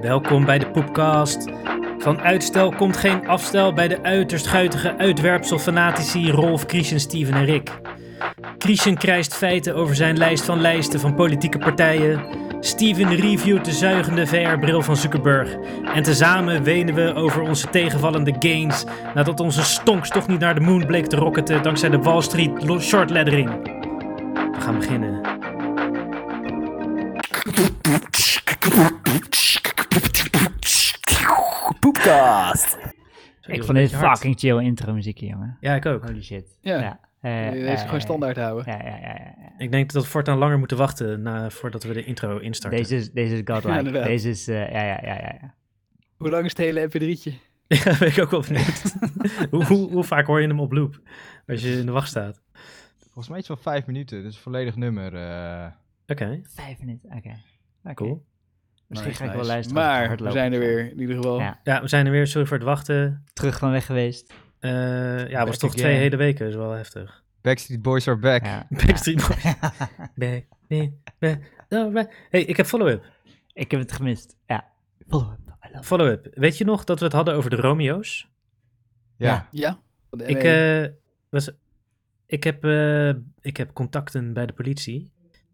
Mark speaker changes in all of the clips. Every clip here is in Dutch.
Speaker 1: Welkom bij de podcast. Van uitstel komt geen afstel bij de uiterst guitige uitwerpselfanatici Rolf, Christian, Steven en Rick. Christian krijgt feiten over zijn lijst van lijsten van politieke partijen. Steven reviewt de zuigende VR-bril van Zuckerberg. En tezamen wenen we over onze tegenvallende gains nadat onze stonks toch niet naar de moon bleek te rocketen dankzij de Wall Street lo- short lettering. We gaan beginnen.
Speaker 2: Poepkast.
Speaker 1: Sorry,
Speaker 3: Ik
Speaker 1: joh,
Speaker 3: vond dit
Speaker 1: beetje hard.
Speaker 3: fucking chill intro muziekje, jongen.
Speaker 1: Ja, ik ook.
Speaker 3: Holy shit.
Speaker 2: Ja.
Speaker 3: eh,
Speaker 2: Deze
Speaker 3: eh,
Speaker 2: gewoon standaard houden.
Speaker 3: Ja, ja, ja. ja.
Speaker 1: Ik denk dat we voortaan langer moeten wachten na, voordat we de intro instarten.
Speaker 3: Deze is, deze is
Speaker 2: Ja,
Speaker 3: godlike.
Speaker 2: inderdaad.
Speaker 3: deze is, eh, ja, ja, ja, ja, ja.
Speaker 2: Hoe lang is het hele mp3'tje?
Speaker 1: Ja, ben ik ook wel benieuwd. hoe, hoe, hoe vaak hoor je hem op loop als je in de wacht staat?
Speaker 4: Volgens mij iets van vijf minuten, dus volledig nummer. eh.
Speaker 1: Oké,
Speaker 3: Vijf minuten, oké. Oké.
Speaker 1: cool.
Speaker 3: Misschien
Speaker 2: Nice,
Speaker 3: ga ik wel
Speaker 2: nice.
Speaker 3: luisteren. als ik
Speaker 2: Maar we
Speaker 3: hardloop
Speaker 2: zijn
Speaker 3: of
Speaker 2: er
Speaker 3: zo.
Speaker 2: weer, in ieder geval.
Speaker 3: Ja.
Speaker 1: Ja, we zijn er weer. Sorry voor het wachten.
Speaker 3: Terug van weg geweest.
Speaker 1: Eh, ja, het was
Speaker 4: Back
Speaker 1: toch
Speaker 4: again.
Speaker 1: twee hele weken. Dat is wel heftig.
Speaker 4: Backstreet Boys are back.
Speaker 3: Ja.
Speaker 1: Backstreet Boys. Back, back, back, no, back. Hey, ik heb follow-up.
Speaker 3: ik heb het gemist. Ja. Follow-up. I love
Speaker 1: Follow-up. Weet je nog dat we het hadden over de Romeo's?
Speaker 4: Ja.
Speaker 2: Ja? Van de
Speaker 1: Ik,
Speaker 2: NW.
Speaker 1: eh, was, ik, heb, eh, ik heb contacten bij de politie.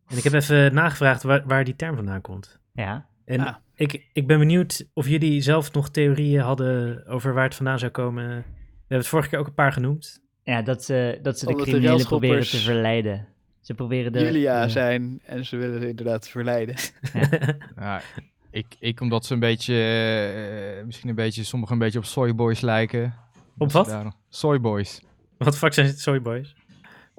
Speaker 1: En ik heb even nagevraagd waar, waar die term vandaan komt.
Speaker 3: it. Ja.
Speaker 1: En
Speaker 2: Ah.
Speaker 1: ik, ik ben benieuwd of jullie zelf nog theorieën hadden over waar het vandaan zou komen. We hebben het vorige keer ook een paar genoemd.
Speaker 3: Ja, dat ze, dat ze de
Speaker 2: Omdat de
Speaker 3: criminelen proberen te
Speaker 2: railschoppers-
Speaker 3: verleiden. Ze proberen de...
Speaker 2: Julia
Speaker 3: ja.
Speaker 2: zijn en ze willen ze inderdaad verleiden.
Speaker 4: Ja, ik, ik, omdat ze een beetje, eh, misschien een beetje, sommigen een beetje op Soy Boys lijken.
Speaker 1: Op
Speaker 4: Ze
Speaker 1: wat?
Speaker 4: daar nog- Soy Boys.
Speaker 1: Wat fuck zijn het? Sorry boys.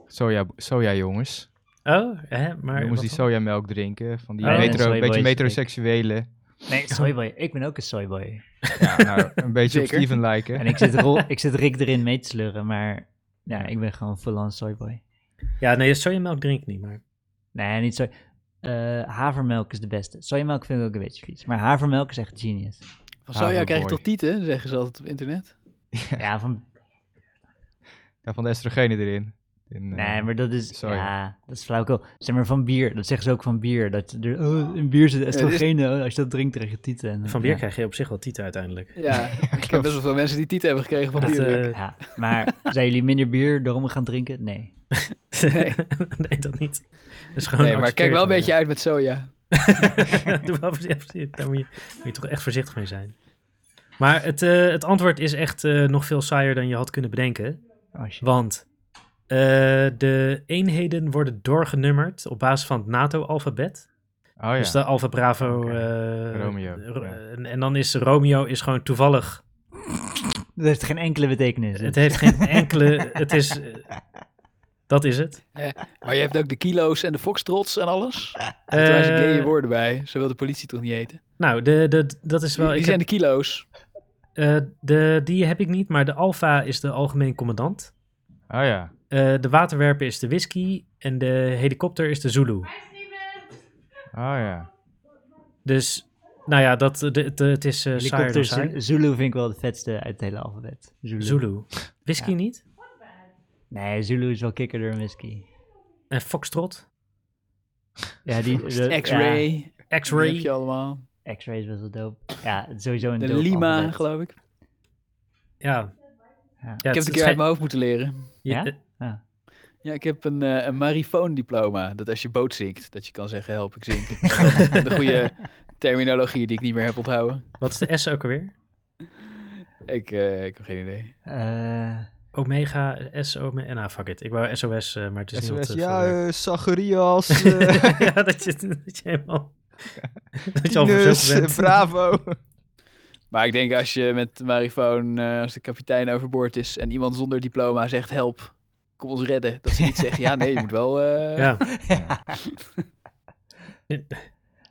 Speaker 4: Soja, soja jongens.
Speaker 1: Oh, hè? Maar
Speaker 4: jongens
Speaker 1: wat dan?
Speaker 4: die sojamelk drinken. Van die
Speaker 1: Oh, ja,
Speaker 4: metro,
Speaker 3: Soy
Speaker 4: beetje
Speaker 3: Boys,
Speaker 4: metroseksuele.
Speaker 3: Nee, soyboy. Ik ben ook een soyboy.
Speaker 4: Ja, nou, een beetje op
Speaker 2: Zeker.
Speaker 4: Steven lijken.
Speaker 3: En ik zit, Ro- ik zit Rick erin mee te sleuren, maar... Ja, ik ben gewoon full-on soyboy.
Speaker 1: Ja, nee, sojamelk drink ik niet, maar...
Speaker 3: Nee, niet zo. Eh, havermelk is de beste. Sojamelk vind ik ook een beetje vies. Maar havermelk is echt genius.
Speaker 2: Van soja
Speaker 4: Haverboy.
Speaker 2: krijg je tot tieten, zeggen ze altijd op internet.
Speaker 3: Ja, van,
Speaker 4: Ja, van de estrogenen erin. En, eh,
Speaker 3: nee, maar dat is,
Speaker 4: soja.
Speaker 3: ja, dat is flauwkul. Zeg maar van bier, dat zeggen ze ook van bier. Dat er, oh, in bier zit estrogenen, oh, als je dat drinkt krijg je tieten. En,
Speaker 1: Van bier
Speaker 3: ja.
Speaker 1: krijg je op zich wel tieten uiteindelijk.
Speaker 2: Ja, ik heb best wel veel mensen die tieten hebben gekregen van
Speaker 1: Dat,
Speaker 2: bier.
Speaker 1: eh,
Speaker 3: Ja, maar zijn jullie minder bier daarom gaan drinken? Nee.
Speaker 1: nee. dat niet. Dat is gewoon
Speaker 2: nee, maar kijk wel
Speaker 1: accepteerd.
Speaker 2: een beetje uit met soja.
Speaker 1: Doe wel voorzichtig. Daar moet je, moet je toch echt voorzichtig mee zijn. Maar het, eh, het antwoord is echt eh, nog veel saaier dan je had kunnen bedenken.
Speaker 3: Oh, shit.
Speaker 1: Want eh, de eenheden worden doorgenummerd op basis van het NATO-alfabet.
Speaker 4: Oh ja.
Speaker 1: Dus de Alfa Bravo.
Speaker 4: Oké.
Speaker 1: eh,
Speaker 4: Romeo,
Speaker 1: ro-
Speaker 4: ja.
Speaker 1: en, en dan is Romeo is gewoon toevallig.
Speaker 3: Dat heeft geen enkele betekenis.
Speaker 1: Het heeft geen enkele. Het is. eh, dat is het.
Speaker 2: Eh, Maar je hebt ook de kilo's en de foxtrots en alles. En toen was er
Speaker 1: Eh,
Speaker 2: gaye woorden bij. Ze wil de politie toch niet eten.
Speaker 1: Nou, de, de, dat is
Speaker 2: Die,
Speaker 1: wel. ik
Speaker 2: zijn
Speaker 1: heb,
Speaker 2: de kilo's.
Speaker 1: eh, de, die heb ik niet, maar de Alfa is de algemeen commandant.
Speaker 4: Oh ja.
Speaker 1: Eh, de waterwerper is de whisky en de helikopter is de Zulu.
Speaker 4: Oh ja.
Speaker 1: Dus, nou ja, dat, de, de- het is eh saaier dan
Speaker 3: Helikopter
Speaker 1: saai.
Speaker 3: Zulu- Zulu vind ik wel de vetste uit het hele alfabet. Zulu.
Speaker 1: Zulu. Whisky
Speaker 3: Ja.
Speaker 1: niet?
Speaker 3: Nee, Zulu is wel kikkerder dan whisky.
Speaker 1: En Foxtrot?
Speaker 3: Ja, die... dat-
Speaker 2: X-ray.
Speaker 3: Eh, ja.
Speaker 2: Die heb je
Speaker 1: X-Ray?
Speaker 2: allemaal.
Speaker 3: X-ray is best wel dope. Ja, het is sowieso een
Speaker 2: De
Speaker 3: dope
Speaker 2: Lima,
Speaker 3: alfabet.
Speaker 2: geloof ik.
Speaker 1: Ja.
Speaker 3: Ja.
Speaker 2: ik heb het een keer uit mijn hoofd moeten leren.
Speaker 3: Ja?
Speaker 1: ja?
Speaker 3: Ja.
Speaker 2: Ja, ik heb een, eh een marifoondiploma. Dat als je boot zinkt, dat je kan zeggen help, ik zink. Dat is de goede terminologie die ik niet meer heb onthouden.
Speaker 1: Wat is de S ook alweer?
Speaker 2: Ik, eh, ik heb geen idee.
Speaker 3: Eh,
Speaker 1: Omega, S, Omega, nou fuck it. Ik wou SOS, eh, maar het is niet
Speaker 4: SOS,
Speaker 1: wat, eh,
Speaker 4: ja,
Speaker 1: voor-
Speaker 4: eh, Zacharias, eh,
Speaker 1: ja, dat je, dat je helemaal... dat je al
Speaker 4: Tinus,
Speaker 1: verzocht
Speaker 4: eh,
Speaker 1: bent.
Speaker 4: Bravo.
Speaker 2: Maar ik denk als je met de marifoon, eh, als de kapitein overboord is en iemand zonder diploma zegt help, kom ons redden. Dat ze niet zeggen, ja nee, je moet wel... eh,
Speaker 1: Ja,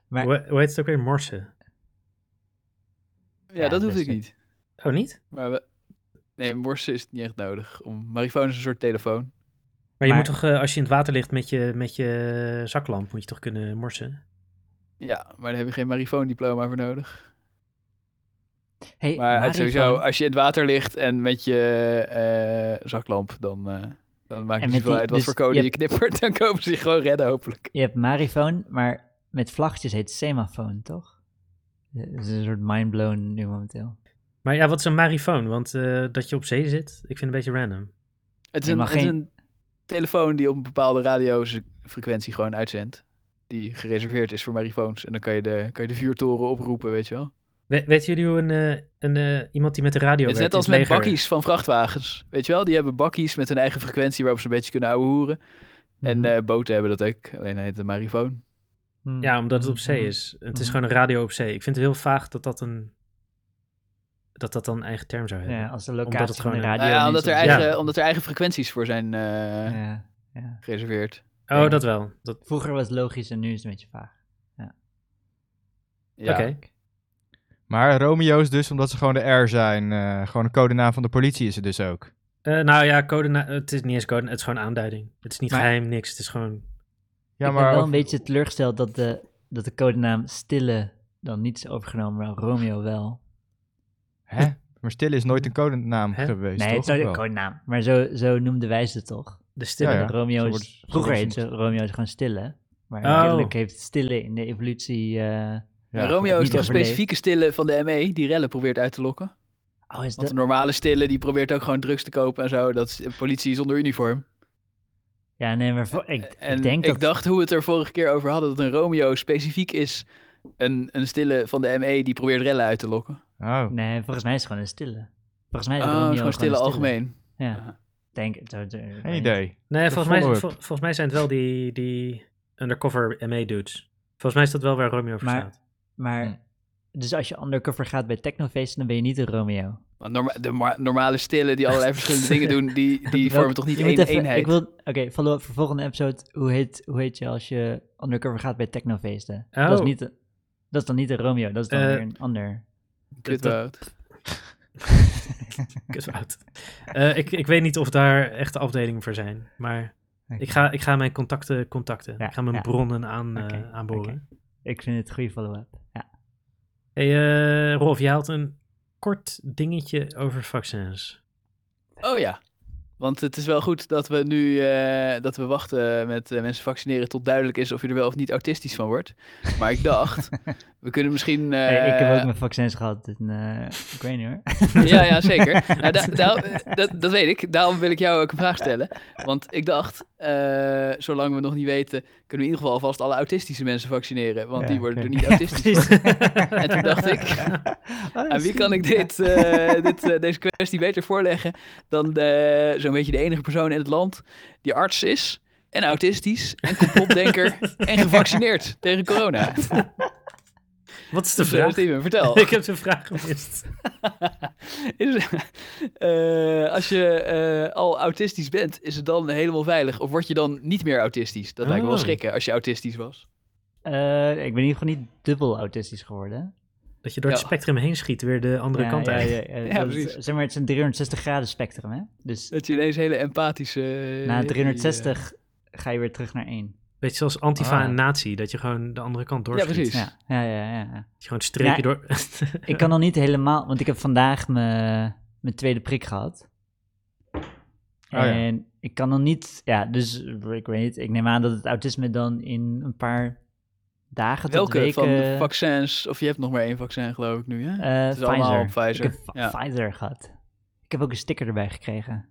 Speaker 3: Maar-
Speaker 1: hoe, hoe heet het ook weer? Morse.
Speaker 2: ja,
Speaker 3: Ja,
Speaker 2: dat hoef
Speaker 3: best
Speaker 2: ik niet.
Speaker 1: Oh, niet?
Speaker 2: Maar we, nee, borsten is niet echt nodig. Om, marifoon is een soort telefoon.
Speaker 1: Maar je
Speaker 3: Maar-
Speaker 1: moet toch, eh, als je in het water ligt met je, met je eh, zaklamp, moet je toch kunnen morsen?
Speaker 2: Ja, maar daar heb je geen marifoondiploma voor nodig.
Speaker 3: hey,
Speaker 2: Maar het
Speaker 3: Marivan.
Speaker 2: sowieso, eh, als je in het water ligt en met je eh, zaklamp, dan, eh, dan
Speaker 3: En
Speaker 2: maakt het niet
Speaker 3: met
Speaker 2: veel
Speaker 3: die-
Speaker 2: uit wat
Speaker 3: dus
Speaker 2: voor code
Speaker 3: je
Speaker 2: je knippert. Dan komen ze je gewoon redden, hopelijk.
Speaker 3: Je hebt Marifoon, maar met vlaggetjes heet Semafoon, toch? Het is een soort mindblown nu momenteel.
Speaker 1: Maar ja, wat is een marifoon? Want eh, dat je op zee zit, ik vind het een beetje random.
Speaker 2: Het is,
Speaker 3: Je
Speaker 2: een,
Speaker 3: mag
Speaker 2: het is
Speaker 3: geen-
Speaker 2: een telefoon die op een bepaalde radiofrequentie gewoon uitzendt. Die gereserveerd is voor marifoons. En dan kan je de, kan je de vuurtoren oproepen, weet je wel.
Speaker 1: We, weten jullie hoe een, eh, een, eh, iemand die met de radio
Speaker 2: Het is
Speaker 1: werkt
Speaker 2: net
Speaker 1: in
Speaker 2: als
Speaker 1: het
Speaker 2: met
Speaker 1: leger-
Speaker 2: bakkies van vrachtwagens. Weet je wel, die hebben bakkies met hun eigen frequentie waarop ze een beetje kunnen ouwehoeren.
Speaker 3: Mhm.
Speaker 1: Mhm.
Speaker 2: En eh, boten hebben dat ook, alleen heet het marifoon. eh,
Speaker 3: Hmm.
Speaker 1: Ja, omdat het op zee
Speaker 3: Mhm.
Speaker 1: is. Het is
Speaker 3: Mhm.
Speaker 1: gewoon een radio op zee. Ik vind het heel vaag dat dat een... Dat dat dan een eigen term zou hebben.
Speaker 3: Ja, als de
Speaker 1: Omdat
Speaker 3: locatie
Speaker 1: het
Speaker 3: van de
Speaker 1: gewoon een-
Speaker 3: radio
Speaker 2: Nou ja,
Speaker 3: is
Speaker 2: omdat, er
Speaker 3: op-
Speaker 2: eigen, omdat er eigen frequenties voor zijn eh,
Speaker 3: Ja, ja.
Speaker 2: gereserveerd.
Speaker 1: oh,
Speaker 3: ja.
Speaker 1: dat wel. Dat,
Speaker 3: Vroeger was het logisch en nu is het een beetje vaag.
Speaker 2: Ja.
Speaker 1: Oké.
Speaker 4: Maar Romeo's dus, omdat ze gewoon de R zijn. eh, gewoon een codenaam van de politie is het dus ook.
Speaker 1: Eh, nou ja, code na- het is niet eens code, het is gewoon aanduiding. Het is niet
Speaker 4: Maar-
Speaker 1: geheim, niks. Het is gewoon...
Speaker 4: Ja,
Speaker 3: ik ben wel
Speaker 4: maar
Speaker 3: een beetje teleurgesteld dat de, dat de codenaam Stille dan niet is overgenomen, maar Romeo wel.
Speaker 4: Hè? Maar Stille is nooit een codenaam
Speaker 1: Hè?
Speaker 4: geweest,
Speaker 3: nee,
Speaker 4: toch?
Speaker 3: het is ook
Speaker 4: Of
Speaker 3: een
Speaker 4: wel?
Speaker 3: codenaam, maar zo, zo noemden wij ze toch.
Speaker 1: De stille.
Speaker 4: Ja, ja.
Speaker 3: Romeo
Speaker 4: zo
Speaker 3: is,
Speaker 4: wordt- zo
Speaker 3: vroeger
Speaker 4: wordt ze
Speaker 3: heette
Speaker 4: genoemd.
Speaker 3: Romeo is gewoon Stille, maar
Speaker 1: Oh.
Speaker 3: kennelijk heeft Stille in de evolutie... eh,
Speaker 4: Ja,
Speaker 2: Romeo is
Speaker 3: niet
Speaker 2: toch een
Speaker 3: overleefd.
Speaker 2: specifieke stille van de ME die rellen probeert uit te lokken.
Speaker 3: Oh, is
Speaker 2: Want
Speaker 3: dat...
Speaker 2: de normale stille die probeert ook gewoon drugs te kopen en zo. Dat is eh, politie zonder uniform.
Speaker 3: Ja, nee, maar voor- ik,
Speaker 2: En
Speaker 3: ik denk dat...
Speaker 2: dacht hoe we het er vorige keer over hadden dat een Romeo specifiek is. Een, een stille van de ME die probeert rellen uit te lokken.
Speaker 4: Oh.
Speaker 3: Nee, volgens mij is het gewoon een Stille. Volgens mij is
Speaker 2: Oh,
Speaker 3: Romeo
Speaker 2: het is
Speaker 3: gewoon
Speaker 2: gewoon stille algemeen.
Speaker 3: Ja,
Speaker 2: Ja.
Speaker 3: denk het. het- het-
Speaker 4: Geen idee.
Speaker 1: Nee,
Speaker 4: De
Speaker 1: volgens mij,
Speaker 4: follow-up.
Speaker 1: vol- volgens mij zijn het wel die, die undercover ME-dudes. Volgens mij is dat wel waar Romeo voor
Speaker 3: Maar-
Speaker 1: staat.
Speaker 3: Maar,
Speaker 4: Hm.
Speaker 3: dus als je undercover gaat bij technofeesten, dan ben je niet een Romeo.
Speaker 2: Want norma- de ma- normale stillen die allerlei verschillende dingen doen, die, die
Speaker 3: Welk-
Speaker 2: vormen toch niet
Speaker 3: Je moet
Speaker 2: één
Speaker 3: even-
Speaker 2: eenheid?
Speaker 3: Ik wil, oké, follow-up voor volgende episode. Hoe heet, hoe heet je als je undercover gaat bij technofeesten? Dat,
Speaker 1: Oh.
Speaker 3: is niet, een- dat is dan niet een Romeo, dat is dan
Speaker 1: Eh.
Speaker 3: weer een ander.
Speaker 2: Kutwoud.
Speaker 1: Kutwoud. Eh, ik, ik weet niet of daar echte afdelingen voor zijn. Maar
Speaker 3: Oké.
Speaker 1: ik, ga, ik ga mijn contacten contacten.
Speaker 3: Ja,
Speaker 1: ik ga mijn
Speaker 3: ja.
Speaker 1: bronnen aan, eh,
Speaker 3: Oké,
Speaker 1: aanboren.
Speaker 3: Ik vind het een goede follow-up. Ja.
Speaker 1: Hey, eh, Rolf, jij had een kort dingetje over vaccins.
Speaker 2: Oh ja. Want het is wel goed dat we nu eh, dat we wachten met eh, mensen vaccineren tot duidelijk is of je er wel of niet autistisch van wordt. Maar ik dacht, we kunnen misschien.
Speaker 3: Hey, ik heb
Speaker 2: eh,
Speaker 3: ook mijn vaccins gehad. En, eh, ik weet niet hoor.
Speaker 2: Ja, ja, zeker. Nou, da- daarom- dat, dat weet ik. Daarom wil ik jou ook een vraag stellen. Want ik dacht, eh, zolang we nog niet weten, kunnen we in ieder geval alvast alle autistische mensen vaccineren. Want
Speaker 3: Ja,
Speaker 2: die worden
Speaker 3: oké.
Speaker 2: er niet autistisch. van.
Speaker 1: en
Speaker 2: toen dacht ik,
Speaker 3: Oh,
Speaker 2: Aan wie kan ik dit, eh, dit, eh, deze kwestie beter voorleggen dan de- zo'n beetje de enige persoon in het land die arts is en autistisch en complotdenker en gevaccineerd tegen corona?
Speaker 1: Wat is de
Speaker 2: Zo,
Speaker 1: vraag?
Speaker 2: Steven, vertel.
Speaker 1: ik heb de vraag gemist.
Speaker 2: Is- eh, als je eh, al autistisch bent, is het dan helemaal veilig? Of word je dan niet meer autistisch? Dat lijkt me wel
Speaker 1: Oh.
Speaker 2: schrikken als je autistisch was.
Speaker 3: Eh, ik ben in ieder geval niet dubbel autistisch geworden.
Speaker 1: Dat je door het
Speaker 2: Ja.
Speaker 1: spectrum heen schiet, weer de andere
Speaker 3: Ja,
Speaker 1: kant
Speaker 3: ja,
Speaker 1: uit.
Speaker 3: ja, ja,
Speaker 2: Ja,
Speaker 3: dat is-
Speaker 2: precies.
Speaker 3: zeg maar, het is een 360 graden spectrum, hè? Dus
Speaker 2: Dat je ineens hele empathische...
Speaker 3: na
Speaker 2: hippie, eh,
Speaker 3: 360 ga je weer terug naar 1.
Speaker 1: Beetje zoals Antifa
Speaker 4: Ah.
Speaker 1: en Nazi, dat je gewoon de andere kant
Speaker 2: ja,
Speaker 1: doorschiet.
Speaker 2: precies.
Speaker 3: Ja, ja, ja, ja. ja.
Speaker 1: Dat je gewoon streepje
Speaker 3: Ja,
Speaker 1: door...
Speaker 3: Ik kan nog niet helemaal, want ik heb vandaag mijn, mijn tweede prik gehad.
Speaker 2: Ah,
Speaker 4: ja.
Speaker 3: en ik kan nog niet, ja, dus eh, ik weet niet, ik neem aan dat het autisme dan in een paar dagen tot
Speaker 2: Welke
Speaker 3: weken...
Speaker 2: van de vaccins? Of je hebt nog maar één vaccin, geloof ik nu, hè?
Speaker 3: eh,
Speaker 2: Het is
Speaker 3: Pfizer.
Speaker 2: allemaal
Speaker 3: Ik
Speaker 2: Pfizer.
Speaker 3: heb fa-
Speaker 2: Ja.
Speaker 3: Pfizer gehad. Ik heb ook een sticker erbij gekregen.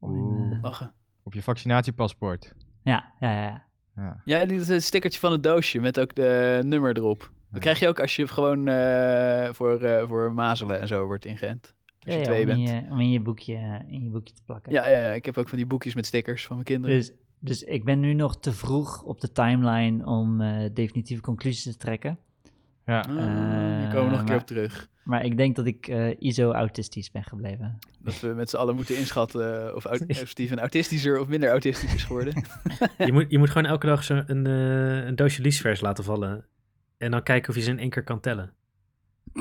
Speaker 3: Om in,
Speaker 4: Oeh.
Speaker 3: eh,
Speaker 2: Lachen.
Speaker 4: Op je vaccinatiepaspoort.
Speaker 3: ja, ja, ja, ja.
Speaker 4: Ja.
Speaker 2: Ja, dit is het stickertje van het doosje met ook de nummer erop.
Speaker 4: Ja.
Speaker 2: Dat krijg je ook als je gewoon eh, voor, eh, voor mazelen en zo wordt ingeënt. Als je
Speaker 3: Ja, ja,
Speaker 2: twee
Speaker 3: om, eh, in
Speaker 2: bent.
Speaker 3: je, om in, je boekje, eh, in je boekje te plakken.
Speaker 2: Ja, ja, ja, ik heb ook van die boekjes met stickers van mijn kinderen.
Speaker 3: Dus, dus ik ben nu nog te vroeg op de timeline om eh, definitieve conclusies te trekken.
Speaker 4: Ja.
Speaker 2: Ah, daar komen we nog een keer
Speaker 3: Eh, maar-
Speaker 2: op terug.
Speaker 3: Maar ik denk dat ik eh iso-autistisch ben gebleven.
Speaker 2: Dat we met z'n allen moeten inschatten eh, of, au- of Steven autistischer of minder autistisch is geworden.
Speaker 1: je, moet, je moet gewoon elke dag zo een, eh, een doosje liesvers laten vallen. En dan kijken of je ze in één keer kan tellen.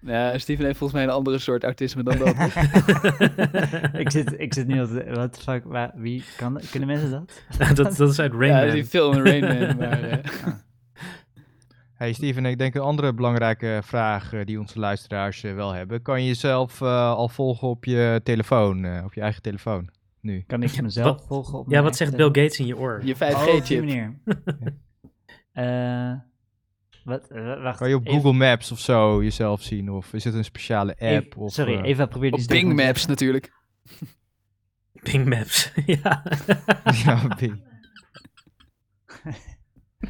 Speaker 2: Ja, Steven heeft volgens mij een andere soort autisme dan dat.
Speaker 3: ik, zit, ik zit nu al te... What the fuck? Waar, wie kan, kunnen mensen dat?
Speaker 1: dat, dat is uit Rain
Speaker 2: ja,
Speaker 1: Man.
Speaker 2: die film in Rain Man. Maar, eh,
Speaker 4: Hey Steven, ik denk een andere belangrijke vraag eh, die onze luisteraars eh, wel hebben. Kan je jezelf eh, al volgen op je telefoon, eh, op je eigen telefoon? Nu.
Speaker 3: Kan ik mezelf
Speaker 1: wat-
Speaker 3: volgen op
Speaker 1: Ja, wat zegt Bill Gates in je oor?
Speaker 2: je
Speaker 3: Oh, op die
Speaker 2: 5G-chip.
Speaker 3: manier. Eh, Wat, eh, wacht,
Speaker 4: Kan je op
Speaker 3: even-
Speaker 4: Google Maps of zo jezelf zien? Of is het een speciale app?
Speaker 3: even-
Speaker 4: of,
Speaker 3: sorry,
Speaker 4: eh,
Speaker 3: Eva probeert
Speaker 2: Op
Speaker 3: iets tegen
Speaker 2: Bing
Speaker 3: me te
Speaker 2: Maps natuurlijk.
Speaker 1: Bing Maps. ja.
Speaker 4: ja, Bing.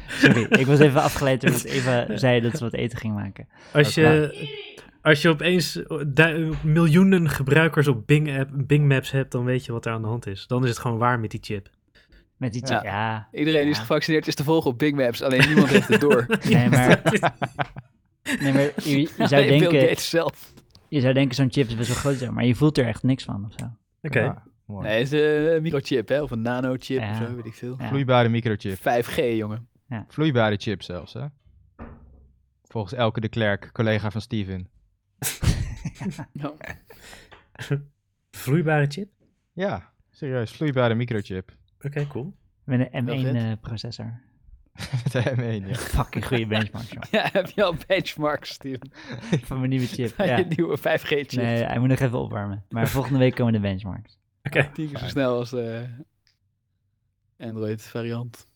Speaker 3: Sorry, ik was even afgeleid toen Eva zei dat ze wat eten ging maken.
Speaker 1: Als
Speaker 3: Ook
Speaker 1: je, als je opeens du- miljoenen gebruikers op Bing, app, Bing Maps hebt, dan weet je wat er aan de hand is. Dan is het gewoon waar met die chip.
Speaker 3: Met die
Speaker 2: Ja.
Speaker 3: chip, ja.
Speaker 2: Iedereen die is
Speaker 3: Ja. Dus
Speaker 2: gevaccineerd is te volgen op Big Maps. Alleen niemand heeft het door.
Speaker 3: Nee, maar, nee, maar je, je zou
Speaker 2: Alleen Bill
Speaker 3: denken,
Speaker 2: Gates zelf.
Speaker 3: je zou denken zo'n chip is best wel groot, zeg, maar je voelt er echt niks van of zo.
Speaker 1: Oké.
Speaker 3: Ah.
Speaker 4: Ja, mooi.
Speaker 2: Nee, het is eh, een microchip hè, of een nanochip
Speaker 3: Ja.
Speaker 2: of zo, weet ik veel.
Speaker 3: Ja.
Speaker 4: Vloeibare microchip.
Speaker 2: 5G, jongen.
Speaker 4: Vloeibare chip zelfs, hè? Volgens Elke de Klerk, collega van Steven.
Speaker 2: Ja.
Speaker 1: Vloeibare chip?
Speaker 4: Ja, serieus. Vloeibare microchip.
Speaker 1: Oké, cool.
Speaker 3: Met een
Speaker 2: Wel
Speaker 3: M1
Speaker 2: vet.
Speaker 3: eh, processor.
Speaker 4: De M1, ja.
Speaker 3: Fucking goede benchmark, joh.
Speaker 2: Ja, heb je al benchmarks, Steven?
Speaker 3: Van mijn nieuwe chip,
Speaker 2: Bij
Speaker 3: ja.
Speaker 2: je nieuwe 5G-chip.
Speaker 3: Nee, hij moet nog even opwarmen. Maar volgende week komen de benchmarks.
Speaker 1: Oké.
Speaker 2: Tien keer zo snel als eh, de Android-variant.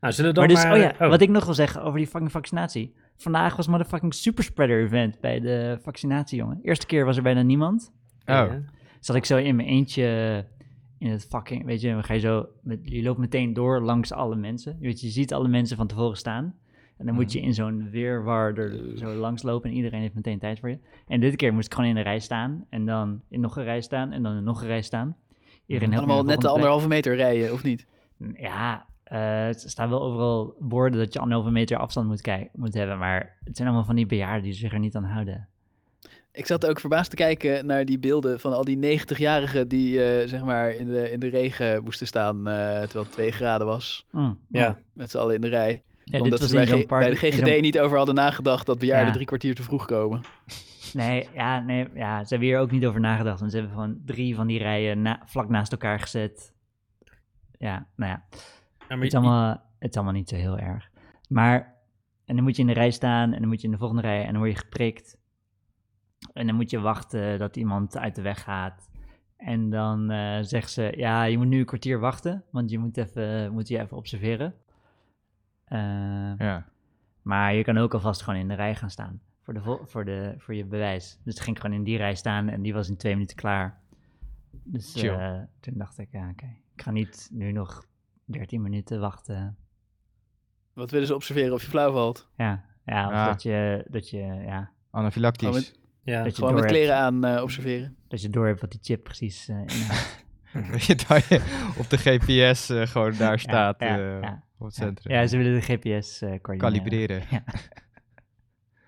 Speaker 1: Nou, zullen we
Speaker 3: Maar
Speaker 1: dan
Speaker 3: dus,
Speaker 1: maar...
Speaker 3: oh ja,
Speaker 1: oh.
Speaker 3: wat ik nog wil zeggen over die fucking vaccinatie. Vandaag was motherfucking superspreader event bij de vaccinatie, jongen. Eerste keer was er bijna niemand.
Speaker 4: Oh,
Speaker 1: Ja.
Speaker 3: zat ik zo in mijn eentje eh, in het fucking, weet je, dan ga je zo, met, je loopt meteen door langs alle mensen. Je, weet, je ziet alle mensen van tevoren staan. En dan moet je
Speaker 2: Mhm.
Speaker 3: in zo'n weerwar er zo langs lopen en iedereen heeft meteen tijd voor je. En dit keer moest ik gewoon in een rij staan en dan in nog een rij staan en dan in nog een rij staan. Iedereen helpt me
Speaker 2: Mhm. Allemaal
Speaker 3: naar
Speaker 2: net
Speaker 3: volgende
Speaker 2: de anderhalve meter rijden, of niet?
Speaker 3: plek. Ja, eh, er staan wel overal borden dat je anderhalve meter afstand moet, kijken, moet hebben. Maar het zijn allemaal van die bejaarden die zich er niet aan houden.
Speaker 2: Ik zat ook verbaasd te kijken naar die beelden van al die 90-jarigen die eh, zeg maar in de, in de regen moesten staan eh, terwijl het 2 graden was.
Speaker 3: Mm.
Speaker 1: ja.
Speaker 2: Met z'n allen in de rij.
Speaker 3: Ja, dit
Speaker 2: omdat
Speaker 3: was
Speaker 2: ze
Speaker 3: in
Speaker 2: bij,
Speaker 3: zo'n
Speaker 2: G-
Speaker 3: park.
Speaker 2: bij de
Speaker 3: in zo'n-
Speaker 2: GGD niet over hadden nagedachten dat bejaarden
Speaker 3: Ja.
Speaker 2: drie kwartier te vroeg komen.
Speaker 3: Nee, ja, nee, ja, ze hebben hier ook niet over nagedacht. Want ze hebben gewoon drie van die rijen na- vlak naast elkaar gezet. Ja, nou ja,
Speaker 1: Ja, maar
Speaker 3: het is, allemaal, het is allemaal niet zo heel erg. Maar, en dan moet je in de rij staan en dan moet je in de volgende rij en dan word je geprikt. En dan moet je wachten dat iemand uit de weg gaat. En dan eh zegt ze, ja, je moet nu een kwartier wachten, want je moet, even, moet je even observeren. Eh,
Speaker 4: ja.
Speaker 3: maar je kan ook alvast gewoon in de rij gaan staan voor, de vol- voor, de, voor je bewijs. Dus ik ging gewoon in die rij staan en die was in twee minuten klaar. Dus
Speaker 4: Chill.
Speaker 3: eh, toen dacht ik, ja, oké, ik ga niet nu nog 13 minuten wachten.
Speaker 2: Wat willen ze observeren of je flauw valt?
Speaker 3: Ja, ja of
Speaker 4: Ja.
Speaker 3: dat je, dat je, ja,
Speaker 2: Oh,
Speaker 4: Anafylactisch.
Speaker 1: ja.
Speaker 3: dat je
Speaker 2: Gewoon met
Speaker 3: door hebt,
Speaker 2: kleren aan eh, observeren.
Speaker 3: dat je door hebt wat die chip precies eh, inhoudt.
Speaker 4: Weet je, dat je op de GPS eh, gewoon daar
Speaker 3: Ja,
Speaker 4: staat
Speaker 3: ja,
Speaker 4: eh,
Speaker 3: ja,
Speaker 4: op het
Speaker 3: ja.
Speaker 4: centrum.
Speaker 3: Ja, ze willen de GPS eh coördineren.
Speaker 4: Kalibreren.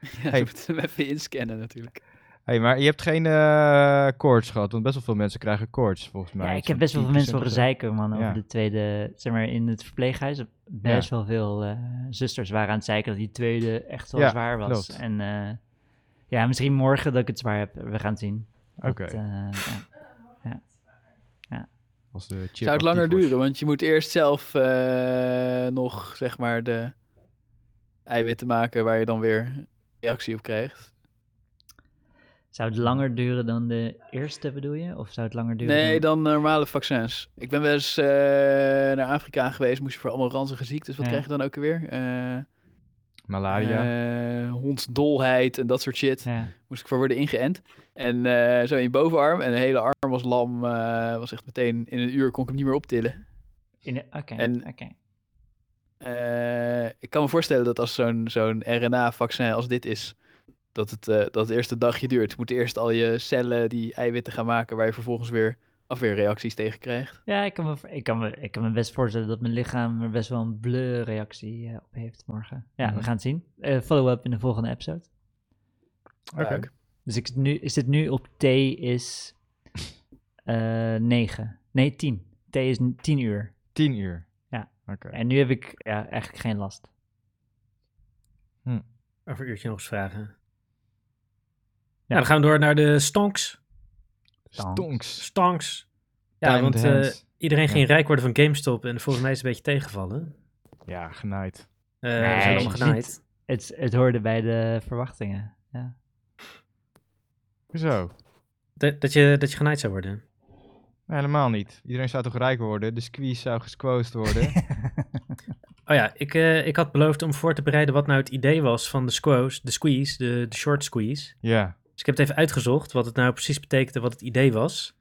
Speaker 2: Ja,
Speaker 4: Hey.
Speaker 2: je moet hem even inscannen natuurlijk.
Speaker 4: hey, maar je hebt geen eh, koorts gehad, want best wel veel mensen krijgen koorts volgens mij.
Speaker 3: Ja, ik heb best wel veel mensen horen
Speaker 4: zijn.
Speaker 3: zeiken, man, over
Speaker 4: Ja.
Speaker 3: de tweede, zeg maar, in het verpleeghuis. Best wel veel eh, zusters waren aan het zeiken dat die tweede echt wel
Speaker 4: Ja,
Speaker 3: zwaar was.
Speaker 4: klopt.
Speaker 3: En eh, ja, misschien morgen dat ik het zwaar heb. We gaan het zien. Dat,
Speaker 4: Oké.
Speaker 3: eh, ja.
Speaker 4: Als de chip
Speaker 2: Zou het langer
Speaker 4: actief was.
Speaker 2: duren, want je moet eerst zelf eh, nog zeg maar de eiwitten maken waar je dan weer reactie op krijgt.
Speaker 3: Zou het langer duren dan de eerste, bedoel je? Of zou het langer duren?
Speaker 2: Nee, dan normale vaccins. Ik ben wel eens eh, naar Afrika geweest, moest je voor allemaal ranzige ziektes. Wat
Speaker 3: Ja. Ah,
Speaker 2: krijg je dan ook weer? Eh
Speaker 4: Malaria.
Speaker 2: eh, hondsdolheid en dat soort shit.
Speaker 3: Ja.
Speaker 2: Moest ik voor worden ingeënt. En eh, zo in je bovenarm. En de hele arm was lam. eh, was echt meteen in een uur kon ik hem niet meer optillen.
Speaker 3: In de- Oké,
Speaker 2: En-
Speaker 3: oké.
Speaker 2: Eh, ik kan me voorstellen dat als zo'n zo'n RNA-vaccin als dit is, dat het, eh, dat het eerst een dagje duurt. Je moet eerst al je cellen die eiwitten gaan maken, waar je vervolgens weer afweerreacties tegen krijgt.
Speaker 3: Ja, ik kan, me, ik, kan me, ik kan me best voorstellen dat mijn lichaam er best wel een bleu reactie eh, op heeft morgen. Ja,
Speaker 4: Mhm.
Speaker 3: we gaan het zien. Eh, Follow-up in de volgende episode.
Speaker 4: Oké.
Speaker 2: Ja, ook.
Speaker 3: Dus ik zit nu, ik zit nu op T is eh 9. Nee, 10. T is 10 uur.
Speaker 4: Tien uur.
Speaker 3: Ja.
Speaker 4: Oké.
Speaker 3: En nu heb ik ja, eigenlijk geen last.
Speaker 1: Over een uurtje nog eens vragen. Ja.
Speaker 3: Ja.
Speaker 1: dan gaan we door naar de stonks.
Speaker 4: Stonks.
Speaker 1: Stonks. Ja,
Speaker 4: Time
Speaker 1: want
Speaker 4: to
Speaker 1: eh,
Speaker 4: hands.
Speaker 1: iedereen
Speaker 4: Ja.
Speaker 1: ging rijk worden van GameStop en volgens mij is het een beetje tegengevallen.
Speaker 4: Ja, genaaid.
Speaker 1: Eh
Speaker 3: Nee,
Speaker 1: we zijn allemaal
Speaker 3: niet.
Speaker 1: genaaid.
Speaker 3: Het, het hoorde bij de verwachtingen. Ja.
Speaker 4: Hoezo?
Speaker 1: Dat, dat, je, dat je genaaid zou worden.
Speaker 4: Nee, helemaal niet. Iedereen zou toch rijk worden? De squeeze zou gesquoosed worden?
Speaker 1: Oh ja, ik, eh, ik had beloofd om voor te bereiden wat nou het idee was van de squoze, de squeeze, de, de short squeeze.
Speaker 4: Ja.
Speaker 1: Dus ik heb het even uitgezocht wat het nou precies betekende, wat het idee was.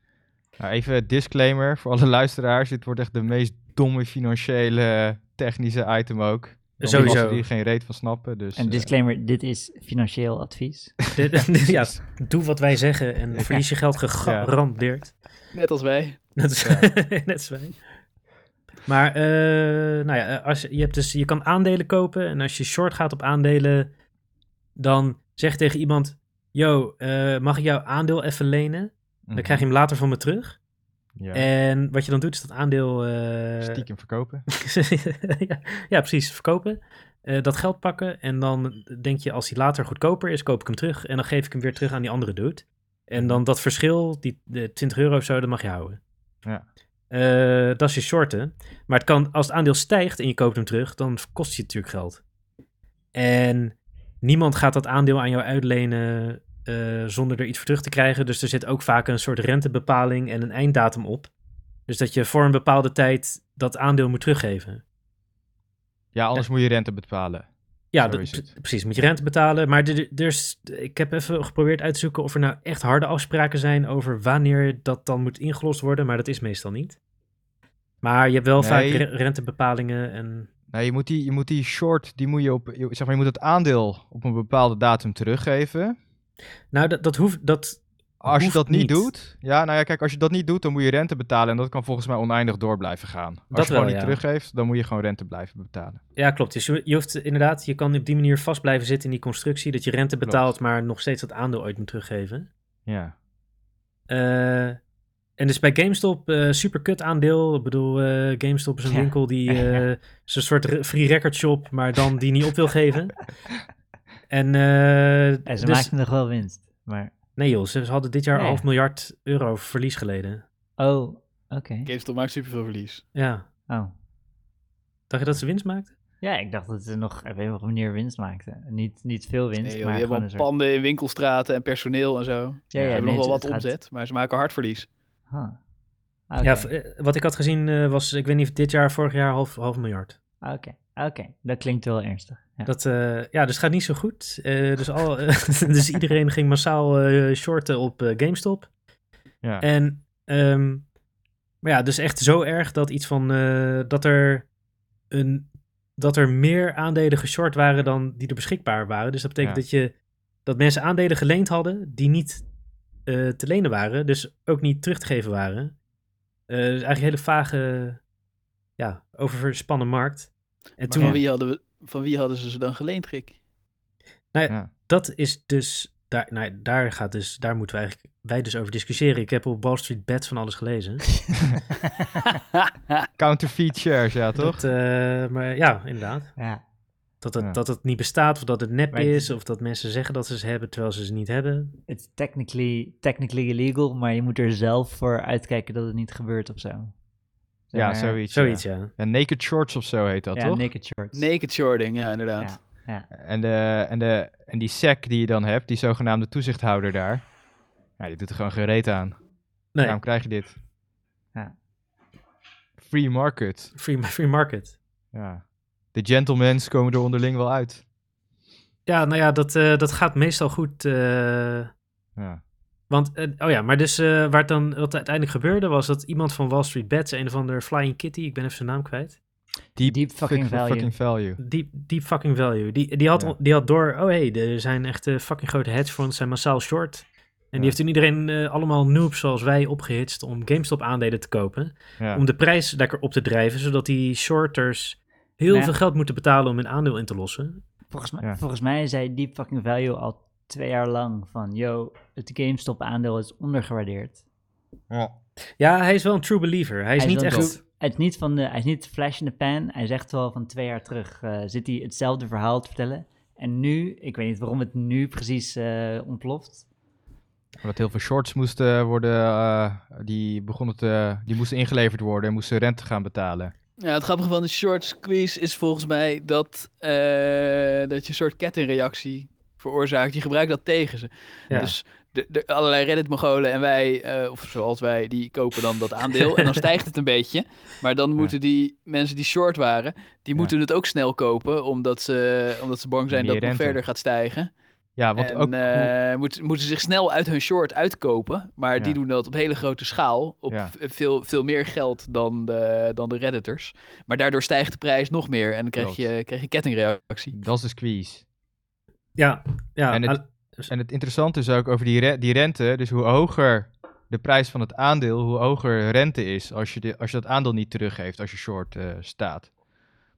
Speaker 4: Nou, even disclaimer voor alle luisteraars. Dit wordt echt de meest domme financiële eh, technische item ook. Dan
Speaker 1: Sowieso.
Speaker 4: mensen die er geen reet van snappen. Dus,
Speaker 3: En
Speaker 4: eh,
Speaker 3: disclaimer, dit is financieel advies.
Speaker 1: Dit- dit- ja, doe wat wij zeggen en verlies je geld gegarandeerd.
Speaker 2: Net als wij.
Speaker 1: Net als, net als wij. Maar eh, nou ja, eh, als, je- je, hebt dus, je kan aandelen kopen. En als je short gaat op aandelen, dan zeg tegen iemand... Yo, eh, mag ik jouw aandeel even lenen? Dan
Speaker 4: mhm.
Speaker 1: krijg je Eh, hem later van me terug.
Speaker 4: Mm. Ja.
Speaker 1: En wat je dan doet, is dat aandeel... eh,
Speaker 4: Stiekem verkopen.
Speaker 1: ja, ja, precies. Verkopen. Eh, dat geld pakken. En dan denk je, als hij later goedkoper is, koop ik hem terug. En dan geef ik hem weer terug aan die andere dude. En dan dat verschil, die de 20 euro of zo, dat mag je houden.
Speaker 4: Ja.
Speaker 1: Eh, dat is je shorten. Maar het kan, als het aandeel stijgt en je koopt hem terug, dan kost je het natuurlijk geld. En niemand gaat dat aandeel aan jou uitlenen eh, zonder er iets voor terug te krijgen. Dus er zit ook vaak een soort rentebepaling en een einddatum op. Dus dat je voor een bepaalde tijd dat aandeel moet teruggeven.
Speaker 4: Ja, anders moet je rente betalen.
Speaker 1: Ja,
Speaker 4: Zo
Speaker 1: dat-
Speaker 4: is het.
Speaker 1: precies. Moet je rente betalen. Maar er, er is- ik heb even geprobeerd uit te zoeken of er nou echt harde afspraken zijn over wanneer dat dan moet ingelost worden. Maar dat is meestal niet. Maar je hebt wel vaak
Speaker 4: Nee.
Speaker 1: re- rentebepalingen en.
Speaker 4: Nou, je moet die, je moet die short, die moet je op, je- zeg maar, je moet het aandeel op een bepaalde datum teruggeven.
Speaker 1: Nou, dat, dat hoeft. Dat,
Speaker 4: Als je
Speaker 1: Hoeft
Speaker 4: dat niet,
Speaker 1: niet.
Speaker 4: doet, ja, nou ja, kijk, als je dat niet doet, dan moet je rente betalen en dat kan volgens mij oneindig door blijven gaan. Als
Speaker 1: Dat
Speaker 4: je gewoon
Speaker 1: wel, ja.
Speaker 4: niet teruggeeft, dan moet je gewoon rente blijven betalen.
Speaker 1: ja, klopt. Dus je, je hoeft inderdaad. Je kan op die manier vast blijven zitten in die constructie. Dat je rente
Speaker 4: Klopt.
Speaker 1: betaalt, maar nog steeds dat aandeel ooit moet teruggeven.
Speaker 4: Ja.
Speaker 1: Eh, en dus bij GameStop, eh super kut aandeel. Ik bedoel, eh, GameStop is een
Speaker 3: Ja.
Speaker 1: winkel die eh is een soort re- free record shop, maar dan die niet op wil geven. En eh,
Speaker 3: En ze
Speaker 1: dus-
Speaker 3: maakten nog wel winst. Maar,
Speaker 1: nee joh, ze hadden dit jaar
Speaker 3: Nee.
Speaker 1: een half miljard euro verlies geleden.
Speaker 3: oh, oké.
Speaker 2: GameStop maakt superveel verlies.
Speaker 1: Ja,
Speaker 3: Oh.
Speaker 1: dacht je dat ze winst maakten?
Speaker 3: Ja, ik dacht dat ze nog op een of andere manier winst maakten. Niet, niet veel winst,
Speaker 2: Nee, joh,
Speaker 3: maar
Speaker 2: die
Speaker 3: gewoon een
Speaker 2: hebben
Speaker 3: soort...
Speaker 2: panden in winkelstraten en personeel en zo.
Speaker 3: Ja, ja,
Speaker 2: ze hebben
Speaker 3: nee,
Speaker 2: nog wel
Speaker 3: het- het
Speaker 2: wat
Speaker 3: gaat-
Speaker 2: omzet, maar ze maken hard verlies.
Speaker 3: Huh. Oké,
Speaker 1: Ja, v- eh, wat ik had gezien eh, was, ik weet niet of dit jaar, vorig jaar half, half miljard.
Speaker 3: oké, oké. Dat klinkt wel ernstig. Ja.
Speaker 1: Dat, eh, ja, dus het gaat niet zo goed. Eh, dus, al, dus iedereen ging massaal eh, shorten op eh, GameStop.
Speaker 4: ja.
Speaker 1: En, ehm, maar ja, dus echt zo erg dat iets van, eh, dat er een, dat er meer aandelen geshort waren dan die er beschikbaar waren. Dus dat betekent
Speaker 4: Ja.
Speaker 1: dat je, dat mensen aandelen geleend hadden die niet eh, te lenen waren, dus ook niet terug te geven waren. Eh, dus eigenlijk een hele vage, ja, overspannen markt. En
Speaker 2: Maar
Speaker 1: toen,
Speaker 2: van, wie hadden we, van wie hadden ze ze dan geleend, Rick?
Speaker 1: dat is dus, daar, nou, ja, daar gaat dus, daar moeten we eigenlijk, wij dus over discussiëren. Ik heb op Wall Street Bets van alles gelezen.
Speaker 4: Counterfeit shares, ja, toch?
Speaker 1: Dat, eh, maar ja, inderdaad.
Speaker 3: ja.
Speaker 1: Dat het,
Speaker 4: Ja.
Speaker 1: dat het niet bestaat, of dat het nep
Speaker 3: Maar het-
Speaker 1: is, of dat mensen zeggen dat ze ze hebben terwijl ze ze niet hebben.
Speaker 3: Het is technically, technically illegal, maar je moet er zelf voor uitkijken dat het niet gebeurt of zo. Zeg
Speaker 4: ja,
Speaker 3: maar,
Speaker 4: zoiets.
Speaker 1: Zoiets,
Speaker 4: Ja.
Speaker 1: ja.
Speaker 4: Ja, naked shorts of zo heet dat,
Speaker 3: Ja,
Speaker 4: toch?
Speaker 3: naked shorts.
Speaker 2: Naked shorting, ja, inderdaad.
Speaker 3: Ja. Ja.
Speaker 4: En, de, en, de, en die SEC die je dan hebt, die zogenaamde toezichthouder daar, ja, die doet er gewoon geen reet aan.
Speaker 1: Nee,
Speaker 4: Waarom krijg je dit?
Speaker 3: Ja.
Speaker 4: Free market.
Speaker 1: free, free market.
Speaker 4: Ja. De gentlemans komen er onderling wel uit.
Speaker 1: Ja, nou ja, dat, eh, dat gaat meestal goed. eh,
Speaker 4: Ja.
Speaker 1: want, eh, oh ja, maar dus eh, waar het dan wat uiteindelijk gebeurde, was dat iemand van Wall Street Bets, een van de Flying Kitty, ik ben even zijn naam kwijt.
Speaker 4: Deep,
Speaker 3: Deep fucking
Speaker 4: fuck-
Speaker 3: value.
Speaker 4: fucking value.
Speaker 1: Deep, deep fucking value. Die, die, had,
Speaker 4: Ja.
Speaker 1: die had door, oh hé, hey, er zijn echt eh, fucking grote hedge funds, zijn massaal short. En
Speaker 4: Ja.
Speaker 1: die heeft toen iedereen, eh, allemaal noobs zoals wij, opgehitst om GameStop aandelen te kopen.
Speaker 4: Ja.
Speaker 1: om de prijs lekker op te drijven, zodat die shorters heel
Speaker 3: Nou ja.
Speaker 1: veel geld moeten betalen om hun aandeel in te lossen.
Speaker 3: Volgens, mij,
Speaker 4: Ja.
Speaker 3: volgens mij zei Deep Fucking Value al twee jaar lang van... Yo, het GameStop-aandeel is ondergewaardeerd.
Speaker 4: Ja.
Speaker 1: Ja, hij is wel een true believer. Hij is niet
Speaker 3: wel
Speaker 1: echt.
Speaker 3: true- Hij is niet, van de, hij is niet flash in the pan. Hij zegt wel van twee jaar terug eh, zit hij hetzelfde verhaal te vertellen. En nu, ik weet niet waarom het nu precies eh, ontploft.
Speaker 4: Omdat heel veel shorts moesten worden, eh, die, begonnen te, die moesten ingeleverd worden en moesten rente gaan betalen.
Speaker 2: Ja, het grappige van de short squeeze is volgens mij dat, eh, dat je een soort kettingreactie veroorzaakt. Je gebruikt dat tegen ze.
Speaker 1: Ja.
Speaker 2: Dus de, de allerlei Reddit-mogolen en wij, eh, of zoals wij, die kopen dan dat aandeel. en dan stijgt het een beetje. Maar dan moeten die mensen die short waren, die
Speaker 4: Ja.
Speaker 2: moeten het ook snel kopen. Omdat ze, omdat ze bang zijn
Speaker 4: Meer
Speaker 2: dat het nog
Speaker 4: rente.
Speaker 2: verder gaat stijgen.
Speaker 4: Ja, want
Speaker 2: en
Speaker 4: ook...
Speaker 2: eh, moet, moeten ze zich snel uit hun short uitkopen. Maar
Speaker 4: Ja.
Speaker 2: die doen dat op hele grote schaal. Op
Speaker 4: Ja.
Speaker 2: v- veel, veel meer geld dan de, dan de redditors. Maar daardoor stijgt de prijs nog meer. En dan krijg,
Speaker 4: Klopt.
Speaker 2: je, krijg je kettingreactie.
Speaker 4: Dat is de squeeze.
Speaker 1: Ja, ja.
Speaker 4: En het-
Speaker 1: al-
Speaker 4: En het interessante is ook over die, re- die rente. Dus hoe hoger de prijs van het aandeel, hoe hoger rente is als je, de, als je dat aandeel niet teruggeeft als je short eh, staat.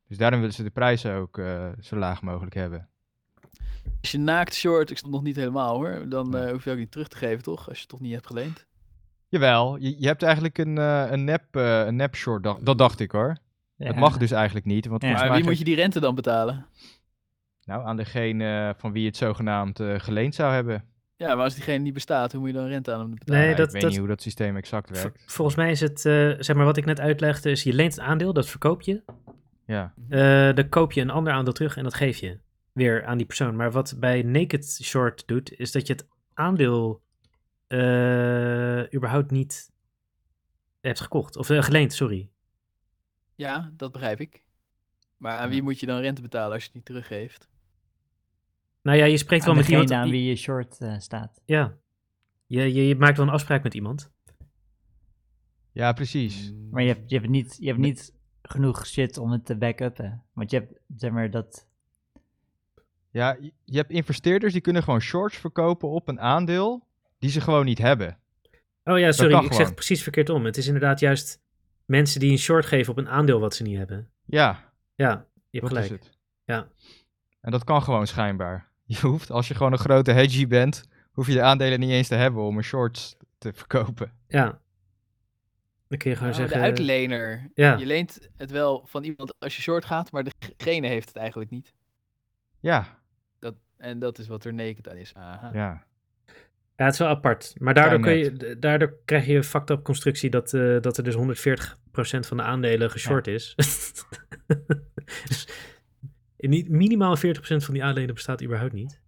Speaker 4: Dus daarom willen ze de prijs ook eh, zo laag mogelijk hebben.
Speaker 2: Als je naakt short, ik stond nog niet helemaal hoor. Dan
Speaker 4: Nee.
Speaker 2: eh, hoef je ook niet terug te geven toch? Als je het toch niet hebt geleend.
Speaker 4: Jawel, je, je hebt eigenlijk een, eh, een, nep, eh, een nep short. dag- dat dacht ik hoor. Dat mag dus eigenlijk niet. Want
Speaker 3: Ja.
Speaker 4: volgens
Speaker 2: Maar
Speaker 4: mij
Speaker 2: wie moet je die rente dan betalen?
Speaker 4: Nou, aan degene eh, van wie het zogenaamd eh, geleend zou hebben.
Speaker 2: Ja, maar als diegene niet bestaat, hoe moet je dan rente aan hem betalen?
Speaker 1: Nee,
Speaker 4: Ja,
Speaker 1: dat-
Speaker 4: ik weet
Speaker 1: dat-
Speaker 4: niet hoe dat systeem exact werkt.
Speaker 1: v- volgens mij is het, eh, zeg maar wat ik net uitlegde, is je leent het aandeel, dat verkoop je.
Speaker 4: Ja.
Speaker 1: Eh, dan koop je een ander aandeel terug en dat geef je weer aan die persoon. Maar wat bij Naked Short doet, is dat je het aandeel eh, überhaupt niet hebt gekocht. Of eh, geleend, sorry.
Speaker 2: Ja, dat begrijp ik. Maar aan wie moet je dan rente betalen als je het niet teruggeeft?
Speaker 1: Nou ja, je spreekt wel
Speaker 3: Aan
Speaker 1: met
Speaker 3: degene
Speaker 1: iemand.
Speaker 3: aan wie je short eh, staat.
Speaker 1: Ja. Je, je, je maakt wel een afspraak met iemand.
Speaker 4: ja, precies.
Speaker 3: Maar je hebt, je hebt niet, je hebt niet genoeg shit om het te back-uppen. Want je hebt, zeg maar, dat...
Speaker 4: Ja, je- je hebt investeerders die kunnen gewoon shorts verkopen op een aandeel die ze gewoon niet hebben.
Speaker 1: Oh ja, sorry, ik
Speaker 4: kan
Speaker 1: zeg
Speaker 4: gewoon.
Speaker 1: het precies verkeerd om. Het is inderdaad juist mensen die een short geven op een aandeel wat ze niet hebben.
Speaker 4: Ja,
Speaker 1: Ja, je
Speaker 4: dat
Speaker 1: hebt gelijk.
Speaker 4: is het.
Speaker 1: Ja.
Speaker 4: En dat kan gewoon schijnbaar. Je hoeft, als je gewoon een grote hedgie bent, hoef je de aandelen niet eens te hebben om een shorts te verkopen.
Speaker 1: Ja. Dan kun je gewoon
Speaker 2: Oh,
Speaker 1: zeggen...
Speaker 2: de uitlener.
Speaker 1: ja.
Speaker 2: Je leent het wel van iemand als je short gaat, maar degene heeft het eigenlijk niet.
Speaker 4: Ja,
Speaker 2: Dat, en dat is wat er naked aan is. Aha.
Speaker 4: ja.
Speaker 1: Ja, het is wel apart. Maar daardoor,
Speaker 4: Ja,
Speaker 1: kun
Speaker 4: net.
Speaker 1: je, d- daardoor krijg je een fucked up constructie dat, eh, dat er dus 140% van de aandelen geshort is. Dus niet, minimaal 40% van die aandelen bestaat überhaupt niet.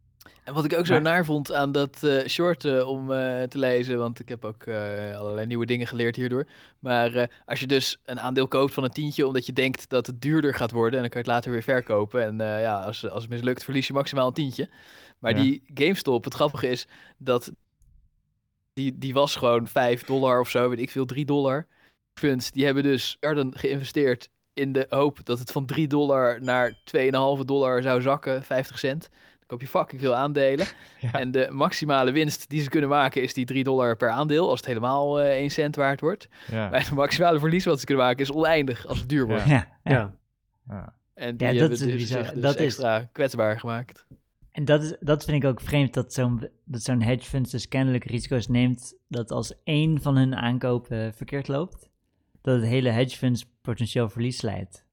Speaker 2: En wat ik ook zo
Speaker 3: Maar-
Speaker 2: naar vond aan dat eh, short eh, om eh, te lezen, want ik heb ook eh, allerlei nieuwe dingen geleerd hierdoor. Maar eh, als je dus een aandeel koopt van een tientje, omdat je denkt dat het duurder gaat worden, en dan kan je het later weer verkopen. En eh, ja, als, als het mislukt, verlies je maximaal een tientje. Maar
Speaker 4: Ja.
Speaker 2: die GameStop, het grappige is dat die, die was gewoon 5 dollar of zo, weet ik veel, 3 dollar. Funds, die hebben dus miljarden geïnvesteerd in de hoop dat het van 3 dollar naar 2,5 dollar zou zakken, 50 cent. Dan koop je fucking veel aandelen.
Speaker 4: Ja.
Speaker 2: En de maximale winst die ze kunnen maken is die 3 dollar per aandeel, als het helemaal eh 1 cent waard wordt.
Speaker 4: ja.
Speaker 2: Maar het maximale verlies wat ze kunnen maken is oneindig als het duur wordt.
Speaker 4: Ja.
Speaker 3: Ja.
Speaker 1: Ja.
Speaker 2: En die
Speaker 3: Ja, dat
Speaker 2: hebben
Speaker 3: is
Speaker 2: dus
Speaker 3: bizar.
Speaker 2: zich dus
Speaker 3: Dat is-
Speaker 2: extra kwetsbaar gemaakt.
Speaker 3: En dat, is, dat vind ik ook vreemd, dat zo'n, dat zo'n hedge fund dus kennelijk risico's neemt dat als één van hun aankopen verkeerd loopt, dat het hele hedge funds potentieel verlies leidt.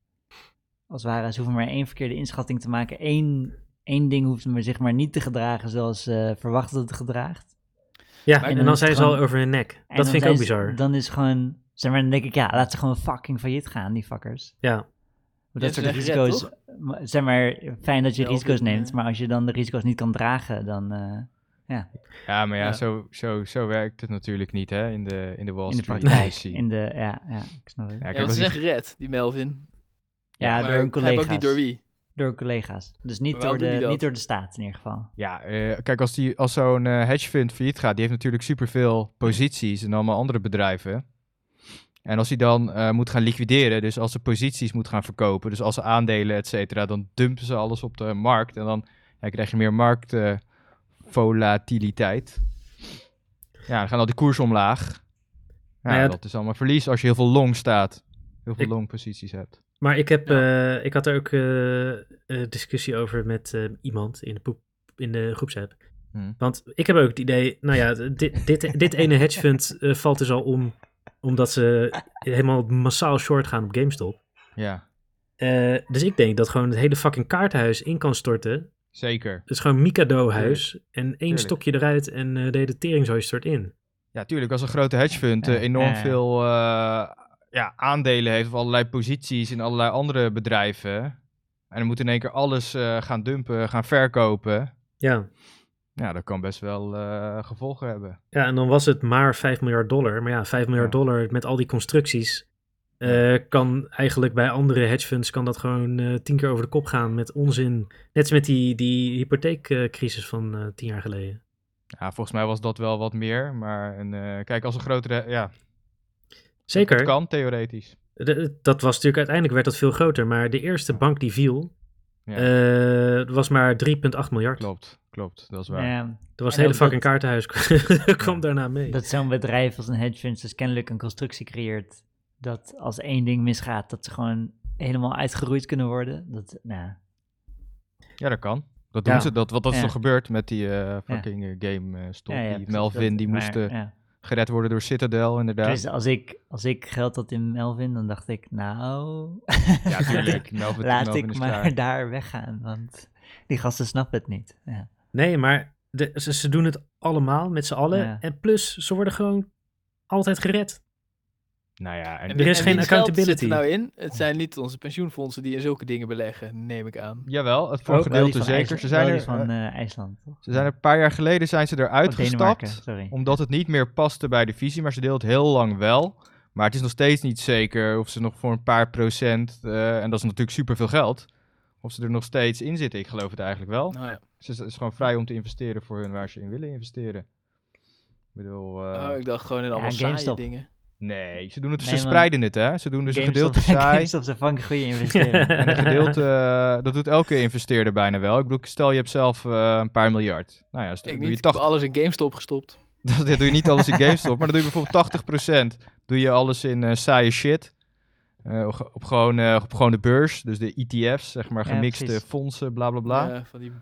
Speaker 3: Als het ware, ze hoeven maar één verkeerde inschatting te maken. Eén, één ding hoeft maar zich maar niet te gedragen zoals ze verwacht dat het gedraagt.
Speaker 1: Ja,
Speaker 2: Maar-
Speaker 1: en
Speaker 3: en
Speaker 1: dan
Speaker 3: dan
Speaker 1: zijn
Speaker 3: is
Speaker 1: ze
Speaker 3: het
Speaker 1: al
Speaker 3: gewoon-
Speaker 1: over hun nek.
Speaker 3: En
Speaker 1: Dat
Speaker 3: dan
Speaker 1: vind ik
Speaker 3: zijn
Speaker 1: ook
Speaker 3: ze-
Speaker 1: bizar.
Speaker 3: Dan is gewoon, zeg maar, dan denk ik, ja, laat ze gewoon fucking failliet gaan, die fuckers.
Speaker 1: Ja.
Speaker 3: Want
Speaker 2: Ja,
Speaker 3: dat
Speaker 2: ze
Speaker 3: soort
Speaker 2: zijn gered,
Speaker 3: risico's, m- zeg maar, fijn dat je
Speaker 2: Ja, of
Speaker 3: risico's
Speaker 2: een,
Speaker 3: neemt,
Speaker 2: eh,
Speaker 3: maar als je dan de risico's niet kan dragen, dan... eh,
Speaker 4: Ja, maar ja,
Speaker 2: Ja.
Speaker 4: Zo, zo, zo werkt het natuurlijk niet hè, in, de, in de Wall
Speaker 3: in de
Speaker 4: Street.
Speaker 3: praktijk.
Speaker 4: Street.
Speaker 3: In de, ja, ja, ik snap het.
Speaker 4: Ja,
Speaker 2: Ja,
Speaker 4: kijk,
Speaker 2: want
Speaker 4: als
Speaker 2: ze
Speaker 4: die-
Speaker 2: zijn gered, die Melvin.
Speaker 3: Ja,
Speaker 2: maar
Speaker 3: door hun
Speaker 2: ik begrijp
Speaker 3: collega's.
Speaker 2: ook niet door wie.
Speaker 3: Door collega's. Dus niet
Speaker 2: Maar
Speaker 3: door,
Speaker 2: waarom doen
Speaker 3: de,
Speaker 2: die dat?
Speaker 3: niet door de staat in ieder geval.
Speaker 4: Ja, eh, kijk, als, die- als zo'n eh, hedge fund failliet gaat, die heeft natuurlijk superveel posities en allemaal andere bedrijven. En als hij dan eh, moet gaan liquideren, dus als ze posities moet gaan verkopen, dus als ze aandelen, et cetera, dan dumpen ze alles op de markt. En dan ja, krijg je meer marktvolatiliteit. ja, dan gaan al die koers omlaag. Ja,
Speaker 1: Nou ja,
Speaker 4: dat is allemaal verlies als je heel veel long staat. Heel veel
Speaker 1: Ik-
Speaker 4: long posities hebt.
Speaker 1: Maar ik, heb, eh, ik had er ook eh, eh, discussie over met eh, iemand in de, poep, in de groepsapp.
Speaker 4: Hm.
Speaker 1: Want ik heb ook het idee, nou ja, dit, dit, dit ene hedge fund eh, valt dus al om, omdat ze helemaal massaal short gaan op GameStop.
Speaker 4: Ja,
Speaker 1: Eh, dus ik denk dat gewoon het hele fucking kaartenhuis in kan storten.
Speaker 4: zeker.
Speaker 1: Het is gewoon Mikado-huis. En één
Speaker 4: Tuurlijk.
Speaker 1: stokje eruit en eh, de hele teringzooi stort in.
Speaker 4: Ja, tuurlijk. Als een grote hedge fund eh,
Speaker 3: Ja,
Speaker 4: enorm
Speaker 3: ja, ja.
Speaker 4: veel eh, ja, aandelen heeft of allerlei posities in allerlei andere bedrijven. En dan moet in één keer alles eh, gaan dumpen, gaan verkopen.
Speaker 1: Ja,
Speaker 4: Ja, dat kan best wel eh, gevolgen hebben.
Speaker 1: Ja, en dan was het maar 5 miljard dollar. Maar ja, 5 miljard
Speaker 4: Ja.
Speaker 1: dollar met al die constructies. eh, kan eigenlijk bij andere hedge funds kan dat gewoon eh, tien keer over de kop gaan met onzin. Net als met die, die hypotheekcrisis van eh, tien jaar geleden.
Speaker 4: Ja, volgens mij was dat wel wat meer. Maar een, eh, kijk, als een grotere... Ja,
Speaker 1: Zeker.
Speaker 4: het kan theoretisch.
Speaker 1: De- dat was natuurlijk uiteindelijk werd dat veel groter, maar de eerste bank die viel
Speaker 4: Ja.
Speaker 1: eh, was maar 3,8 miljard.
Speaker 4: Klopt, klopt. Dat is waar.
Speaker 3: Ja,
Speaker 1: Dat was het
Speaker 3: En
Speaker 1: hele
Speaker 3: ook
Speaker 1: fucking kaartenhuis kwam daarna mee.
Speaker 3: Ehm, dat zo'n bedrijf als een hedge fund dus kennelijk een constructie creëert dat als één ding misgaat, dat ze gewoon helemaal uitgeroeid kunnen worden. Dat, nou,
Speaker 4: Ja, dat kan. Dat
Speaker 1: Ja.
Speaker 4: doen ze. Dat, wat dat is
Speaker 3: Ja.
Speaker 4: toch gebeurd met die eh, fucking eh, game eh, stop.
Speaker 3: ja, ja,
Speaker 4: die
Speaker 3: precies,
Speaker 4: Melvin,
Speaker 3: dat-
Speaker 4: die
Speaker 3: maar,
Speaker 4: moest eh,
Speaker 3: ja.
Speaker 4: gered worden door Citadel, inderdaad.
Speaker 3: Dus als ik, als ik geld had in Melvin, dan dacht ik, nou,
Speaker 4: Ja, natuurlijk. Melvin,
Speaker 3: laat
Speaker 4: Melvin
Speaker 3: ik
Speaker 4: is
Speaker 3: maar
Speaker 4: klaar.
Speaker 3: daar weggaan, want die gasten snappen het niet. Ja.
Speaker 1: Nee, maar de- ze, ze doen het allemaal met z'n allen.
Speaker 3: Ja.
Speaker 1: En plus, ze worden gewoon altijd gered.
Speaker 4: Nou ja, en,
Speaker 2: En
Speaker 1: Er
Speaker 2: wie-
Speaker 1: is
Speaker 2: en
Speaker 1: geen
Speaker 2: wiens geld
Speaker 1: accountability.
Speaker 2: Zit er nou in? Het zijn niet onze pensioenfondsen die in zulke dingen beleggen, neem ik aan.
Speaker 4: Jawel, het
Speaker 1: Ook
Speaker 4: vorige
Speaker 3: Wel die
Speaker 4: gedeelte
Speaker 3: van
Speaker 4: zeker.
Speaker 3: IJs-
Speaker 4: Ze zijn,
Speaker 3: wel
Speaker 4: er,
Speaker 3: die van
Speaker 4: eh,
Speaker 3: eh, IJsland, toch?
Speaker 4: ze zijn er een paar jaar geleden zijn ze eruit
Speaker 3: Of Denemarken,
Speaker 4: gestapt.
Speaker 3: sorry.
Speaker 4: Omdat het niet meer paste bij de visie, maar ze deelt heel lang wel. Maar het is nog steeds niet zeker of ze nog voor een paar procent, eh, en dat is natuurlijk superveel geld, of ze er nog steeds in zitten. Ik geloof het eigenlijk wel.
Speaker 2: Nou ja.
Speaker 4: Ze het is gewoon vrij om te investeren voor hun waar ze in willen investeren. Ik bedoel, eh,
Speaker 2: Oh, ik dacht gewoon in allemaal saaie
Speaker 3: GameStop.
Speaker 2: dingen.
Speaker 4: nee, ze doen het,
Speaker 3: Nee,
Speaker 4: ze
Speaker 3: man.
Speaker 4: spreiden het, hè? Ze doen dus een
Speaker 3: GameStop-
Speaker 4: gedeelte saai
Speaker 3: GameStop, ze vangen goede investeringen.
Speaker 4: en een gedeelte, eh, dat doet elke investeerder bijna wel. Ik bedoel, stel je hebt zelf eh, een paar miljard. Nou ja, stel-
Speaker 2: Ik
Speaker 4: doe
Speaker 2: niet,
Speaker 4: je
Speaker 2: ik heb
Speaker 4: 80,
Speaker 2: alles in GameStop gestopt.
Speaker 4: dat doe je niet alles in GameStop, maar dan doe je bijvoorbeeld 80%. Doe je alles in eh, saaie shit. Eh, op, op gewoon, eh, op gewoon de beurs, dus de ETF's, zeg maar,
Speaker 3: Ja,
Speaker 4: gemixte
Speaker 3: precies.
Speaker 4: fondsen, bla bla bla. Ja,
Speaker 2: Ja, van die,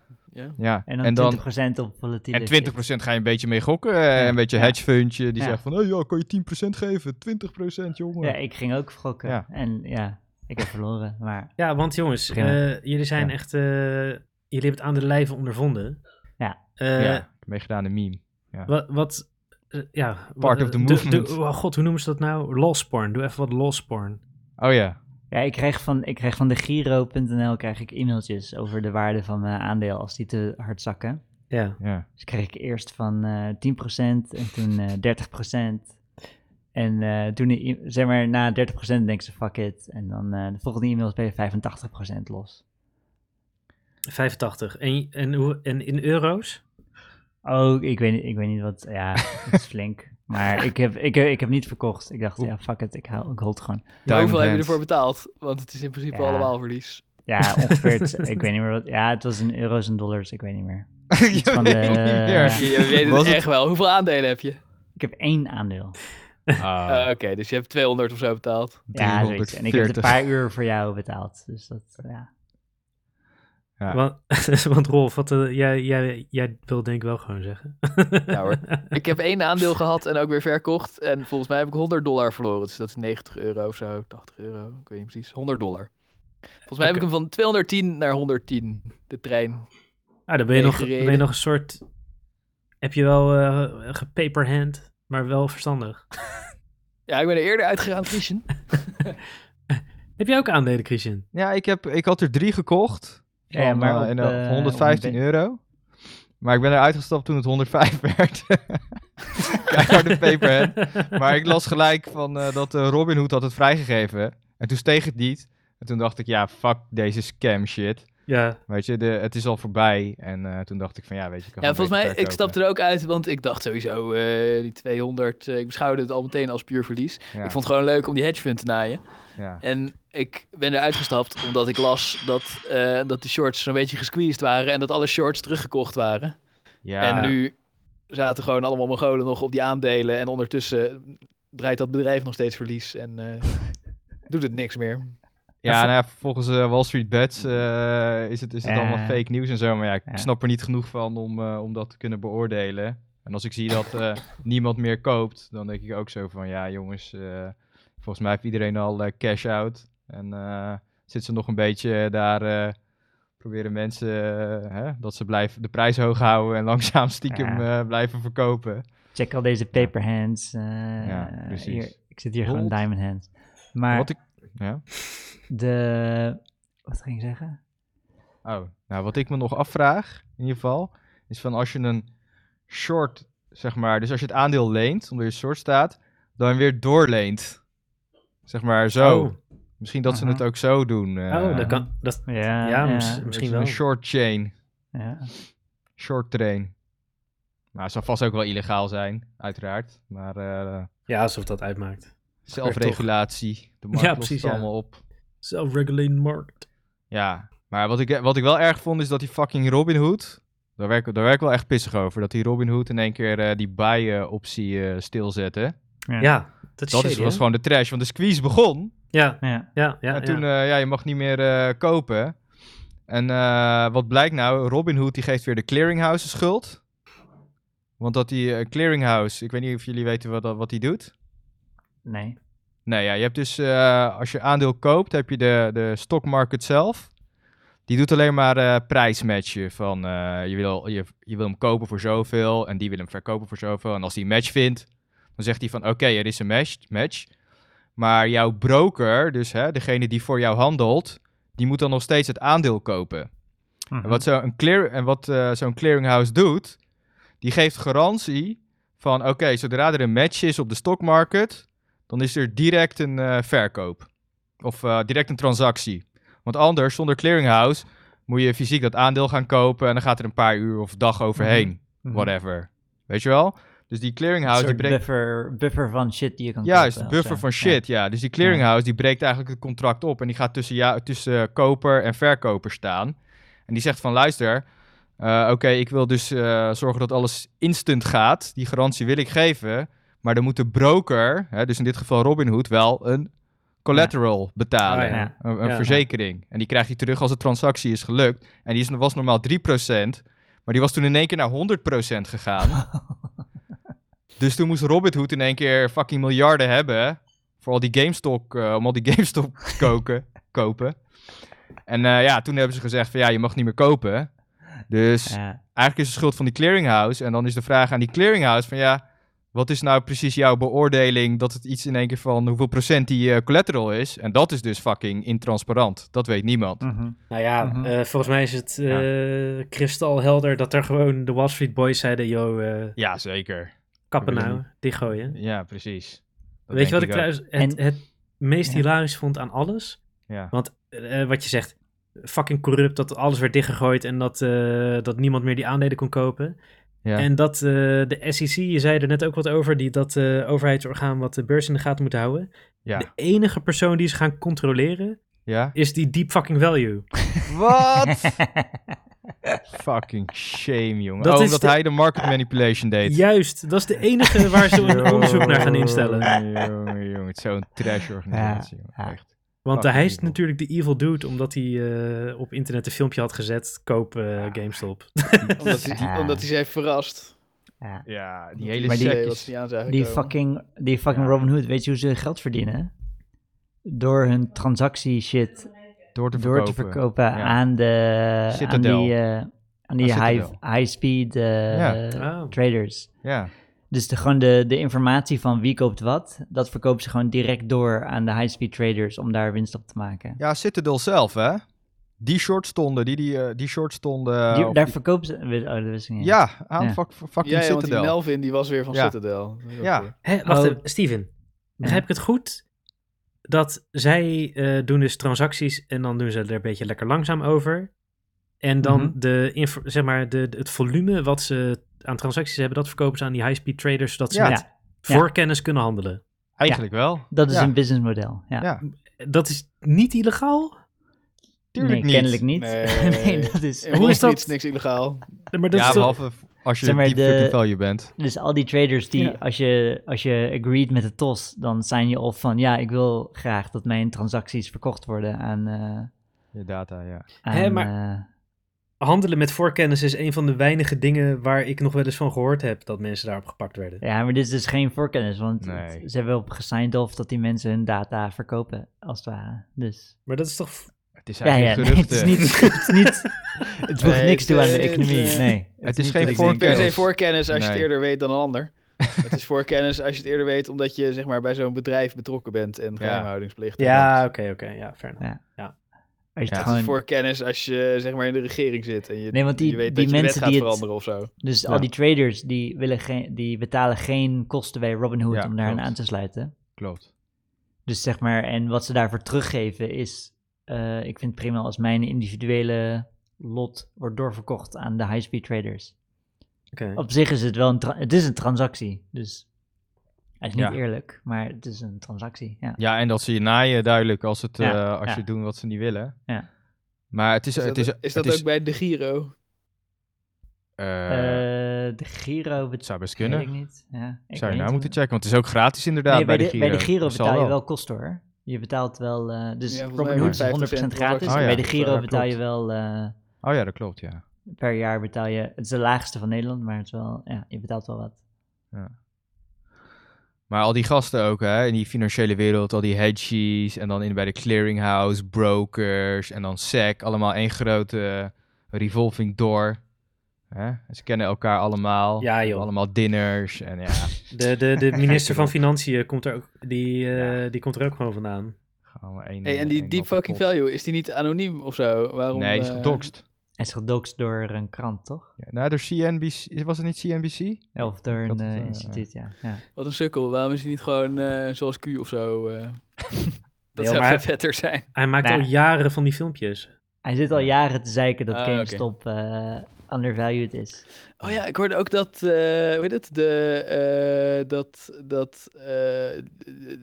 Speaker 2: ja.
Speaker 3: En dan, 20% op volatiele
Speaker 4: En 20%
Speaker 3: shit.
Speaker 4: ga je een beetje mee gokken. eh,
Speaker 3: Ja.
Speaker 4: Een beetje
Speaker 3: Ja.
Speaker 4: hedgefundje die
Speaker 3: Ja.
Speaker 4: zegt van, oh ja, kan je 10% geven, 20% jongen.
Speaker 3: Ja, ik ging ook gokken.
Speaker 4: Ja.
Speaker 3: En ja, ik heb verloren. Maar
Speaker 1: Ja, want jongens,
Speaker 3: Prima.
Speaker 1: eh, jullie zijn
Speaker 4: Ja.
Speaker 1: echt. eh, jullie hebben het aan de lijve ondervonden.
Speaker 3: Ja.
Speaker 1: Eh,
Speaker 4: Ja, ik heb meegedaan de meme.
Speaker 1: Wat. wat eh, ja,
Speaker 4: Part
Speaker 1: wat-
Speaker 4: of the
Speaker 1: eh, doe-
Speaker 4: movement.
Speaker 1: doe- oh god, hoe noemen ze dat nou? Loss porn. Doe even wat loss porn.
Speaker 4: Oh ja,
Speaker 3: ja, ik krijg van, ik krijg van de Giro.nl krijg ik e-mailtjes over de waarde van mijn aandeel als die te hard zakken.
Speaker 1: Ja.
Speaker 4: ja.
Speaker 3: Dus kreeg ik eerst van eh 10% en toen eh 30%. En eh, toen, i- zeg maar, na 30% denken ze fuck it. En dan eh, de volgende e-mail is bij 85% los.
Speaker 1: 85. En, en, hoe- en in euro's?
Speaker 3: Oh, ik weet, niet- ik weet niet wat. Ja, het is flink. Maar ik heb, ik, heb, ik heb niet verkocht. Ik dacht, ja, fuck it, ik, hou, ik hold gewoon.
Speaker 2: Maar hoeveel heb je
Speaker 4: Duimgrens.
Speaker 2: ervoor betaald? Want het is in principe
Speaker 3: Ja.
Speaker 2: allemaal verlies.
Speaker 3: Ja, ongeveer. het- ik weet niet meer wat. Ja, het was in euro's en dollars, ik weet niet meer.
Speaker 4: je
Speaker 3: van eh,
Speaker 4: weet
Speaker 3: de-
Speaker 4: het niet
Speaker 2: Je,
Speaker 4: meer.
Speaker 2: je weet het
Speaker 4: Was het-
Speaker 2: echt wel. Hoeveel aandelen heb je?
Speaker 3: Ik heb één aandeel.
Speaker 4: Ah,
Speaker 2: Eh, Oké, dus je hebt 200 of zo betaald.
Speaker 3: Ja, zoiets. En ik heb een
Speaker 4: 340.
Speaker 3: paar uur voor jou betaald. Dus dat, ja.
Speaker 4: Ja.
Speaker 1: Want, want Rolf, wat, eh, jij, jij, jij wil denk ik wel gewoon zeggen.
Speaker 2: Ja hoor. Ik heb één aandeel gehad en ook weer verkocht. En volgens mij heb ik 100 dollar verloren. Dus dat is 90 euro of zo, 80 euro. Ik weet niet precies. 100 dollar. Volgens mij heb ik
Speaker 1: Oké.
Speaker 2: hem van 210 naar 110, de trein.
Speaker 1: Ah, dan ben je, nog, dan ben je
Speaker 2: Meegereden.
Speaker 1: nog een soort... Heb je wel eh gepaperhand, maar wel verstandig.
Speaker 2: Ja, ik ben er eerder uitgegaan, Christian.
Speaker 1: Heb jij ook aandelen, Christian?
Speaker 4: Ja, ik, heb, ik had er drie gekocht.
Speaker 3: Ja,
Speaker 4: van,
Speaker 3: maar
Speaker 4: eh,
Speaker 3: op,
Speaker 4: en, eh, voor
Speaker 3: eh, op
Speaker 4: 115
Speaker 3: een
Speaker 4: euro. Maar ik ben eruit gestapt toen het 105 werd. Keihard de paperhead. Maar ik las gelijk van eh, dat eh, Robin Hood had het vrijgegeven. En toen steeg het niet. En toen dacht ik, ja, fuck deze scam shit.
Speaker 1: Ja.
Speaker 4: Weet je, de, het is al voorbij. En eh, toen dacht ik van, ja, weet je, ik kan
Speaker 2: Ja,
Speaker 4: gewoon
Speaker 2: volgens mij,
Speaker 4: beter
Speaker 2: ik stapte er ook uit, want ik dacht sowieso, eh, die 200, eh, ik beschouwde het al meteen als puur verlies.
Speaker 4: verkopen. Ja,
Speaker 2: Ik vond het gewoon leuk om die hedge fund te naaien.
Speaker 4: ja.
Speaker 2: En ik ben eruit gestapt omdat ik las dat, eh, dat de shorts zo'n beetje gesqueezed waren en dat alle shorts teruggekocht waren.
Speaker 4: Ja,
Speaker 2: En nu zaten gewoon allemaal Mongolen nog op die aandelen. En ondertussen draait dat bedrijf nog steeds verlies. En eh, doet het niks meer.
Speaker 4: ja, nou ja, volgens eh, Wall Street Bets eh, is het, is het
Speaker 3: Ja.
Speaker 4: allemaal fake nieuws en zo. Maar ja, ik
Speaker 3: Ja.
Speaker 4: snap er niet genoeg van om, eh, om dat te kunnen beoordelen. En als ik zie dat eh, niemand meer koopt, dan denk ik ook zo van, ja jongens, eh, volgens mij heeft iedereen al eh, cash out. En eh zitten ze nog een beetje daar, eh, proberen mensen eh, hè, dat ze blijven de prijs hoog houden en langzaam stiekem eh, blijven verkopen.
Speaker 3: Check al deze paper hands. eh,
Speaker 4: Ja, precies.
Speaker 3: hier- ik zit hier
Speaker 4: Hold.
Speaker 3: gewoon diamond hands. Maar
Speaker 4: Wat ik... Ja?
Speaker 3: de... Wat ging ik zeggen?
Speaker 4: Oh, nou wat ik me nog afvraag, in ieder geval, is van als je een short, zeg maar, dus als je het aandeel leent, omdat je short staat, dan weer doorleent. Zeg maar zo.
Speaker 1: Oh.
Speaker 4: Misschien dat
Speaker 3: Mhm.
Speaker 4: ze het ook zo doen.
Speaker 1: Oh,
Speaker 4: eh,
Speaker 1: dat kan. Dat,
Speaker 3: Ja,
Speaker 1: ja,
Speaker 3: ja.
Speaker 1: mis- misschien wel.
Speaker 4: Een short chain,
Speaker 3: Ja.
Speaker 4: short train. Maar het zal vast ook wel illegaal zijn, uiteraard. Maar eh,
Speaker 1: Ja, alsof dat uitmaakt.
Speaker 4: zelfregulatie, de markt
Speaker 1: Ja,
Speaker 4: lost
Speaker 1: precies,
Speaker 4: het
Speaker 1: ja.
Speaker 4: allemaal op.
Speaker 1: Self-regulating market.
Speaker 4: Ja, maar wat ik, wat ik wel erg vond is dat die fucking Robin Hood. Daar werk, daar werk ik wel echt pissig over. Dat die Robin Hood in één keer eh, die buy-optie stilzette.
Speaker 1: Ja,
Speaker 3: Ja.
Speaker 1: dat is,
Speaker 4: Dat is,
Speaker 1: shady,
Speaker 4: was
Speaker 1: hè?
Speaker 4: gewoon de trash. Want de squeeze begon.
Speaker 1: Ja,
Speaker 3: Ja.
Speaker 1: ja, ja.
Speaker 4: en
Speaker 1: ja.
Speaker 4: toen, eh, ja, ja je mag niet meer eh, kopen. En eh, wat blijkt nou? Robin Hood die geeft weer de clearinghouse de schuld. Want dat die eh, clearinghouse, ik weet niet of jullie weten wat, dat- wat die doet.
Speaker 3: Nee.
Speaker 4: Nou ja, je hebt dus eh, als je aandeel koopt, heb je de, de stockmarket zelf. Die doet alleen maar eh prijsmatchen. Van eh, je, wil, je, je wil hem kopen voor zoveel en die wil hem verkopen voor zoveel. En als die een match vindt, dan zegt hij van oké, er is een match, match. Maar jouw broker, dus hè, degene die voor jou handelt, die moet dan nog steeds het aandeel kopen.
Speaker 3: Mhm.
Speaker 4: En wat zo'n clear, en wat, eh, zo'n clearinghouse doet, die geeft garantie van oké, zodra er een match is op de stockmarket, dan is er direct een eh, verkoop. Of eh, direct een transactie. Want anders, zonder clearinghouse, moet je fysiek dat aandeel gaan kopen en dan gaat er een paar uur of dag overheen.
Speaker 3: Mhm.
Speaker 4: Whatever. Weet je wel? Dus die
Speaker 3: Een
Speaker 4: clearinghouse, die
Speaker 3: soort
Speaker 4: breekt...
Speaker 3: buffer, buffer van shit die je kan kopen.
Speaker 4: Juist, de
Speaker 3: of
Speaker 4: buffer
Speaker 3: zo.
Speaker 4: van shit, ja. Dus die clearinghouse die breekt eigenlijk het contract op. En die gaat tussen, ja, tussen eh, koper en verkoper staan. En die zegt van, luister, eh, oké, ik wil dus eh, zorgen dat alles instant gaat. Die garantie wil ik geven. Maar dan moet de broker, hè, dus in dit geval Robinhood, wel een collateral betalen.
Speaker 1: Ah, ja.
Speaker 4: Een, een
Speaker 1: Ja.
Speaker 4: verzekering. En die krijgt hij terug als de transactie is gelukt. En die is, was normaal 3%. Maar die was toen in één keer naar 100% gegaan. Dus toen moest Robin Hood in één keer fucking miljarden hebben. Voor al die GameStop, eh, om al die GameStop te koken, kopen. En eh, ja, toen hebben ze gezegd van ja, je mag niet meer kopen. Dus
Speaker 3: Ja.
Speaker 4: eigenlijk is het schuld van die clearinghouse. En dan is de vraag aan die clearinghouse van ja, wat is nou precies jouw beoordeling dat het iets in één keer van hoeveel procent die eh, collateral is? En dat is dus fucking intransparant. Dat weet niemand.
Speaker 3: Mhm.
Speaker 1: Nou ja,
Speaker 3: Mhm.
Speaker 1: eh, volgens mij is het eh, kristalhelder dat er gewoon de Wall Street Boys zeiden: yo, eh,
Speaker 4: Ja, zeker.
Speaker 1: kappen
Speaker 4: willen
Speaker 1: nou, dichtgooien.
Speaker 4: Ja, precies. Dat
Speaker 1: Weet je wat
Speaker 4: denk
Speaker 1: ik,
Speaker 4: ook.
Speaker 1: trouwens het,
Speaker 3: En-
Speaker 1: het meest
Speaker 3: Ja.
Speaker 1: hilarisch vond aan alles?
Speaker 4: Ja.
Speaker 1: Want eh, wat je zegt, fucking corrupt dat alles werd dichtgegooid en dat, eh, dat niemand meer die aandelen kon kopen.
Speaker 4: Ja.
Speaker 1: En dat eh, de SEC, je zei er net ook wat over, die dat eh, overheidsorgaan wat de beurs in de gaten moet houden. De
Speaker 4: ja.
Speaker 1: enige persoon die ze gaan controleren
Speaker 4: ja.
Speaker 1: is die deep fucking value.
Speaker 4: Wat? Fucking shame, jongen.
Speaker 1: Dat is
Speaker 4: oh, omdat
Speaker 1: de-
Speaker 4: hij de market manipulation deed.
Speaker 1: Juist, dat is de enige waar ze een onderzoek naar gaan instellen.
Speaker 4: Jongen, jongen, jongen. Het is zo'n trash organisatie, jongen.
Speaker 3: ja.
Speaker 4: Echt.
Speaker 1: Want hij is
Speaker 4: evil.
Speaker 1: natuurlijk de evil dude, omdat hij eh, op internet een filmpje had gezet, koop eh, GameStop.
Speaker 2: Omdat hij,
Speaker 3: Ja.
Speaker 2: omdat hij ze heeft verrast.
Speaker 4: Ja, die
Speaker 2: Dat
Speaker 4: hele
Speaker 2: hij
Speaker 3: Maar die- eh,
Speaker 2: zei wat
Speaker 4: setjes.
Speaker 2: ze niet aan zagen
Speaker 3: Die
Speaker 2: komen.
Speaker 3: fucking, die fucking
Speaker 4: Ja.
Speaker 3: Robin Hood, weet je hoe ze geld verdienen? Door hun transactie shit
Speaker 4: Door te
Speaker 3: door
Speaker 4: verkopen.
Speaker 3: te verkopen
Speaker 4: Ja.
Speaker 3: aan de aan
Speaker 4: Citadel.
Speaker 3: die, eh, aan die
Speaker 4: Aan
Speaker 3: high,
Speaker 4: Citadel.
Speaker 3: high speed eh,
Speaker 1: Ja. Oh.
Speaker 3: traders.
Speaker 4: Ja,
Speaker 3: Dus de, gewoon de, de informatie van wie koopt wat, dat verkopen ze gewoon direct door aan de high speed traders om daar winst op te maken.
Speaker 4: ja Citadel zelf, hè? Die short stonden, die, die, eh, die short stonden...
Speaker 3: Die-
Speaker 4: of
Speaker 3: daar
Speaker 4: die-
Speaker 3: verkopen ze. Oh, dat wist ik niet.
Speaker 4: Ja, aan
Speaker 3: Ja.
Speaker 4: fuck- fucking
Speaker 2: Ja, ja, want die
Speaker 4: Citadel.
Speaker 2: Melvin die was weer van
Speaker 4: Ja.
Speaker 2: Citadel. Dat is ook
Speaker 4: Ja.
Speaker 2: weer.
Speaker 1: Hè, wacht
Speaker 3: Oh.
Speaker 1: even, Steven, begrijp ik het goed? Dat zij eh, doen dus transacties en dan doen ze er een beetje lekker langzaam over. En dan
Speaker 3: Mhm.
Speaker 1: de, info- zeg maar de, de- het volume wat ze aan transacties hebben, dat verkopen ze aan die high-speed traders, zodat ze
Speaker 4: Ja.
Speaker 1: met voorkennis kunnen handelen.
Speaker 4: Eigenlijk wel.
Speaker 3: Dat is
Speaker 4: Ja,
Speaker 3: een businessmodel. Ja.
Speaker 4: Ja.
Speaker 1: Dat is niet illegaal,
Speaker 4: Tuurlijk
Speaker 3: nee,
Speaker 4: niet.
Speaker 3: kennelijk niet.
Speaker 2: Nee.
Speaker 3: dat is.
Speaker 2: In Wall
Speaker 1: Hoe is
Speaker 2: Street
Speaker 1: dat?
Speaker 2: is niks illegaal.
Speaker 1: maar dat
Speaker 4: Ja,
Speaker 1: is toch-
Speaker 4: behalve als je
Speaker 3: Zeg maar,
Speaker 4: deep
Speaker 3: de-
Speaker 4: fucking value bent.
Speaker 3: Dus al die traders die,
Speaker 1: Ja.
Speaker 3: als, je, als je agreed met de TOS, dan zijn je of van ja, ik wil graag dat mijn transacties verkocht worden aan. eh
Speaker 4: Je data, ja.
Speaker 3: aan eh,
Speaker 1: Hè,
Speaker 3: maar...
Speaker 1: handelen met voorkennis is een van de weinige dingen waar ik nog wel eens van gehoord heb dat mensen daarop gepakt werden.
Speaker 3: ja, maar dit is dus geen voorkennis, want het-
Speaker 4: Nee.
Speaker 3: ze hebben op gesigned off dat die mensen hun data verkopen, als het ware. Dus.
Speaker 1: Maar dat is toch
Speaker 4: Het is
Speaker 3: Ja, ja,
Speaker 4: eigenlijk
Speaker 3: nee,
Speaker 4: geruchten.
Speaker 3: het is niet. Het, is niet, het voegt
Speaker 2: Nee,
Speaker 3: niks toe
Speaker 2: het
Speaker 3: aan de
Speaker 2: is,
Speaker 3: economie.
Speaker 2: eh,
Speaker 3: Nee.
Speaker 4: is geen
Speaker 3: dat-
Speaker 2: Ik denk per se
Speaker 4: Voorkennis.
Speaker 2: voorkennis als je het
Speaker 4: Nee.
Speaker 2: eerder weet dan een ander. het is voorkennis als je het eerder weet omdat je zeg maar, bij zo'n bedrijf betrokken bent en geheimhoudingsplicht.
Speaker 1: Ja, oké, oké. ja, fair enough.
Speaker 3: Ja. Als je
Speaker 4: Ja.
Speaker 3: het
Speaker 4: Het
Speaker 3: gewoon,
Speaker 2: voor kennis als je zeg maar in de regering zit en je,
Speaker 3: Nee, want die-
Speaker 2: je
Speaker 3: die
Speaker 2: weet dat je de
Speaker 3: mensen
Speaker 2: wet gaat
Speaker 3: die het-
Speaker 2: veranderen of zo.
Speaker 3: dus
Speaker 4: Ja.
Speaker 3: al die traders die, willen geen, die betalen geen kosten bij Robinhood
Speaker 4: Ja,
Speaker 3: om daar aan
Speaker 4: klopt.
Speaker 3: te sluiten.
Speaker 4: Klopt.
Speaker 3: Dus zeg maar, en wat ze daarvoor teruggeven is, eh, ik vind het prima als mijn individuele lot wordt doorverkocht aan de high-speed traders.
Speaker 1: Oké.
Speaker 3: Op zich is het wel een, tra- het is een transactie, dus hij is niet
Speaker 4: Ja.
Speaker 3: eerlijk, maar het is een transactie, ja.
Speaker 4: Ja, en dat ze je naaien duidelijk als, het,
Speaker 3: Ja,
Speaker 4: eh, als
Speaker 3: ja.
Speaker 4: je doet wat ze niet willen.
Speaker 3: Ja.
Speaker 4: Maar het is...
Speaker 2: Is dat,
Speaker 4: het is,
Speaker 2: is dat
Speaker 4: het
Speaker 2: ook bij de Giro?
Speaker 4: eh,
Speaker 3: Eh, de Giro bet-
Speaker 4: zou best
Speaker 3: weet
Speaker 4: kunnen.
Speaker 3: ik niet. Ja, ik
Speaker 4: zou je
Speaker 3: weet het
Speaker 4: nou moeten
Speaker 3: niet.
Speaker 4: checken, want het is ook gratis inderdaad
Speaker 3: nee,
Speaker 4: bij,
Speaker 3: bij,
Speaker 4: de,
Speaker 3: bij de
Speaker 4: Giro
Speaker 3: Giro
Speaker 4: Dat zal
Speaker 3: betaal je wel kosten hoor. Je betaalt wel, eh, dus
Speaker 2: Ja, volgens mij
Speaker 3: Robinhood is 100%
Speaker 2: 50 cent
Speaker 3: gratis.
Speaker 2: transactie.
Speaker 4: Oh ja,
Speaker 3: bij de
Speaker 4: dat,
Speaker 3: Giro
Speaker 4: eh,
Speaker 3: betaal je
Speaker 4: klopt.
Speaker 3: wel... eh,
Speaker 4: Oh ja, dat klopt, ja.
Speaker 3: per jaar betaal je. Het is de laagste van Nederland, maar het is wel, ja, je betaalt wel wat.
Speaker 4: Maar al die gasten ook, hè, in die financiële wereld, al die hedgies en dan in, bij de clearinghouse, brokers en dan SEC, allemaal één grote revolving door. Hè? Ze kennen elkaar allemaal.
Speaker 1: Ja, joh.
Speaker 4: Allemaal dinners en ja,
Speaker 1: De, de, de minister van Financiën komt er ook, die, eh, die komt er ook gewoon vandaan.
Speaker 4: allemaal één.
Speaker 2: Hey, en
Speaker 4: eh, één
Speaker 2: die deep
Speaker 4: hoop
Speaker 2: fucking
Speaker 4: kapot.
Speaker 2: value, is die niet anoniem of zo? Waarom,
Speaker 4: Nee, die is
Speaker 2: eh,
Speaker 4: gedokst.
Speaker 3: Hij is gedoxt door een krant, toch?
Speaker 4: Ja, nou, door CNBC, was het niet CNBC?
Speaker 3: Ja, Of door een
Speaker 4: Ik had het,
Speaker 3: eh,
Speaker 4: eh,
Speaker 3: instituut, ja. ja.
Speaker 2: Wat een sukkel, waarom is die niet gewoon eh, zoals Q of zo? eh?
Speaker 1: Ja,
Speaker 2: dat zou
Speaker 1: maar-
Speaker 2: veel vetter zijn.
Speaker 1: Hij maakt
Speaker 3: Nou.
Speaker 1: al jaren van die filmpjes.
Speaker 3: Hij zit al jaren te zeiken dat
Speaker 2: Ah, oké.
Speaker 3: GameStop eh, undervalued is.
Speaker 2: Oh ja, ik hoorde ook dat, weet het, de, eh, dat, dat eh,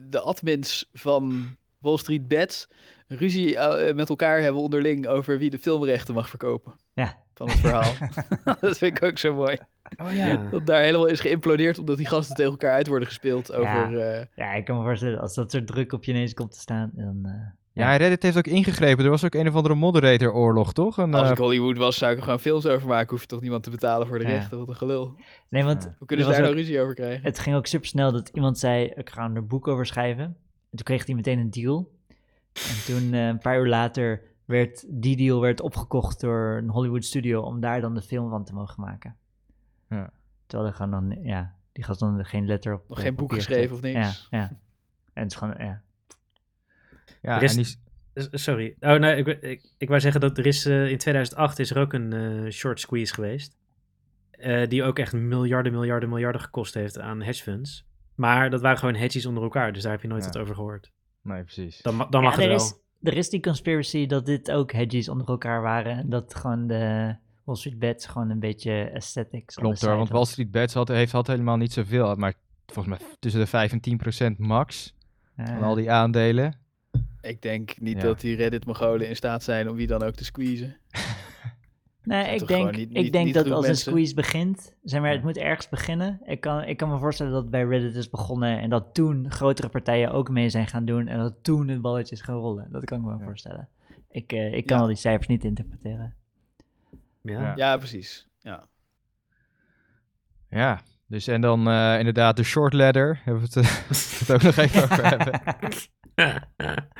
Speaker 2: de admins van Wall Street Bets ruzie eh, met elkaar hebben onderling over wie de filmrechten mag verkopen.
Speaker 3: Ja.
Speaker 2: Van het verhaal. dat vind ik ook zo mooi.
Speaker 1: Oh
Speaker 2: Dat daar helemaal is geïmplodeerd omdat die gasten tegen elkaar uit worden gespeeld over... eh,
Speaker 3: Ja, ik kan me voorstellen, als dat soort druk op je ineens komt te staan, dan... eh,
Speaker 4: Ja, en Reddit heeft ook ingegrepen. Er was ook een of andere moderator-oorlog, toch? Een,
Speaker 2: als
Speaker 4: eh,
Speaker 2: ik Hollywood was, zou ik er gewoon films over maken. Hoef je toch niemand te betalen voor de
Speaker 3: Ja.
Speaker 2: rechten? Wat een gelul.
Speaker 3: Nee, want
Speaker 2: Hoe kunnen
Speaker 3: er
Speaker 2: ze daar
Speaker 3: was
Speaker 2: nou ruzie over krijgen?
Speaker 3: het ging ook supersnel dat iemand zei, ik ga er een boek over schrijven. En toen kreeg hij meteen een deal. En toen eh, een paar uur later werd die deal werd opgekocht door een Hollywood studio om daar dan de film van te mogen maken.
Speaker 4: Ja.
Speaker 3: Terwijl er gewoon dan, ja, die gast dan geen letter op eh,
Speaker 2: Nog
Speaker 3: op
Speaker 2: geen boek
Speaker 3: papier
Speaker 2: geschreven of
Speaker 3: gezet.
Speaker 2: niks.
Speaker 3: Ja, ja. En het is gewoon, ja.
Speaker 4: ja,
Speaker 1: er is-
Speaker 4: en die,
Speaker 1: S- Sorry. Oh, nee, ik, ik, ik wou zeggen dat er is, eh, in 2008 is er ook een eh, short squeeze geweest. Eh, die ook echt miljarden, miljarden, miljarden gekost heeft aan hedge funds. Maar dat waren gewoon hedges onder elkaar, dus daar heb je nooit
Speaker 4: Ja.
Speaker 1: wat over gehoord.
Speaker 4: nee, precies.
Speaker 1: Dan, ma- dan
Speaker 3: Ja,
Speaker 1: mag het
Speaker 3: er,
Speaker 1: wel.
Speaker 3: is, er is die conspiracy dat dit ook hedges onder elkaar waren. En dat gewoon de Wall Street bets gewoon een beetje aesthetics. on the
Speaker 4: Klopt hoor,
Speaker 3: side
Speaker 4: want
Speaker 3: was.
Speaker 4: Wall Street Bets had, heeft had helemaal niet zoveel, maar volgens mij tussen de 5 en 10 max
Speaker 3: Ja.
Speaker 4: van al die aandelen.
Speaker 2: Ik denk niet
Speaker 4: Ja.
Speaker 2: dat die Reddit-mogolen in staat zijn om wie dan ook te squeezen.
Speaker 3: Nee,
Speaker 2: Zijn
Speaker 3: ik
Speaker 2: toch gewoon
Speaker 3: denk,
Speaker 2: niet-
Speaker 3: ik
Speaker 2: niet-
Speaker 3: denk
Speaker 2: niet
Speaker 3: dat
Speaker 2: genoeg
Speaker 3: als
Speaker 2: mensen?
Speaker 3: een squeeze begint, zeg maar,
Speaker 4: Ja.
Speaker 3: het moet ergens beginnen. Ik kan, ik kan me voorstellen dat het bij Reddit is begonnen en dat toen grotere partijen ook mee zijn gaan doen en dat toen het balletje is gaan rollen. Dat kan ik me wel
Speaker 4: Ja.
Speaker 3: voorstellen. Ik, eh, ik kan
Speaker 2: Ja.
Speaker 3: al die cijfers niet interpreteren.
Speaker 1: Ja.
Speaker 4: Ja.
Speaker 2: Ja, precies. Ja.
Speaker 4: Ja, dus en dan eh, inderdaad de short ladder, hebben we het, eh, het ook nog even over hebben.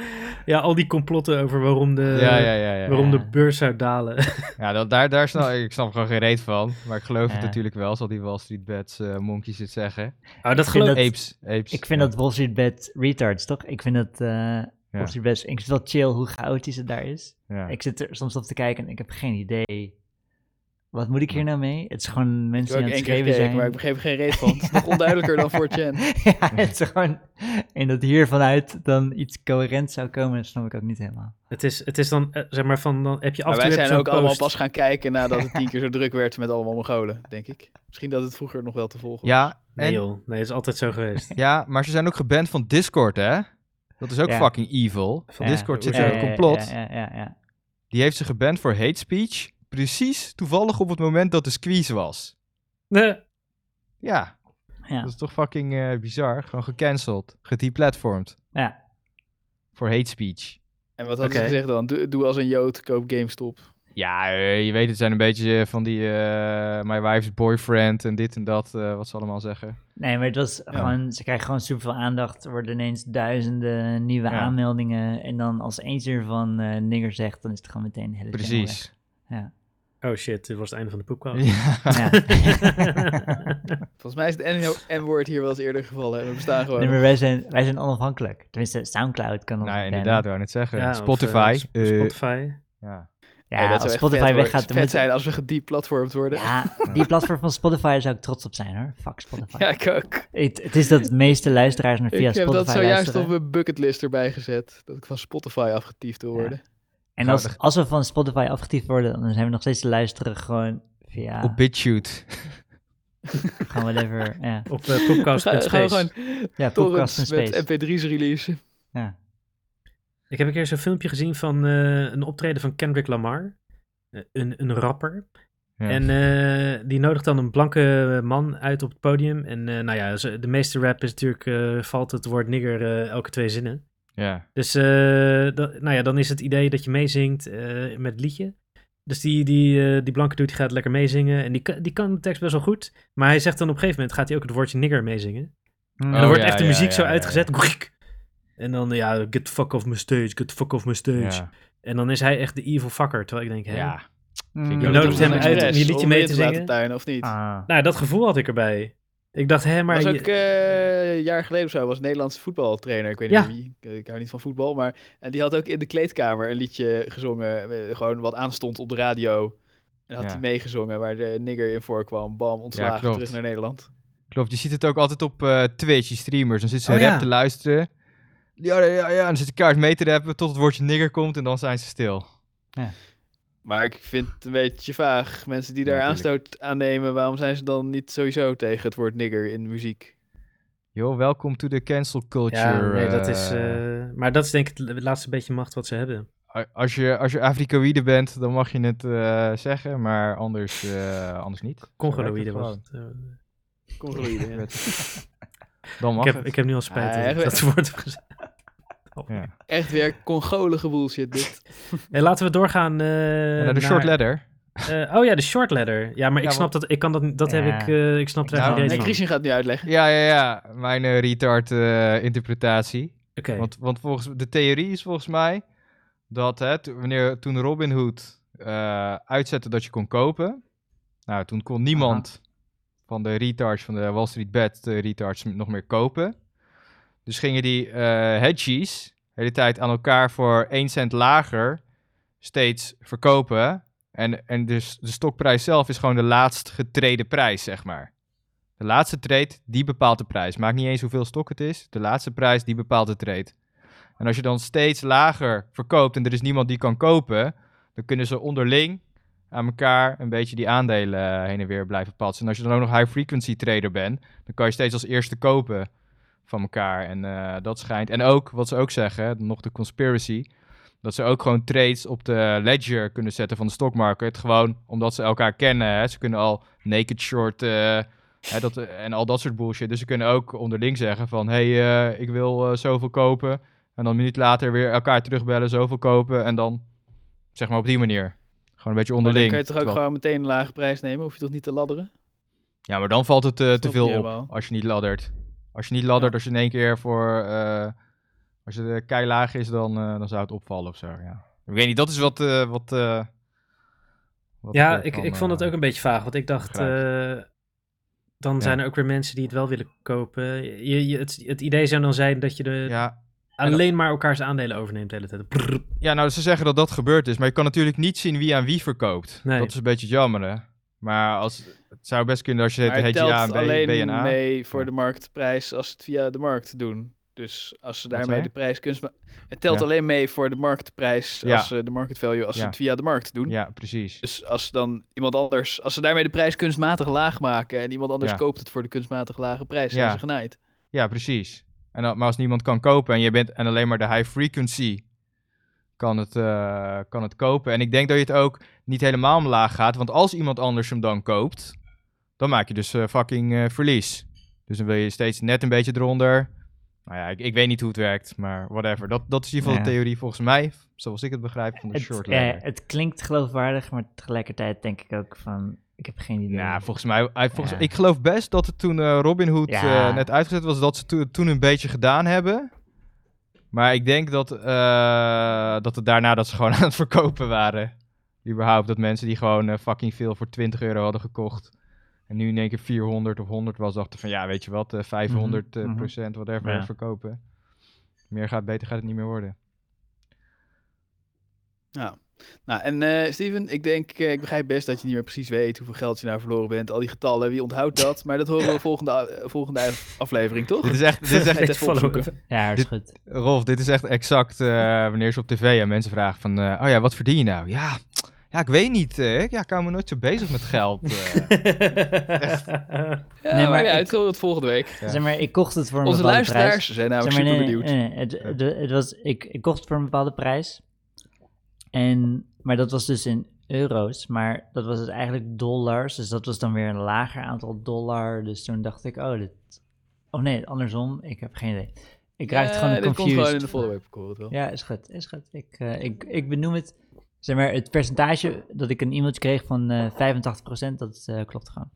Speaker 1: ja, al die complotten over waarom
Speaker 3: Eh,
Speaker 1: de,
Speaker 4: ja, ja, ja. ja.
Speaker 1: waarom
Speaker 3: Ja.
Speaker 1: de beurs zou dalen. Oh,
Speaker 4: ja dat, daar, daar snap ik snap gewoon geen reet van, maar ik geloof het
Speaker 3: Ja.
Speaker 4: natuurlijk wel, zal die Wall Street Bets eh monkeys het zeggen.
Speaker 1: Oh, dat
Speaker 3: vind
Speaker 1: geloof
Speaker 3: dat-
Speaker 4: Apes, apes.
Speaker 3: Ik vind
Speaker 4: ja.
Speaker 3: dat Wall Street Bet retards, toch? Ik vind dat eh Wall Street Bet, ik vind het wel chill hoe chaotisch het daar is.
Speaker 4: Ja.
Speaker 3: Ik zit er soms op te kijken en ik heb geen idee. Wat moet ik hier nou mee? Het is gewoon
Speaker 2: Ik
Speaker 3: mensen
Speaker 2: heb
Speaker 3: die
Speaker 2: ook
Speaker 3: aan het
Speaker 2: één
Speaker 3: schreeuwen
Speaker 2: keer gekeken,
Speaker 3: zijn.
Speaker 2: maar ik begreep er geen reet van. Het is nog onduidelijker dan 4chan.
Speaker 3: ja, het is gewoon... En dat hier vanuit dan iets coherent zou komen, dat snap ik ook niet helemaal.
Speaker 1: Het is, het is dan, eh, zeg maar, van dan heb je af en
Speaker 2: Maar
Speaker 1: toe
Speaker 2: wij
Speaker 1: heb je
Speaker 2: zijn
Speaker 1: zo'n
Speaker 2: ook allemaal
Speaker 1: post.
Speaker 2: pas gaan kijken nadat het tien keer zo druk werd met allemaal Mongolen, denk ik. Misschien dat het vroeger nog wel te volgen was.
Speaker 4: Ja,
Speaker 1: Nee
Speaker 4: en-
Speaker 1: joh, nee, dat is altijd zo geweest.
Speaker 4: ja, maar ze zijn ook geband van Discord, hè? Dat is ook
Speaker 3: Ja.
Speaker 4: fucking evil. Van
Speaker 3: Ja.
Speaker 4: Discord zit
Speaker 1: Ja,
Speaker 4: er
Speaker 1: ja,
Speaker 4: een complot.
Speaker 3: Eh, Ja, ja, ja, ja.
Speaker 4: Die heeft ze geband voor hate speech. Precies toevallig op het moment dat de squeeze was.
Speaker 1: Nee.
Speaker 4: Ja,
Speaker 3: Ja.
Speaker 4: dat is toch fucking eh, bizar. Gewoon gecanceld, gedeplatformd
Speaker 3: Ja.
Speaker 4: voor hate speech.
Speaker 2: En wat hadden
Speaker 1: Oké.
Speaker 2: ze gezegd dan? Doe, doe als een Jood, koop GameStop.
Speaker 4: Ja, eh, je weet, het zijn een beetje eh, van die eh, my wife's boyfriend en dit en dat, eh, wat ze allemaal zeggen.
Speaker 3: Nee, maar het was gewoon, ze krijgen gewoon superveel aandacht. Er worden ineens duizenden nieuwe
Speaker 4: Ja.
Speaker 3: aanmeldingen. En dan als eentje ervan eh nigger zegt, dan is het gewoon meteen een hele channel weg.
Speaker 4: Precies.
Speaker 3: Ja.
Speaker 1: Oh shit, dit was het einde van de poepkast.
Speaker 3: Ja.
Speaker 4: Ja.
Speaker 2: Volgens mij is het N- N-woord hier wel eens eerder gevallen. en We bestaan gewoon.
Speaker 3: Nee, maar wij zijn, wij zijn onafhankelijk. Tenminste, Soundcloud kan ons
Speaker 4: Nou,
Speaker 3: bannen.
Speaker 4: inderdaad, wou ik net zeggen.
Speaker 1: Ja, of, eh,
Speaker 4: Spotify.
Speaker 1: Sp-
Speaker 4: eh,
Speaker 1: Spotify.
Speaker 4: ja.
Speaker 3: Ja,
Speaker 2: Nee, dat
Speaker 3: als
Speaker 2: zou echt
Speaker 3: Spotify
Speaker 2: vet worden.
Speaker 3: weggaat, dan
Speaker 2: vet
Speaker 3: moet...
Speaker 2: zijn als we gedeplatformd worden. Ja,
Speaker 3: Ja, die platform van Spotify zou ik trots op zijn hoor. Fuck Spotify.
Speaker 2: ik ook.
Speaker 3: Het, het is dat de meeste luisteraars naar via
Speaker 2: ik heb
Speaker 3: Spotify
Speaker 2: dat zojuist
Speaker 3: luisteren.
Speaker 2: op mijn bucketlist erbij gezet. Dat ik van Spotify afgetiefd wil worden.
Speaker 3: En als,
Speaker 4: Gouden.
Speaker 3: als we van Spotify afgetiefd worden, dan zijn we nog steeds te luisteren gewoon via...
Speaker 4: Op BitChute.
Speaker 3: Gaan we even... Ja,
Speaker 1: Op eh, poepkast.space.
Speaker 2: Ga- gaan we gewoon
Speaker 3: ja podcast in
Speaker 2: torrents
Speaker 3: space.
Speaker 2: met mp3's releasen.
Speaker 1: Ik heb een keer zo'n filmpje gezien van eh, een optreden van Kendrick Lamar. Eh, een, een rapper.
Speaker 4: Ja.
Speaker 1: En eh, die nodigt dan een blanke man uit op het podium. En eh, nou ja, ze- de meeste rap is natuurlijk, eh, valt het woord nigger eh, elke twee zinnen.
Speaker 4: ja.
Speaker 1: Dus eh, dat- nou ja, dan is het idee dat je meezingt eh, met het liedje. Dus die, die, eh, die blanke dude die gaat lekker meezingen. En die, kan- die kan de tekst best wel goed. Maar hij zegt dan op een gegeven moment gaat hij ook het woordje nigger meezingen. En
Speaker 4: Oh,
Speaker 1: dan wordt
Speaker 4: ja,
Speaker 1: echt de
Speaker 4: ja,
Speaker 1: muziek
Speaker 4: ja,
Speaker 1: zo
Speaker 4: ja,
Speaker 1: uitgezet. Griek. En dan ja, get the fuck off my stage, get the fuck off my stage.
Speaker 4: Ja.
Speaker 1: En dan is hij echt de evil fucker. Terwijl ik denk, hè?
Speaker 4: Ja.
Speaker 3: Mm.
Speaker 1: Je nodigt hem
Speaker 2: Een
Speaker 1: uit om
Speaker 2: express
Speaker 1: je liedje mee te
Speaker 2: laten
Speaker 1: zingen.
Speaker 2: tuinen, of niet?
Speaker 3: Ah.
Speaker 1: Nou, dat gevoel had ik erbij. Ik dacht, hè, maar...
Speaker 2: was
Speaker 1: je-
Speaker 2: ook eh, een jaar geleden of zo, was een Nederlandse voetbaltrainer. Ik weet
Speaker 1: Ja.
Speaker 2: niet wie, ik, ik hou niet van voetbal. Maar en die had ook in de kleedkamer een liedje gezongen. eh, Gewoon wat aanstond op de radio. En had
Speaker 4: Ja.
Speaker 2: hij meegezongen waar de nigger in voorkwam. Bam, ontslagen,
Speaker 4: klopt.
Speaker 2: terug naar Nederland.
Speaker 4: Klopt, je ziet het ook altijd op eh, Twitch, die streamers. Dan zitten ze
Speaker 1: Oh,
Speaker 4: rap
Speaker 1: ja.
Speaker 4: te luisteren. Ja, ja, ja, ja. En dan zitten kaart mee te rappen tot het woordje nigger komt en dan zijn ze stil.
Speaker 2: Maar ik vind het een beetje vaag. Mensen die
Speaker 4: Ja,
Speaker 2: daar
Speaker 4: tuurlijk.
Speaker 2: aanstoot aan nemen, waarom zijn ze dan niet sowieso tegen het woord nigger in muziek?
Speaker 4: Yo, welkom to the cancel culture.
Speaker 1: Ja, nee, dat is...
Speaker 4: eh.
Speaker 1: eh, maar dat is denk ik het laatste beetje macht wat ze hebben.
Speaker 4: A- Als je, als je Afrikaïde bent, dan mag je het eh, zeggen, maar anders, eh, anders niet. Zo
Speaker 1: Congoloïde
Speaker 4: werkt
Speaker 1: was
Speaker 4: het
Speaker 1: het. eh.
Speaker 2: Congolide. ja.
Speaker 4: gewoon. Dan mag
Speaker 1: ik, heb,
Speaker 4: het.
Speaker 1: ik heb nu al spijt
Speaker 2: Ah,
Speaker 1: dat ik
Speaker 2: echt?
Speaker 1: dat woord heb gezegd. Oh.
Speaker 4: Ja.
Speaker 2: Echt weer Congolige bullshit dit.
Speaker 1: Hey, laten we doorgaan eh,
Speaker 4: En naar de short letter.
Speaker 1: eh, oh ja, de short ladder. Ja, maar
Speaker 4: Ja,
Speaker 1: ik snap dat... Ik kan dat, niet- dat
Speaker 3: Ja.
Speaker 1: heb ik... eh, ik snap er
Speaker 3: Nou,
Speaker 1: echt geen
Speaker 2: Nee,
Speaker 1: reet van.
Speaker 2: Christian gaat het nu uitleggen.
Speaker 4: Ja, ja, ja. Mijn eh, retard eh, interpretatie.
Speaker 1: Oké.
Speaker 4: Want, want volgens, de theorie is volgens mij dat hè, to- wanneer, toen Robin Hood uitzette eh, dat je kon kopen, nou, toen kon niemand van de retards van de Wall Street Bet de retards m- nog meer kopen. Dus gingen die eh hedgies de hele tijd aan elkaar voor 1 cent lager steeds verkopen. En, en dus de stokprijs zelf is gewoon de laatst getreden prijs, zeg maar. De laatste trade, die bepaalt de prijs. Maakt niet eens hoeveel stok het is. De laatste prijs, die bepaalt de trade. En als je dan steeds lager verkoopt en er is niemand die kan kopen, dan kunnen ze onderling aan elkaar een beetje die aandelen eh, heen en weer blijven patsen. En als je dan ook nog high frequency trader bent, dan kan je steeds als eerste kopen van elkaar. En eh, dat schijnt. En ook, wat ze ook zeggen, nog de conspiracy, dat ze ook gewoon trades op de ledger kunnen zetten van de stockmarket. Gewoon omdat ze elkaar kennen. Hè. Ze kunnen al naked short eh, hè, dat, en al dat soort bullshit. Dus ze kunnen ook onderling zeggen van... hé, hey, eh, ik wil eh, zoveel kopen. En dan een minuut later weer elkaar terugbellen, zoveel kopen. En dan, zeg maar op die manier. Gewoon een beetje
Speaker 2: Maar dan
Speaker 4: onderling.
Speaker 2: kan je toch ook
Speaker 4: Terwijl-
Speaker 2: gewoon meteen een lage prijs nemen? Hoef je toch niet te ladderen?
Speaker 4: Ja, maar dan valt het eh, te
Speaker 2: Snap
Speaker 4: veel
Speaker 2: je
Speaker 4: op
Speaker 2: wel.
Speaker 4: als je niet laddert. Als je niet laddert, als je in één keer voor... eh, als je de kei laag is, dan, eh, dan zou het opvallen of zo, ja. Ik weet niet, dat is wat... eh, wat, eh, wat
Speaker 1: Ja, ik,
Speaker 4: ervan,
Speaker 1: ik vond het
Speaker 4: eh,
Speaker 1: ook een beetje vaag, want ik dacht, eh, dan
Speaker 4: Ja.
Speaker 1: zijn er ook weer mensen die het wel willen kopen. Je, je, het, het idee zou dan zijn dat je de,
Speaker 4: Ja.
Speaker 1: alleen maar elkaars aandelen overneemt de hele tijd. Brrr.
Speaker 4: ja, nou, ze zeggen dat dat gebeurd is. Maar je kan natuurlijk niet zien wie aan wie verkoopt.
Speaker 1: Nee.
Speaker 4: Dat is een beetje jammer, hè. Maar als, het zou best kunnen als je
Speaker 2: Maar
Speaker 4: het
Speaker 2: het
Speaker 4: hedge
Speaker 2: telt
Speaker 4: A en B,
Speaker 2: alleen
Speaker 4: B en A.
Speaker 2: mee voor
Speaker 4: Ja.
Speaker 2: de marktprijs als ze het via de markt doen. Dus als ze daarmee
Speaker 4: zei je?
Speaker 2: de prijs kunst... ma- Het telt
Speaker 4: Ja.
Speaker 2: alleen mee voor de marktprijs,
Speaker 4: Ja.
Speaker 2: als ze de market value, als ze
Speaker 4: Ja.
Speaker 2: het via de markt doen.
Speaker 4: Ja, precies.
Speaker 2: Dus als dan iemand anders, als ze daarmee de prijs kunstmatig laag maken en iemand anders
Speaker 4: Ja.
Speaker 2: koopt het voor de kunstmatig lage prijs,
Speaker 4: Ja.
Speaker 2: zijn ze genaaid.
Speaker 4: Ja, precies. En, dan- maar als niemand kan kopen en je bent en alleen maar de high frequency kan het, eh, kan het kopen. En ik denk dat je het ook niet helemaal omlaag gaat. Want als iemand anders hem dan koopt, dan maak je dus eh, fucking eh, verlies. Dus dan wil je steeds net een beetje eronder. Nou ja, ik, ik weet niet hoe het werkt, maar whatever. Dat, dat is in ieder geval
Speaker 3: Ja.
Speaker 4: de theorie volgens mij, zoals ik het begrijp, van de
Speaker 3: Het,
Speaker 4: short
Speaker 3: eh,
Speaker 4: ladder.
Speaker 3: het klinkt geloofwaardig, maar tegelijkertijd denk ik ook van... Ik heb geen idee.
Speaker 4: Nou, volgens mij, hij- volgens,
Speaker 3: Ja.
Speaker 4: ik geloof best dat het toen eh, Robin Hood
Speaker 3: Ja.
Speaker 4: eh, net uitgezet was, dat ze to- toen een beetje gedaan hebben. Maar ik denk dat, eh, dat het daarna dat ze gewoon aan het verkopen waren. Überhaupt dat mensen die gewoon eh, fucking veel voor 20 euro hadden gekocht. En nu in één keer 400 of 100 was, dachten van ja, weet je wat, eh, 500 eh,
Speaker 3: mhm.
Speaker 4: procent, whatever,
Speaker 1: Ja.
Speaker 4: verkopen. Meer gaat, beter gaat het niet meer worden.
Speaker 2: Nou, en eh, Steven, ik denk, eh, ik begrijp best dat je niet meer precies weet hoeveel geld je nou verloren bent. Al die getallen, wie onthoudt dat? Maar dat horen we volgende, eh, volgende aflevering, toch?
Speaker 4: Dit is echt, dit is echt
Speaker 2: Ga je het
Speaker 1: Ik
Speaker 2: even
Speaker 1: val ook
Speaker 2: opzoeken.
Speaker 1: even.
Speaker 3: Ja, dat is goed.
Speaker 4: Rolf, dit is echt exact eh, wanneer ze op tv aan mensen vragen van... eh, oh ja, wat verdien je nou? Ja, ja ik weet niet. eh, ik ja, ik hou me nooit zo bezig met geld. eh.
Speaker 3: Nee,
Speaker 2: Ja, maar,
Speaker 3: maar
Speaker 2: ja,
Speaker 3: ik-
Speaker 2: het horen we het volgende week.
Speaker 4: Ja.
Speaker 3: Zeg maar, ik kocht het voor een
Speaker 2: Onze
Speaker 3: bepaalde
Speaker 2: luisteraars
Speaker 3: prijs.
Speaker 2: zijn namelijk
Speaker 3: Zeg maar,
Speaker 2: super
Speaker 3: nee,
Speaker 2: benieuwd.
Speaker 3: nee, nee, Het, de- het was, ik, ik kocht het voor een bepaalde prijs. En, maar dat was dus in euro's, maar dat was het eigenlijk dollars. Dus dat was dan weer een lager aantal dollar. Dus toen dacht ik, oh, dit... Oh nee, andersom, ik heb geen idee. Ik raakte
Speaker 2: Eh,
Speaker 3: gewoon
Speaker 2: dit komt gewoon in
Speaker 3: confused.
Speaker 2: de volgende week, ik hoor het wel.
Speaker 3: Ja, is goed, is goed. Ik, eh, ik, ik benoem het, zeg maar, het percentage dat ik een e-mailtje kreeg van eh 85%, dat eh, klopt gewoon.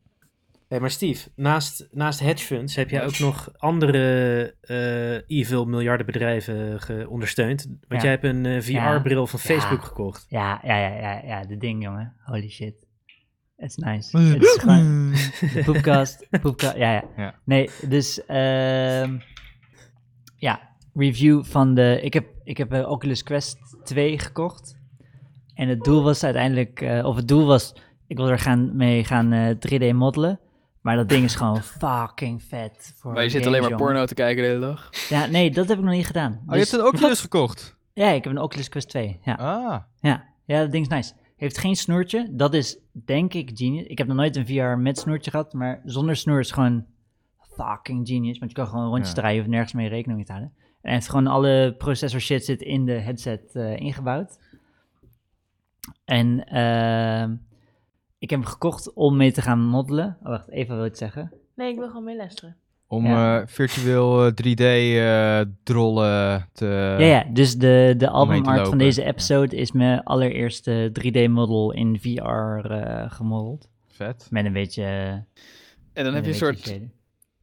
Speaker 1: Hey, maar Steve, naast, naast hedge funds heb jij ook nog andere eh evil miljardenbedrijven ge- ondersteund. eh, Want
Speaker 3: Ja.
Speaker 1: jij hebt een
Speaker 3: Ja.
Speaker 1: VR-bril van
Speaker 3: Ja.
Speaker 1: Facebook gekocht.
Speaker 3: Ja, ja, ja, ja, ja, dit ding, jongen. Holy shit. It's nice. Het is gewoon de poepkast. poepka- ja, ja,
Speaker 4: Ja.
Speaker 3: Nee, dus ehm, ja, review van de... Ik heb, ik heb eh, Oculus Quest 2 gekocht. En het doel was uiteindelijk... eh, of het doel was, ik wil er gaan, mee gaan eh, 3D modellen. Maar dat ding is gewoon fucking vet. Voor
Speaker 2: Maar je zit
Speaker 3: games,
Speaker 2: alleen maar
Speaker 3: jongen.
Speaker 2: porno te kijken de hele dag.
Speaker 3: Ja, nee, dat heb ik nog niet gedaan. Dus
Speaker 4: Oh, je hebt een Oculus gekocht?
Speaker 3: Ja, ik heb een Oculus Quest 2, ja.
Speaker 4: Ah,
Speaker 3: Ja, ja, dat ding is nice. Heeft geen snoertje. Dat is denk ik genius. Ik heb nog nooit een VR met snoertje gehad, maar zonder snoer is gewoon fucking genius. Want je kan gewoon rondjes
Speaker 4: Ja.
Speaker 3: draaien, je hoeft nergens mee rekening mee te houden. En hij heeft gewoon alle processor shit zit in de headset eh, ingebouwd. En ehm, ik heb hem gekocht om mee te gaan moddelen. Oh, wacht, Eva wil iets zeggen.
Speaker 5: Nee, ik wil gewoon meeluisteren.
Speaker 4: om
Speaker 3: Ja.
Speaker 4: eh, virtueel eh, 3D-drollen te...
Speaker 3: ja, ja, dus de, de
Speaker 4: Eh, om mee te
Speaker 3: albumart van
Speaker 4: lopen.
Speaker 3: deze
Speaker 4: Ja.
Speaker 3: episode is mijn allereerste 3D-model in VR eh gemodeld.
Speaker 4: Vet.
Speaker 3: Met een beetje... eh,
Speaker 2: En dan heb je een soort
Speaker 3: shader.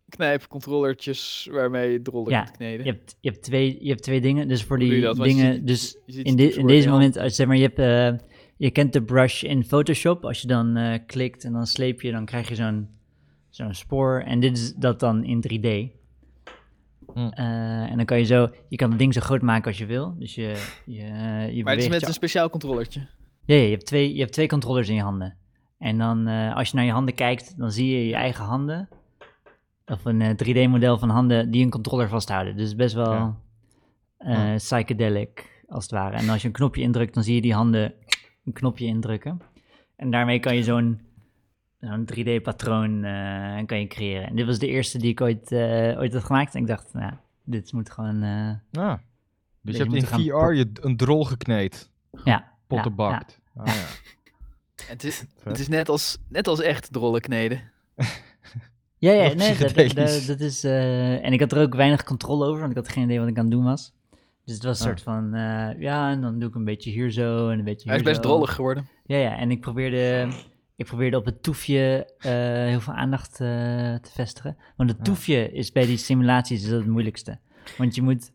Speaker 2: knijpcontrollertjes waarmee je drollen
Speaker 3: Ja,
Speaker 2: kunt kneden.
Speaker 3: Je hebt, je, hebt twee, je hebt twee dingen. Dus voor
Speaker 2: Hoe doe je
Speaker 3: die
Speaker 2: dat? Want je
Speaker 3: dingen.
Speaker 2: ziet-
Speaker 3: Dus
Speaker 2: je ziet
Speaker 3: in, dit
Speaker 2: soort
Speaker 3: in deze
Speaker 2: heel-
Speaker 3: moment, als, zeg maar, je, hebt, eh, je kent de brush in Photoshop. Als je dan eh, klikt en dan sleep je, dan krijg je zo'n zo'n spoor. En dit is dat dan in 3D.
Speaker 4: Hm.
Speaker 3: Eh, en dan kan je zo, je kan het ding zo groot maken als je wil. Dus je, je, je
Speaker 2: Maar het is
Speaker 3: beweegt
Speaker 2: met
Speaker 3: je
Speaker 2: een speciaal controllertje.
Speaker 3: ja, ja, je, hebt twee, je hebt twee controllers in je handen. En dan eh, als je naar je handen kijkt, dan zie je je eigen handen. Of een eh, 3D-model van handen die een controller vasthouden. Dus best wel
Speaker 4: Ja.
Speaker 3: eh, psychedelic, als het ware. En als je een knopje indrukt, dan zie je die handen een knopje indrukken. En daarmee kan je zo'n zo'n 3D-patroon eh, kan je creëren. En dit was de eerste die ik ooit, eh, ooit had gemaakt. En ik dacht, nou, dit moet gewoon... eh,
Speaker 4: Ah.
Speaker 3: je
Speaker 4: Dus je hebt
Speaker 3: moet
Speaker 4: in
Speaker 3: gaan
Speaker 4: VR je d- een drol gekneed.
Speaker 3: ja, ja,
Speaker 4: Pottenbakt. Ah, ja.
Speaker 2: Het is, het is net, als, net als echt drollen kneden.
Speaker 3: Ja, ja
Speaker 4: Heel
Speaker 3: nee, dat, dat,
Speaker 4: psychedelisch.
Speaker 3: dat- dat is... eh, en ik had er ook weinig controle over, want ik had geen idee wat ik aan het doen was. Dus het was een
Speaker 4: Ah.
Speaker 3: soort van, eh, ja, en dan doe ik een beetje hier zo en een beetje hier
Speaker 2: Hij is best
Speaker 3: zo.
Speaker 2: drollig geworden.
Speaker 3: Ja, ja, en ik probeerde, ik probeerde op het toefje eh, heel veel aandacht eh, te vestigen. Want het
Speaker 4: Ja.
Speaker 3: toefje is bij die simulaties is dat het moeilijkste. Want je moet,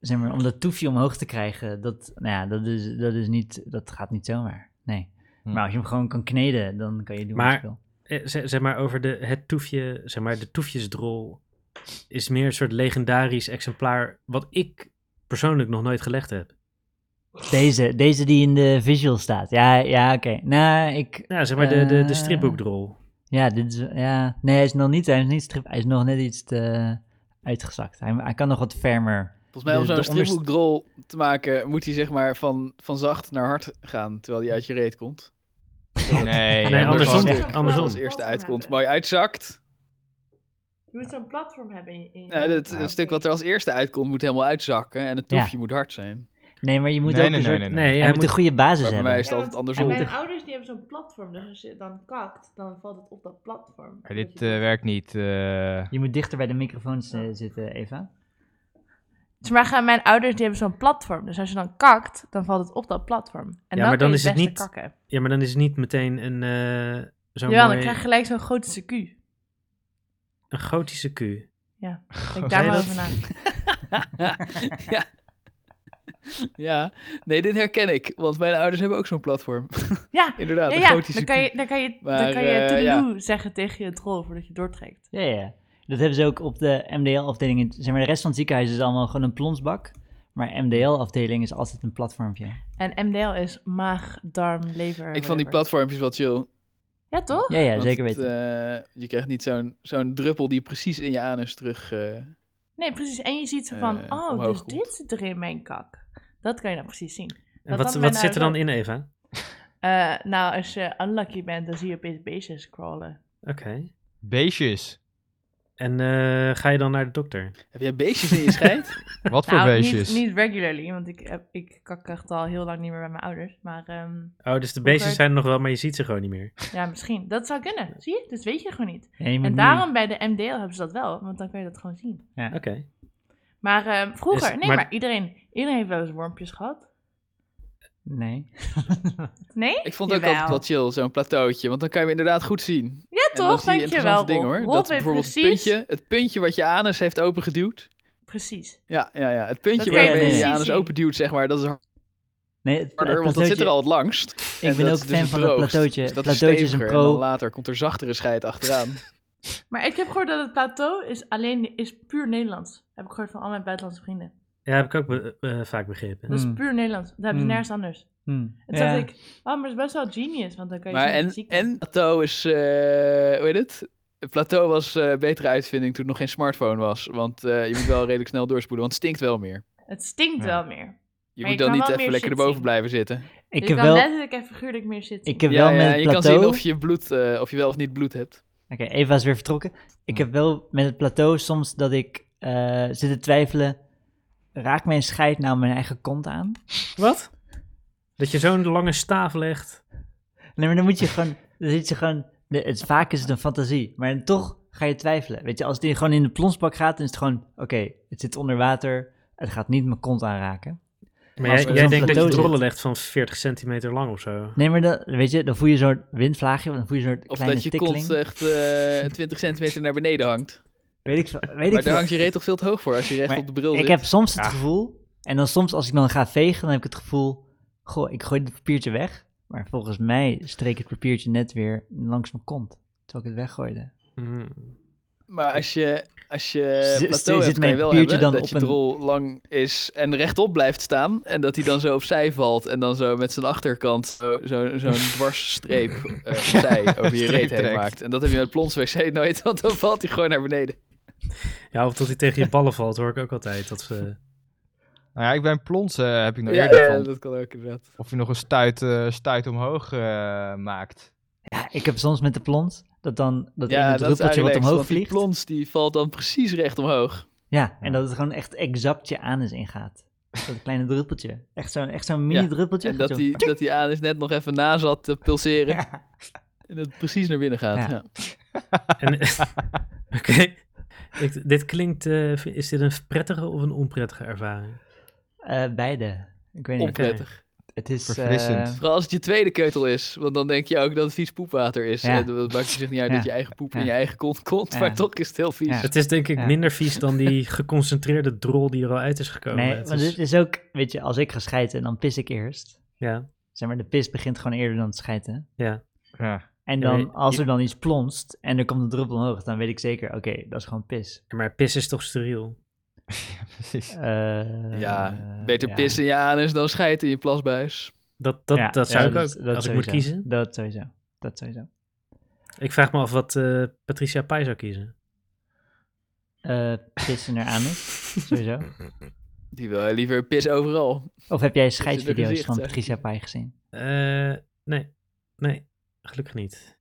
Speaker 3: zeg maar, om dat toefje omhoog te krijgen, dat, nou ja, dat, is, dat, is niet, dat gaat niet zomaar. Nee.
Speaker 4: Hm.
Speaker 3: Maar als je hem gewoon kan kneden, dan kan je doen wat
Speaker 1: Maar-
Speaker 3: je wil.
Speaker 1: Eh, ze- zeg maar over de, het toefje, zeg maar de toefjesdrol is meer een soort legendarisch exemplaar wat ik persoonlijk nog nooit gelegd heb.
Speaker 3: Deze, deze die in de visual staat. Ja, ja oké. Nou, ik...
Speaker 1: Ja, zeg maar de, de, de
Speaker 3: Eh.
Speaker 1: stripboekdrol.
Speaker 3: Ja, dit is... Ja. Nee, hij is nog niet... Hij is niet strip... Hij is nog net iets te uitgezakt. Hij, hij kan nog wat fermer.
Speaker 2: Volgens mij om
Speaker 3: De-
Speaker 2: zo'n
Speaker 3: de onderst-
Speaker 2: stripboekdrol te maken, moet hij zeg maar van, van zacht naar hard gaan, terwijl hij uit je reet komt.
Speaker 4: Nee,
Speaker 1: Nee,
Speaker 4: ja,
Speaker 2: anders
Speaker 1: andersom.
Speaker 2: gewoon-
Speaker 1: Andersom.
Speaker 2: Als eerste uitkomt, maar je uitzakt.
Speaker 5: Je moet zo'n platform hebben in, in-
Speaker 2: Ja, dat, het stuk wat er als eerste uitkomt, moet helemaal uitzakken. En het
Speaker 3: Ja.
Speaker 2: toefje moet hard zijn.
Speaker 3: Nee, maar je moet
Speaker 4: Nee,
Speaker 3: ook
Speaker 4: nee,
Speaker 3: een
Speaker 4: nee,
Speaker 3: soort...
Speaker 4: nee.
Speaker 1: Nee,
Speaker 3: Hij
Speaker 1: hij
Speaker 3: moet
Speaker 1: moet-
Speaker 3: een goede basis
Speaker 2: Maar bij mij
Speaker 3: hebben.
Speaker 2: is het altijd
Speaker 5: want-
Speaker 2: andersom.
Speaker 5: en mijn ouders die hebben zo'n platform, dus als je dan kakt, dan valt het op dat platform.
Speaker 4: Maar dit
Speaker 5: Dus
Speaker 4: eh,
Speaker 5: je-
Speaker 4: werkt niet. eh.
Speaker 3: Je moet dichter bij de microfoons eh, zitten, Eva.
Speaker 5: Zeg maar Dus gaan mijn ouders die hebben zo'n platform, dus als je dan kakt, dan valt het op dat platform. En
Speaker 1: Ja,
Speaker 5: dan
Speaker 1: maar dan
Speaker 5: kun je
Speaker 1: is het
Speaker 5: beste
Speaker 1: niet
Speaker 5: kakken.
Speaker 1: Ja, maar dan is het niet meteen een eh, zo'n
Speaker 5: Jawel, dan
Speaker 1: mooi-
Speaker 5: krijg je gelijk zo'n gotische Q.
Speaker 1: een gotische Q.
Speaker 5: Denk daar
Speaker 1: Zei
Speaker 5: maar
Speaker 1: je
Speaker 5: over na.
Speaker 2: Ja, nee, dit herken ik. Want mijn ouders hebben ook zo'n platform.
Speaker 5: Ja,
Speaker 2: Inderdaad,
Speaker 5: ja,
Speaker 2: een
Speaker 5: ja,
Speaker 2: gotische
Speaker 5: dan kan je, dan kan je, dan
Speaker 2: Maar,
Speaker 5: kan je
Speaker 2: eh,
Speaker 5: toedeloe zeggen tegen je troll voordat je doortrekt.
Speaker 3: Ja, ja. Dat hebben ze ook op de MDL-afdeling. in- Zeg maar, de rest van het ziekenhuis is allemaal gewoon een plonsbak. Maar MDL-afdeling is altijd een platformpje.
Speaker 5: En MDL is maag, darm, lever.
Speaker 2: piep. Ik vond die
Speaker 5: whatever.
Speaker 2: platformpjes wel chill.
Speaker 5: Ja, toch?
Speaker 3: Ja, ja,
Speaker 2: want
Speaker 3: zeker
Speaker 2: het,
Speaker 3: weten.
Speaker 2: eh, je krijgt niet zo'n zo'n druppel die precies in je anus terug... eh,
Speaker 5: Nee, precies. En je ziet ze van,
Speaker 2: Eh,
Speaker 5: oh,
Speaker 2: omhoog
Speaker 5: dus
Speaker 2: komt.
Speaker 5: dit zit er in mijn kak. Dat kan je nou precies zien.
Speaker 1: En
Speaker 5: Dat
Speaker 1: wat,
Speaker 5: hadden
Speaker 1: wat
Speaker 5: wij
Speaker 1: zit er dan
Speaker 5: nou
Speaker 1: in, Eva?
Speaker 5: Eh, nou, als je unlucky bent, dan zie je opeens beestjes crawlen.
Speaker 1: Oké.
Speaker 4: Beestjes.
Speaker 1: En eh, ga je dan naar de dokter?
Speaker 2: heb jij beestjes in je scheid?
Speaker 4: Wat voor
Speaker 5: Nou,
Speaker 4: beestjes?
Speaker 5: Niet, niet regularly, want ik, heb, ik kak echt al heel lang niet meer bij mijn ouders. Maar ehm,
Speaker 1: Oh, dus de
Speaker 5: Oké.
Speaker 1: beestjes zijn er nog wel, maar je ziet ze gewoon niet meer.
Speaker 5: ja, misschien. Dat zou kunnen. Zie je? Dat weet je gewoon niet.
Speaker 3: Ja, je moet
Speaker 2: Mm-hmm.
Speaker 5: En
Speaker 3: nu-
Speaker 5: daarom bij de MDL hebben ze dat wel, want dan kan je dat gewoon zien.
Speaker 1: Oké.
Speaker 5: Maar ehm, vroeger,
Speaker 1: Is-
Speaker 5: nee,
Speaker 1: maar-
Speaker 5: maar, iedereen, iedereen heeft wel eens wormpjes gehad.
Speaker 3: Nee.
Speaker 5: Nee?
Speaker 2: Ik vond het ook
Speaker 5: Jawel.
Speaker 2: altijd wel chill, zo'n plateautje. Want dan kan je hem inderdaad goed zien.
Speaker 5: Ja,
Speaker 2: En dan
Speaker 5: toch?
Speaker 2: zie je
Speaker 5: Dankjewel,
Speaker 2: interessante dingen hoor.
Speaker 5: Rob.
Speaker 2: dat
Speaker 5: Rob heeft
Speaker 2: bijvoorbeeld
Speaker 5: precies...
Speaker 2: het puntje, het puntje wat je anus heeft opengeduwd.
Speaker 5: Precies.
Speaker 2: Ja, ja, ja. Het
Speaker 5: Dat
Speaker 2: puntje
Speaker 5: kan je
Speaker 2: waarmee je
Speaker 5: precies
Speaker 2: je anus
Speaker 5: zien.
Speaker 2: openduwt, zeg maar, dat is
Speaker 3: Nee, het,
Speaker 2: harder,
Speaker 3: het
Speaker 2: want dat zit
Speaker 3: plateautje-
Speaker 2: er al het langst.
Speaker 3: Ik ben ook fan van het plateautje.
Speaker 2: Dus dat
Speaker 3: plateautje
Speaker 2: is
Speaker 3: is een
Speaker 2: steviger. En
Speaker 3: pro.
Speaker 2: dan later komt er zachtere scheid achteraan.
Speaker 5: Maar ik heb gehoord dat het plateau is alleen is puur Nederlands. Heb ik gehoord van al mijn buitenlandse vrienden.
Speaker 1: Ja, heb ik ook be- eh, vaak begrepen.
Speaker 5: Dat is
Speaker 3: Hmm.
Speaker 5: puur Nederlands. Dat hebben
Speaker 3: Hmm.
Speaker 5: ze nergens anders.
Speaker 3: Hmm.
Speaker 5: En toen
Speaker 3: Ja.
Speaker 5: dacht ik, oh, maar dat is best wel genius, want dan kan je
Speaker 2: maar
Speaker 5: zien
Speaker 2: en,
Speaker 5: dat ziek
Speaker 2: en plateau is, eh, hoe heet het? Het Plateau was eh, een betere uitvinding toen er nog geen smartphone was. Want eh, je moet wel redelijk snel doorspoelen, want het stinkt wel meer.
Speaker 5: Het
Speaker 4: Ja.
Speaker 5: stinkt wel meer.
Speaker 2: Je
Speaker 5: Maar
Speaker 2: moet
Speaker 5: je
Speaker 2: dan
Speaker 5: kan
Speaker 2: niet even
Speaker 5: wel meer
Speaker 2: lekker
Speaker 5: shit
Speaker 2: erboven
Speaker 5: zien.
Speaker 2: blijven zitten.
Speaker 3: Ik
Speaker 5: je
Speaker 3: heb
Speaker 5: kan
Speaker 3: wel...
Speaker 5: letterlijk en figuurlijk meer zitten.
Speaker 3: Ik heb
Speaker 2: Ja,
Speaker 3: wel
Speaker 2: ja,
Speaker 3: met het
Speaker 2: je kan
Speaker 3: plateau...
Speaker 2: zien of je, bloed, eh, of je wel of niet bloed hebt.
Speaker 3: Oké, Eva is weer vertrokken. Ik
Speaker 2: Hmm.
Speaker 3: heb wel met het plateau soms dat ik eh, zit te twijfelen. Raak mijn scheid nou mijn eigen kont aan?
Speaker 1: Wat? Dat je zo'n lange staaf legt.
Speaker 3: Nee, maar dan moet je gewoon. Dan zit je gewoon de- het, vaak is het een fantasie, maar dan toch ga je twijfelen. Weet je, als het in- gewoon in de plonsbak gaat, dan is het gewoon: oké, het zit onder water, het gaat niet mijn kont aanraken.
Speaker 1: Maar
Speaker 3: als
Speaker 1: jij,
Speaker 3: er
Speaker 1: jij denkt
Speaker 3: zo'n
Speaker 1: dat je
Speaker 3: plateau zit.
Speaker 1: rollen legt van 40 centimeter lang of zo.
Speaker 3: Nee, maar dan, weet je, dan voel je zo'n windvlaagje, dan voel je zo'n
Speaker 2: Of
Speaker 3: kleine
Speaker 2: dat je
Speaker 3: tikkeling.
Speaker 2: kont echt eh 20 centimeter naar beneden hangt.
Speaker 3: weet ik, veel- weet ik
Speaker 2: Maar daar
Speaker 3: veel.
Speaker 2: hangt je reet toch veel te hoog voor als je recht
Speaker 3: Maar
Speaker 2: op de bril
Speaker 3: Ik
Speaker 2: zit.
Speaker 3: heb soms het
Speaker 1: Ja.
Speaker 3: gevoel, en dan soms als ik dan ga vegen, dan heb ik het gevoel, goh, ik gooi het papiertje weg. Maar volgens mij streek het papiertje net weer langs mijn kont, terwijl ik het weggooide.
Speaker 1: Mm.
Speaker 3: Hmm.
Speaker 2: Maar als je, als je
Speaker 3: Z- zit
Speaker 2: plateau hebt,
Speaker 3: mijn
Speaker 2: kan je wel
Speaker 3: papiertje
Speaker 2: hebben
Speaker 3: dan
Speaker 2: dat
Speaker 3: op
Speaker 2: je
Speaker 3: een-
Speaker 2: drol lang is en rechtop blijft staan. En dat hij dan zo opzij valt en dan zo met zijn achterkant zo- zo- zo'n dwarsstreep eh, opzij over je
Speaker 4: Streep
Speaker 2: reet heen
Speaker 4: trekt.
Speaker 2: maakt. En dat heb je met plons wc nooit, want dan valt hij gewoon naar beneden.
Speaker 1: Ja, of dat hij tegen je ballen valt, hoor ik ook altijd. Dat ze...
Speaker 4: Nou ja, ik ben plons, eh, heb ik nog
Speaker 2: Ja,
Speaker 4: eerder van.
Speaker 2: dat kan ook inderdaad.
Speaker 4: Of je nog een stuit, eh, stuit omhoog eh, maakt.
Speaker 3: Ja, ik heb soms met de plons, dat dan dat
Speaker 2: Ja,
Speaker 3: ene
Speaker 2: dat is
Speaker 3: druppeltje wat
Speaker 2: eigenlijk
Speaker 3: omhoog
Speaker 2: want die
Speaker 3: vliegt.
Speaker 2: plons die valt dan precies recht omhoog.
Speaker 3: Ja, en
Speaker 4: Ja.
Speaker 3: dat het gewoon echt exact je anus ingaat. Dat kleine druppeltje. Echt zo'n echt zo'n mini
Speaker 2: Ja,
Speaker 3: druppeltje.
Speaker 2: En
Speaker 3: gaat
Speaker 2: dat
Speaker 3: zo-
Speaker 2: die, dat die anus net nog even na zat te pulseren
Speaker 3: Ja.
Speaker 2: en dat het precies naar binnen gaat.
Speaker 3: Ja.
Speaker 2: Ja.
Speaker 1: En- Oké. Ik- Dit klinkt... eh, is dit een prettige of een onprettige ervaring?
Speaker 3: Eh, beide. Ik weet niet.
Speaker 2: Onprettig.
Speaker 3: Het is... eh,
Speaker 4: Verfrissend.
Speaker 2: Vooral als het je tweede keutel is. Want dan denk je ook dat het vies poepwater is.
Speaker 3: Ja.
Speaker 2: En dat maakt je zich niet uit
Speaker 3: Ja.
Speaker 2: dat je eigen poep in
Speaker 3: Ja.
Speaker 2: je eigen kont komt.
Speaker 3: Ja.
Speaker 2: Maar toch is het heel vies.
Speaker 3: Ja.
Speaker 1: Het is denk ik
Speaker 3: Ja.
Speaker 1: minder vies dan die geconcentreerde drol die er al uit is gekomen.
Speaker 3: nee,
Speaker 1: Het
Speaker 3: want
Speaker 1: is-
Speaker 3: het is ook... Weet je, als ik ga schijten, dan pis ik eerst.
Speaker 1: Ja,
Speaker 3: Zeg maar, de pis begint gewoon eerder dan het schijten.
Speaker 1: ja.
Speaker 4: Ja.
Speaker 3: En
Speaker 1: Ja,
Speaker 3: dan,
Speaker 1: maar-
Speaker 3: als er dan iets plonst en er komt een druppel omhoog, dan weet ik zeker, oké, dat is gewoon pis.
Speaker 1: Maar pis is toch steriel?
Speaker 4: precies.
Speaker 3: Eh,
Speaker 2: Ja,
Speaker 3: eh,
Speaker 2: Beter
Speaker 3: ja.
Speaker 2: pissen in je anus dan schijt in je plasbuis.
Speaker 1: Dat, dat,
Speaker 3: Ja,
Speaker 1: dat
Speaker 3: ja,
Speaker 1: zou ik
Speaker 3: dat-
Speaker 1: ook,
Speaker 3: dat
Speaker 1: als ik moet
Speaker 3: sowieso.
Speaker 1: kiezen.
Speaker 3: Dat sowieso. Dat sowieso.
Speaker 1: Ik vraag me af wat eh, Patricia Pai zou kiezen.
Speaker 3: Eh, pissen naar anus, sowieso.
Speaker 2: Die wil liever pis overal.
Speaker 3: Of heb jij
Speaker 2: in haar
Speaker 3: scheidsvideo's
Speaker 2: gezicht,
Speaker 3: van
Speaker 2: zeg.
Speaker 3: Patricia Pai gezien?
Speaker 1: Eh, nee, nee, gelukkig niet.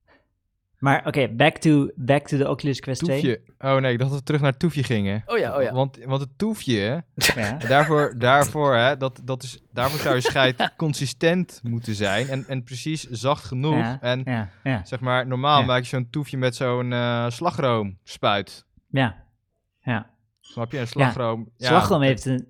Speaker 3: Maar oké, back, to, back to de Oculus Quest 2.
Speaker 4: Toefje. Oh nee, ik dacht dat we terug naar het toefje gingen.
Speaker 2: Oh ja, oh ja.
Speaker 4: Want, want het toefje,
Speaker 3: Ja.
Speaker 4: daarvoor, daarvoor, hè, dat, dat is, daarvoor zou je scheid consistent moeten zijn. En, en precies zacht genoeg.
Speaker 3: Ja,
Speaker 4: En
Speaker 3: ja, ja,
Speaker 4: zeg maar, normaal
Speaker 3: Ja.
Speaker 4: maak je zo'n toefje met zo'n eh, slagroomspuit.
Speaker 3: ja, ja.
Speaker 4: Snap je? Een slagroom. Ja,
Speaker 3: Slagroom heeft, een,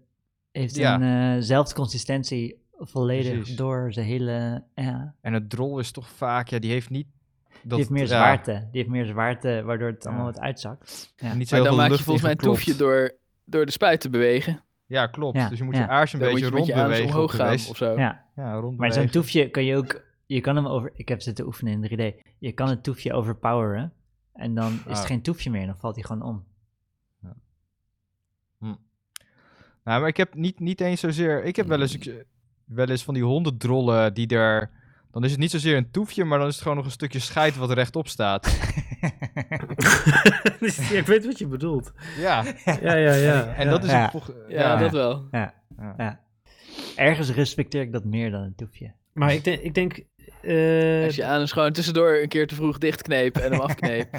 Speaker 3: heeft
Speaker 4: Ja.
Speaker 3: een eh, zelfde consistentie volledig
Speaker 4: Precies.
Speaker 3: door zijn hele... Ja.
Speaker 4: En het drol is toch vaak, ja, die heeft niet... Dat,
Speaker 3: Die heeft meer
Speaker 4: ja,
Speaker 3: zwaarte. Die heeft meer zwaarte, waardoor het allemaal
Speaker 4: Ja.
Speaker 3: wat uitzakt. Ja.
Speaker 4: Niet zo
Speaker 2: Maar
Speaker 4: heel
Speaker 2: dan
Speaker 4: veel
Speaker 2: maak je
Speaker 4: lucht
Speaker 2: volgens mij een
Speaker 4: ingeklopt.
Speaker 2: toefje door, door de spuit te bewegen.
Speaker 4: Ja, klopt.
Speaker 3: Ja,
Speaker 4: Dus je moet
Speaker 3: ja.
Speaker 4: je aars een
Speaker 2: Dan moet
Speaker 4: beetje
Speaker 2: je met je anus
Speaker 4: rondbewegen. op
Speaker 2: omhoog
Speaker 4: de
Speaker 2: gaan
Speaker 4: rest.
Speaker 2: of zo.
Speaker 3: Ja.
Speaker 4: Ja,
Speaker 3: Maar
Speaker 4: rondbewegen.
Speaker 3: zo'n toefje kan je ook, je kan hem over, ik heb zitten oefenen in 3D, je kan het toefje overpoweren en dan is het
Speaker 4: Ah.
Speaker 3: geen toefje meer, dan valt hij gewoon om.
Speaker 4: Nou, maar ik heb niet, niet eens zozeer... Ik heb wel eens, ik- eh, wel eens van die hondendrollen die er... Dan is het niet zozeer een toefje, maar dan is het gewoon nog een stukje scheid wat rechtop staat.
Speaker 1: Dus, Ja, ik weet wat je bedoelt.
Speaker 4: ja,
Speaker 1: Ja, ja, ja.
Speaker 4: en
Speaker 1: ja.
Speaker 4: dat is...
Speaker 3: Ja.
Speaker 4: een volg-
Speaker 2: Ja, dat wel.
Speaker 3: Ergens respecteer ik dat meer dan een toefje.
Speaker 1: Maar ik denk, ik denk eh,
Speaker 2: Als je anus gewoon tussendoor een keer te vroeg dichtkneep en hem afkneep,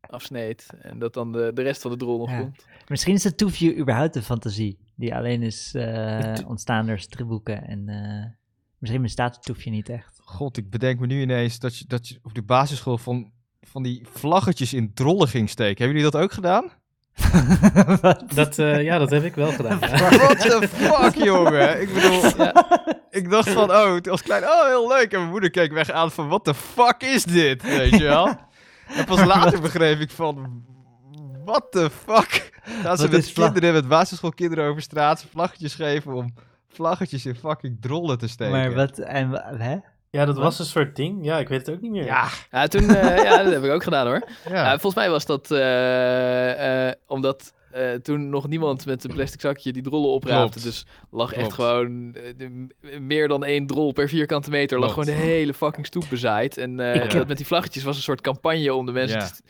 Speaker 2: afsneed. En dat dan de, de rest van de drol nog
Speaker 3: Ja.
Speaker 2: komt.
Speaker 3: Misschien is het toefje überhaupt een fantasie, die alleen is eh,
Speaker 1: to-
Speaker 3: ontstaan door stripboeken en eh, misschien bestaat het toefje niet echt.
Speaker 4: God, ik bedenk me nu ineens dat je, dat je op de basisschool van, van die vlaggetjes in drollen ging steken. Hebben jullie dat ook gedaan?
Speaker 3: Wat?
Speaker 1: dat, eh, ja, dat heb ik wel gedaan. ja.
Speaker 4: What the fuck, jongen? Ik bedoel, ik dacht van, oh, het was klein, oh, heel leuk. En mijn moeder keek weg aan van, what the fuck is dit? Weet je wel? En pas later begreep ik van, what the fuck? Gaan ze
Speaker 3: Wat
Speaker 4: met
Speaker 3: is vlag-
Speaker 4: kinderen, met basisschoolkinderen over straat vlaggetjes geven om vlaggetjes in fucking drollen te steken.
Speaker 3: maar wat, en, wa- hè?
Speaker 1: Ja, dat was een soort ding. Ja, ik weet het ook niet meer.
Speaker 4: Ja,
Speaker 2: Ja, toen, eh, ja, dat heb ik ook gedaan hoor. Ja,
Speaker 4: ja.
Speaker 2: volgens mij was dat eh, eh, omdat eh, toen nog niemand met een plastic zakje die drollen opraapte.
Speaker 4: Klopt.
Speaker 2: Dus lag echt
Speaker 4: Klopt.
Speaker 2: gewoon eh, de- m- meer dan één drol per vierkante meter. Lag
Speaker 4: Klopt.
Speaker 2: gewoon de hele fucking stoep bezaaid. En eh,
Speaker 4: Ik-
Speaker 2: dat met die vlaggetjes was een soort campagne om de mensen
Speaker 4: Ja.
Speaker 2: te,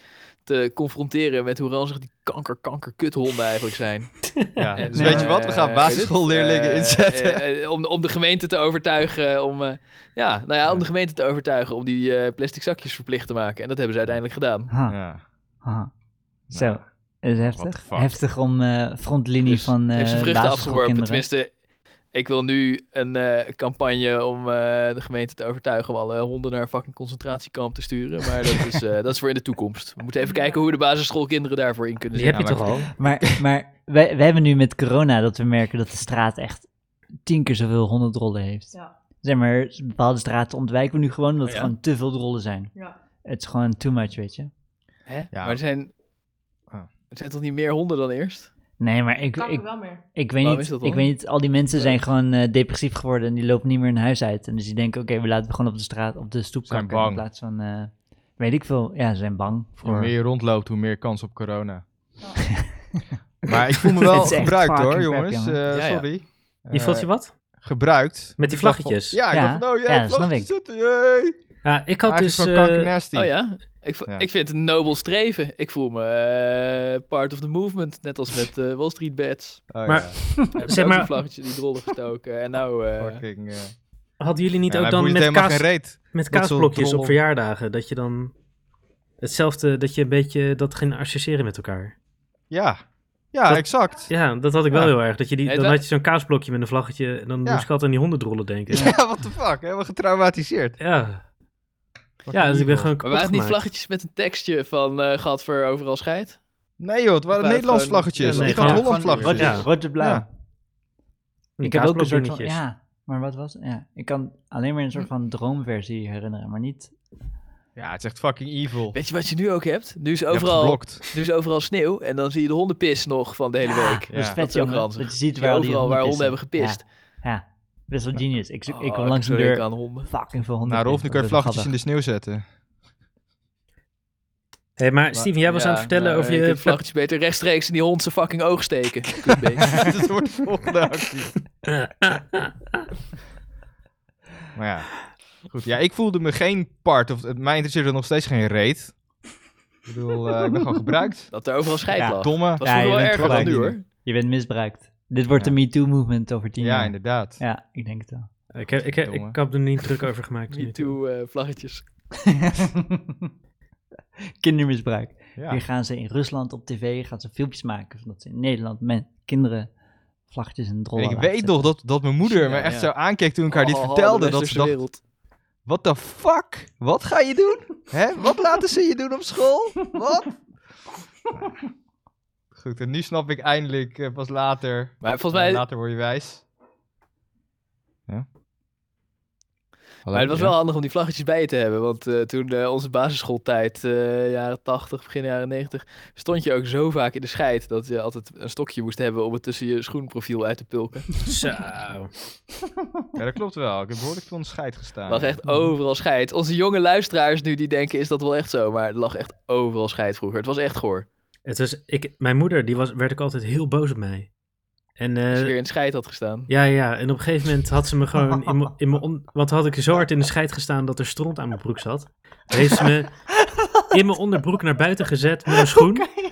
Speaker 2: te confronteren met hoe ranzig die kanker, kanker, kuthonden eigenlijk zijn.
Speaker 4: ja.
Speaker 2: En,
Speaker 4: Dus weet je wat, we gaan
Speaker 2: eh,
Speaker 4: basisschoolleerlingen
Speaker 2: eh,
Speaker 4: inzetten.
Speaker 2: eh, eh, om, om de gemeente te overtuigen om... eh, ja, nou ja, om de gemeente te overtuigen om die eh, plastic zakjes verplicht te maken. En dat hebben ze uiteindelijk gedaan.
Speaker 3: Ha,
Speaker 4: Ja.
Speaker 2: Nou,
Speaker 3: ha. Zo, dat is heftig.
Speaker 4: fuck?
Speaker 3: Heftig om eh, frontlinie
Speaker 2: Dus
Speaker 3: van
Speaker 2: heeft zijn
Speaker 3: eh
Speaker 2: vruchten afgeworpen.
Speaker 3: basisschoolkinderen.
Speaker 2: Tenminste, ik wil nu een eh, campagne om eh, de gemeente te overtuigen om alle honden naar een fucking concentratiekamp te sturen. Maar dat is, eh, dat is voor in de toekomst. We moeten even kijken hoe de basisschoolkinderen daarvoor in kunnen
Speaker 1: Die
Speaker 2: zijn.
Speaker 1: heb je
Speaker 4: Ja,
Speaker 1: toch al?
Speaker 3: Maar, maar wij, wij hebben nu met corona dat we merken dat de straat echt tien keer zoveel honderdrollen heeft.
Speaker 5: Ja.
Speaker 3: Zeg maar, bepaalde straten ontwijken we nu gewoon omdat
Speaker 2: Oh
Speaker 3: er
Speaker 2: ja?
Speaker 3: gewoon te veel rollen zijn.
Speaker 5: Ja.
Speaker 3: Het is gewoon too much, weet je.
Speaker 2: Hè?
Speaker 4: Ja.
Speaker 2: Maar er zijn,
Speaker 4: Ah.
Speaker 2: er zijn toch niet meer honden dan eerst?
Speaker 3: Nee, maar ik,
Speaker 5: Kan
Speaker 3: ik,
Speaker 5: ik wel meer.
Speaker 3: ik, weet,
Speaker 2: Waarom
Speaker 3: niet,
Speaker 2: is dat
Speaker 3: ik
Speaker 2: dan?
Speaker 3: weet niet, al die mensen zijn gewoon eh, depressief geworden en die lopen niet meer hun huis uit. En dus die denken, oké, we laten we gewoon op de straat, op de stoep
Speaker 4: Zijn
Speaker 3: kakken in
Speaker 4: bang.
Speaker 3: plaats van, eh, weet ik veel. Ja, ze zijn bang
Speaker 4: Hoe
Speaker 3: voor...
Speaker 4: meer je rondloopt, hoe meer kans op corona.
Speaker 5: Ja.
Speaker 4: Maar ik voel me
Speaker 3: Het
Speaker 4: wel
Speaker 3: is echt
Speaker 4: gebruikt hoor,
Speaker 3: fucking crap,
Speaker 4: jongens.
Speaker 3: jongen.
Speaker 4: Eh,
Speaker 2: Ja, ja.
Speaker 4: sorry.
Speaker 1: Je vond
Speaker 4: Eh,
Speaker 1: je wat?
Speaker 4: gebruikt.
Speaker 1: Met die
Speaker 4: Ik dacht van-
Speaker 1: vlaggetjes?
Speaker 4: Ja, ik
Speaker 3: Ja.
Speaker 4: dacht van, oh ja,
Speaker 3: Ja, dat snap
Speaker 4: vlaggetjes zitten, yay.
Speaker 1: Ja, ik had
Speaker 4: Eigenlijk
Speaker 1: dus...
Speaker 4: van
Speaker 1: eh,
Speaker 4: kanker nasty.
Speaker 2: Oh ja? Ik, vo-
Speaker 4: Ja.
Speaker 2: ik vind het een nobel streven. Ik voel me eh, part of the movement. Net als met eh, Wall Street Bets.
Speaker 4: Oh,
Speaker 1: Maar-
Speaker 4: ja.
Speaker 2: Heb
Speaker 1: Zeg
Speaker 2: zeg
Speaker 1: maar-
Speaker 2: maar... vlaggetje die rollen gestoken. En nou... eh,
Speaker 4: Fucking, eh,
Speaker 1: hadden jullie niet
Speaker 4: ja,
Speaker 1: ook
Speaker 4: mij
Speaker 1: dan
Speaker 4: boeit
Speaker 1: met,
Speaker 4: helemaal geen
Speaker 1: kaas,
Speaker 4: reet.
Speaker 1: met
Speaker 4: zo'n
Speaker 1: kaasblokjes
Speaker 4: trommel.
Speaker 1: op verjaardagen? Dat je dan hetzelfde, dat je een beetje dat ging associëren met elkaar.
Speaker 4: Ja, ja
Speaker 1: Dat-
Speaker 4: exact. Ja.
Speaker 1: Ja, dat had ik wel
Speaker 4: Ja.
Speaker 1: heel erg. Dat je die,
Speaker 2: Nee,
Speaker 1: dan
Speaker 2: dat-
Speaker 1: had je zo'n kaasblokje met een vlaggetje en dan
Speaker 4: Ja.
Speaker 1: moest ik altijd aan die hondendrollen denken. Ja,
Speaker 4: what the fuck, helemaal getraumatiseerd.
Speaker 1: ja.
Speaker 4: Fucking
Speaker 1: dus ik ben
Speaker 4: evil.
Speaker 1: gewoon
Speaker 2: maar
Speaker 1: kapot
Speaker 2: waren het niet
Speaker 1: gemaakt.
Speaker 2: vlaggetjes met een tekstje van eh gat voor overal scheid?
Speaker 4: Nee joh, het
Speaker 2: waren
Speaker 4: waren Nederlands
Speaker 2: gewoon-
Speaker 4: vlaggetjes.
Speaker 1: Ja, nee,
Speaker 4: ik had
Speaker 1: gewoon-
Speaker 4: Holland
Speaker 1: gewoon-
Speaker 4: vlaggetjes.
Speaker 1: Ja.
Speaker 3: Rood, rood en blauw.
Speaker 4: dus. Ja.
Speaker 1: Die
Speaker 3: Ik heb ook een soort van,
Speaker 1: kaasblokdingetjes.
Speaker 3: ja, maar wat was het? Ja, ik kan alleen maar een
Speaker 4: Hm.
Speaker 3: soort van droomversie herinneren, maar niet...
Speaker 4: Ja, het is echt fucking evil.
Speaker 2: Weet je wat je nu ook hebt? Nu is
Speaker 4: Je hebt
Speaker 2: overal,
Speaker 4: geblokt.
Speaker 2: nu is overal sneeuw en dan zie je de hondenpis nog van de hele
Speaker 3: Ja,
Speaker 2: week.
Speaker 4: Ja.
Speaker 3: dat is
Speaker 2: dat
Speaker 3: dus vet,
Speaker 2: is ook
Speaker 3: jongen.
Speaker 2: ranzig.
Speaker 3: Dat je ziet
Speaker 2: Ja,
Speaker 3: waar die
Speaker 2: overal waar honden
Speaker 3: pissen.
Speaker 2: hebben gepist.
Speaker 3: Ja, ja. best wel genius. Ik, ik
Speaker 2: Oh,
Speaker 3: kwam langs
Speaker 2: zo
Speaker 3: een
Speaker 2: hekel
Speaker 3: deur,
Speaker 2: aan honden.
Speaker 3: fucking veel honden.
Speaker 4: Nou Rolf, nu kan je vlaggetjes in de sneeuw zetten.
Speaker 1: Hey, maar Steven, jij was
Speaker 2: Ja,
Speaker 1: aan het vertellen
Speaker 2: nou,
Speaker 1: over
Speaker 2: ik
Speaker 1: je...
Speaker 2: heb vlaggetjes beter rechtstreeks in die hond zijn fucking oog steken. Kutbeest.
Speaker 4: dat wordt de volgende actie. maar ja, goed. Ja, ik voelde me geen part. Of, mij interesseerde nog steeds geen reet. Ik bedoel, eh, ik ben gewoon gebruikt.
Speaker 2: dat er overal scheid
Speaker 3: Ja,
Speaker 2: lag. Dat
Speaker 4: Domme.
Speaker 2: was
Speaker 3: Ja,
Speaker 2: nog
Speaker 3: je
Speaker 2: wel
Speaker 3: bent
Speaker 2: erger dan
Speaker 4: gelijk.
Speaker 2: nu hoor.
Speaker 3: Je bent misbruikt. Dit wordt
Speaker 4: Ja.
Speaker 3: de MeToo-movement over tien
Speaker 4: Ja,
Speaker 3: jaar.
Speaker 4: inderdaad.
Speaker 3: Ja, ik denk het wel.
Speaker 1: Ik, heb- ik, heb- ik,
Speaker 4: Domme.
Speaker 1: heb er niet druk over gemaakt.
Speaker 2: Me too eh, vlaggetjes.
Speaker 3: Kindermisbruik.
Speaker 4: Ja.
Speaker 3: Hier gaan ze in Rusland op tv, gaan ze filmpjes maken. Van dat ze in Nederland men, kinderen vlaggetjes en
Speaker 4: En
Speaker 3: drollen
Speaker 4: ik
Speaker 3: laten
Speaker 4: weet nog dat, dat mijn moeder me
Speaker 2: Ja,
Speaker 4: echt
Speaker 2: ja.
Speaker 4: zo aankeek toen ik haar dit
Speaker 2: Oh, oh, oh,
Speaker 4: vertelde.
Speaker 2: de
Speaker 4: dat
Speaker 2: westerse
Speaker 4: ze dacht,
Speaker 2: wereld.
Speaker 4: what the fuck? Wat ga je doen? Hè? Wat laten ze je doen op school? Wat? Goed, en nu snap ik eindelijk eh, pas later.
Speaker 2: Maar volgens
Speaker 4: Eh,
Speaker 2: mij,
Speaker 4: Later word je wijs. Ja?
Speaker 2: Maar het was wel handig om die vlaggetjes bij je te hebben. Want eh, toen eh, onze basisschooltijd, eh, jaren 80, begin jaren 90, stond je ook zo vaak in de scheid dat je altijd een stokje moest hebben om het tussen je schoenprofiel uit te pulken.
Speaker 1: Zo.
Speaker 4: Ja, dat klopt wel. Ik heb behoorlijk veel scheid gestaan.
Speaker 2: Er lag echt oh. overal scheid. Onze jonge luisteraars nu die denken, is dat wel echt zo? Maar er lag echt overal scheid vroeger. Het was echt goor.
Speaker 1: Het was, ik, mijn moeder, die was, werd ook altijd heel boos op mij. En
Speaker 2: Als
Speaker 1: eh,
Speaker 2: je weer in de scheid had gestaan.
Speaker 1: Ja, ja. En op een gegeven moment had ze me gewoon in mijn- in mijn... on- Want had ik zo hard in de scheid gestaan dat er stront aan mijn broek zat. Heeft ze me in mijn onderbroek naar buiten gezet met een schoen.
Speaker 3: Hoe krijg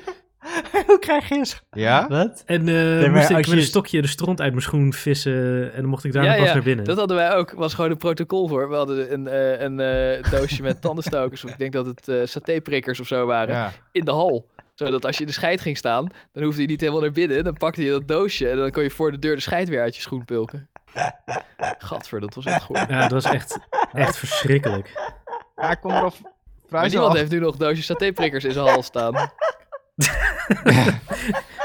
Speaker 3: je- Hoe krijg je zo?
Speaker 4: Ja?
Speaker 3: Wat?
Speaker 1: En eh,
Speaker 3: maar
Speaker 1: moest ik
Speaker 3: als
Speaker 1: met
Speaker 3: je-
Speaker 1: een stokje de stront uit mijn schoen vissen. En dan mocht ik daar
Speaker 2: Ja,
Speaker 1: nog pas
Speaker 2: ja,
Speaker 1: naar binnen.
Speaker 2: Dat hadden wij ook. was gewoon een protocol voor. We hadden een, eh, een eh, doosje met tandenstokers. of ik denk dat het eh satéprikkers of zo waren.
Speaker 4: Ja.
Speaker 2: in de hal. Zodat als je in de scheid ging staan, dan hoefde je niet helemaal naar binnen. Dan pakte je dat doosje en dan kon je voor de deur de scheid weer uit je schoen pulken. Gadver, dat was echt goed.
Speaker 1: Ja, dat was echt, echt verschrikkelijk.
Speaker 4: Ja, ik kom erop.
Speaker 2: Maar
Speaker 4: Vrij
Speaker 2: niemand
Speaker 4: snel
Speaker 2: heeft nu nog doosjes satéprikkers in zijn hal staan.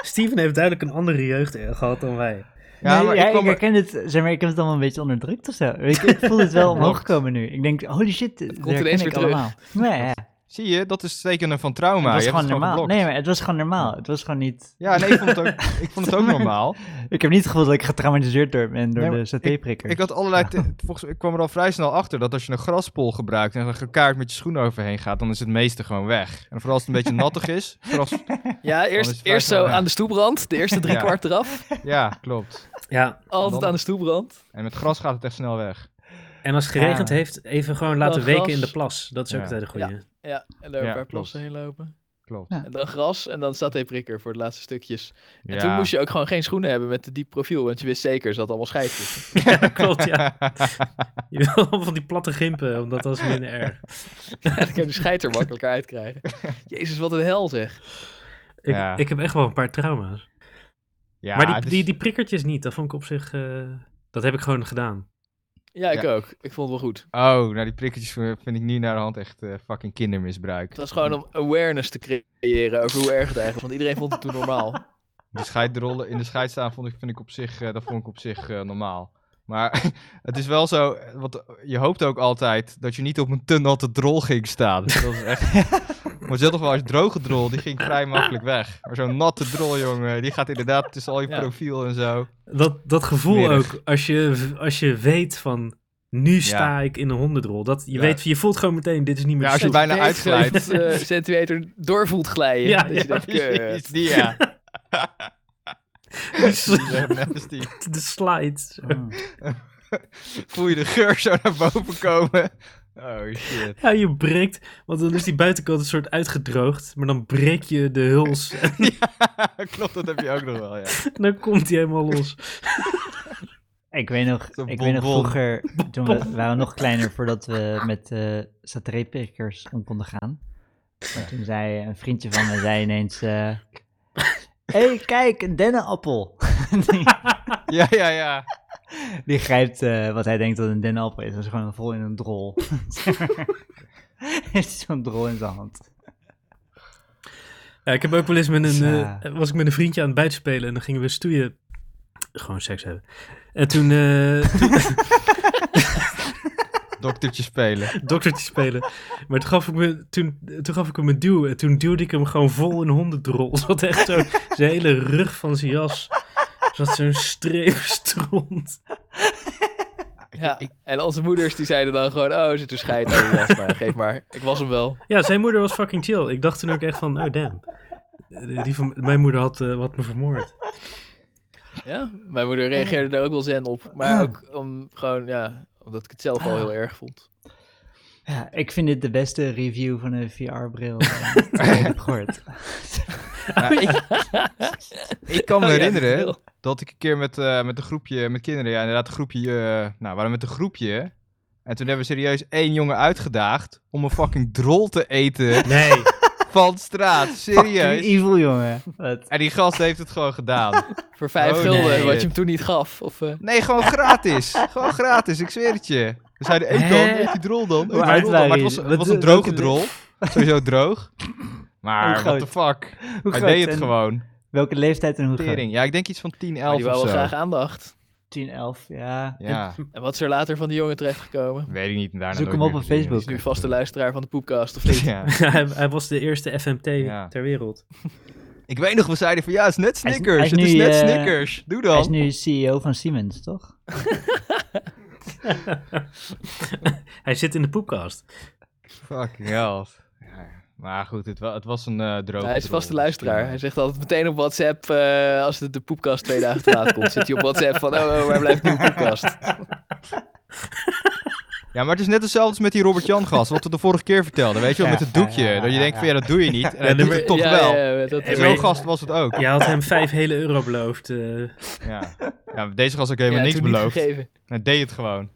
Speaker 1: Steven heeft duidelijk een andere jeugd eh, gehad dan wij.
Speaker 4: achter- Ja,
Speaker 3: nee,
Speaker 4: maar
Speaker 3: ja,
Speaker 4: ik
Speaker 3: ik,
Speaker 4: kwam er-
Speaker 3: herken het, zeg maar, ik heb het allemaal een beetje onderdrukt of zo. Weet je, Ik voel het wel omhoog komen nu. Ik denk, holy shit, dat
Speaker 2: komt
Speaker 3: herken
Speaker 2: ineens
Speaker 3: ik
Speaker 2: weer terug.
Speaker 3: allemaal. Nee, ja.
Speaker 4: Zie je, dat is tekenen van trauma.
Speaker 3: het was
Speaker 4: je hebt
Speaker 3: gewoon
Speaker 4: het gewoon
Speaker 3: normaal.
Speaker 4: geblokt.
Speaker 3: Nee, maar het was gewoon normaal. Het was gewoon niet...
Speaker 4: Ja, nee, ik vond het ook, ik vond het ook normaal.
Speaker 3: Ik heb niet het gevoel dat ik getraumatiseerd door ben door
Speaker 4: Nee, maar
Speaker 3: de satéprikker.
Speaker 4: Ik had allerlei. te- volgens, ik kwam er al vrij snel achter dat als je een graspol gebruikt en er gekaard met je schoen overheen gaat, dan is het meeste gewoon weg. En vooral als het een beetje nattig is. Gras,
Speaker 2: Ja,
Speaker 4: is
Speaker 2: eerst,
Speaker 4: het
Speaker 2: eerst
Speaker 4: vaak
Speaker 2: zo
Speaker 4: wel, ja.
Speaker 2: aan de stoeprand. De eerste drie
Speaker 4: Ja.
Speaker 2: kwart eraf.
Speaker 4: ja, klopt.
Speaker 1: Ja,
Speaker 2: Altijd
Speaker 4: Dan-
Speaker 2: aan de stoeprand.
Speaker 4: En met gras gaat het echt snel weg.
Speaker 1: en als het geregend
Speaker 3: Ja.
Speaker 1: heeft, even gewoon laten
Speaker 2: Dan
Speaker 1: weken
Speaker 2: gras.
Speaker 1: in de plas. Dat is ook
Speaker 4: Ja.
Speaker 1: altijd een goede.
Speaker 2: Ja, en daar
Speaker 4: Ja,
Speaker 2: een paar
Speaker 4: klopt.
Speaker 2: plassen heen lopen.
Speaker 4: Klopt.
Speaker 3: Ja.
Speaker 2: En dan gras en dan satéprikker voor de laatste stukjes. En
Speaker 4: Ja.
Speaker 2: toen moest je ook gewoon geen schoenen hebben met een diep profiel. Want je wist zeker, er zat allemaal scheid tussen.
Speaker 1: Ja. klopt, ja. Je wil van die platte gimpen, want dat was minder erg.
Speaker 2: En dan kan je de scheid er makkelijker uitkrijgen. Jezus, wat een hel zeg.
Speaker 1: Ik,
Speaker 4: Ja.
Speaker 1: ik heb echt wel een paar trauma's.
Speaker 4: Ja, dus-
Speaker 1: maar die,
Speaker 4: het is-
Speaker 1: die, die prikkertjes niet, dat vond ik op zich. eh, dat heb ik gewoon gedaan.
Speaker 2: Ja, ik
Speaker 4: Ja.
Speaker 2: ook. Ik vond het wel goed.
Speaker 4: Oh, nou die prikkertjes eh, vind ik nu naar de hand echt eh, fucking kindermisbruik.
Speaker 2: Het was gewoon om awareness te creëren over hoe erg het eigenlijk was. Want iedereen vond het toen normaal.
Speaker 4: De scheidrollen in de scheid staan vond ik, vind ik op zich, eh, dat vond ik op zich eh, normaal. Maar het is wel zo, eh, want je hoopt ook altijd dat je niet op een te natte drol ging staan. Dat is echt... Maar zelfs wel als droge drol, die ging vrij makkelijk weg. Maar zo'n natte drol, jongen, die gaat inderdaad tussen al je
Speaker 2: Ja.
Speaker 4: profiel en zo.
Speaker 1: Dat, dat gevoel
Speaker 4: Smerig.
Speaker 1: ook, als je, als je weet van. Nu sta ik in een hondendrol. Dat, je,
Speaker 4: Ja.
Speaker 1: weet, je voelt gewoon meteen, dit is niet meer
Speaker 4: Ja, als je
Speaker 1: chill.
Speaker 4: bijna uitglijdt.
Speaker 2: Een eh, centimeter door voelt glijden.
Speaker 1: Ja,
Speaker 2: dat je
Speaker 1: ja,
Speaker 2: denkt,
Speaker 4: Precies,
Speaker 2: kut.
Speaker 4: die ja.
Speaker 1: Die s-
Speaker 4: Die is echt net als die.
Speaker 1: de slide.
Speaker 3: Mm.
Speaker 4: Voel je de geur zo naar boven komen. Oh shit.
Speaker 1: Ja, je breekt, want dan is die buitenkant een soort uitgedroogd. Maar dan breek je de huls en
Speaker 4: Klopt, dat heb je ook nog wel, ja.
Speaker 1: dan komt die helemaal los.
Speaker 3: Ik weet nog,
Speaker 4: Zo'n
Speaker 3: ik weet nog
Speaker 4: bonbon.
Speaker 3: vroeger, toen we we waren nog kleiner voordat we met eh satéprikkers om konden gaan. Maar toen zei een vriendje van me zei ineens, eh hey, kijk, een dennenappel. die,
Speaker 4: Ja, ja, ja.
Speaker 3: die grijpt eh, wat hij denkt dat een dennenappel is, dat is gewoon een vol in een drol. Heeft zo'n drol in zijn hand.
Speaker 1: Ja, ik heb ook wel eens met een, eh,
Speaker 3: Ja.
Speaker 1: was ik met een vriendje aan het buitenspelen en dan gingen we stoeien. Gewoon seks hebben. En toen, eh,
Speaker 4: Doktertje spelen.
Speaker 1: doktertje spelen. Maar toen gaf, ik me, toen, toen gaf ik hem een duw. En toen duwde ik hem gewoon vol in hondendrol. Zat echt zo zijn hele rug van zijn jas. Zat zo'n streep stront.
Speaker 2: Ja. En onze moeders die zeiden dan gewoon, oh, er zit een scheid aan je jas. Maar geef maar, ik was hem wel.
Speaker 1: Ja, zijn moeder was fucking chill. Ik dacht toen ook echt van, oh damn. Eh, Die van, mijn moeder had eh, wat me vermoord.
Speaker 2: Ja, mijn moeder reageerde daar ook wel zen op.
Speaker 4: Oh.
Speaker 2: Maar ook om gewoon, ja, omdat ik het zelf al heel erg vond.
Speaker 3: Ja, ik vind dit de beste review van een VR-bril eh, die ik heb gehoord.
Speaker 4: Nou, ik, ik kan me
Speaker 2: Oh ja,
Speaker 4: herinneren
Speaker 2: heel.
Speaker 4: dat ik een keer met, eh, met een groepje, met kinderen, ja, inderdaad, een groepje, eh, nou, we waren met een groepje. En toen hebben we serieus één jongen uitgedaagd om een fucking drol te eten
Speaker 1: Nee.
Speaker 4: van straat.
Speaker 3: Fucking
Speaker 4: Serieus.
Speaker 3: evil, jongen. Wat?
Speaker 4: En die gast heeft het gewoon gedaan.
Speaker 2: Voor vijf
Speaker 4: Oh,
Speaker 2: gulden,
Speaker 4: nee.
Speaker 2: wat je hem toen niet gaf. Of, eh,
Speaker 4: Nee, gewoon gratis. Gewoon gratis, ik zweer het je. We zeiden, eet dan,
Speaker 3: Hè?
Speaker 4: eet die drol dan. Eet die
Speaker 3: Hoe oud
Speaker 4: drol dan. Maar het
Speaker 3: waren
Speaker 4: was,
Speaker 3: jullie?
Speaker 4: het was
Speaker 3: Wat-
Speaker 4: een droge
Speaker 3: wat-
Speaker 4: drol. Sowieso droog. Maar
Speaker 3: Hoe
Speaker 4: what
Speaker 3: groot?
Speaker 4: the fuck.
Speaker 3: Hoe
Speaker 4: Hij
Speaker 3: groot
Speaker 4: deed het
Speaker 3: en
Speaker 4: gewoon.
Speaker 3: Welke leeftijd en hoe groot?
Speaker 4: Tering. Ja, ik denk iets van 10,
Speaker 2: maar
Speaker 4: 11
Speaker 2: die
Speaker 4: of
Speaker 2: wou wel
Speaker 4: zo.
Speaker 2: graag aandacht.
Speaker 3: 10, 11, ja.
Speaker 4: Ja,
Speaker 2: En wat is er later van die jongen terechtgekomen?
Speaker 4: weet ik niet. Daarna
Speaker 3: Zoek
Speaker 4: nooit
Speaker 3: hem op op
Speaker 4: meer gezien.
Speaker 2: Is
Speaker 3: Facebook.
Speaker 2: nu vaste luisteraar van de Poepcast of niet?
Speaker 4: Ja.
Speaker 1: hij, hij was de eerste FMT
Speaker 4: Ja.
Speaker 1: ter wereld.
Speaker 4: Ik weet nog, we zeiden van ja, het is net
Speaker 3: Hij is-
Speaker 4: Snickers.
Speaker 3: hij is
Speaker 4: het is
Speaker 3: nu,
Speaker 4: net
Speaker 3: eh,
Speaker 4: Snickers. Doe
Speaker 3: Hij is
Speaker 4: dan.
Speaker 3: nu CEO van Siemens, toch?
Speaker 1: Hij zit in de poepkast.
Speaker 4: Fucking hell. Ja, maar goed, het, wa- het was een eh droog.
Speaker 2: Nou, hij is vaste
Speaker 4: de
Speaker 2: luisteraar. Hij zegt altijd meteen op WhatsApp, eh, als het de Poepcast twee dagen te laat komt, zit hij op WhatsApp van, oh, oh, waar blijft nu de Poepcast?
Speaker 4: Ja, maar het is net hetzelfde als met die Robert-Jan gast, wat we de vorige keer vertelden, weet je wel, met het doekje. dat je denkt van ja, dat doe je niet. En hij
Speaker 1: Ja,
Speaker 4: doet
Speaker 1: maar-
Speaker 4: het toch
Speaker 2: Ja,
Speaker 4: wel.
Speaker 2: ja, ja, dat
Speaker 1: Ja,
Speaker 2: is-
Speaker 1: maar-
Speaker 4: Zo'n gast was het ook.
Speaker 1: Je had hem vijf hele euro beloofd. eh.
Speaker 4: Ja, ja maar deze gast had ook
Speaker 2: ja,
Speaker 4: helemaal niks
Speaker 2: toen niet
Speaker 4: beloofd.
Speaker 2: gegeven.
Speaker 4: Hij deed het gewoon.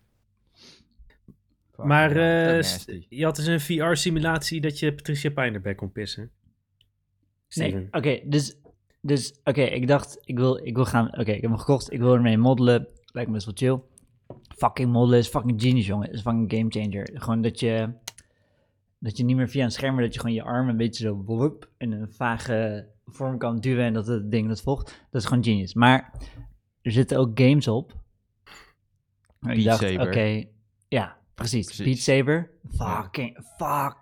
Speaker 4: Fucking
Speaker 1: maar
Speaker 4: hell,
Speaker 1: eh,
Speaker 4: nasty.
Speaker 1: je had dus een VR-simulatie dat je Patricia Pinderback kon pissen.
Speaker 3: Nee,
Speaker 1: Steven.
Speaker 3: oké, dus, dus oké, ik dacht, ik wil, ik wil gaan, oké, ik heb hem gekocht, ik wil ermee moddelen, lijkt me best wel chill. Fucking moddelen is fucking genius, jongen, is fucking game changer. Gewoon dat je, dat je niet meer via een scherm, maar dat je gewoon je arm een beetje zo woep in een vage vorm kan duwen en dat het ding dat volgt, dat is gewoon genius. Maar er zitten ook games op.
Speaker 4: Beat
Speaker 3: Ik dacht, oké,
Speaker 4: Saber.
Speaker 3: ja, precies.
Speaker 4: Precies.
Speaker 3: Beat Saber, fucking, fuck.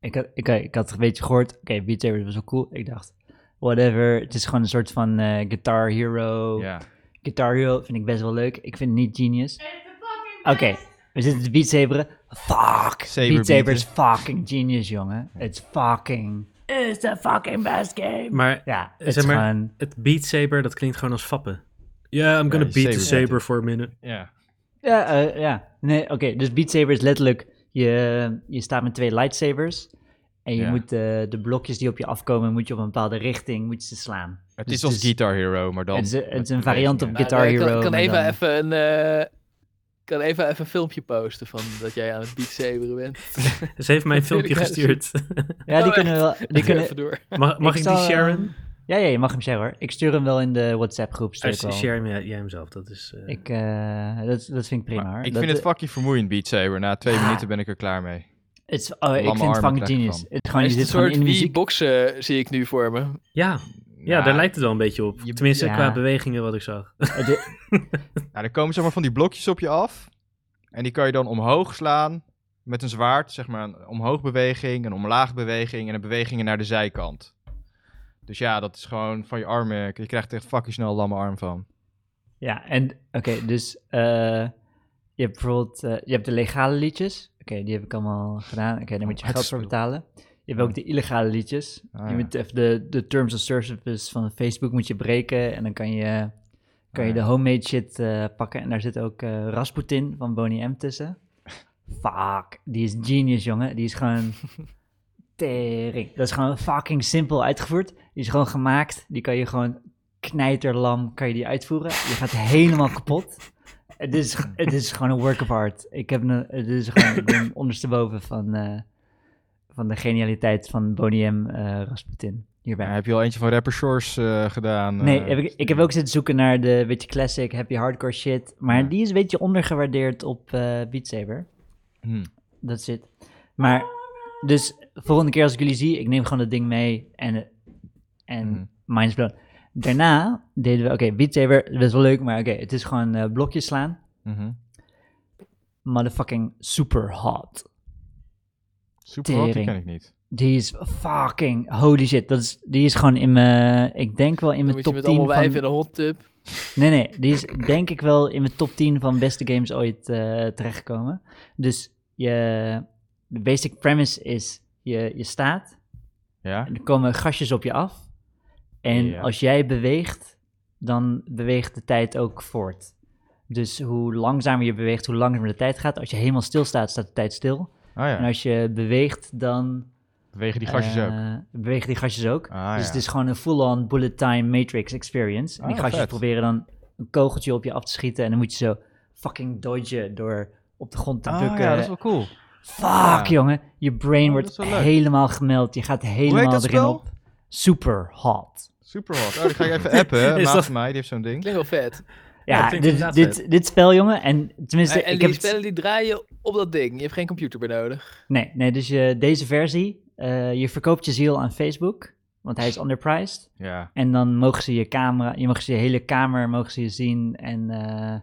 Speaker 3: Ik had, ik, ik had een beetje gehoord, oké, Beat Saber was wel cool. Ik dacht, whatever, het is gewoon een soort van eh, Guitar Hero.
Speaker 4: Ja.
Speaker 3: Guitar Hero vind ik best wel leuk. Ik vind het niet genius. Oké, we zitten te Beat Saberen. Fuck,
Speaker 4: Saber
Speaker 3: Beat Saber
Speaker 4: beaten.
Speaker 3: is fucking genius, jongen. It's fucking,
Speaker 5: It's the fucking best game.
Speaker 1: Maar eh,
Speaker 3: ja,
Speaker 1: Zeg
Speaker 3: het is
Speaker 1: maar-
Speaker 3: gewoon...
Speaker 1: het Beat Saber, dat klinkt gewoon als fappen. Yeah, I'm gonna
Speaker 4: Ja,
Speaker 1: beat the
Speaker 4: saber.
Speaker 1: saber for a minute.
Speaker 4: ja.
Speaker 3: Ja, eh, ja. Nee, oké. Dus Beat Saber is letterlijk... Je, je staat met twee lightsabers. En je
Speaker 4: Ja.
Speaker 3: moet eh, de blokjes die op je afkomen... moet je op een bepaalde richting moet je ze slaan.
Speaker 4: Het
Speaker 3: Dus
Speaker 4: is als
Speaker 3: het is-
Speaker 4: Guitar Hero, maar dan...
Speaker 3: het is, het is een
Speaker 4: met
Speaker 3: variant op
Speaker 4: bewegingen.
Speaker 2: Nou,
Speaker 3: Guitar
Speaker 2: ik kan-
Speaker 3: Hero.
Speaker 2: Ik kan,
Speaker 3: maar
Speaker 2: even,
Speaker 3: dan-
Speaker 2: even een, eh, ik kan even, even een filmpje posten van dat jij aan het Beat Saberen bent.
Speaker 1: Ze heeft mij een
Speaker 2: Dat vind
Speaker 1: filmpje
Speaker 2: ik wel
Speaker 1: gestuurd.
Speaker 3: Ja, die
Speaker 2: Oh,
Speaker 3: kunnen wel... Die kunnen,
Speaker 2: Even door.
Speaker 1: mag mag ik,
Speaker 3: zal,
Speaker 1: die
Speaker 3: eh,
Speaker 1: sharen?
Speaker 3: ja, ja, je mag hem sharen hoor. Ik stuur hem wel in de WhatsApp-groep.
Speaker 1: Hij
Speaker 3: stuur ik wel.
Speaker 1: share hem, ja, jij hem zelf. Dat is, eh,
Speaker 3: Ik, eh, dat, dat vind ik prima hoor.
Speaker 4: Maar ik
Speaker 3: Dat- Ah.
Speaker 4: vind het fucking vermoeiend, Beat Saber. Na twee minuten ben ik er klaar mee.
Speaker 3: het is- oh, ik
Speaker 4: lamme
Speaker 3: vind het
Speaker 4: armen
Speaker 3: fucking
Speaker 4: krijg ik
Speaker 3: genius.
Speaker 4: van.
Speaker 3: Het, gewoon, je
Speaker 2: is een
Speaker 3: zit gewoon
Speaker 2: soort
Speaker 3: in de muziek.
Speaker 2: Wii-boxen zie ik nu voor me.
Speaker 1: ja, ja, daar lijkt het wel een beetje op.
Speaker 4: je-
Speaker 1: Tenminste,
Speaker 3: ja.
Speaker 1: qua bewegingen wat ik zag.
Speaker 3: Het-
Speaker 4: Nou, er komen zeg maar van die blokjes op je af. En die kan je dan omhoog slaan met een zwaard. Zeg maar een omhoogbeweging, een omlaagbeweging en een bewegingen naar de zijkant. Dus ja, dat is gewoon van je armen. Je krijgt er echt fucking snel een lamme arm van.
Speaker 3: Ja, en oké, dus eh, je hebt bijvoorbeeld eh, je hebt de legale liedjes. Oké, die heb ik allemaal gedaan. Oké, daar moet je geld voor
Speaker 4: uitgespeeld.
Speaker 3: betalen. Je hebt ook de illegale liedjes.
Speaker 4: Ah,
Speaker 3: je
Speaker 4: ja.
Speaker 3: moet even de, de terms of service van Facebook moet je breken. En dan kan je, kan je
Speaker 4: Ah,
Speaker 3: de
Speaker 4: ja.
Speaker 3: homemade shit eh, pakken. En daar zit ook eh, Rasputin van Bonnie M tussen. Fuck, die is genius, jongen. Die is gewoon... Tering. Dat is gewoon fucking simpel uitgevoerd. Die is gewoon gemaakt. Die kan je gewoon knijterlam kan je die uitvoeren. Je gaat helemaal kapot. Het is, het is gewoon een work of art. Ik, heb een, het is gewoon, ik ben ondersteboven van, eh, van de genialiteit van Bonnie M. eh, Rasputin hierbij.
Speaker 4: Ja, heb je al eentje van Rapper Shores eh, gedaan?
Speaker 3: Nee,
Speaker 4: eh,
Speaker 3: heb ik, ik heb ook zitten zoeken naar de beetje classic, happy hardcore shit. Maar
Speaker 4: Ja.
Speaker 3: die is een beetje ondergewaardeerd op eh Beat Saber.
Speaker 4: Hmm.
Speaker 3: Dat zit. Maar, dus volgende keer als ik jullie zie, ik neem gewoon dat ding mee en, eh, en
Speaker 2: Hmm.
Speaker 4: Mhm.
Speaker 3: minds blown. Daarna deden we, oké, Beat Saber, best wel leuk, maar oké, het is gewoon eh, blokjes slaan.
Speaker 4: mhm.
Speaker 3: Motherfucking super hot.
Speaker 4: Super hot, die
Speaker 3: Tering.
Speaker 4: ken ik niet.
Speaker 3: Die is fucking, holy shit, dat is, die is gewoon in mijn, ik denk wel in
Speaker 2: Dan
Speaker 3: mijn
Speaker 2: moet
Speaker 3: top
Speaker 2: je
Speaker 3: 10
Speaker 2: met allemaal wijven
Speaker 3: van-
Speaker 2: in de hot tub.
Speaker 3: Nee, nee, die is denk ik wel in mijn top 10 van beste games ooit eh, terechtgekomen. Dus je, de basic premise is, je, je staat,
Speaker 4: Ja?
Speaker 3: en er komen gastjes op je af. En
Speaker 4: Ja.
Speaker 3: als jij beweegt, dan beweegt de tijd ook voort. Dus hoe langzamer je beweegt, hoe langzamer de tijd gaat. Als je helemaal stilstaat, staat de tijd stil.
Speaker 4: Ah
Speaker 3: En
Speaker 4: ja,
Speaker 3: als je beweegt, dan...
Speaker 4: bewegen die gastjes ook.
Speaker 3: eh, Bewegen die gastjes ook.
Speaker 4: Ah,
Speaker 3: dus
Speaker 4: ja.
Speaker 3: het is gewoon een full-on bullet time matrix experience. en die
Speaker 4: Ah,
Speaker 3: gastjes
Speaker 4: vet.
Speaker 3: proberen dan een kogeltje op je af te schieten. En dan moet je zo fucking dodgen door op de grond te
Speaker 4: Ah
Speaker 3: bukken.
Speaker 4: ja, dat is wel cool.
Speaker 3: Fuck,
Speaker 4: Ja.
Speaker 3: jongen. Je brain
Speaker 4: Oh,
Speaker 3: wordt
Speaker 4: dat is wel leuk.
Speaker 3: helemaal gemeld. Je gaat helemaal
Speaker 4: dat
Speaker 3: erin
Speaker 4: spel?
Speaker 3: op. Super hot.
Speaker 4: Super hot. Oh, dan ga ik even appen.
Speaker 1: Is
Speaker 4: Maat
Speaker 1: dat-
Speaker 4: van mij, die heeft zo'n ding.
Speaker 2: Klinkt wel vet.
Speaker 1: Ja,
Speaker 3: Ja,
Speaker 1: klinkt
Speaker 3: dit,
Speaker 1: inderdaad
Speaker 3: dit, dit spel, jongen. En tenminste,
Speaker 2: Eh, en
Speaker 3: ik
Speaker 2: die
Speaker 3: heb... het-
Speaker 2: spellen die draaien op dat ding. Je hebt geen computer meer nodig.
Speaker 3: Nee, nee, dus je, deze versie. eh, je verkoopt je ziel aan Facebook. Want hij is underpriced.
Speaker 4: Ja.
Speaker 3: En dan mogen ze je camera, je mag ze je hele kamer mogen ze je zien. En eh,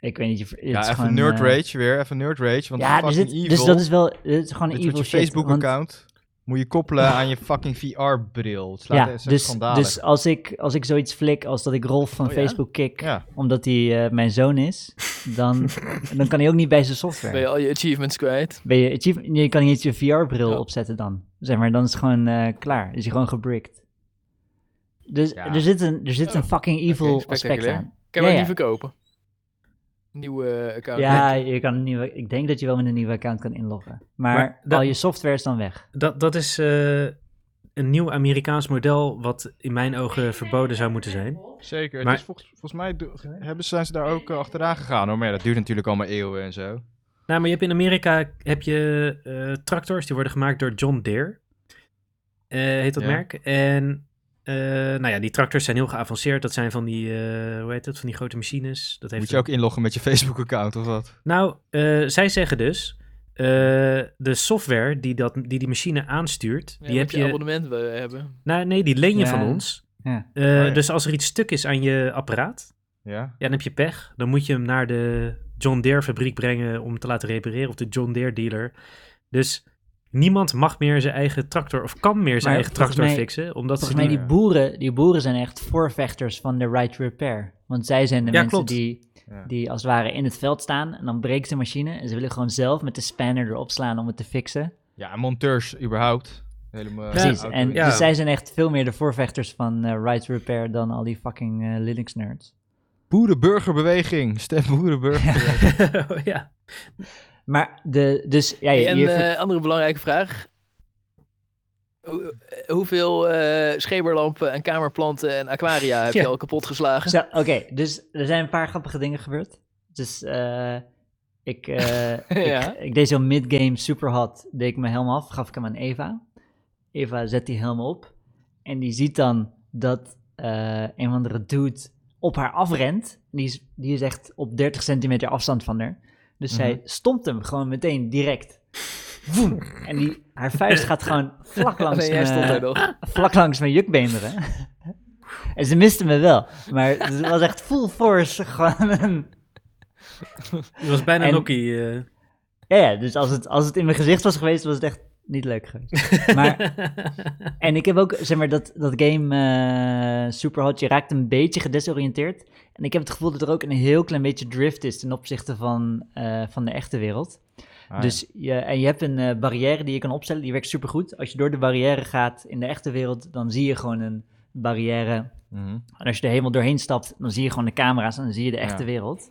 Speaker 3: Ik weet niet. je- Het
Speaker 4: Ja,
Speaker 3: is
Speaker 4: even
Speaker 3: gewoon,
Speaker 4: nerd
Speaker 3: eh,
Speaker 4: rage weer. Even nerd rage. Want
Speaker 3: ja,
Speaker 4: fucking
Speaker 3: dus, dit-
Speaker 4: evil.
Speaker 3: dus dat is wel. Het is gewoon
Speaker 4: Dit
Speaker 3: evil
Speaker 4: wordt je
Speaker 3: shit. want-
Speaker 4: Facebook-account. Moet je koppelen aan je fucking VR-bril. Het slaat
Speaker 3: ja,
Speaker 4: echt
Speaker 3: dus,
Speaker 4: schandalig.
Speaker 3: dus als, ik, als ik zoiets flik, als dat ik Rolf van
Speaker 2: Oh ja?
Speaker 3: Facebook kick,
Speaker 4: Ja.
Speaker 3: omdat hij eh, mijn zoon is, dan, dan kan hij ook niet bij zijn software.
Speaker 2: Ben je al je achievements kwijt?
Speaker 3: Ben je, achieve- je kan niet je VR-bril
Speaker 2: Ja.
Speaker 3: opzetten dan. Zeg maar, dan is het gewoon eh, klaar. Is hij gewoon gebrikt. Dus
Speaker 4: Ja.
Speaker 3: er zit een, er zit een
Speaker 2: Oh,
Speaker 3: fucking evil aspect
Speaker 2: spectaculair.
Speaker 3: aan.
Speaker 2: Kan
Speaker 3: Ja,
Speaker 2: je hem
Speaker 3: ja.
Speaker 2: niet verkopen? Nieuwe eh, account.
Speaker 3: Ja, je kan een nieuwe, ik denk dat je wel met een nieuwe account kan inloggen. Maar,
Speaker 1: Maar dat-
Speaker 3: al je software is dan weg.
Speaker 1: Dat, dat is eh, een nieuw Amerikaans model wat in mijn ogen verboden zou moeten zijn.
Speaker 4: Zeker.
Speaker 1: Maar-
Speaker 4: Het is volgens, volgens mij do- hebben, zijn ze daar ook eh, achteraan gegaan hoor. Maar ja, dat duurt natuurlijk allemaal eeuwen en zo.
Speaker 1: Nou, maar je hebt in Amerika heb je eh, tractors, die worden gemaakt door John Deere. Eh, heet dat
Speaker 4: Ja.
Speaker 1: merk. En eh, nou ja, die tractors zijn heel geavanceerd. Dat zijn van die, eh, hoe heet dat, van die grote machines. Dat heeft
Speaker 4: Moet je ook inloggen met je Facebook-account of wat?
Speaker 1: Nou, eh, zij zeggen dus, eh, de software die, dat, die die machine aanstuurt,
Speaker 2: Ja,
Speaker 1: die
Speaker 2: moet
Speaker 1: heb
Speaker 2: je
Speaker 1: je...
Speaker 2: abonnement eh, hebben.
Speaker 1: Nou, nee, die leen je
Speaker 3: Ja.
Speaker 1: van ons.
Speaker 3: Ja.
Speaker 2: Oh
Speaker 1: Eh,
Speaker 4: ja.
Speaker 1: Dus als er iets stuk is aan je apparaat,
Speaker 4: Ja.
Speaker 1: ja, dan heb je pech. Dan moet je hem naar de John Deere fabriek brengen om te laten repareren, of de John Deere dealer. Dus niemand mag meer zijn eigen tractor, of kan meer zijn
Speaker 3: Maar
Speaker 1: eigen
Speaker 3: volgens
Speaker 1: tractor
Speaker 3: mij-
Speaker 1: fixen, omdat ze
Speaker 3: Volgens mij
Speaker 1: die-
Speaker 3: die boeren, die boeren zijn echt voorvechters van de right repair. Want zij zijn de
Speaker 1: Ja,
Speaker 3: mensen
Speaker 1: klopt.
Speaker 3: die,
Speaker 4: Ja.
Speaker 3: die als het ware in het veld staan en dan breekt de machine. En ze willen gewoon zelf met de spanner erop slaan om het te fixen.
Speaker 4: Ja, en monteurs überhaupt. Helemaal,
Speaker 3: Precies.
Speaker 4: auto-
Speaker 3: en
Speaker 1: ja.
Speaker 3: dus zij zijn echt veel meer de voorvechters van eh, right repair dan al die fucking eh, Linux nerds.
Speaker 4: Boerenburgerbeweging. Stem boerenburger. Ah,
Speaker 1: Oh, ja.
Speaker 3: Maar de, dus ja, je,
Speaker 2: en
Speaker 3: je-
Speaker 2: eh, andere belangrijke vraag. Hoe- eh, hoeveel eh, schemerlampen en kamerplanten en aquaria heb
Speaker 1: Ja.
Speaker 2: je al kapot geslagen?
Speaker 3: Zo, Oké, dus er zijn een paar grappige dingen gebeurd. Dus eh, ik, eh,
Speaker 2: Ja.
Speaker 3: ik, ik deed zo mid-game super hot. Deed ik mijn helm af, gaf ik hem aan Eva. Eva zet die helm op. En die ziet dan dat eh, een of andere dude op haar afrent. Die is, die is echt op 30 centimeter afstand van haar. Dus
Speaker 2: Mhm.
Speaker 3: zij stompt hem gewoon meteen direct. Woem. En die, haar vuist gaat gewoon vlak langs eh,
Speaker 2: Alleen jij stond
Speaker 3: mijn-
Speaker 2: er nog.
Speaker 3: vlak langs mijn jukbeenderen. En ze misten me wel, maar het was echt full force. Gewoon een-
Speaker 1: Die was bijna
Speaker 3: En-
Speaker 1: Nokkie. eh.
Speaker 3: Ja, ja, dus als het, als het in mijn gezicht was geweest, was het echt niet leuk geweest. Maar, en ik heb ook, zeg maar, dat, dat game eh Superhot, je raakt een beetje gedesoriënteerd. En ik heb het gevoel dat er ook een heel klein beetje drift is ten opzichte van, eh, van de echte wereld.
Speaker 4: Ah,
Speaker 3: Dus je, en je hebt een eh, barrière die je kan opstellen, die werkt supergoed. Als je door de barrière gaat in de echte wereld, dan zie je gewoon een barrière
Speaker 4: mhm.
Speaker 3: En als je er helemaal doorheen stapt, dan zie je gewoon de camera's en dan zie je de echte
Speaker 4: Ja.
Speaker 3: wereld.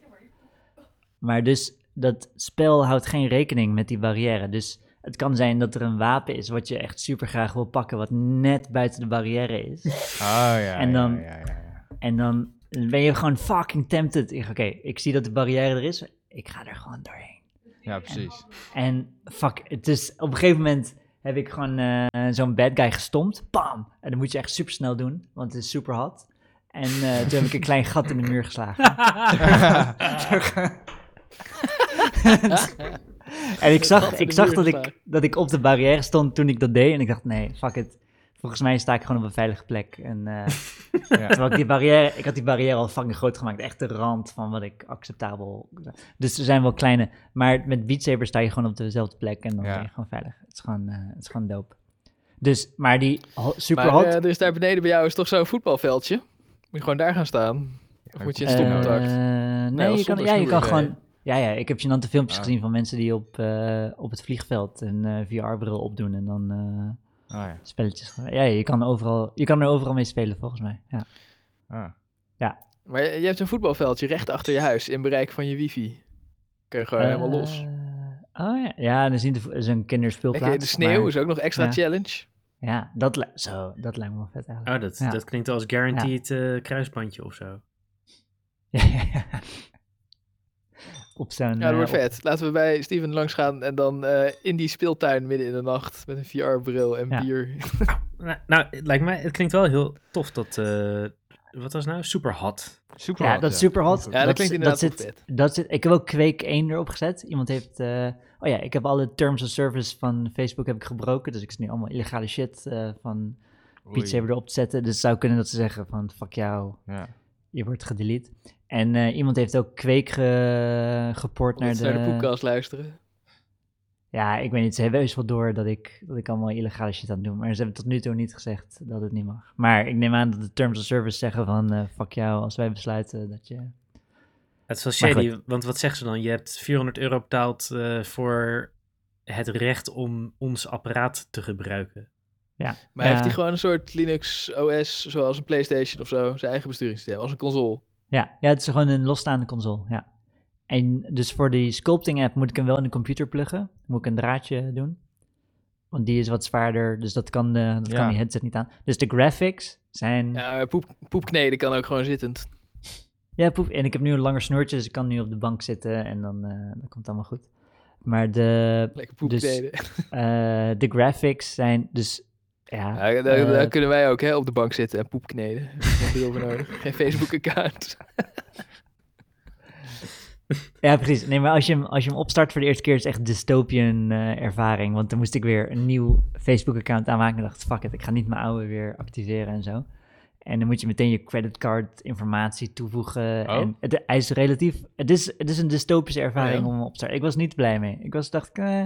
Speaker 3: Maar dus dat spel houdt geen rekening met die barrière. Dus het kan zijn dat er een wapen is wat je echt super graag wil pakken, wat net buiten de barrière is.
Speaker 4: Ah, ja,
Speaker 3: En
Speaker 4: ja,
Speaker 3: dan-
Speaker 4: ja, ja, ja.
Speaker 3: en dan ben je gewoon fucking tempted. Ik- Oké, ik zie dat de barrière er is, ik ga er gewoon doorheen.
Speaker 4: Ja, precies.
Speaker 3: En fuck, het is op een gegeven moment heb ik gewoon eh, zo'n bad guy gestompt. Bam! En dat moet je echt super snel doen, want het is super hot. En eh, toen heb ik een klein gat in de muur geslagen. en ik
Speaker 2: Gat
Speaker 3: zag,
Speaker 2: in
Speaker 3: ik
Speaker 2: de
Speaker 3: zag
Speaker 2: muur
Speaker 3: dat,
Speaker 2: geslagen.
Speaker 3: ik, dat ik op de barrière stond toen ik dat deed. En ik dacht, nee, fuck it. Volgens mij sta ik gewoon op een veilige plek. En, eh,
Speaker 4: Ah,
Speaker 3: Terwijl ik die barrière, ik had die barrière al fucking groot gemaakt. Echt de rand van wat ik acceptabel. Dus er zijn wel kleine. Maar met Beat Saber sta je gewoon op dezelfde plek en dan
Speaker 4: Ja.
Speaker 3: ben je gewoon veilig. Het is gewoon, eh, het is gewoon dope. Dus, maar die ho-
Speaker 2: Maar
Speaker 3: superhot.
Speaker 2: eh, er is daar beneden bij jou is toch zo'n voetbalveldje? Moet je gewoon daar gaan staan? Of moet je in
Speaker 4: eh,
Speaker 2: stopcontact?
Speaker 3: eh, nee,
Speaker 2: Nee, of
Speaker 3: je kan,
Speaker 2: zonder
Speaker 3: ja, je kan
Speaker 2: snoer, eh.
Speaker 3: gewoon. Ja, ja, ik heb gênante filmpjes
Speaker 4: Ah.
Speaker 3: gezien van mensen die op, eh, op het vliegveld een eh, VR-bril opdoen en dan eh,
Speaker 4: Ah, ja.
Speaker 3: spelletjes. gaan- Ja, je kan, overal, je kan er overal mee spelen volgens mij. Ja.
Speaker 4: Ah.
Speaker 2: Maar je je hebt een voetbalveldje recht achter je huis in bereik van je wifi. Kun je gewoon helemaal los.
Speaker 3: Eh, Oh ja, ja en dan is niet de- is een kinderspeelplaats.
Speaker 2: Lekker in de sneeuw
Speaker 3: maar-
Speaker 2: is ook nog extra
Speaker 3: ja.
Speaker 2: challenge.
Speaker 3: Ja, dat, li- zo, dat lijkt me wel vet eigenlijk.
Speaker 1: Oh, dat,
Speaker 3: Ja.
Speaker 1: dat klinkt als guaranteed eh, kruisbandje of zo.
Speaker 3: op zo'n...
Speaker 2: Ja, dat
Speaker 3: eh,
Speaker 2: wordt
Speaker 3: op-
Speaker 2: vet. Laten we bij Steven langs gaan en dan eh, in die speeltuin midden in de nacht met een VR-bril en
Speaker 3: Ja.
Speaker 2: bier.
Speaker 1: Nou, nou, het lijkt mij, het klinkt wel heel tof dat, eh, wat was het nou? Superhot.
Speaker 4: Super
Speaker 3: Ja, dat is super hot.
Speaker 2: Ja, dat klinkt inderdaad
Speaker 3: dat
Speaker 2: wel
Speaker 3: zit, dat zit, Ik heb ook Quake 1 erop gezet. Iemand heeft... eh, oh ja, ik heb alle terms of service van Facebook heb ik gebroken. Dus ik zit nu allemaal illegale shit eh, van Beat Saber erop te zetten. Dus het zou kunnen dat ze zeggen van, fuck jou.
Speaker 4: Ja.
Speaker 3: Je je wordt gedelete. En eh, iemand heeft ook kweek ge- geport naar
Speaker 2: Omdat
Speaker 3: de...
Speaker 2: ze naar de podcast luisteren.
Speaker 3: Ja, ik weet niet. Ze hebben heus wel door dat ik, dat ik allemaal illegale shit aan het doen. Maar ze hebben tot nu toe niet gezegd dat het niet mag. Maar ik neem aan dat de terms of service zeggen van... eh, fuck jou, als wij besluiten dat je...
Speaker 1: Het is wel
Speaker 3: Maar
Speaker 1: shady, want wat zeggen ze dan? Je hebt 400 euro betaald eh, voor het recht om ons apparaat te gebruiken.
Speaker 3: Ja,
Speaker 2: Maar
Speaker 3: ja,
Speaker 2: heeft hij gewoon een soort Linux OS, zoals een PlayStation of zo, zijn eigen besturingssysteem, als een console?
Speaker 3: ja, ja, het is gewoon een losstaande console, ja. En dus voor die sculpting app moet ik hem wel in de computer pluggen. Moet ik een draadje doen. Want die is wat zwaarder, dus dat kan, eh, dat
Speaker 4: Ja.
Speaker 3: kan die headset niet aan. Dus de graphics zijn...
Speaker 2: Ja, maar poep, poepkneden kan ook gewoon zittend.
Speaker 3: Ja, poep. En ik heb nu een langer snoertje, dus ik kan nu op de bank zitten en dan, eh, dan komt het allemaal goed. Maar de,
Speaker 2: Lekker poepkneden.
Speaker 3: eh, de graphics zijn dus, ja,
Speaker 2: Ja, daar, daar
Speaker 3: eh,
Speaker 2: kunnen wij ook hè, op de bank zitten en poepkneden. Daar heb je over nodig. Geen Facebook-account.
Speaker 3: ja, precies. Nee, maar als je, hem, als je hem opstart voor de eerste keer is het echt dystopian eh, ervaring. Want dan moest ik weer een nieuw Facebook-account aanmaken en dacht, fuck it, ik ga niet mijn oude weer activeren en zo. En dan moet je meteen je creditcard informatie toevoegen.
Speaker 4: Oh.
Speaker 3: En het, hij is relatief, het is, het is een dystopische ervaring
Speaker 2: Ja.
Speaker 3: om hem op te starten. Ik was niet blij mee. Ik was, dacht, ik, eh.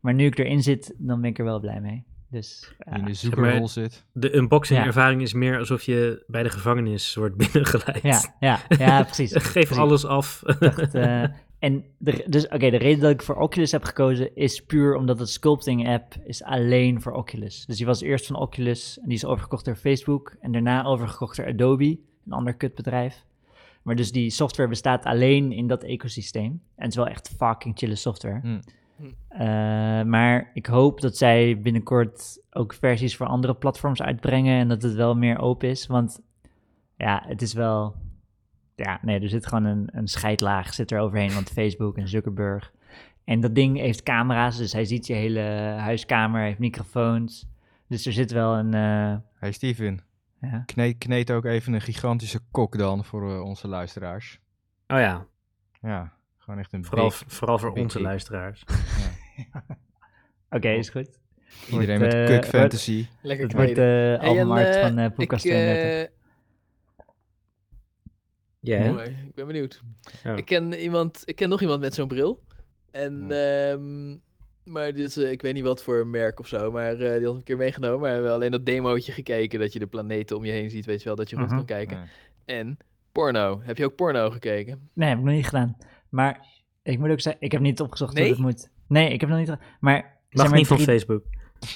Speaker 3: maar nu ik erin zit, dan ben ik er wel blij mee. Dus ja.
Speaker 4: Die in de
Speaker 1: Zeg maar-
Speaker 4: zoekerrol zit.
Speaker 1: De unboxing
Speaker 3: Ja.
Speaker 1: ervaring is meer alsof je bij de gevangenis wordt binnengeleid.
Speaker 3: Ja, ja, ja, precies.
Speaker 1: Geef alles af.
Speaker 3: Echt, eh, en de, dus, oké, de reden dat ik voor Oculus heb gekozen is puur omdat het sculpting app is alleen voor Oculus. Dus die was eerst van Oculus en die is overgekocht door Facebook en daarna overgekocht door Adobe, een ander kutbedrijf. Maar dus die software bestaat alleen in dat ecosysteem. En het is wel echt fucking chille software.
Speaker 4: Hmm.
Speaker 2: Hmm.
Speaker 3: Eh, maar ik hoop dat zij binnenkort ook versies voor andere platforms uitbrengen en dat het wel meer open is. Want ja, het is wel ja, nee, er zit gewoon een, een scheidlaag zit er overheen, want Facebook en Zuckerberg. En dat ding heeft camera's, dus hij ziet je hele huiskamer, heeft microfoons. Dus er zit wel een, eh,
Speaker 4: Hey Steven,
Speaker 3: ja,
Speaker 4: kneed, kneed ook even een gigantische kok dan voor eh, onze luisteraars.
Speaker 1: Oh ja,
Speaker 4: Ja, gewoon echt een
Speaker 1: vooral,
Speaker 4: big-
Speaker 1: vooral voor
Speaker 4: Big
Speaker 1: onze
Speaker 4: dick.
Speaker 1: luisteraars.
Speaker 3: oké, is goed.
Speaker 4: Iedereen
Speaker 3: wordt,
Speaker 4: met
Speaker 3: eh,
Speaker 4: kuk
Speaker 3: wordt-
Speaker 4: fantasy.
Speaker 2: Lekker
Speaker 3: Het wordt
Speaker 2: kneden.
Speaker 3: de
Speaker 2: Hey, en,
Speaker 3: album art
Speaker 2: eh,
Speaker 3: van eh Poepkast
Speaker 2: ik,
Speaker 3: 32.
Speaker 2: eh,
Speaker 1: Ja,
Speaker 3: Ja.
Speaker 1: hè?
Speaker 2: Mooi, ik ben benieuwd.
Speaker 1: Ja.
Speaker 2: Ik, ken iemand, ik ken nog iemand met zo'n bril. En, ehm, maar dit, is, eh, ik weet niet wat voor merk of zo, maar eh, die had ik een keer meegenomen. Maar we hebben alleen dat demootje gekeken, dat je de planeten om je heen ziet, weet je wel, dat je rond
Speaker 1: Mhm.
Speaker 2: kan kijken. En porno. Heb je ook porno gekeken?
Speaker 3: Nee, heb ik nog niet gedaan. Maar ik moet ook zeggen, ik heb niet opgezocht
Speaker 2: Nee?
Speaker 3: hoe dat moet. Nee, ik heb nog niet gedaan. Maar, zeg
Speaker 1: Mag
Speaker 3: maar
Speaker 1: niet van
Speaker 3: drie-
Speaker 1: Facebook.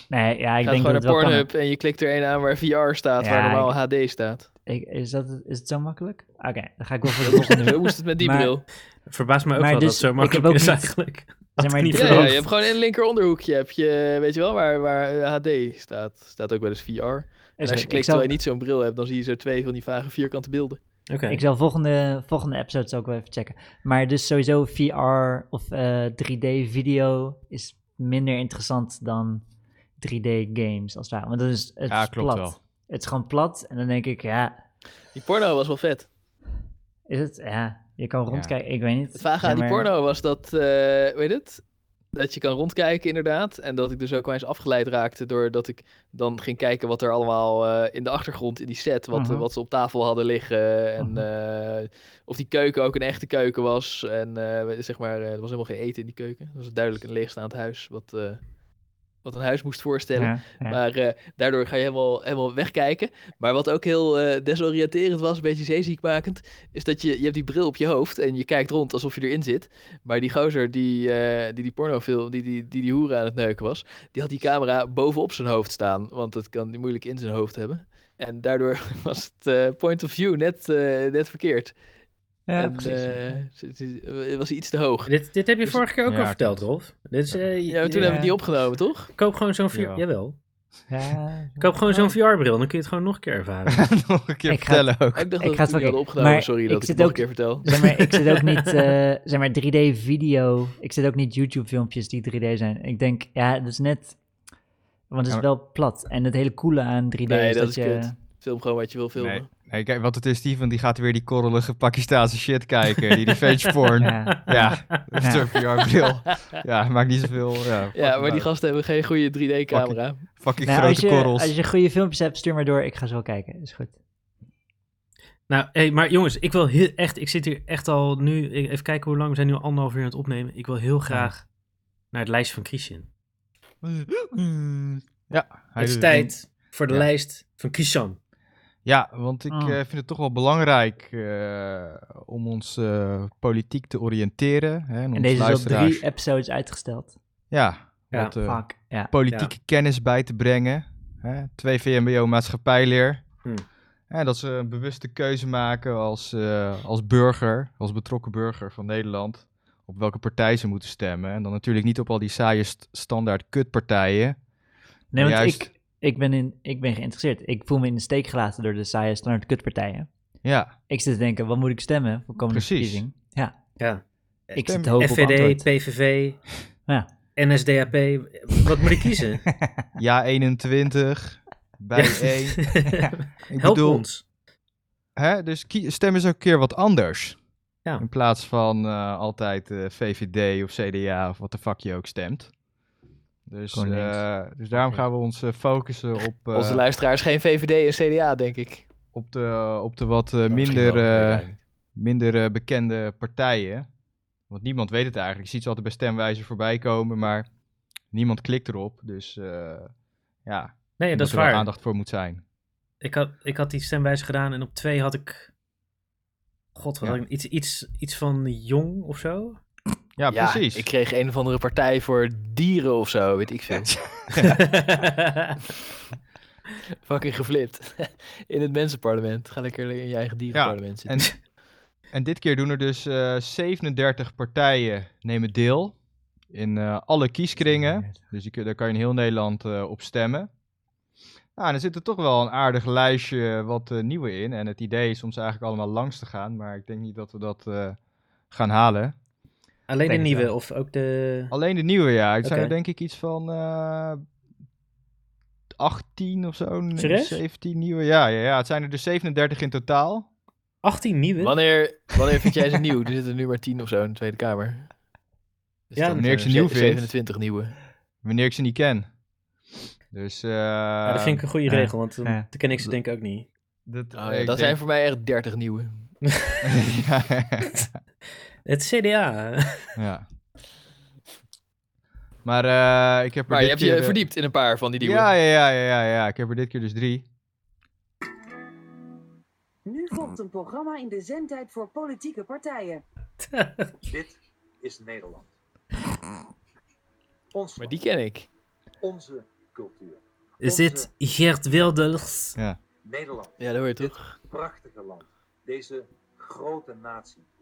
Speaker 3: Nee, ja, ik
Speaker 2: Gaat
Speaker 3: denk
Speaker 2: gewoon
Speaker 3: dat het
Speaker 2: naar
Speaker 3: wel kan.
Speaker 2: Pornhub en je klikt er een aan waar VR staat, waar
Speaker 3: Ja,
Speaker 2: normaal HD staat.
Speaker 3: Ik, is, dat, is het zo makkelijk? Oké, dan ga ik wel voor de volgende.
Speaker 2: Hoe moest het met die
Speaker 3: Maar-
Speaker 2: bril?
Speaker 1: Verbaast me ook
Speaker 3: Maar
Speaker 1: wel dat
Speaker 3: dus,
Speaker 1: het zo
Speaker 3: ik
Speaker 1: makkelijk
Speaker 3: heb ook
Speaker 1: is
Speaker 3: niet-
Speaker 1: eigenlijk.
Speaker 3: Zeg maar,
Speaker 1: ik niet
Speaker 3: die-
Speaker 2: Ja,
Speaker 1: verwacht.
Speaker 2: ja, je hebt gewoon in een linker onderhoekje, heb je, weet je wel, waar, waar eh, HD staat. Staat ook wel eens VR. En
Speaker 3: Is
Speaker 2: als
Speaker 3: goed,
Speaker 2: je
Speaker 3: ik
Speaker 2: klikt
Speaker 3: zal-
Speaker 2: terwijl je niet zo'n bril hebt, dan zie je zo twee van die vage vierkante beelden.
Speaker 1: Oké.
Speaker 3: Ik zal volgende, volgende episode zal ik wel even checken. Maar dus sowieso VR of eh, 3D video is minder interessant dan 3D games als het ware. Want dan is het
Speaker 4: Ja,
Speaker 3: is
Speaker 4: klopt
Speaker 3: plat.
Speaker 4: wel.
Speaker 3: Het is gewoon plat en dan denk ik, ja,
Speaker 2: Die porno was wel vet.
Speaker 3: is het? Ja, je kan rondkijken, ik weet niet.
Speaker 2: Het vage aan
Speaker 3: Ja,
Speaker 2: die
Speaker 3: maar-
Speaker 2: porno was dat, eh, weet het? Dat je kan rondkijken inderdaad. En dat ik dus ook wel eens afgeleid raakte doordat ik dan ging kijken wat er allemaal eh, in de achtergrond in die set, wat,
Speaker 3: Mhm.
Speaker 2: wat ze op tafel hadden liggen. En eh, of die keuken ook een echte keuken was. En eh, zeg maar, eh, er was helemaal geen eten in die keuken. Dat was duidelijk een leegstaand huis, wat, eh, wat een huis moest voorstellen.
Speaker 3: Ja, ja.
Speaker 2: Maar eh, daardoor ga je helemaal, helemaal wegkijken. Maar wat ook heel eh, desoriënterend was, een beetje zeeziekmakend, is dat je, je hebt die bril op je hoofd en je kijkt rond alsof je erin zit. Maar die gozer die eh, die, die pornofilm, die die, die die hoeren aan het neuken was, die had die camera bovenop zijn hoofd staan. Want dat kan hij moeilijk in zijn hoofd hebben. En daardoor was het eh, point of view net, eh, net verkeerd.
Speaker 3: Ja,
Speaker 2: en,
Speaker 3: precies.
Speaker 2: eh, ze- ze- was hij iets te hoog.
Speaker 1: Dit, dit heb je
Speaker 2: Dus-
Speaker 1: vorige keer ook
Speaker 4: Ja,
Speaker 1: al verteld, Rolf. Dit is, eh,
Speaker 2: Ja, maar toen
Speaker 1: je-
Speaker 2: hebben we die opgenomen, toch?
Speaker 1: Koop gewoon zo'n VR...
Speaker 4: Ja.
Speaker 1: Jawel.
Speaker 3: Ja.
Speaker 1: Koop gewoon zo'n VR-bril, dan kun je het gewoon nog een keer ervaren.
Speaker 4: Nog een keer
Speaker 3: Ik ga-
Speaker 4: vertellen ook.
Speaker 2: Ik dacht
Speaker 3: Ik ga
Speaker 2: dat we
Speaker 3: het
Speaker 2: die
Speaker 3: wel-
Speaker 2: hadden opgenomen.
Speaker 3: maar
Speaker 2: Sorry
Speaker 3: ik
Speaker 2: dat ik
Speaker 3: zit
Speaker 2: het nog
Speaker 3: ook-
Speaker 2: een keer vertel.
Speaker 3: Zeg maar, ik zit ook niet, eh, zeg maar, 3D video. Ik zit ook niet YouTube filmpjes die 3D zijn. Ik denk, ja, dat is net, want het
Speaker 4: Ja,
Speaker 3: is wel plat. En het hele coole aan 3D
Speaker 2: Nee,
Speaker 3: is
Speaker 2: dat
Speaker 3: dat,
Speaker 2: is
Speaker 3: je...
Speaker 2: kut. Film gewoon wat je wil filmen.
Speaker 4: Nee. nee, kijk, wat het is, Steven die gaat weer die korrelige Pakistaanse shit kijken. Die revenge porn. Ja,
Speaker 3: Ja.
Speaker 4: dat is een VR-bril. Ja, maakt niet zoveel. Ja,
Speaker 2: Ja, maar die gasten hebben geen goede 3D-camera.
Speaker 4: Fucking
Speaker 3: Nou,
Speaker 4: grote
Speaker 3: als, je,
Speaker 4: korrels.
Speaker 3: als je goede filmpjes hebt, stuur maar door. Ik ga zo kijken. Is goed.
Speaker 1: Nou, hey, maar jongens, ik wil heel, echt, ik zit hier echt al nu, ik- even kijken hoe lang, we zijn nu al anderhalf uur aan het opnemen. Ik wil heel graag naar het lijstje van Christian.
Speaker 4: Hij
Speaker 1: het is
Speaker 4: doet-
Speaker 1: tijd voor de
Speaker 4: Ja.
Speaker 1: lijst van Christian.
Speaker 4: Ja, want ik
Speaker 3: Ah.
Speaker 4: eh, vind het toch wel belangrijk eh, om ons eh, politiek te oriënteren. Hè, en, ons
Speaker 3: En deze is al
Speaker 4: luisteraars,
Speaker 3: drie episodes uitgesteld.
Speaker 4: Ja,
Speaker 1: Ja,
Speaker 4: wat eh,
Speaker 3: Fuck, ja.
Speaker 4: politieke kennis bij te brengen. Hè, 2 VMBO maatschappijleer.
Speaker 1: Hmm.
Speaker 4: Hè, dat ze een bewuste keuze maken als, eh, als burger, als betrokken burger van Nederland. Op welke partij ze moeten stemmen. En dan natuurlijk niet op al die saaie st- standaard kutpartijen.
Speaker 3: Nee, want
Speaker 4: juist-
Speaker 3: ik, ik, ben in, ik ben geïnteresseerd. Ik voel me in de steek gelaten door de saaie standaard kutpartijen.
Speaker 4: Ja,
Speaker 3: Ik zit te denken, wat moet ik stemmen voor komende
Speaker 4: Precies.
Speaker 3: verkiezing? Ja,
Speaker 1: Ja.
Speaker 3: ik
Speaker 4: Stem-
Speaker 3: zit hoog op
Speaker 1: FVD,
Speaker 3: antwoord.
Speaker 1: PVV,
Speaker 3: Ja.
Speaker 1: NSDAP, wat moet ik kiezen?
Speaker 4: ja 21, bij
Speaker 1: Ja.
Speaker 4: 1. Ik
Speaker 1: Help
Speaker 4: bedoel,
Speaker 1: ons.
Speaker 4: Hè? Dus kie- stem eens ook een keer wat anders.
Speaker 1: Ja.
Speaker 4: In plaats van eh, altijd eh, VVD of CDA of wat de fuck je ook stemt. Dus,
Speaker 3: Gewoon links.
Speaker 4: eh, dus daarom gaan we ons eh, focussen op, eh,
Speaker 2: Onze luisteraars geen VVD en CDA, denk ik.
Speaker 4: op, de, op de wat eh,
Speaker 2: misschien wel,
Speaker 4: minder,
Speaker 2: dat weet
Speaker 4: eh,
Speaker 2: hij niet.
Speaker 4: minder eh, bekende partijen. Want niemand weet het eigenlijk. Je ziet ze altijd bij stemwijzer voorbij komen, maar niemand klikt erop. Dus eh, ja,
Speaker 1: Nee, dat
Speaker 4: omdat
Speaker 1: is
Speaker 4: er wel
Speaker 1: waar.
Speaker 4: aandacht voor moet zijn.
Speaker 1: Ik had, ik had die stemwijze gedaan en op twee had ik... God, wat
Speaker 4: Ja.
Speaker 1: had ik- iets, iets, iets van jong of zo?
Speaker 4: Ja,
Speaker 2: Ja,
Speaker 4: precies.
Speaker 2: Ik kreeg een of andere partij voor dieren of zo, weet ik veel. Fucking geflipt. In het mensenparlement. Ga lekker in je eigen dierenparlement
Speaker 4: En,
Speaker 2: zitten.
Speaker 4: en dit keer doen er dus eh, 37 partijen nemen deel in eh, alle kieskringen. Dus je, kun- daar kan je in heel Nederland eh, op stemmen. Nou, en er zit er toch wel een aardig lijstje wat eh, nieuwe in. En het idee is om ze eigenlijk allemaal langs te gaan. Maar ik denk niet dat we dat eh, gaan halen.
Speaker 1: Alleen de
Speaker 3: Denk het
Speaker 1: nieuwe
Speaker 3: wel.
Speaker 1: of ook de...
Speaker 4: Alleen de nieuwe, ja. Het zijn er
Speaker 1: Oké.
Speaker 4: denk ik iets van eh 18 of zo. nee,
Speaker 1: Serieus?
Speaker 4: 17 nieuwe. Ja, ja, ja, het zijn er dus 37 in totaal.
Speaker 1: 18 nieuwe?
Speaker 2: Wanneer, wanneer vind jij ze nieuw? Er zitten nu maar tien of zo in de Tweede Kamer. Dus
Speaker 1: Ja,
Speaker 2: dan
Speaker 4: wanneer ik ze
Speaker 2: zijn er
Speaker 4: nieuw vind.
Speaker 2: 27 nieuwe. Oh
Speaker 4: Wanneer ik ze niet ken. Dus, eh
Speaker 1: Ja, dat vind ik een goede
Speaker 3: eh,
Speaker 1: regel, want dan,
Speaker 3: eh.
Speaker 1: dan ken ik ze denk ik ook niet.
Speaker 4: dat,
Speaker 2: Oh ja,
Speaker 4: ik
Speaker 2: dat
Speaker 4: denk-
Speaker 2: zijn voor mij echt 30 nieuwe.
Speaker 1: Het CDA.
Speaker 4: ja. Maar eh, ik heb er
Speaker 2: Maar je
Speaker 4: dit
Speaker 2: hebt
Speaker 4: keer,
Speaker 2: je
Speaker 4: eh,
Speaker 2: verdiept in een paar van die nieuwe.
Speaker 4: Ja, ja, ja, ja, ja. Ik heb er dit keer dus drie.
Speaker 6: Nu komt een programma in de zendtijd voor politieke partijen.
Speaker 7: Dit is Nederland. Ons
Speaker 2: Maar
Speaker 7: land,
Speaker 2: die ken ik.
Speaker 7: onze cultuur.
Speaker 1: Is dit Geert Wilders?
Speaker 7: Nederland,
Speaker 2: Ja, dat hoor je toch?
Speaker 7: dit prachtige land. Deze grote natie.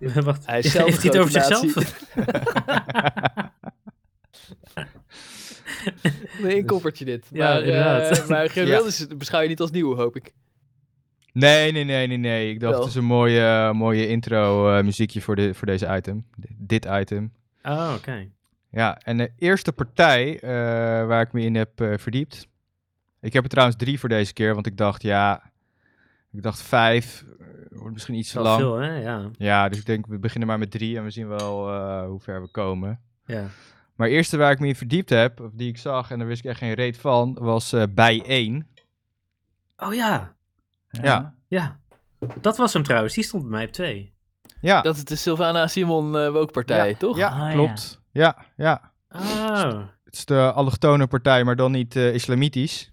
Speaker 1: Wacht,
Speaker 2: Hij is zelf
Speaker 1: heeft hij het
Speaker 2: een
Speaker 1: over
Speaker 2: grote
Speaker 1: zichzelf?
Speaker 2: Nee, een koppertje dit.
Speaker 1: Ja,
Speaker 2: maar,
Speaker 1: inderdaad.
Speaker 2: eh, maar Geert
Speaker 4: Ja.
Speaker 2: Wilders beschouw je niet als nieuw, hoop ik.
Speaker 4: Nee, nee, nee, nee, nee. Ik dacht,
Speaker 2: Wel.
Speaker 4: het is een mooie, mooie intro eh, muziekje voor, de, voor deze item. D- dit item.
Speaker 1: Oh, oké.
Speaker 4: Ja, en de eerste partij eh, waar ik me in heb eh, verdiept. Ik heb er trouwens drie voor deze keer, want ik dacht, ja... Ik dacht vijf, eh, wordt misschien iets te
Speaker 1: Wel
Speaker 4: lang.
Speaker 1: veel, hè? Ja.
Speaker 4: Ja, dus ik denk, we beginnen maar met drie en we zien wel eh, hoe ver we komen.
Speaker 1: ja.
Speaker 4: Maar de eerste waar ik me in verdiept heb, of die ik zag en daar wist ik echt geen reet van, was eh bij één.
Speaker 1: Oh ja,
Speaker 4: Ja.
Speaker 1: ja. Dat was hem trouwens. Die stond bij mij op twee.
Speaker 4: Ja,
Speaker 2: Dat is de Sylvana Simon eh, Wookpartij, toch?
Speaker 4: ja
Speaker 3: Ah, ja.
Speaker 4: klopt. Ja. ja,
Speaker 1: Oh.
Speaker 4: Het is de allochtone partij, maar dan niet eh, islamitisch.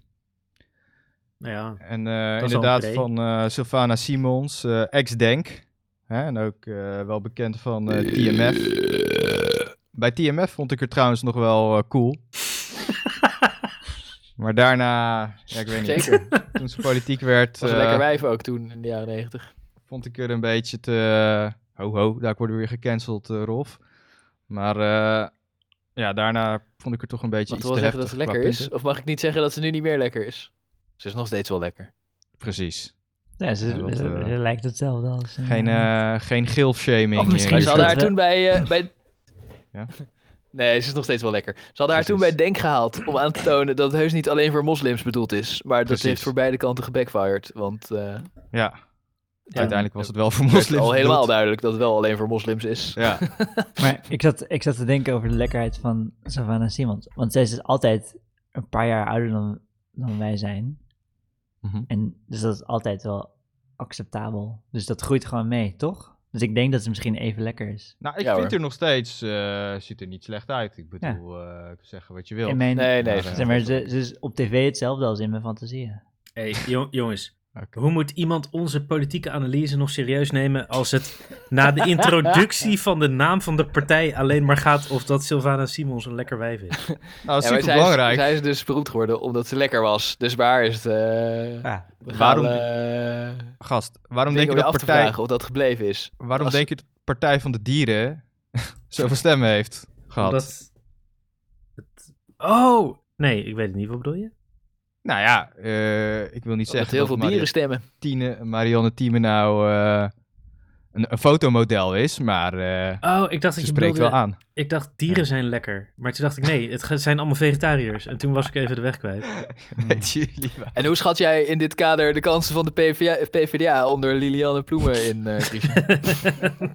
Speaker 1: Nou ja.
Speaker 4: En eh,
Speaker 1: is al
Speaker 4: inderdaad
Speaker 1: een pre.
Speaker 4: van eh, Sylvana Simons, eh, ex-Denk. Hè, en ook eh, wel bekend van eh, TMF. Bij TMF vond ik er trouwens nog wel eh, cool. maar daarna, ja, ik weet niet,
Speaker 2: Zeker. Dat
Speaker 4: toen ze politiek werd...
Speaker 2: was een
Speaker 4: eh,
Speaker 2: lekker wijf ook toen, in de jaren 90.
Speaker 4: vond ik er een beetje te... Ho, ho, daar worden we weer gecanceld, eh, Rolf. Maar eh, ja, daarna vond ik er toch een beetje
Speaker 2: Mag ik
Speaker 4: iets
Speaker 2: wel
Speaker 4: te
Speaker 2: zeggen dat ze
Speaker 4: heftig
Speaker 2: lekker
Speaker 4: qua
Speaker 2: is?
Speaker 4: punten.
Speaker 2: Of mag ik niet zeggen dat ze nu niet meer lekker is? Ze is nog steeds wel lekker.
Speaker 4: Precies.
Speaker 3: Ja, ze,
Speaker 4: Ja, dat,
Speaker 3: ze- ze
Speaker 4: eh,
Speaker 3: lijkt hetzelfde als... eh,
Speaker 4: Geen, eh geen gilf-shaming.
Speaker 3: Of misschien
Speaker 4: eh,
Speaker 2: Maar
Speaker 3: is
Speaker 2: ze
Speaker 4: hier.
Speaker 2: hadden
Speaker 3: dat
Speaker 2: haar
Speaker 3: wel-
Speaker 2: toen bij... eh, bij...
Speaker 4: Ja?
Speaker 2: Nee, ze is nog steeds wel lekker. Ze hadden haar toen bij
Speaker 4: Precies.
Speaker 2: Denk gehaald om aan te tonen dat het heus niet alleen voor moslims bedoeld is. Maar dat
Speaker 4: Precies.
Speaker 2: heeft voor beide kanten gebackfired. Want eh,
Speaker 4: Ja. uiteindelijk was het wel voor
Speaker 2: het is
Speaker 4: moslims.
Speaker 2: al helemaal
Speaker 4: bedoeld.
Speaker 2: duidelijk dat het wel alleen voor moslims is.
Speaker 4: Ja,
Speaker 3: Maar ik zat, ik zat te denken over de lekkerheid van Savannah Simons. Want zij is dus altijd een paar jaar ouder dan, dan wij zijn.
Speaker 4: Mhm.
Speaker 3: En dus dat is altijd wel acceptabel. Dus dat groeit gewoon mee, toch? Dus ik denk dat het misschien even lekker is.
Speaker 4: Nou, ik
Speaker 2: Ja,
Speaker 4: vind
Speaker 2: hoor.
Speaker 4: er nog steeds, eh, ziet er niet slecht uit. Ik bedoel, eh ik kan zeggen wat je wil.
Speaker 3: In mijn,
Speaker 2: Nee, nee.
Speaker 4: Maar,
Speaker 2: zo-
Speaker 4: eh,
Speaker 3: Zeg maar, ze, ze is op tv hetzelfde als in mijn fantasieën.
Speaker 1: Hey, jo- jongens.
Speaker 4: Oké.
Speaker 1: Hoe moet iemand onze politieke analyse nog serieus nemen als het na de introductie van de naam van de partij alleen maar gaat of dat Sylvana Simons een lekker wijf is?
Speaker 4: Nou,
Speaker 2: Ja, maar
Speaker 4: super
Speaker 2: zij,
Speaker 4: belangrijk.
Speaker 2: is, zij is dus beroemd geworden omdat ze lekker was. Dus waar is het... eh,
Speaker 3: Ja.
Speaker 4: waarom-
Speaker 2: eh,
Speaker 4: Gast, waarom
Speaker 2: ding
Speaker 4: denk
Speaker 2: om je
Speaker 4: je dat
Speaker 2: af te
Speaker 4: partij,
Speaker 2: vragen of dat gebleven is.
Speaker 4: waarom
Speaker 2: Als-
Speaker 4: denk je dat Partij van de Dieren zoveel stemmen heeft gehad?
Speaker 1: Omdat het- Oh! Nee, ik weet het niet. Wat bedoel je?
Speaker 4: Nou ja, eh, ik wil niet
Speaker 2: Omdat
Speaker 4: zeggen
Speaker 2: heel
Speaker 4: dat
Speaker 2: veel
Speaker 4: Marianne
Speaker 2: dieren stemmen.
Speaker 4: Thieme, Marianne Thieme nou eh, een, een fotomodel is, maar eh,
Speaker 1: Oh, ik dacht dat
Speaker 4: ze
Speaker 1: je
Speaker 4: spreekt
Speaker 1: bedoelde...
Speaker 4: wel aan.
Speaker 1: Ik dacht, dieren zijn lekker. Maar toen dacht ik, nee, het ge- zijn allemaal vegetariërs. En toen was ik even de weg kwijt. Hmm.
Speaker 4: Weet jullie wel.
Speaker 2: En hoe schat jij in dit kader de kansen van de PvdA, PvdA onder Liliane Ploemen in eh Griekenland?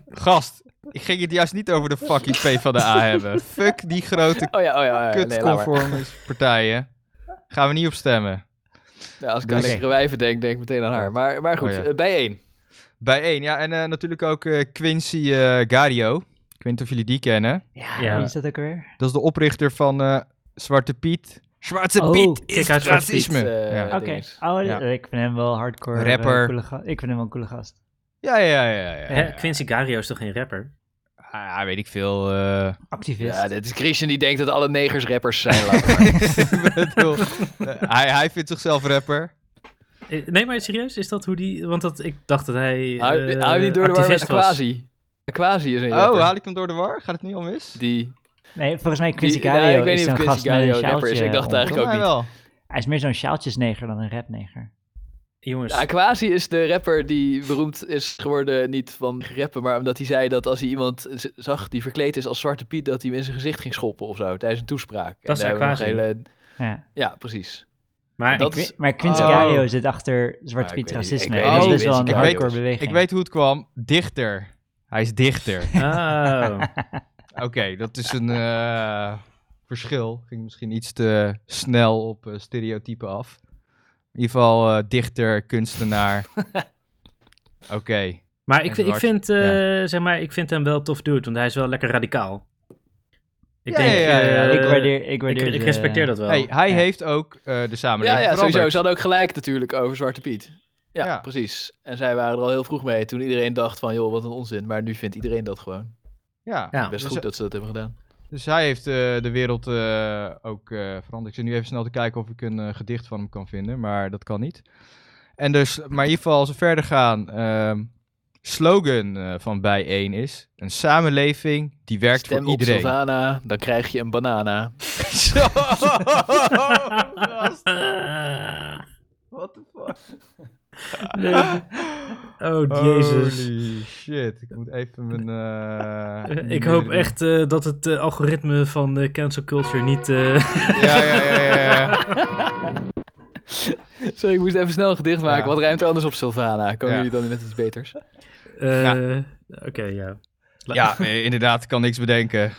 Speaker 4: Gast, ik ging het juist niet over de fucking P van de A hebben. Fuck die grote
Speaker 2: Oh ja, oh ja, oh ja. Nee, laat maar.
Speaker 4: kutconformispartijen. Gaan we niet op stemmen.
Speaker 2: Ja, als ik aan
Speaker 4: Dus-
Speaker 2: lekkere wijven denk, denk ik meteen aan haar. Maar, maar goed,
Speaker 4: Oh ja.
Speaker 2: eh, bijeen.
Speaker 4: Bijeen, ja. En eh, natuurlijk ook eh, Quincy eh, Gario. Ik weet niet of jullie die kennen.
Speaker 3: Ja,
Speaker 1: Ja.
Speaker 3: wie is dat ook weer?
Speaker 4: Dat is de oprichter van eh, Zwarte Piet. Zwarte
Speaker 3: Oh,
Speaker 4: Piet is
Speaker 1: kijk uit, Zwarte Piet.
Speaker 4: racisme.
Speaker 2: Eh,
Speaker 4: ja.
Speaker 3: Oké,
Speaker 2: dinges.
Speaker 3: oh,
Speaker 4: Ja.
Speaker 3: ik vind hem wel hardcore. eh,
Speaker 4: Rapper.
Speaker 3: coole ga- ik vind hem wel een coole gast.
Speaker 4: Ja, ja, ja. ja, ja,
Speaker 1: Hè, Quincy Gario is toch geen rapper?
Speaker 4: Ah, ja, weet ik veel. eh,
Speaker 3: Activist.
Speaker 2: Ja, dit is Christian die denkt dat alle negers rappers zijn. laat maar.
Speaker 4: ik bedoel, eh, hij, hij vindt zichzelf rapper.
Speaker 1: Eh, Nee, maar serieus, is dat hoe die... Want dat, ik dacht dat hij
Speaker 2: Hou
Speaker 1: eh,
Speaker 2: hou je niet door de war met
Speaker 1: activist was.
Speaker 2: Aquasi. Aquasi is een
Speaker 4: Oh,
Speaker 2: rapper.
Speaker 4: haal ik hem door de war? Gaat het niet om mis?
Speaker 2: Die,
Speaker 3: Nee, volgens mij Quincy
Speaker 2: Die- nou,
Speaker 3: Cario
Speaker 2: ik
Speaker 3: is
Speaker 2: weet niet of
Speaker 3: zo'n
Speaker 2: Quincy
Speaker 3: gast met een
Speaker 2: Cario rapper
Speaker 3: sjaaltje.
Speaker 2: is. Ik dacht
Speaker 3: om.
Speaker 2: eigenlijk- ook
Speaker 4: mij
Speaker 2: niet.
Speaker 4: wel.
Speaker 3: Hij is meer zo'n sjaaltjesneger dan een rapneger.
Speaker 1: Jongens,
Speaker 2: Aquasi is de rapper die beroemd is geworden, niet van rappen, maar omdat hij zei dat als hij iemand z- zag die verkleed is als Zwarte Piet, dat hij hem in zijn gezicht ging schoppen of zo, tijdens een toespraak.
Speaker 1: Dat is
Speaker 2: daar hebben we nog
Speaker 1: Aquasi.
Speaker 2: hele-
Speaker 3: Ja.
Speaker 2: Ja, precies.
Speaker 1: maar
Speaker 2: dat
Speaker 1: ik-
Speaker 2: is-
Speaker 3: Maar Quincy
Speaker 2: Oh.
Speaker 3: Cario zit achter
Speaker 2: Ah,
Speaker 3: Zwarte
Speaker 2: ik
Speaker 3: Piet
Speaker 2: weet niet.
Speaker 3: racisme.
Speaker 2: Ik
Speaker 3: en
Speaker 4: weet
Speaker 3: dat is
Speaker 4: niet.
Speaker 3: best wel een
Speaker 4: Ik weet-
Speaker 3: hardcore beweging.
Speaker 4: Ik weet hoe het kwam. Dichter. Hij is dichter.
Speaker 1: Oh,
Speaker 4: Oké, dat is een eh, verschil. Ging misschien iets te snel op eh, stereotypen af. In ieder geval eh, dichter, kunstenaar. Oké.
Speaker 1: maar ik,
Speaker 4: Even
Speaker 1: ik,
Speaker 4: hard,
Speaker 1: vind, eh, zeg maar ik vind hem wel tof dude, want hij is wel lekker radicaal. Ik
Speaker 4: Ja,
Speaker 1: denk,
Speaker 4: ja, ja, ja.
Speaker 1: eh,
Speaker 3: ik waardeer, ik
Speaker 1: ik,
Speaker 3: waardeer
Speaker 1: ik
Speaker 3: de-
Speaker 1: respecteer dat wel.
Speaker 4: Hey, hij
Speaker 3: Ja.
Speaker 4: heeft ook eh, de
Speaker 2: Ja,
Speaker 4: samenleving
Speaker 2: ja, sowieso.
Speaker 4: veranderd.
Speaker 2: Ze hadden ook gelijk natuurlijk over Zwarte Piet. Ja,
Speaker 4: Ja.
Speaker 2: precies. En zij waren er al heel vroeg mee toen iedereen dacht van, joh, wat een onzin. Maar nu vindt iedereen dat gewoon.
Speaker 4: Ja.
Speaker 1: ja,
Speaker 2: Best
Speaker 4: dus-
Speaker 2: goed dat ze dat hebben gedaan.
Speaker 4: Dus hij heeft eh, de wereld eh, ook eh, veranderd. Ik zit nu even snel te kijken of ik een eh, gedicht van hem kan vinden, maar dat kan niet. En dus, maar in ieder geval, als we verder gaan, ehm, slogan eh, van bijeen is: een samenleving die werkt
Speaker 2: Stem
Speaker 4: voor
Speaker 2: op
Speaker 4: iedereen.
Speaker 2: Savannah, dan krijg je een banana.
Speaker 4: Zo!
Speaker 1: Ah.
Speaker 4: What the fuck?
Speaker 1: Oh, jezus.
Speaker 4: Holy shit. Ik moet even mijn... eh,
Speaker 1: Eh, Ik
Speaker 4: minder
Speaker 1: hoop
Speaker 4: doen.
Speaker 1: echt eh, dat het eh, algoritme van eh, cancel culture niet... eh,
Speaker 4: Ja, ja, ja, ja. ja.
Speaker 2: Sorry, ik moest even snel een gedicht maken.
Speaker 4: Ja.
Speaker 2: Wat ruimt anders op Sylvana? Komen
Speaker 4: Ja.
Speaker 2: jullie dan met iets beters?
Speaker 1: eh, Oké, ja.
Speaker 4: ja, eh, inderdaad. Ik kan niks bedenken.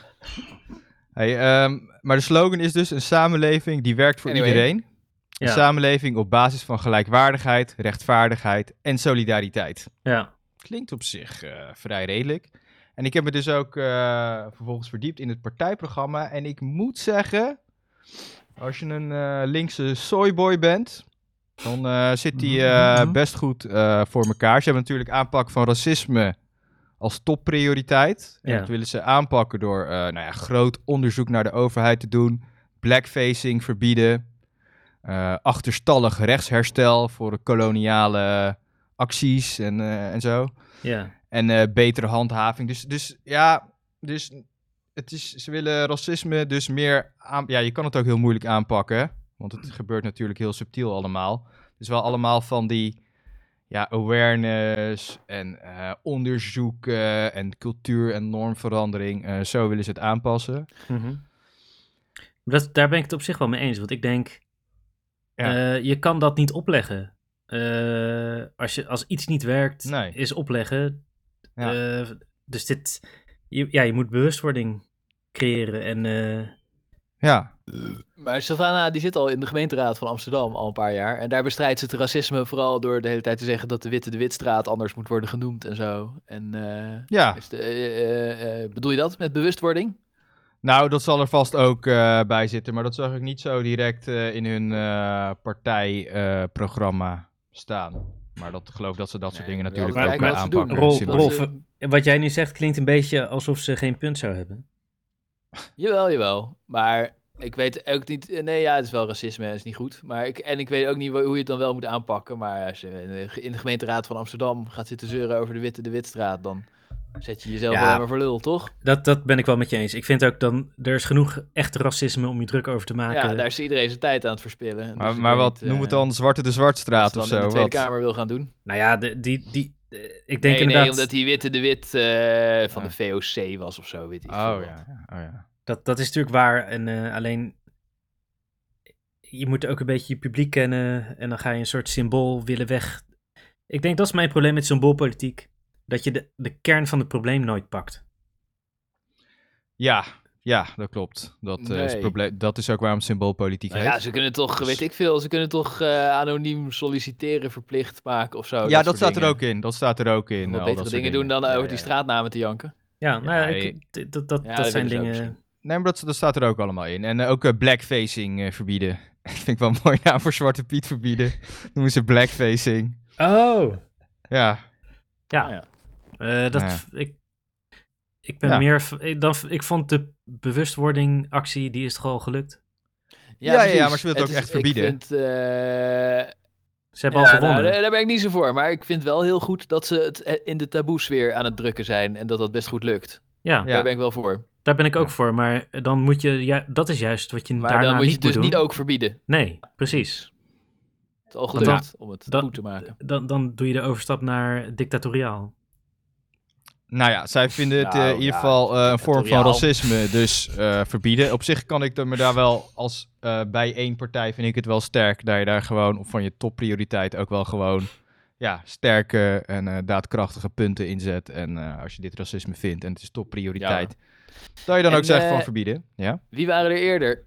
Speaker 4: Hey, ehm, maar de slogan is dus een samenleving die werkt voor
Speaker 2: Anyway.
Speaker 4: iedereen. Een
Speaker 1: Ja.
Speaker 4: samenleving op basis van gelijkwaardigheid, rechtvaardigheid en solidariteit.
Speaker 1: Ja.
Speaker 4: Klinkt op zich eh, vrij redelijk. En ik heb me dus ook eh, vervolgens verdiept in het partijprogramma. En ik moet zeggen, als je een eh, linkse soyboy bent, dan eh, zit die eh,
Speaker 3: Mhm.
Speaker 4: best goed eh, voor elkaar. Ze hebben natuurlijk aanpak van racisme als topprioriteit. En
Speaker 1: Ja.
Speaker 4: dat willen ze aanpakken door eh, nou ja, groot onderzoek naar de overheid te doen, blackfacing verbieden, eh, achterstallig rechtsherstel voor koloniale acties en, eh, en zo.
Speaker 1: ja.
Speaker 4: En eh, betere handhaving. Dus, dus ja, dus het is, ze willen racisme dus meer aan... Ja, je kan het ook heel moeilijk aanpakken. Want het gebeurt natuurlijk heel subtiel allemaal. Dus wel allemaal van die ja, awareness en eh onderzoeken en cultuur en normverandering. Eh, zo willen ze het aanpassen.
Speaker 1: Mhm. Dat, daar ben ik het op zich wel mee eens. Want ik denk,
Speaker 4: Ja.
Speaker 1: eh, je kan dat niet opleggen. Eh, als, je, als iets niet werkt,
Speaker 4: Nee.
Speaker 1: is opleggen.
Speaker 4: Ja.
Speaker 1: Eh, dus dit, je, ja, je moet bewustwording creëren en eh,
Speaker 4: Ja,
Speaker 2: Maar Savannah die zit al in de gemeenteraad van Amsterdam al een paar jaar. En daar bestrijdt ze het racisme vooral door de hele tijd te zeggen dat de Witte de Witstraat anders moet worden genoemd en zo. En eh,
Speaker 4: ja.
Speaker 2: is de- eh, eh, eh, bedoel je dat met bewustwording?
Speaker 4: Nou, dat zal er vast ook eh, bij zitten, maar dat zag ik niet zo direct eh, in hun partijprogramma eh, staan. Maar dat geloof ik dat ze dat soort
Speaker 2: Nee,
Speaker 4: dingen
Speaker 2: wel
Speaker 4: natuurlijk ook
Speaker 1: kijken
Speaker 4: bij
Speaker 2: wat ze
Speaker 4: aanpakken.
Speaker 2: doen.
Speaker 1: Rol-
Speaker 4: Zit-
Speaker 2: Ze-
Speaker 1: Rolf, En Wat jij nu zegt klinkt een beetje alsof ze geen punt zou hebben.
Speaker 2: Jawel, jawel. Maar ik weet ook niet. eh, Nee, ja, het is wel racisme, het is niet goed. Maar ik, en ik weet ook niet wa- hoe je het dan wel moet aanpakken. Maar als je in de gemeenteraad van Amsterdam gaat zitten zeuren over de Witte de Witstraat, dan zet je jezelf
Speaker 1: Ja.
Speaker 2: alleen maar voor lul, toch?
Speaker 1: Dat, dat ben ik wel met je eens. Ik vind ook dan, er is genoeg echt racisme om je druk over te maken.
Speaker 2: Ja, daar is iedereen zijn tijd aan het verspillen. Dus
Speaker 4: Maar,
Speaker 2: ik
Speaker 4: maar
Speaker 2: weet
Speaker 4: wat
Speaker 2: niet, eh,
Speaker 4: noem het dan Zwarte de
Speaker 2: wat
Speaker 4: Zwartstraat
Speaker 2: ze
Speaker 4: of
Speaker 2: dan in
Speaker 4: zo?
Speaker 2: de Tweede
Speaker 4: Wat?
Speaker 2: Kamer wil gaan doen.
Speaker 1: Nou ja, de, die, die, eh, ik denk
Speaker 2: Nee,
Speaker 1: inderdaad
Speaker 2: nee, omdat die Witte de Wit eh, van
Speaker 4: Ah.
Speaker 2: de VOC was of zo, weet ik veel
Speaker 4: Oh
Speaker 2: wat.
Speaker 4: ja, ja, oh ja.
Speaker 1: dat, dat is natuurlijk waar. En eh, alleen, je moet ook een beetje je publiek kennen en dan ga je een soort symbool willen weg. Ik denk dat is mijn probleem met symboolpolitiek. Dat je de, de kern van het probleem nooit pakt.
Speaker 4: Ja, ja, dat klopt. Dat, eh, is het
Speaker 2: Nee.
Speaker 4: probleem, dat is ook waarom het symboolpolitiek
Speaker 2: Nou
Speaker 4: heet.
Speaker 2: ja, ze kunnen toch,
Speaker 1: Dus-
Speaker 2: weet ik veel, ze kunnen toch eh, anoniem solliciteren verplicht maken of zo.
Speaker 4: ja, dat,
Speaker 2: oh, soort
Speaker 4: staat er
Speaker 2: dingen.
Speaker 4: ook in. Dat staat er ook in.
Speaker 2: Wat
Speaker 4: al
Speaker 2: betere
Speaker 4: dat soort
Speaker 2: dingen doen dan
Speaker 4: Ja,
Speaker 2: over
Speaker 4: ja.
Speaker 2: die straatnamen te janken.
Speaker 1: Ja, nou,
Speaker 4: Ja,
Speaker 1: ja, ik- d- dat, dat,
Speaker 2: Ja,
Speaker 1: dat
Speaker 2: dat
Speaker 1: zijn
Speaker 2: willen ze ook
Speaker 1: dingen.
Speaker 4: Nee, maar dat, dat staat er ook allemaal in. En eh, ook eh, blackfacing eh, verbieden. Vind ik wel een mooie naam voor Zwarte Piet verbieden. Noemen ze blackfacing.
Speaker 1: Oh!
Speaker 4: Ja,
Speaker 1: Ja,
Speaker 2: Ah, ja.
Speaker 1: Eh, dat,
Speaker 4: Ja.
Speaker 1: ik, ik ben
Speaker 4: Ja.
Speaker 1: meer. v- Ik, dan, ik vond de bewustwording actie, die is toch al gelukt.
Speaker 4: Ja, ja, ja,
Speaker 2: precies.
Speaker 4: maar ze willen het ook echt verbieden.
Speaker 2: Ik vind, eh,
Speaker 1: Ze hebben al
Speaker 2: ja,
Speaker 1: gewonnen.
Speaker 2: nou, daar, daar ben ik niet zo voor. Maar ik vind wel heel goed dat ze het eh, in de taboes weer aan het drukken zijn. En dat dat best goed lukt.
Speaker 1: ja,
Speaker 4: Ja.
Speaker 2: Daar ben ik wel voor.
Speaker 1: daar ben ik ook voor. Maar dan moet je. Ja, dat is juist wat je
Speaker 2: Maar
Speaker 1: daarna
Speaker 2: dan moet je
Speaker 1: niet
Speaker 2: het dus
Speaker 1: moet
Speaker 2: niet
Speaker 1: doen.
Speaker 2: ook verbieden.
Speaker 1: Nee, precies.
Speaker 2: Het is al
Speaker 1: Want
Speaker 2: gelukt om het
Speaker 1: dat-
Speaker 2: goed te maken.
Speaker 1: Dan, dan doe je de overstap naar dictatoriaal.
Speaker 4: Nou ja, zij vinden het eh,
Speaker 2: Nou,
Speaker 4: in ieder
Speaker 2: ja,
Speaker 4: geval eh, een vorm van
Speaker 2: dictatoriaal.
Speaker 4: racisme, dus eh, verbieden. Op zich kan ik er me daar wel als eh, bij één partij vind ik het wel sterk dat je daar gewoon op van je topprioriteit ook wel gewoon ja, sterke en eh, daadkrachtige punten inzet. En eh, als je dit racisme vindt en het is topprioriteit, dat je dan
Speaker 2: En,
Speaker 4: ook zegt
Speaker 2: eh,
Speaker 4: van verbieden. Ja.
Speaker 2: Wie waren er eerder?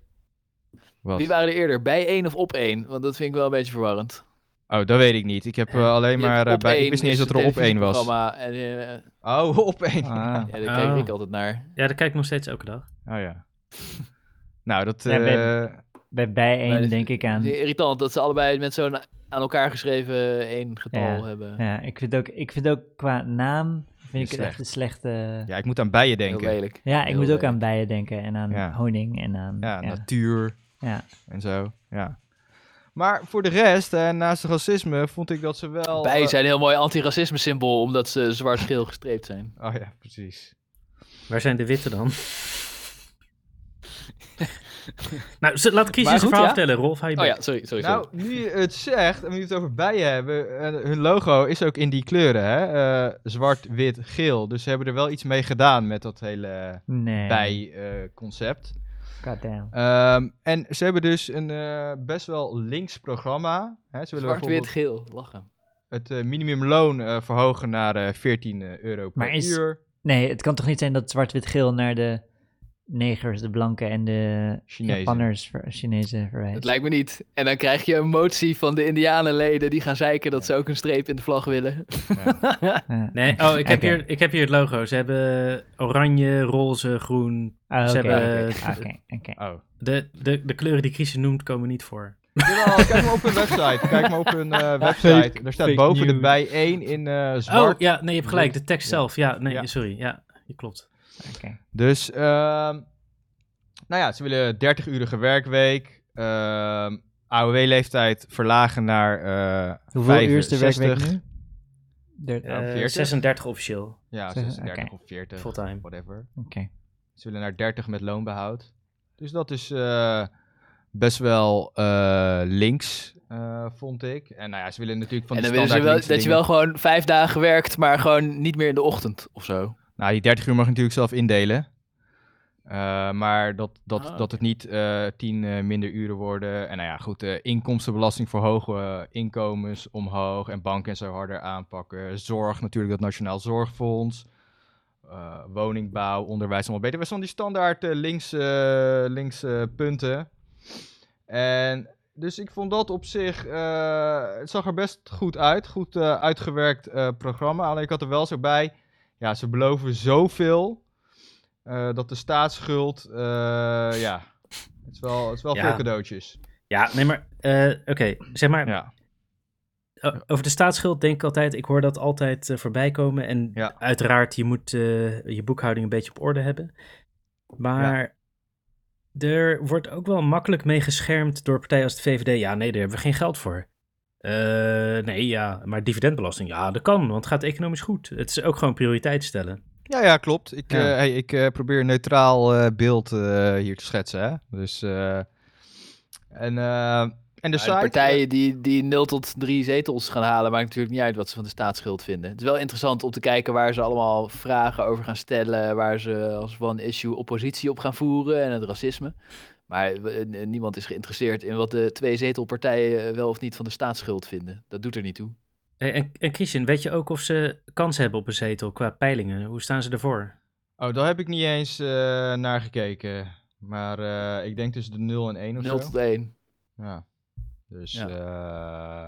Speaker 4: Wat?
Speaker 2: Wie waren er eerder? Bij één of op één? Want dat vind ik wel een beetje verwarrend.
Speaker 4: Oh, dat weet ik niet. Ik heb eh, alleen
Speaker 2: Je hebt
Speaker 4: maar eh,
Speaker 2: Op
Speaker 4: bij. Ik
Speaker 2: één
Speaker 4: wist niet eens
Speaker 2: is
Speaker 4: dat er op
Speaker 2: het
Speaker 4: één was.
Speaker 2: televisieprogramma En, eh,
Speaker 4: Oh, op één.
Speaker 3: Ah.
Speaker 2: ja, daar kijk
Speaker 1: Oh.
Speaker 2: ik altijd naar.
Speaker 1: Ja, daar kijk ik nog steeds elke dag.
Speaker 4: Oh ja. nou, dat.
Speaker 3: Ja, ben-
Speaker 4: eh,
Speaker 3: Bij bijeen
Speaker 2: Maar dit-
Speaker 3: denk ik aan.
Speaker 2: Het is irritant dat ze allebei met zo'n aan elkaar geschreven één getal
Speaker 3: Ja.
Speaker 2: hebben.
Speaker 3: Ja, ik vind ook, ik vind ook qua naam vind ik het
Speaker 4: Slecht.
Speaker 3: echt een slechte. Ja,
Speaker 4: ja, ik moet aan bijen
Speaker 2: Heel
Speaker 4: denken.
Speaker 2: lelijk.
Speaker 3: ik
Speaker 2: heel
Speaker 3: moet ook
Speaker 2: lelijk.
Speaker 3: aan bijen denken en aan
Speaker 4: Ja.
Speaker 3: honing en aan.
Speaker 4: Ja,
Speaker 3: Ja,
Speaker 4: natuur
Speaker 3: ja.
Speaker 4: en zo. Ja. Maar voor de rest, eh, naast het racisme, vond ik dat ze wel.
Speaker 2: Bijen
Speaker 4: eh,
Speaker 2: zijn een heel mooi anti-racisme symbool, omdat ze zwart-geel gestreept zijn.
Speaker 4: Oh ja, precies.
Speaker 1: Waar zijn de witte dan? nou, z- laat Chris eens
Speaker 2: Maar
Speaker 1: een
Speaker 2: goed,
Speaker 1: verhaal
Speaker 2: ja.
Speaker 1: vertellen. Rolf, hou je
Speaker 2: Oh ja,
Speaker 1: bek.
Speaker 2: sorry, sorry.
Speaker 4: Nou,
Speaker 2: sorry.
Speaker 4: nu je het zegt en nu we het over bijen hebben, eh, hun logo is ook in die kleuren, hè? Eh, zwart, wit, geel. Dus ze hebben er wel iets mee gedaan met dat hele
Speaker 3: Nee.
Speaker 4: bij-concept.
Speaker 3: Goddamn.
Speaker 4: Ehm, en ze hebben dus een eh, best wel links programma. Hè? Ze willen bijvoorbeeld
Speaker 2: Zwart-wit-geel, lachen.
Speaker 4: het eh, minimumloon eh, verhogen naar eh 14 euro per
Speaker 3: Maar is-
Speaker 4: uur.
Speaker 3: Nee, het kan toch niet zijn dat zwart-wit-geel naar de negers, de blanken en de
Speaker 4: Chinezen.
Speaker 3: Japanners, ver- Chinezen verwijst.
Speaker 2: Dat lijkt me niet. En dan krijg je een motie van de indianenleden die gaan zeiken dat ze ook een streep in de vlag willen.
Speaker 3: Ja.
Speaker 1: Nee, oh, ik heb,
Speaker 3: Oké.
Speaker 1: hier, ik heb hier het logo. Ze hebben oranje, roze, groen.
Speaker 3: Ah,
Speaker 1: Ze
Speaker 3: Oké,
Speaker 1: hebben-
Speaker 3: oké, oké, oké.
Speaker 4: Oh.
Speaker 1: De, de, de kleuren die Chris noemt komen niet voor.
Speaker 4: Jawel, kijk maar op hun website. Kijk maar op hun eh, website.
Speaker 3: Fake-
Speaker 4: Daar staat
Speaker 3: fake
Speaker 4: boven de
Speaker 3: news.
Speaker 4: bij 1 in eh, zwart.
Speaker 1: Oh, ja, nee, je hebt gelijk. De tekst
Speaker 4: Ja.
Speaker 1: zelf. Ja, nee,
Speaker 4: Ja.
Speaker 1: sorry. Ja, je klopt.
Speaker 3: oké.
Speaker 4: Dus, ehm, nou ja, ze willen 30-urige werkweek. ehm, AOW-leeftijd verlagen naar eh
Speaker 3: Hoeveel uur is de
Speaker 4: 65?
Speaker 3: werkweek nu? Der-
Speaker 4: Ja,
Speaker 1: Eh,
Speaker 4: 40?
Speaker 1: 36 officieel,
Speaker 4: Ja,
Speaker 3: Zeg-
Speaker 4: 36
Speaker 3: oké.
Speaker 4: of 40,
Speaker 1: fulltime.
Speaker 4: whatever.
Speaker 3: Oké.
Speaker 4: Ze willen naar 30 met loonbehoud. Dus dat is eh, best wel eh, links, eh, vond ik. En nou ja, ze willen natuurlijk van
Speaker 2: en
Speaker 4: die
Speaker 2: dan willen ze
Speaker 4: standaard
Speaker 2: wel dat
Speaker 4: linkse
Speaker 2: je
Speaker 4: dingen-
Speaker 2: wel gewoon vijf dagen werkt, maar gewoon niet meer in de ochtend of zo.
Speaker 4: Nou, die 30 uur mag je natuurlijk zelf indelen. Eh, maar dat, dat,
Speaker 2: Ah, oké.
Speaker 4: dat het niet eh, tien eh, minder uren worden. En nou ja, goed, eh, inkomstenbelasting verhogen, eh, inkomens omhoog en banken en zo harder aanpakken. Zorg natuurlijk, dat Nationaal Zorgfonds. eh, woningbouw, onderwijs allemaal beter. We stonden die standaard eh, links, eh, links eh, punten. En dus ik vond dat op zich, eh, het zag er best goed uit. Goed eh, uitgewerkt eh, programma. Alleen ik had er wel zo bij, ja, ze beloven zoveel eh, dat de staatsschuld, eh, ja, het is wel, het is wel
Speaker 1: Ja.
Speaker 4: veel cadeautjes.
Speaker 1: Ja, nee, maar eh, oké, zeg maar,
Speaker 4: Ja.
Speaker 1: o- over de staatsschuld denk ik altijd, ik hoor dat altijd eh, voorbij komen. En
Speaker 4: Ja.
Speaker 1: uiteraard, je moet eh, je boekhouding een beetje op orde hebben. Maar er wordt ook wel makkelijk mee geschermd door partijen als de VVD. Ja, nee, daar hebben we geen geld voor. Eh, nee, ja, maar dividendbelasting, ja, dat kan, want het gaat economisch goed. Het is ook gewoon prioriteit stellen.
Speaker 4: Ja, ja, klopt. Ik,
Speaker 1: Ja.
Speaker 4: eh, hey, ik eh, probeer een neutraal eh, beeld eh, hier te schetsen. Hè? Dus, eh, en, eh, en de
Speaker 2: Maar
Speaker 4: site...
Speaker 2: de partijen die, die 0 tot 3 zetels gaan halen, maakt natuurlijk niet uit wat ze van de staatsschuld vinden. Het is wel interessant om te kijken waar ze allemaal vragen over gaan stellen, waar ze als one issue oppositie op gaan voeren en het racisme. Maar eh, eh, niemand is geïnteresseerd in wat de twee zetelpartijen eh, wel of niet van de staatsschuld vinden. Dat doet er niet toe.
Speaker 1: Hey, Eh, en, en Christian, weet je ook of ze kans hebben op een zetel qua peilingen? Hoe staan ze ervoor?
Speaker 4: Oh, daar heb ik niet eens eh, naar gekeken. Maar eh, ik denk tussen de 0 en 1 of
Speaker 2: 0
Speaker 4: zo.
Speaker 2: tot 1.
Speaker 4: Ja. Dus
Speaker 2: Ja.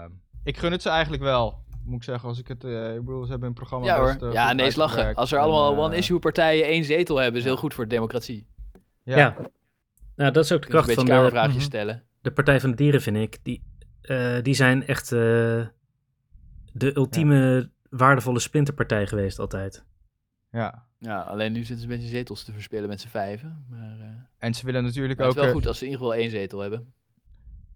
Speaker 4: eh, ik gun het ze eigenlijk wel. Moet ik zeggen, als ik het... eh, ik bedoel, ze hebben een programma
Speaker 2: Ja hoor.
Speaker 4: best, eh,
Speaker 2: ja,
Speaker 4: goed
Speaker 2: nee, is lachen.
Speaker 4: uitgewerkt.
Speaker 2: Als er
Speaker 4: En,
Speaker 2: allemaal
Speaker 4: eh,
Speaker 2: one issue partijen één zetel hebben, is heel goed voor de democratie.
Speaker 4: Ja.
Speaker 1: ja. Nou, dat is ook de
Speaker 2: Kun je een
Speaker 1: kracht
Speaker 2: beetje
Speaker 1: van de,
Speaker 2: kamervraagjes
Speaker 4: Mhm.
Speaker 2: stellen.
Speaker 1: de Partij van de Dieren, vind ik, die, eh, die zijn echt eh, de ultieme waardevolle splinterpartij geweest altijd.
Speaker 4: ja.
Speaker 2: Ja, alleen nu zitten ze een beetje zetels te verspillen met z'n vijven. Maar, eh,
Speaker 4: En ze willen natuurlijk
Speaker 2: Maar
Speaker 4: ook
Speaker 2: het is wel
Speaker 4: eh,
Speaker 2: goed als ze in ieder geval één zetel hebben.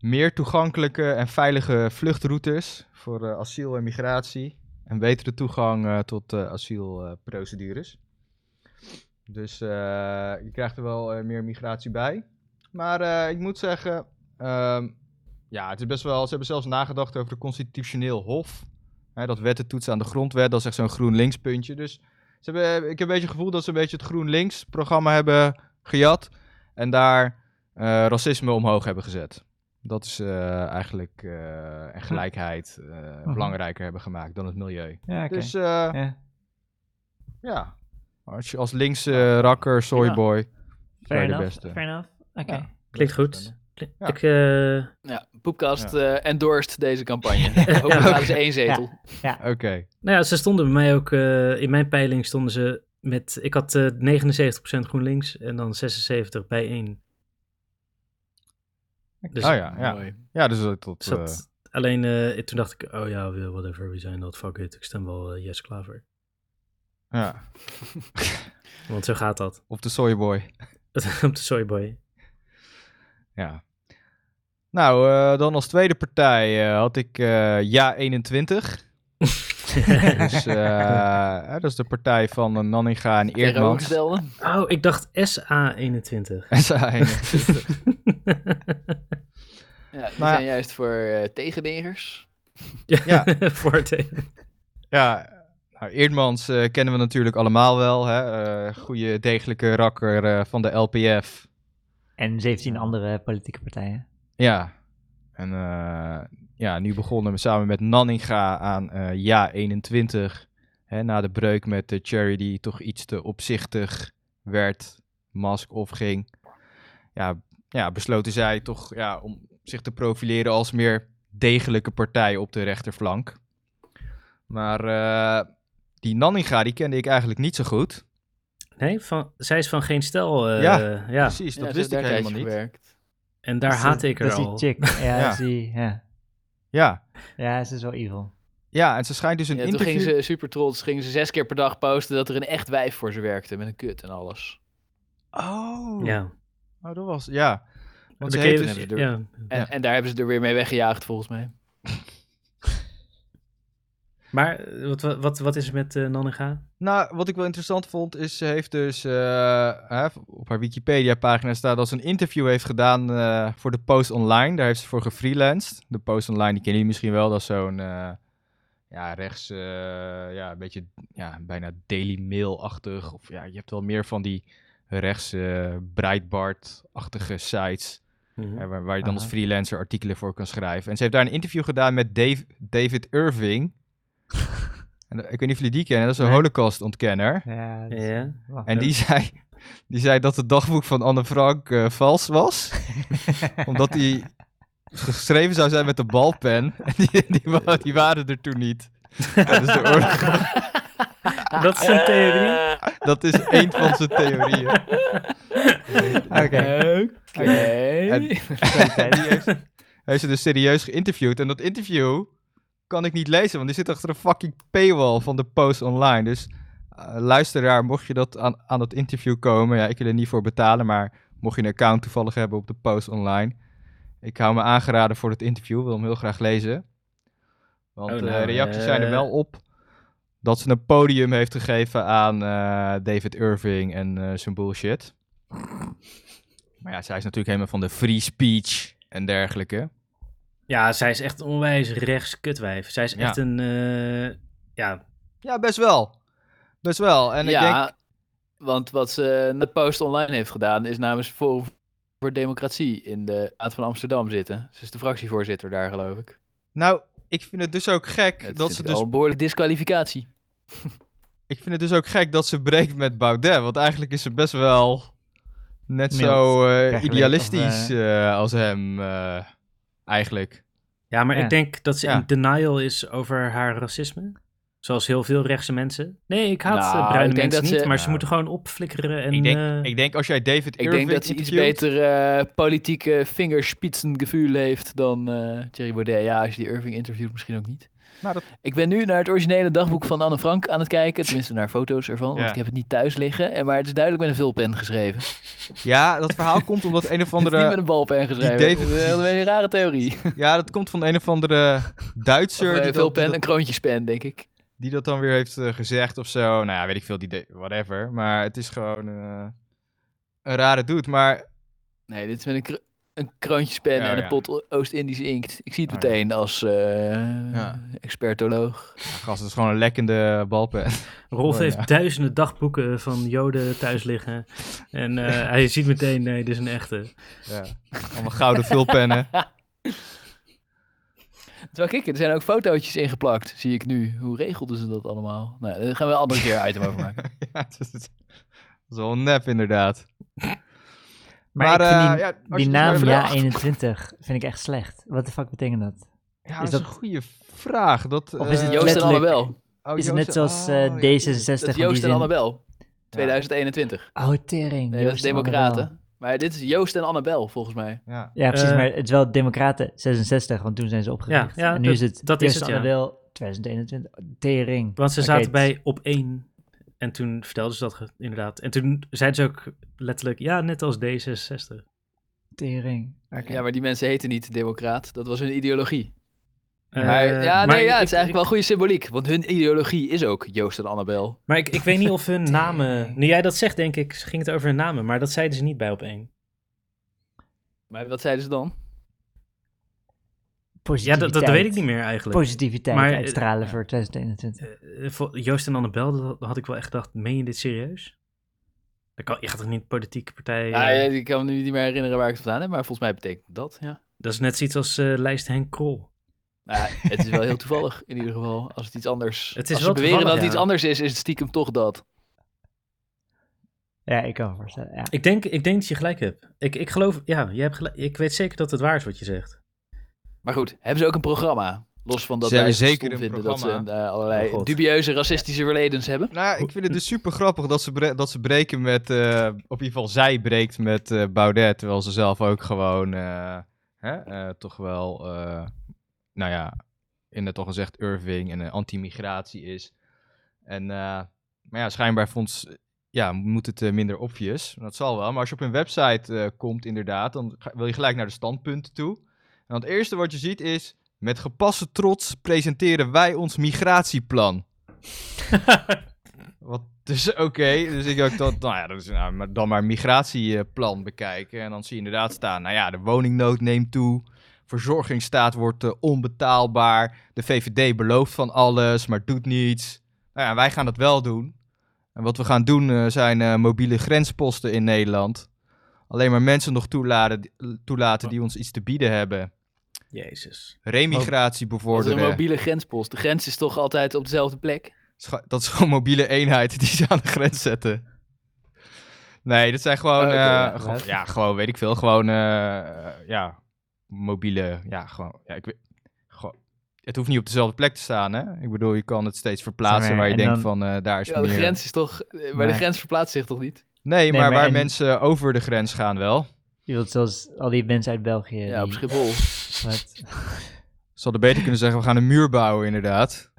Speaker 4: meer toegankelijke en veilige vluchtroutes voor eh, asiel en migratie. En betere toegang eh, tot eh, asielprocedures. dus eh, je krijgt er wel eh, meer migratie bij. Maar eh, ik moet zeggen, ehm, ja, het is best wel, ze hebben zelfs nagedacht over de constitutioneel hof. Hè, dat wetten toetsen aan de grondwet, dat is echt zo'n GroenLinks puntje. Dus ze hebben, ik heb een beetje het gevoel dat ze een beetje het GroenLinks programma hebben gejat. En daar eh, racisme omhoog hebben gezet. Dat is eh, eigenlijk eh, en gelijkheid eh, belangrijker hebben gemaakt dan het milieu.
Speaker 3: Ja, oké.
Speaker 4: Dus eh,
Speaker 3: Ja.
Speaker 4: ja, als, je als linkse rakker, soyboy.
Speaker 3: Fair
Speaker 4: de
Speaker 3: enough,
Speaker 4: beste.
Speaker 3: fair enough. Oké.
Speaker 4: Ja.
Speaker 1: Klinkt goed. Kli-
Speaker 4: Ja.
Speaker 1: Ik, eh,
Speaker 2: Ja, Poepcast eh, endorsed deze campagne. Ook al hadden ze één zetel.
Speaker 4: Oké.
Speaker 1: nou ja, ze stonden bij mij ook, eh, in mijn peiling stonden ze met, ik had eh 79% GroenLinks en dan 76 bij 1. Dus
Speaker 4: Oh ja, ja.
Speaker 2: Nou, Mooi.
Speaker 4: Ja, dus dat... dat,
Speaker 1: ik zat-
Speaker 4: eh,
Speaker 1: alleen eh, toen dacht ik, oh ja, whatever, wie zijn dat, fuck it, ik stem wel eh, Jesse Klaver.
Speaker 4: eh, ja.
Speaker 1: Want zo gaat dat.
Speaker 4: Of de soyboy.
Speaker 1: Op de soyboy.
Speaker 4: Ja. Nou, eh, dan als tweede partij eh, had ik eh, Ja21. Dus eh, hè, dat is de partij van eh, Nanninga en Eerdmans.
Speaker 2: Tegenovergestelde.
Speaker 1: oh, ik dacht SA21.
Speaker 4: SA21.
Speaker 2: Ja, die
Speaker 4: Maar Nou ja. Dus
Speaker 2: zijn juist voor eh tegennegers.
Speaker 1: ja,
Speaker 4: Ja.
Speaker 1: voor het-
Speaker 4: Ja, nou, Eerdmans eh, kennen we natuurlijk allemaal wel. Hè? Eh, goede, degelijke rakker eh, van de LPF.
Speaker 3: En 17 andere politieke partijen.
Speaker 4: Ja. En eh, ja, nu begonnen we samen met Nanninga aan eh, Ja 21. Hè, na de breuk met de Cherry die toch iets te opzichtig werd, mask opging. Ja, ja, besloten zij toch ja, om zich te profileren als meer degelijke partij op de rechterflank. Maar eh, die Nanninga, die kende ik eigenlijk niet zo goed.
Speaker 1: Nee, van, zij is van geen stel. eh, ja.
Speaker 4: Ja. Precies, dat
Speaker 2: Ja, ze
Speaker 4: wist
Speaker 2: hebben
Speaker 4: ik
Speaker 2: daar
Speaker 4: helemaal
Speaker 2: tijdje
Speaker 4: niet.
Speaker 2: gewerkt.
Speaker 1: En daar
Speaker 3: Dus Dat is-
Speaker 1: haat ik er
Speaker 3: dat
Speaker 1: al.
Speaker 3: is die chick. Ja,
Speaker 4: Ja.
Speaker 3: dat is die- ja.
Speaker 4: Ja,
Speaker 3: ja, ze is wel evil.
Speaker 4: ja, en ze schijnt dus een
Speaker 2: Ja, toen
Speaker 4: interview...
Speaker 2: gingen ze super trots, gingen ze zes keer per dag posten dat er een echt wijf voor ze werkte. Met een kut en alles.
Speaker 4: Oh,
Speaker 1: Ja.
Speaker 4: oh, dat was... Ja. Want ze
Speaker 1: Dan ken je
Speaker 4: heeft dus-
Speaker 1: dus-
Speaker 2: dus-
Speaker 1: ja.
Speaker 2: En,
Speaker 4: Ja.
Speaker 2: en daar hebben ze er weer mee weggejaagd volgens mij.
Speaker 1: Maar eh, wat, wat- wat, wat is er met eh Nanninga?
Speaker 4: Nou, wat ik wel interessant vond, is ze heeft dus eh, hè, op haar Wikipedia-pagina staat dat ze een interview heeft gedaan eh, voor de Post Online. Daar heeft ze voor gefreelanced. De Post Online, die kennen jullie misschien wel, dat is zo'n eh, ja, rechts, eh, ja, een beetje ja, bijna Daily Mail-achtig. Of ja, je hebt wel meer van die rechts eh, Breitbart-achtige sites.
Speaker 1: Mhm.
Speaker 4: Hè, waar, waar je dan als
Speaker 3: Aha.
Speaker 4: freelancer artikelen voor kan schrijven. En ze heeft daar een interview gedaan met Dave- David Irving. En, eh, ik weet niet of jullie die kennen, dat is een
Speaker 3: Nee.
Speaker 4: holocaustontkenner.
Speaker 8: Ja, dat is-
Speaker 1: Ja.
Speaker 8: wacht.
Speaker 4: En die zei, die zei dat het dagboek van Anne Frank eh, vals was. omdat die geschreven zou zijn met een balpen. En die, die, wa- die waren er toen niet. Dat is, de oorlog.
Speaker 1: Dat is een theorie.
Speaker 4: Eh, dat is één van zijn theorieën.
Speaker 8: Oké.
Speaker 4: En die heeft, heeft ze dus serieus geïnterviewd. En dat interview kan ik niet lezen, want die zit achter een fucking paywall van de post online. Dus eh, luisteraar, mocht je dat aan, aan dat interview komen, ja, ik wil er niet voor betalen, maar mocht je een account toevallig hebben op de post online, ik hou me aangeraden voor het interview, wil hem heel graag lezen. Want
Speaker 1: Oh,
Speaker 4: de
Speaker 1: nou,
Speaker 4: reacties zijn er
Speaker 1: eh.
Speaker 4: wel op dat ze een podium heeft gegeven aan eh, David Irving en eh, zijn bullshit. Maar ja, zij is natuurlijk helemaal van de free speech en dergelijke.
Speaker 1: Ja, zij is echt een onwijs rechts kutwijf. Zij is
Speaker 4: Ja.
Speaker 1: echt een... eh, ja,
Speaker 4: Ja, best wel. Best wel. En ik
Speaker 2: ja,
Speaker 4: denk,
Speaker 2: want wat ze in de post online heeft gedaan is namens Forum voor Democratie in de Raad van Amsterdam zitten. Ze is de fractievoorzitter daar, geloof ik.
Speaker 4: nou, ik vind het dus ook gek
Speaker 2: Dat,
Speaker 4: dat
Speaker 2: is
Speaker 4: ze
Speaker 2: dus... al
Speaker 4: dus,
Speaker 2: een behoorlijke disqualificatie.
Speaker 4: ik vind het dus ook gek dat ze breekt met Baudet, want eigenlijk is ze best wel net
Speaker 3: Mild,
Speaker 4: zo eh,
Speaker 3: of,
Speaker 4: idealistisch eh, als hem eh, eigenlijk.
Speaker 1: ja maar
Speaker 3: Ja.
Speaker 1: ik denk dat ze
Speaker 4: Ja.
Speaker 1: in denial is over haar racisme. Zoals heel veel rechtse mensen. Nee, ik haat
Speaker 2: Nou,
Speaker 1: eh,
Speaker 2: ik
Speaker 1: bruine
Speaker 2: denk
Speaker 1: mensen
Speaker 2: dat
Speaker 1: niet,
Speaker 2: ze-
Speaker 1: maar ze
Speaker 4: Nou.
Speaker 1: moeten gewoon opflikkeren en...
Speaker 4: ik, denk,
Speaker 1: eh,
Speaker 4: ik denk als jij David
Speaker 2: Ik
Speaker 4: Irving
Speaker 2: denk dat ze iets
Speaker 4: interviewt-
Speaker 2: beter eh, politieke vingerspitsengevoel heeft dan eh Thierry Baudet. Ja, als je die Irving interviewt, misschien ook niet.
Speaker 4: Nou, dat-
Speaker 2: Ik ben nu naar het originele dagboek van Anne Frank aan het kijken. Tenminste, naar foto's ervan, want
Speaker 4: Ja.
Speaker 2: ik heb het niet thuis liggen. En, maar het is duidelijk met een vulpen geschreven.
Speaker 4: Ja, dat verhaal komt omdat een of
Speaker 2: Het is niet
Speaker 4: andere...
Speaker 2: met een balpen geschreven.
Speaker 4: eh, David-
Speaker 2: Dat is een beetje een rare theorie.
Speaker 4: Ja, dat komt van een of andere Duitser
Speaker 2: Of, eh,
Speaker 4: die, dat, die,
Speaker 2: vulpen,
Speaker 4: dat,
Speaker 2: een kroontjespen, denk ik.
Speaker 4: die dat dan weer heeft eh, gezegd of zo. Nou ja, weet ik veel, die de- whatever. Maar het is gewoon eh, een rare dude. Maar
Speaker 2: Nee, dit is met een, kro- een kroontjespen
Speaker 4: Ja,
Speaker 2: en
Speaker 4: ja.
Speaker 2: een pot o- Oost-Indische inkt. Ik zie het
Speaker 4: Oh, ja.
Speaker 2: meteen als eh,
Speaker 4: Ja.
Speaker 2: expertoloog.
Speaker 4: Gast, het is gewoon een lekkende balpen.
Speaker 1: Rolf
Speaker 4: Oh,
Speaker 1: heeft
Speaker 4: ja.
Speaker 1: duizenden dagboeken van Joden thuis liggen. En eh, hij ziet meteen, nee, dit is een echte.
Speaker 4: Ja. Allemaal gouden vulpennen.
Speaker 2: Terwijl kijk, er zijn ook fotootjes ingeplakt, zie ik nu. Hoe regelden ze dat allemaal? Nou, daar gaan we een andere keer een item over maken.
Speaker 4: ja, het is, het is wel nep inderdaad.
Speaker 3: Maar,
Speaker 4: Maar,
Speaker 3: ik vind die,
Speaker 4: eh, ja, als je
Speaker 3: die
Speaker 4: het
Speaker 3: naam
Speaker 4: mij vraagt.
Speaker 3: Ja21 vind ik echt slecht. Wat de fuck betekent dat?
Speaker 4: Ja,
Speaker 3: Is
Speaker 4: dat
Speaker 3: dat-
Speaker 4: is een goede vraag. Dat,
Speaker 3: Of is het
Speaker 4: eh,
Speaker 2: Joost en
Speaker 3: letterlijk-
Speaker 2: Annabel.
Speaker 4: oh,
Speaker 3: Is het
Speaker 4: Joost-
Speaker 3: net zoals
Speaker 4: oh,
Speaker 3: eh,
Speaker 4: ja.
Speaker 2: Dat
Speaker 3: D66
Speaker 2: is
Speaker 3: in die
Speaker 2: Joost en
Speaker 3: zin?
Speaker 2: Annabel. 2021.
Speaker 3: Oh, tering.
Speaker 2: Nee, dat is
Speaker 3: Joost en Annabel.
Speaker 2: Democraten. Maar dit is Joost en Annabel, volgens mij.
Speaker 4: Ja.
Speaker 3: Ja, precies.
Speaker 1: Eh,
Speaker 3: maar het is wel Democraten 66, want toen zijn ze opgericht.
Speaker 1: Ja, ja,
Speaker 3: en nu
Speaker 1: dat-
Speaker 3: is het
Speaker 1: dat is
Speaker 3: Joost
Speaker 1: het, ja.
Speaker 3: Annabel 2021. Tering.
Speaker 1: Want ze
Speaker 3: Oké,
Speaker 1: zaten
Speaker 3: het-
Speaker 1: bij op één. En toen vertelden ze dat ge- inderdaad. En toen zeiden ze ook letterlijk, ja, net als D66.
Speaker 3: Tering. Oké.
Speaker 2: Ja, maar die mensen heten niet democraat. Dat was hun ideologie.
Speaker 1: Eh,
Speaker 4: Maar-
Speaker 2: ja,
Speaker 1: maar
Speaker 2: nee, ja, het
Speaker 1: ik-
Speaker 2: is eigenlijk wel goede symboliek. Want hun ideologie is ook Joost en Annabel.
Speaker 1: Maar ik, ik weet niet of hun namen... Nu jij dat zegt, denk ik, ging het over hun namen. Maar dat zeiden ze niet bij op één.
Speaker 2: Maar wat zeiden ze dan?
Speaker 4: Dus
Speaker 1: Ja, dat, dat
Speaker 3: Positiviteit.
Speaker 1: weet ik niet meer eigenlijk.
Speaker 3: Positiviteit
Speaker 1: Maar, eh,
Speaker 3: uitstralen voor 2021.
Speaker 1: Eh, voor Joost en Annabel, dat had ik wel echt gedacht, meen je dit serieus? Dat kan, je gaat toch niet politieke partij...
Speaker 2: Ja,
Speaker 1: eh,
Speaker 2: Ah, ja, ik kan me nu niet meer herinneren waar ik het vandaan heb, maar volgens mij betekent dat, ja.
Speaker 1: Dat is net zoiets als eh, lijst Henk Krol.
Speaker 2: Nou ja, het is wel heel toevallig in ieder geval. Als het iets anders.
Speaker 1: Het is
Speaker 2: als ze
Speaker 1: wel
Speaker 2: beweren dat
Speaker 1: toevallig,
Speaker 2: het
Speaker 1: ja.
Speaker 2: iets anders is, is het stiekem toch dat.
Speaker 3: Ja, ik kan me voorstellen. Ja.
Speaker 1: Ik denk, ik denk dat je gelijk hebt. Ik, ik geloof, ja, je hebt gelijk. Ik weet zeker dat het waar is wat je zegt.
Speaker 2: Maar goed, hebben ze ook een programma? Los van dat
Speaker 4: Ze
Speaker 2: wij
Speaker 4: hebben
Speaker 2: het
Speaker 4: zeker
Speaker 2: stom
Speaker 4: een
Speaker 2: vinden dat ze
Speaker 4: programma.
Speaker 2: een, eh, allerlei
Speaker 1: Oh god.
Speaker 2: dubieuze racistische verledens hebben.
Speaker 4: Nou, ja, ik vind het dus super grappig dat ze, bre- dat ze breken met... eh, op ieder geval, zij breekt met eh, Baudet. Terwijl ze zelf ook gewoon... eh, hè, eh, toch wel... eh, nou ja, in het al gezegd Irving en eh, anti-migratie is. En, eh, maar ja, schijnbaar vond ze... Ja, moet het eh, minder obvious. Dat zal wel. Maar als je op hun website eh, komt inderdaad... dan ga- wil je gelijk naar de standpunten toe. En dan het eerste wat je ziet is... Met gepaste trots presenteren wij ons migratieplan. Wat, dus oké, dus ik ook dat, nou ja, dat is, nou, maar dan maar migratieplan bekijken. En dan zie je inderdaad staan, nou ja, de woningnood neemt toe. Verzorgingsstaat wordt eh, onbetaalbaar. De VVD belooft van alles, maar doet niets. Nou ja, wij gaan dat wel doen. En wat we gaan doen eh, zijn eh, mobiele grensposten in Nederland. Alleen maar mensen nog toeladen, toelaten die ons iets te bieden hebben.
Speaker 1: Jezus.
Speaker 4: Remigratie
Speaker 2: Dat is een
Speaker 4: bevorderen.
Speaker 2: mobiele grenspost. De grens is toch altijd op dezelfde plek?
Speaker 4: Scha- Dat is gewoon mobiele eenheid die ze aan de grens zetten. Nee, dat zijn gewoon,
Speaker 2: Oh, oké,
Speaker 4: eh,
Speaker 2: ja,
Speaker 4: gewoon-
Speaker 2: right.
Speaker 4: ja, gewoon, weet ik veel, gewoon, eh, eh, ja, mobiele, ja, gewoon, ja, ik weet, gewoon, het hoeft niet op dezelfde plek te staan, hè? Ik bedoel, je kan het steeds verplaatsen
Speaker 3: maar,
Speaker 4: waar je
Speaker 3: en
Speaker 4: denkt
Speaker 3: dan-
Speaker 4: van, eh, daar is
Speaker 2: Ja, de
Speaker 4: meer.
Speaker 2: grens is toch... eh, Maar de
Speaker 3: Nee.
Speaker 2: grens verplaatst zich toch niet?
Speaker 4: Nee, maar,
Speaker 3: maar
Speaker 4: waar
Speaker 3: en-
Speaker 4: mensen over de grens gaan wel.
Speaker 3: Je wilt zoals al die mensen uit België.
Speaker 2: Ja, op
Speaker 3: die-
Speaker 2: Schiphol.
Speaker 3: wat-
Speaker 4: Ze hadden beter kunnen zeggen, we gaan een muur bouwen, inderdaad.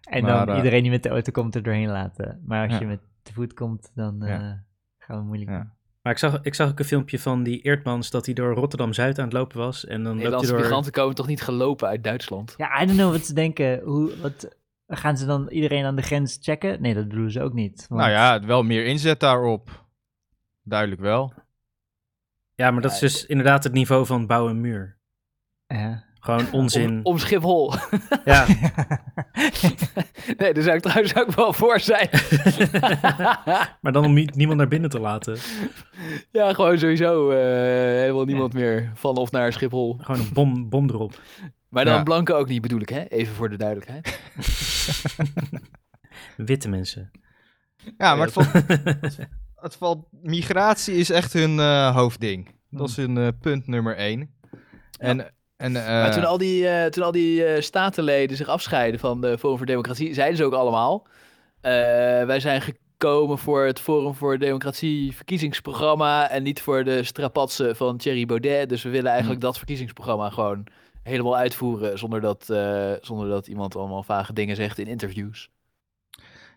Speaker 3: En
Speaker 4: Maar,
Speaker 3: dan
Speaker 4: eh,
Speaker 3: iedereen die met de auto komt er doorheen laten. Maar als
Speaker 4: Ja.
Speaker 3: je met de voet komt, dan eh,
Speaker 4: Ja.
Speaker 3: gaan we moeilijk.
Speaker 4: Ja.
Speaker 3: doen.
Speaker 1: Maar ik zag, ik zag ook een filmpje van die Eertmans dat hij door Rotterdam-Zuid aan het lopen was. En dan loopt hij
Speaker 2: Nederlandse
Speaker 1: door...
Speaker 2: migranten komen toch niet gelopen uit Duitsland?
Speaker 3: Ja, I don't know wat ze denken. Hoe, wat, gaan ze dan iedereen aan de grens checken? Nee, dat bedoelen ze ook niet. want-
Speaker 4: Nou ja, wel meer inzet daarop. Duidelijk wel.
Speaker 1: Ja, maar dat is dus inderdaad het niveau van bouw een muur.
Speaker 3: Ja.
Speaker 1: Gewoon onzin.
Speaker 2: Om, om Schiphol.
Speaker 1: Ja.
Speaker 2: nee, daar zou ik trouwens ook wel voor zijn.
Speaker 1: maar dan om nie- niemand naar binnen te laten.
Speaker 2: ja, gewoon sowieso eh, helemaal niemand meer van of naar Schiphol.
Speaker 1: Gewoon een bom, bom erop.
Speaker 2: Maar dan
Speaker 4: Ja.
Speaker 2: blanken ook niet bedoel ik, hè? Even voor de duidelijkheid.
Speaker 1: Witte mensen.
Speaker 4: Ja, maar het valt, het valt, migratie is echt hun eh, hoofdding. Dat
Speaker 2: Hmm.
Speaker 4: is hun eh, punt nummer één. En, en eh,
Speaker 2: maar toen al die, eh, toen al die eh, statenleden zich afscheiden van de Forum voor Democratie, zeiden ze ook allemaal... eh, wij zijn gekomen voor het Forum voor Democratie verkiezingsprogramma... en niet voor de strapatsen van Thierry Baudet. Dus we willen eigenlijk dat verkiezingsprogramma gewoon helemaal uitvoeren... zonder dat, eh, zonder dat iemand allemaal vage dingen zegt in interviews.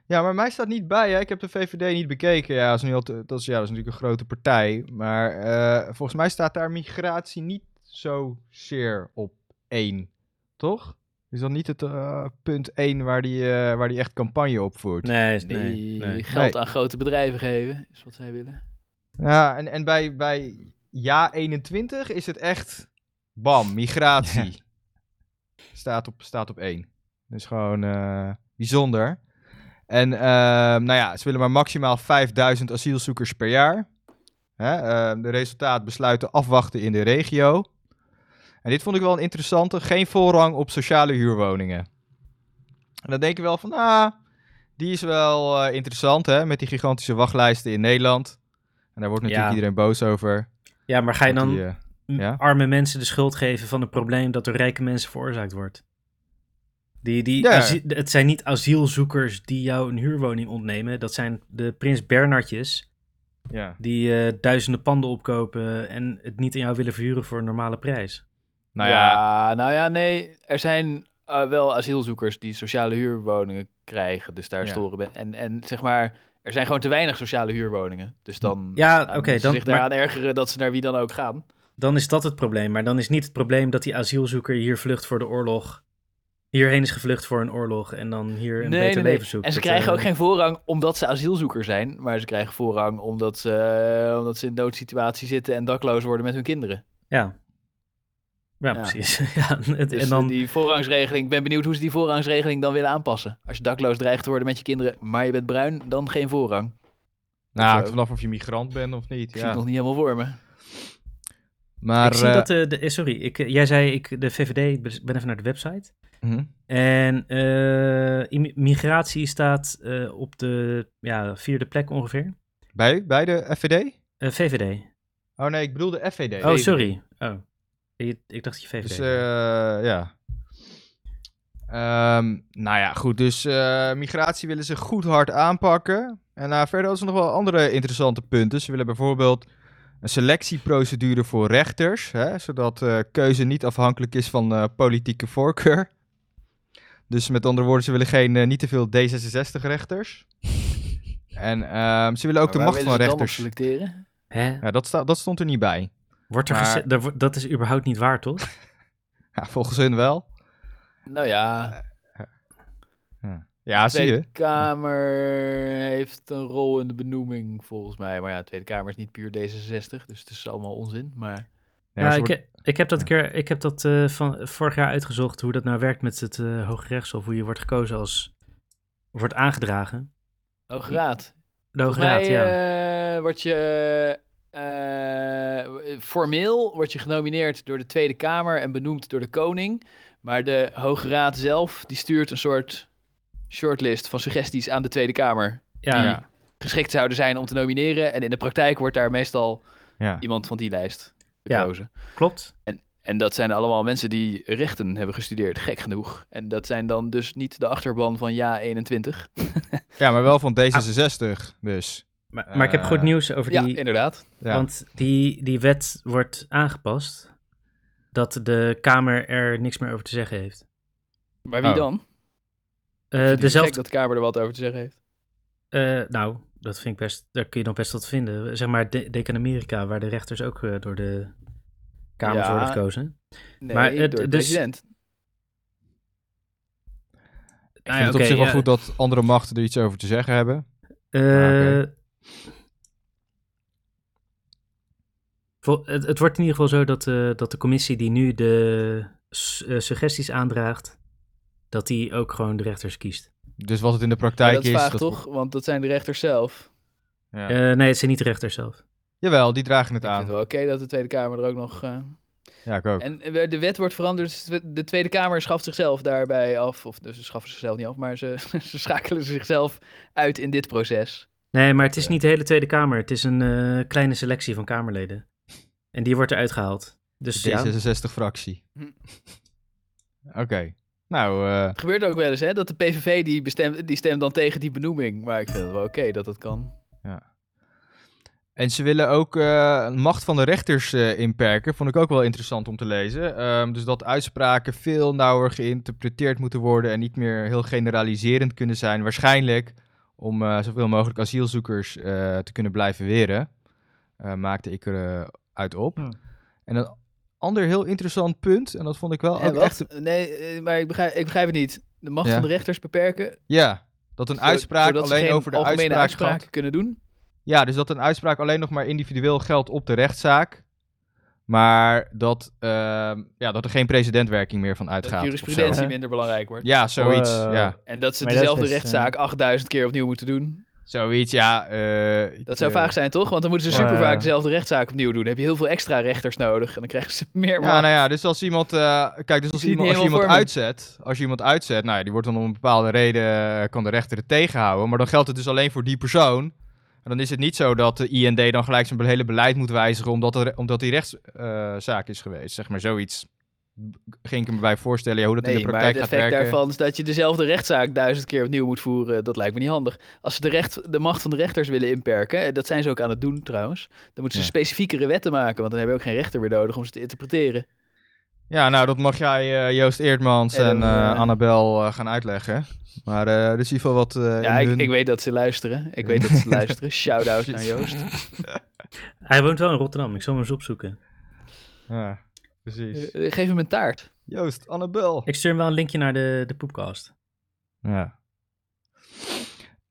Speaker 4: ja, maar mij staat niet bij. Hè? Ik heb de VVD niet bekeken. Ja, dat is, nu al te- dat is, ja, dat is natuurlijk een grote partij. Maar eh, volgens mij staat daar migratie niet zozeer op één. Toch? Is dat niet het eh, punt één waar die, eh, waar die echt campagne op voert?
Speaker 1: Nee,
Speaker 2: Die
Speaker 1: nee, nee.
Speaker 2: geld
Speaker 4: Nee.
Speaker 2: aan grote bedrijven geven, is wat zij willen.
Speaker 4: Ja, en, en bij, bij Ja 21 is het echt bam, migratie. Staat, op, staat op één. Dus gewoon eh, bijzonder. En ehm, nou ja, ze willen maar maximaal 5000 asielzoekers per jaar. Hè, ehm, de resultaat besluiten afwachten in de regio. En dit vond ik wel een interessante. Geen voorrang op sociale huurwoningen. En dan denk je wel van, ah, die is wel eh, interessant hè, met die gigantische wachtlijsten in Nederland. En daar wordt natuurlijk
Speaker 1: Ja.
Speaker 4: iedereen boos over.
Speaker 1: Ja, maar ga je
Speaker 4: Dat
Speaker 1: dan
Speaker 4: die, eh,
Speaker 1: m-
Speaker 4: ja?
Speaker 1: arme mensen de schuld geven van het probleem dat door rijke mensen veroorzaakt wordt? Die, die
Speaker 4: Ja.
Speaker 1: asie- het zijn niet asielzoekers die jou een huurwoning ontnemen. Dat zijn de Prins Bernardjes
Speaker 4: ja.
Speaker 1: die eh, duizenden panden opkopen en het niet aan jou willen verhuren voor een normale prijs.
Speaker 4: Nou ja,
Speaker 2: nou ja, nee. Er zijn eh, wel asielzoekers die sociale huurwoningen krijgen, dus daar
Speaker 4: Ja.
Speaker 2: storen ben. En, en zeg maar, er zijn gewoon te weinig sociale huurwoningen. Dus dan
Speaker 1: Ja,
Speaker 2: gaan
Speaker 1: oké,
Speaker 2: mensen
Speaker 1: dan,
Speaker 2: zich
Speaker 1: maar
Speaker 2: daaraan ergeren dat ze naar wie dan ook gaan.
Speaker 1: dan is dat het probleem. Maar dan is niet het probleem dat die asielzoeker hier vlucht voor de oorlog, hierheen is gevlucht voor een oorlog en dan hier een beter leven zoekt.
Speaker 2: En ze
Speaker 1: Dat,
Speaker 2: krijgen
Speaker 1: eh,
Speaker 2: ook geen voorrang omdat ze asielzoeker zijn, maar ze krijgen voorrang omdat ze, eh, omdat ze in noodsituatie zitten en dakloos worden met hun kinderen.
Speaker 1: Ja. Ja,
Speaker 2: Ja.
Speaker 1: precies. Ja, het-
Speaker 2: Dus
Speaker 1: en dan,
Speaker 2: die voorrangsregeling, ik ben benieuwd hoe ze die voorrangsregeling dan willen aanpassen. Als je dakloos dreigt te worden met je kinderen, maar je bent bruin, dan geen voorrang.
Speaker 4: nou,
Speaker 2: Of
Speaker 4: het
Speaker 2: zo.
Speaker 4: vanaf of je migrant bent of niet.
Speaker 2: Ik zie het
Speaker 4: Ja.
Speaker 2: nog niet helemaal voor me.
Speaker 4: Maar,
Speaker 1: ik zie
Speaker 4: eh,
Speaker 1: dat eh, de, eh, sorry, ik, eh, jij zei ik, de VVD, ik ben even naar de website.
Speaker 4: mhm.
Speaker 1: En eh, immi- migratie staat eh, op de ja, vierde plek ongeveer.
Speaker 4: bij, bij de FVD?
Speaker 1: Eh, VVD.
Speaker 4: Oh nee, ik bedoel de FVD.
Speaker 1: Oh, sorry. Oh. Je- Ik dacht dat je VVD.
Speaker 4: Dus
Speaker 1: zei.
Speaker 4: eh, ja. Ehm, nou ja, goed. Dus eh, migratie willen ze goed hard aanpakken. En nou, verder hadden ze nog wel andere interessante punten. Ze willen bijvoorbeeld een selectieprocedure voor rechters, hè, zodat eh, keuze niet afhankelijk is van eh, politieke voorkeur. Dus met andere woorden, ze willen geen, eh, niet te veel D66-rechters. en ehm, ze willen ook de
Speaker 2: Maar waar willen
Speaker 4: macht van
Speaker 2: ze dan op
Speaker 4: rechters.
Speaker 2: selecteren?
Speaker 1: Hè?
Speaker 4: Ja, dat, sta, dat stond er niet bij.
Speaker 1: Wordt er
Speaker 4: maar-
Speaker 1: geze- daar wo- dat is überhaupt niet waar, toch?
Speaker 4: Ja, volgens hun wel.
Speaker 2: Nou ja,
Speaker 4: Ja, zie je.
Speaker 2: Tweede Kamer heeft een rol in de benoeming volgens mij. Maar ja, Tweede Kamer is niet puur D66, dus het is allemaal onzin. Maar
Speaker 4: Ja,
Speaker 1: Ja,
Speaker 4: ze
Speaker 1: Nou, ik,
Speaker 4: wordt-
Speaker 1: he- ik heb dat, een keer, ik heb dat eh, van vorig jaar uitgezocht, hoe dat nou werkt met het eh Hoge Rechtshof, hoe je wordt gekozen als, wordt aangedragen.
Speaker 2: oh, raad.
Speaker 1: De Hoge Raad,
Speaker 2: Volgens mij,
Speaker 1: ja.
Speaker 2: eh, word je eh, formeel word je genomineerd door de Tweede Kamer en benoemd door de koning. Maar de Hoge Raad zelf die stuurt een soort shortlist van suggesties aan de Tweede Kamer.
Speaker 1: Ja.
Speaker 2: Die geschikt zouden zijn om te nomineren. En in de praktijk wordt daar meestal
Speaker 4: Ja.
Speaker 2: iemand van die lijst
Speaker 1: Ja.
Speaker 2: gekozen.
Speaker 1: Klopt.
Speaker 2: En, en dat zijn allemaal mensen die rechten hebben gestudeerd, gek genoeg. En dat zijn dan dus niet de achterban van Ja 21.
Speaker 4: Ja, maar wel van D66, dus.
Speaker 1: Maar, maar ik heb
Speaker 4: Eh,
Speaker 1: goed nieuws over
Speaker 2: ja,
Speaker 1: die.
Speaker 2: inderdaad.
Speaker 4: Ja.
Speaker 1: Want die, die wet wordt aangepast. Dat de Kamer er niks meer over te zeggen heeft.
Speaker 2: Maar wie
Speaker 4: Oh.
Speaker 2: dan?
Speaker 1: Eh,
Speaker 2: Vind je het
Speaker 1: dezelfde.
Speaker 2: gek dat de Kamer er wat over te zeggen heeft.
Speaker 1: eh, nou, dat vind ik best. Daar kun je nog best wat vinden. Zeg maar de Decanamerika, waar de rechters ook eh, door de Kamers
Speaker 2: Ja.
Speaker 1: worden gekozen.
Speaker 2: Nee,
Speaker 1: Maar het-
Speaker 2: door de
Speaker 1: dus-
Speaker 2: president.
Speaker 1: Ah,
Speaker 4: Ik
Speaker 1: Nou
Speaker 4: vind het op zich wel goed dat andere machten er iets over te zeggen hebben.
Speaker 1: Eh,
Speaker 4: Ah,
Speaker 1: vol- het, het wordt in ieder geval zo dat, eh, dat de commissie die nu de s- eh, suggesties aandraagt, dat die ook gewoon de rechters kiest.
Speaker 4: Dus wat het in de
Speaker 2: Maar
Speaker 4: praktijk
Speaker 2: dat is vaag
Speaker 4: dat-
Speaker 2: toch? Want dat zijn de rechters zelf.
Speaker 4: Ja.
Speaker 1: Eh, nee, het zijn niet de rechters zelf.
Speaker 4: Jawel, die dragen het
Speaker 2: Ik vind het
Speaker 4: aan.
Speaker 2: wel oké dat de Tweede Kamer er ook nog... eh,
Speaker 4: Ja, ik Ah. ook.
Speaker 2: En eh, de wet wordt veranderd. dus De Tweede Kamer schaft zichzelf daarbij af. Of dus ze schaffen zichzelf niet af, maar ze, ze schakelen zichzelf uit in dit proces.
Speaker 1: Nee, maar het is niet de hele Tweede Kamer. Het is een eh, kleine selectie van Kamerleden. En die wordt eruit gehaald. Dus ja,
Speaker 4: D66-fractie.
Speaker 2: Hm.
Speaker 4: Oké. Nou, eh,
Speaker 2: Het gebeurt ook wel eens, hè, dat de PVV die, bestemt, die stemt dan tegen die benoeming. Maar ik vind het wel oké dat dat kan.
Speaker 4: en ze willen ook eh, macht van de rechters eh, inperken. Vond ik ook wel interessant om te lezen. Ehm, dus dat uitspraken veel nauwer geïnterpreteerd moeten worden en niet meer heel generaliserend kunnen zijn. Waarschijnlijk om eh, zoveel mogelijk asielzoekers eh, te kunnen blijven weren. Eh, maakte ik eruit uit op.
Speaker 2: Hmm.
Speaker 3: Hm.
Speaker 4: En een ander heel interessant punt, en dat vond ik wel
Speaker 2: Hè,
Speaker 4: ook
Speaker 2: wat?
Speaker 4: echt...
Speaker 2: Nee, eh, maar ik begrijp, ik begrijp het niet. De macht
Speaker 4: Oh, Ja.
Speaker 2: van de rechters beperken.
Speaker 4: Ja, dat een
Speaker 2: zo-
Speaker 4: uitspraak
Speaker 2: zodat ze
Speaker 4: alleen
Speaker 2: geen
Speaker 4: over de
Speaker 2: algemene
Speaker 4: uitspraak
Speaker 2: uitspraken
Speaker 4: gaat.
Speaker 2: kunnen doen.
Speaker 4: Ja, dus dat een uitspraak alleen nog maar individueel geldt op de rechtszaak. Maar dat, ehm, ja, dat er geen precedentwerking meer van
Speaker 2: Dat
Speaker 4: uitgaat. of zo.
Speaker 2: jurisprudentie minder belangrijk wordt.
Speaker 4: Ja, zoiets.
Speaker 3: Wow.
Speaker 4: Ja,
Speaker 2: En dat ze
Speaker 3: Maar dat
Speaker 2: dezelfde
Speaker 3: is, eh,
Speaker 2: rechtszaak 8000 keer opnieuw moeten doen.
Speaker 4: zoiets, ja. eh, ik,
Speaker 2: Dat zou
Speaker 4: eh,
Speaker 2: vaag zijn, toch? Want dan moeten ze
Speaker 3: Ja.
Speaker 2: super vaak dezelfde rechtszaak opnieuw doen. Dan heb je heel veel extra rechters nodig. En dan krijgen ze meer.
Speaker 4: Ja,
Speaker 2: macht.
Speaker 4: nou ja, dus als iemand. eh, kijk, dus als,
Speaker 2: zie het
Speaker 4: iemand,
Speaker 2: niet
Speaker 4: als je iemand
Speaker 2: helemaal
Speaker 4: uitzet. Als je iemand uitzet, nou ja, die wordt dan om een bepaalde reden. eh, kan de rechter het tegenhouden. Maar dan geldt het dus alleen voor die persoon. En dan is het niet zo dat de IND dan gelijk zijn hele beleid moet wijzigen. omdat, er, omdat die rechtszaak is geweest. Zeg maar zoiets. Ging ik me bij voorstellen ja, hoe dat in
Speaker 2: nee,
Speaker 4: de
Speaker 2: maar het
Speaker 4: praktijk
Speaker 2: effect
Speaker 4: gaat werken.
Speaker 2: daarvan is dat je dezelfde rechtszaak duizend keer opnieuw moet voeren. Dat lijkt me niet handig. Als ze de, recht, de macht van de rechters willen inperken, en dat zijn ze ook aan het doen trouwens, dan moeten ze
Speaker 4: Ja.
Speaker 2: specifiekere wetten maken, want dan hebben we ook geen rechter meer nodig om ze te interpreteren.
Speaker 4: Ja, nou, dat mag jij, eh, Joost Eertmans
Speaker 2: En
Speaker 4: en,
Speaker 2: dan,
Speaker 4: eh,
Speaker 2: eh,
Speaker 4: Annabel eh, gaan uitleggen. Maar eh, er is in ieder geval wat. eh,
Speaker 2: ja,
Speaker 4: in
Speaker 2: ik,
Speaker 4: hun-
Speaker 2: ik weet dat ze luisteren. Ik weet dat ze luisteren. Shout-out naar Joost.
Speaker 1: hij woont wel in Rotterdam. Ik zal hem eens opzoeken.
Speaker 4: Ja, precies.
Speaker 2: Eh, Geef hem een taart.
Speaker 4: Joost, Annabel.
Speaker 1: Ik stuur hem wel een linkje naar de, de poepcast.
Speaker 4: Ja.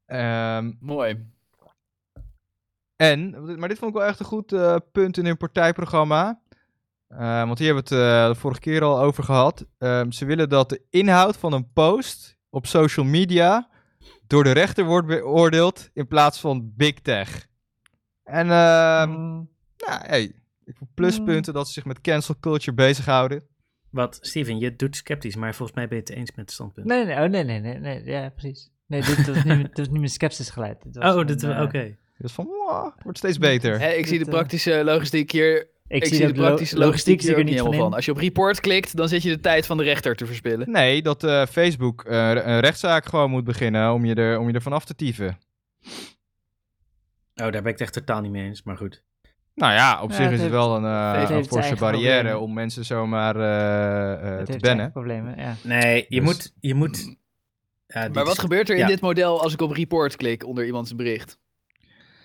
Speaker 4: Ehm,
Speaker 2: Mooi.
Speaker 4: en, maar dit vond ik wel echt een goed eh, punt in hun partijprogramma. Eh, want hier hebben we het eh, de vorige keer al over gehad. Ehm, ze willen dat de inhoud van een post op social media door de rechter wordt beoordeeld in plaats van big tech. En ehm,
Speaker 3: Mm.
Speaker 4: nou, hey, ik vond pluspunten dat ze zich met cancel culture bezighouden.
Speaker 1: Wat, Steven, je doet sceptisch, maar volgens mij ben je het eens met het standpunt.
Speaker 3: Nee, nee, oh, nee, nee, nee, nee, ja, precies. Nee, dit was niet, dit was niet mijn sceptisch geluid. Dit was
Speaker 1: Oh,
Speaker 3: gewoon,
Speaker 1: dat,
Speaker 3: eh,
Speaker 1: oké.
Speaker 4: Dus van, "Mwah, het wordt steeds beter.
Speaker 2: Eh, ik zie de
Speaker 3: Dit, eh,
Speaker 2: praktische logistiek hier
Speaker 3: Ik,
Speaker 2: Ik, zie de praktische logistiek
Speaker 3: zie ik
Speaker 2: hier
Speaker 3: er
Speaker 2: ook niet
Speaker 3: niet
Speaker 2: helemaal
Speaker 3: van.
Speaker 2: van.
Speaker 3: in.
Speaker 2: Als je op report klikt, dan zit je de tijd van de rechter te verspillen.
Speaker 4: Nee, dat eh, Facebook eh, een rechtszaak gewoon moet beginnen om je, er, om je ervan af te tieven.
Speaker 1: Oh, daar ben ik het echt totaal niet mee eens, maar goed.
Speaker 4: Nou ja, op
Speaker 3: Ja,
Speaker 4: zich
Speaker 3: het
Speaker 4: is het
Speaker 3: heeft-
Speaker 4: wel een, eh,
Speaker 3: heeft
Speaker 4: een
Speaker 3: zijn
Speaker 4: forse
Speaker 3: eigen
Speaker 4: barrière
Speaker 3: problemen.
Speaker 4: om mensen zomaar eh, eh,
Speaker 3: Het
Speaker 4: te
Speaker 3: heeft
Speaker 4: bannen.
Speaker 3: eigen problemen, ja.
Speaker 1: Nee, je
Speaker 4: Dus-
Speaker 1: moet... Je moet ja, dit
Speaker 2: Maar
Speaker 1: is-
Speaker 2: wat gebeurt er in
Speaker 1: ja.
Speaker 2: dit model als ik op report klik onder iemands bericht?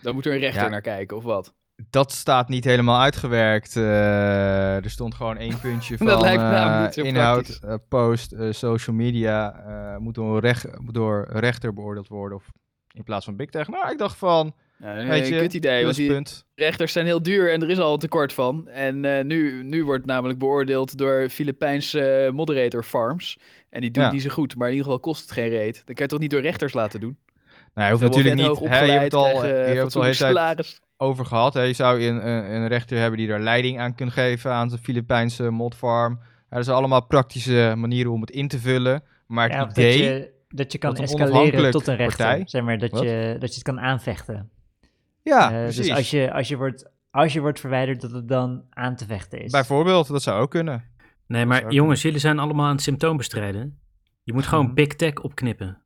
Speaker 2: Dan moet er een rechter
Speaker 4: Ja.
Speaker 2: naar kijken, of wat?
Speaker 4: Dat staat niet helemaal uitgewerkt. eh, er stond gewoon één puntje van
Speaker 2: Dat lijkt me
Speaker 4: eh,
Speaker 2: namelijk niet zo
Speaker 4: inhoud,
Speaker 2: praktisch.
Speaker 4: eh, post, eh, social media eh, moet door, rech- moet door rechter beoordeeld worden of in plaats van big tech. Nou, ik dacht van,
Speaker 2: Ja,
Speaker 4: Weet
Speaker 2: een
Speaker 4: je,
Speaker 2: Eh, kut idee, want die
Speaker 4: pluspunt.
Speaker 2: rechters zijn heel duur en er is al een tekort van. En eh, nu, nu wordt namelijk beoordeeld door Filipijnse eh, moderator farms. En die doen
Speaker 4: Ja.
Speaker 2: die ze goed, maar in ieder geval kost het geen reet. Dat kan je toch niet door rechters laten doen?
Speaker 4: Nou, je hoeft
Speaker 2: Ze worden
Speaker 4: natuurlijk
Speaker 2: vet
Speaker 4: niet,
Speaker 2: hoog
Speaker 4: hè, je hebt het al,
Speaker 2: opgeleid, krijgen,
Speaker 4: je
Speaker 2: eh,
Speaker 4: hebt het al de hele
Speaker 2: fatsoenlijk
Speaker 4: tijd
Speaker 2: salaris.
Speaker 4: over gehad. Hè? Je zou een, een, een rechter hebben die daar leiding aan kunt geven aan de Filipijnse modfarm. Er zijn allemaal praktische manieren om het in te vullen. Maar het
Speaker 3: Ja, of dat
Speaker 4: idee
Speaker 3: je dat je kan
Speaker 4: Dat een
Speaker 3: escaleren
Speaker 4: onafhankelijk
Speaker 3: tot een rechter.
Speaker 4: partij-
Speaker 3: Zeg maar dat
Speaker 4: Wat?
Speaker 3: je, dat je het kan aanvechten.
Speaker 4: Ja,
Speaker 3: Eh,
Speaker 4: precies.
Speaker 3: dus als je, als, je wordt, als je wordt verwijderd, dat het dan aan te vechten is.
Speaker 4: Bijvoorbeeld, dat zou ook kunnen.
Speaker 1: Nee, maar jongens, jullie zijn allemaal aan het symptoom bestrijden. Je moet gewoon Big Tech opknippen.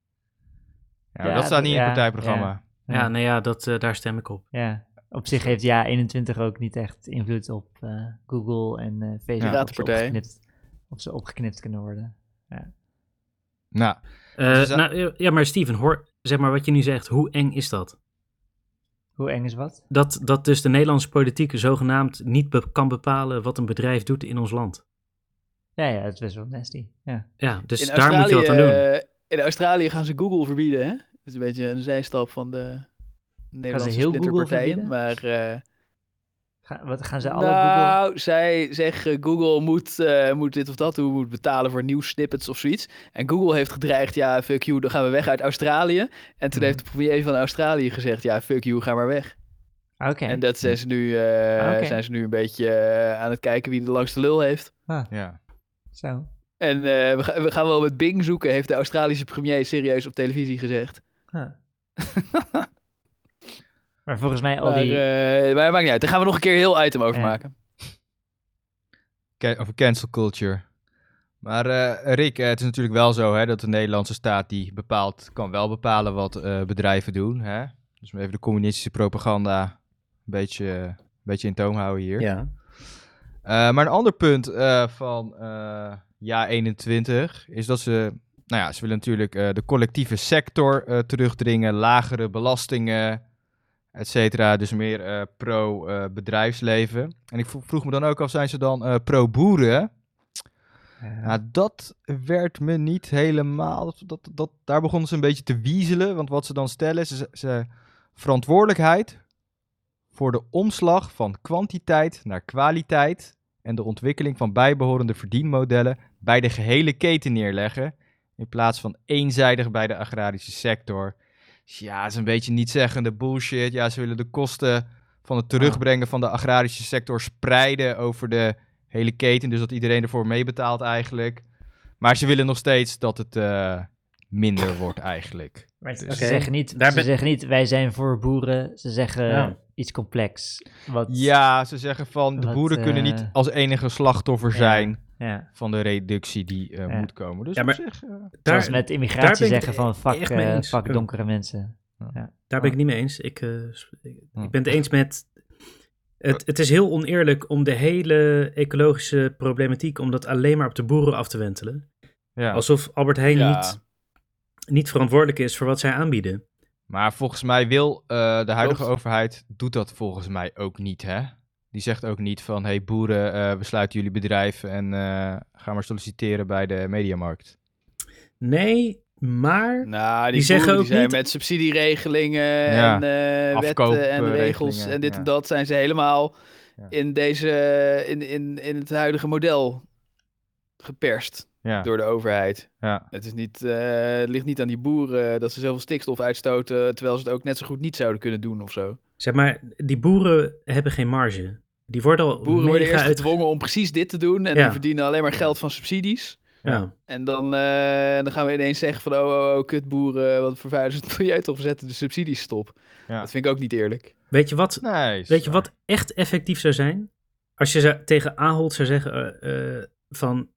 Speaker 4: Ja, maar dat staat niet in het partijprogramma.
Speaker 1: Ja,
Speaker 3: Ja.
Speaker 1: nou ja, dat, eh, daar stem ik op.
Speaker 3: Ja, ja. op zich heeft ja 21 ook niet echt invloed op eh, Google en eh, Facebook.
Speaker 2: Ja,
Speaker 3: of, ze
Speaker 2: de partij.
Speaker 3: opgeknipt, of ze opgeknipt kunnen worden.
Speaker 4: Nou,
Speaker 1: Eh,
Speaker 4: Dus dat-
Speaker 1: nou, ja, maar Steven, hoor, zeg maar wat je nu zegt. Hoe eng is dat?
Speaker 3: Hoe eng is wat?
Speaker 1: Dat, dat dus de Nederlandse politiek zogenaamd niet be- kan bepalen wat een bedrijf doet in ons land.
Speaker 3: Ja, ja, dat is best wel nasty. Ja.
Speaker 1: Ja, dus daar moet je wat aan doen.
Speaker 2: Australië, eh, In Australië gaan ze Google verbieden, hè? Dat is een beetje een zijstap van de Nederlandse
Speaker 3: heel Google
Speaker 2: splinterpartijen.
Speaker 3: verbieden?
Speaker 2: Maar eh,
Speaker 3: Ga, wat, gaan ze alle Google...
Speaker 2: nou, zij zeggen Google moet, eh, moet dit of dat doen, moet betalen voor nieuwssnippets of zoiets. En Google heeft gedreigd, ja, fuck you, dan gaan we weg uit Australië. En
Speaker 1: Mhm.
Speaker 2: toen heeft de premier van Australië gezegd, ja, fuck you, ga maar weg.
Speaker 3: Oké.
Speaker 2: En dat zijn ze, nu, eh,
Speaker 3: Ah, Oké.
Speaker 2: zijn ze nu een beetje eh, aan het kijken wie de langste lul heeft.
Speaker 4: ja.
Speaker 3: Zo.
Speaker 2: En eh, we, ga- we gaan wel met Bing zoeken, heeft de Australische premier serieus op televisie gezegd.
Speaker 3: Huh. maar volgens mij al
Speaker 2: Maar,
Speaker 3: die...
Speaker 2: eh, maar maakt niet uit. Daar gaan we nog een keer een heel item over
Speaker 3: Ja.
Speaker 2: maken.
Speaker 4: Ca- over cancel culture. Maar eh, Rick, eh, het is natuurlijk wel zo hè, dat de Nederlandse staat die bepaalt, kan wel bepalen wat eh, bedrijven doen. Hè? Dus om even de communistische propaganda een beetje, een beetje in toom houden hier.
Speaker 2: Ja.
Speaker 4: Eh, maar een ander punt eh, van eh jaar 21 is dat ze, nou ja, ze willen natuurlijk eh, de collectieve sector eh, terugdringen, lagere belastingen, et cetera. Dus meer pro-bedrijfsleven. en ik vro- vroeg me dan ook af, zijn ze dan eh, pro-boeren? Nou, dat werd me niet helemaal. Dat, dat, daar begonnen ze een beetje te wiezelen. Want wat ze dan stellen is ze, ze- verantwoordelijkheid voor de omslag van kwantiteit naar kwaliteit en de ontwikkeling van bijbehorende verdienmodellen bij de gehele keten neerleggen, in plaats van eenzijdig bij de agrarische sector. Dus ja, dat is een beetje nietzeggende bullshit. Ja, ze willen de kosten van het terugbrengen van de agrarische sector spreiden over de hele keten, dus dat iedereen ervoor meebetaalt eigenlijk. Maar ze willen nog steeds dat het eh, minder wordt eigenlijk.
Speaker 3: Maar ze,
Speaker 1: Oké.
Speaker 3: ze zeggen niet,
Speaker 1: Daar
Speaker 3: ze
Speaker 1: ben-
Speaker 3: zeggen niet, wij zijn voor boeren. Ze zeggen
Speaker 1: Ja.
Speaker 3: iets complex. Wat,
Speaker 4: Ja, ze zeggen van de
Speaker 3: Wat,
Speaker 4: boeren kunnen niet
Speaker 3: eh,
Speaker 4: als enige slachtoffer
Speaker 3: Ja.
Speaker 4: zijn
Speaker 3: ja.
Speaker 4: van de reductie die eh,
Speaker 3: Ja.
Speaker 4: moet komen. Dus
Speaker 1: Ja,
Speaker 4: op
Speaker 1: maar
Speaker 4: zich, eh,
Speaker 3: Zoals
Speaker 1: Daar- daar
Speaker 3: met
Speaker 1: ben
Speaker 3: immigratie
Speaker 1: ik
Speaker 3: zeggen
Speaker 1: het
Speaker 3: van, fuck,
Speaker 1: echt mee
Speaker 3: eh,
Speaker 1: eens.
Speaker 3: fuck
Speaker 1: Ja.
Speaker 3: donkere mensen. Ja.
Speaker 1: Daar ben ik niet mee eens. Ik, eh, s- ik-
Speaker 4: Hm.
Speaker 1: ik ben het eens met. Het, het is heel oneerlijk om de hele ecologische problematiek. om dat alleen maar op de boeren af te wentelen.
Speaker 4: ja.
Speaker 1: Alsof Albert Heijn
Speaker 2: Ja.
Speaker 1: niet, niet verantwoordelijk is voor wat zij aanbieden.
Speaker 4: maar volgens mij wil eh, de huidige
Speaker 2: Klopt.
Speaker 4: overheid, doet dat volgens mij ook niet, hè? Die zegt ook niet van, hey boeren, eh, we sluiten jullie bedrijf en eh, gaan ga maar solliciteren bij de mediamarkt.
Speaker 1: Nee,
Speaker 3: Hm.
Speaker 1: maar.
Speaker 2: Nou, die,
Speaker 1: Die zeggen
Speaker 2: boeren, die
Speaker 1: ook
Speaker 2: zijn
Speaker 1: niet-
Speaker 2: met subsidieregelingen en
Speaker 4: Ja,
Speaker 2: eh, wetten en
Speaker 4: afkoopregelingen,
Speaker 2: regels en dit
Speaker 4: ja.
Speaker 2: en dat zijn ze helemaal
Speaker 4: Ja.
Speaker 2: in, deze, in, in, in het huidige model geperst
Speaker 4: Ja,
Speaker 2: door de overheid.
Speaker 4: ja.
Speaker 2: Het, is niet, eh, het ligt niet aan die boeren dat ze zoveel stikstof uitstoten, terwijl ze het ook net zo goed niet zouden kunnen doen of zo.
Speaker 1: Zeg maar, die boeren hebben geen marge. Die worden al.
Speaker 2: Boeren worden
Speaker 1: mega
Speaker 2: eerst
Speaker 1: uit-
Speaker 2: gedwongen om precies dit te doen en
Speaker 1: Ja.
Speaker 2: die verdienen alleen maar geld van subsidies.
Speaker 1: Ja.
Speaker 2: En dan, eh, dan gaan we ineens zeggen van, oh, oh, oh kutboeren, wat vervuilen ze het milieu toch, we zetten de subsidies stop.
Speaker 4: Ja.
Speaker 2: Dat vind ik ook niet eerlijk.
Speaker 1: Weet je wat
Speaker 4: Nee, is
Speaker 1: Weet je
Speaker 4: waar.
Speaker 1: wat echt effectief zou zijn? Als je zou- tegen Ahold zou zeggen eh, eh, van...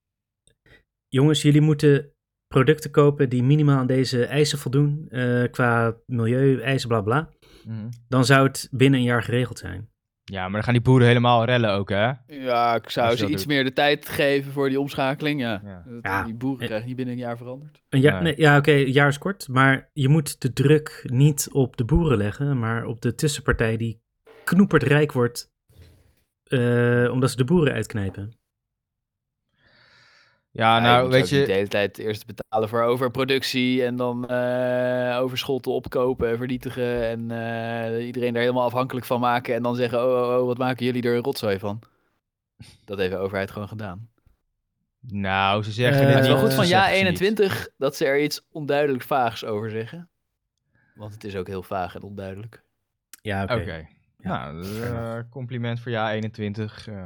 Speaker 1: Jongens, jullie moeten producten kopen die minimaal aan deze eisen voldoen. eh, qua milieu, eisen, bla bla.
Speaker 4: Mhm.
Speaker 1: Dan zou het binnen een jaar geregeld zijn.
Speaker 4: Ja, maar dan gaan die boeren helemaal rellen ook, hè?
Speaker 2: Ja, ik
Speaker 4: Als
Speaker 2: zou
Speaker 4: je
Speaker 2: ze
Speaker 4: dat
Speaker 2: iets
Speaker 4: doet.
Speaker 2: meer de tijd geven voor die omschakeling, ja.
Speaker 4: Ja.
Speaker 2: Dat-
Speaker 1: Ja.
Speaker 2: Die boeren
Speaker 1: Eh.
Speaker 2: krijgen niet binnen een jaar veranderd.
Speaker 1: Een jaar,
Speaker 4: Nee.
Speaker 1: nee, ja, oké, een jaar is kort. Maar je moet de druk niet op de boeren leggen. Maar op de tussenpartij die knoeperd rijk wordt. eh, omdat ze de boeren uitknijpen.
Speaker 4: Ja, nou,
Speaker 2: moet
Speaker 4: weet
Speaker 2: ook
Speaker 4: je...
Speaker 2: niet de hele tijd eerst betalen voor overproductie en dan eh, overschotten opkopen en vernietigen en eh, iedereen er helemaal afhankelijk van maken en dan zeggen, oh, oh, oh, wat maken jullie er een rotzooi van? Dat heeft de overheid gewoon gedaan.
Speaker 4: Nou, ze zeggen
Speaker 1: Eh,
Speaker 4: het
Speaker 2: Maar
Speaker 4: niet.
Speaker 2: het is wel goed
Speaker 4: ze
Speaker 2: van
Speaker 4: zeggen
Speaker 2: ja
Speaker 4: ze niet.
Speaker 2: 21 dat ze er iets onduidelijk vaags over zeggen. Want het is ook heel vaag en onduidelijk.
Speaker 1: Ja, oké.
Speaker 4: Oké. Nou, eh, compliment voor jaar 21. eh.
Speaker 2: Ah.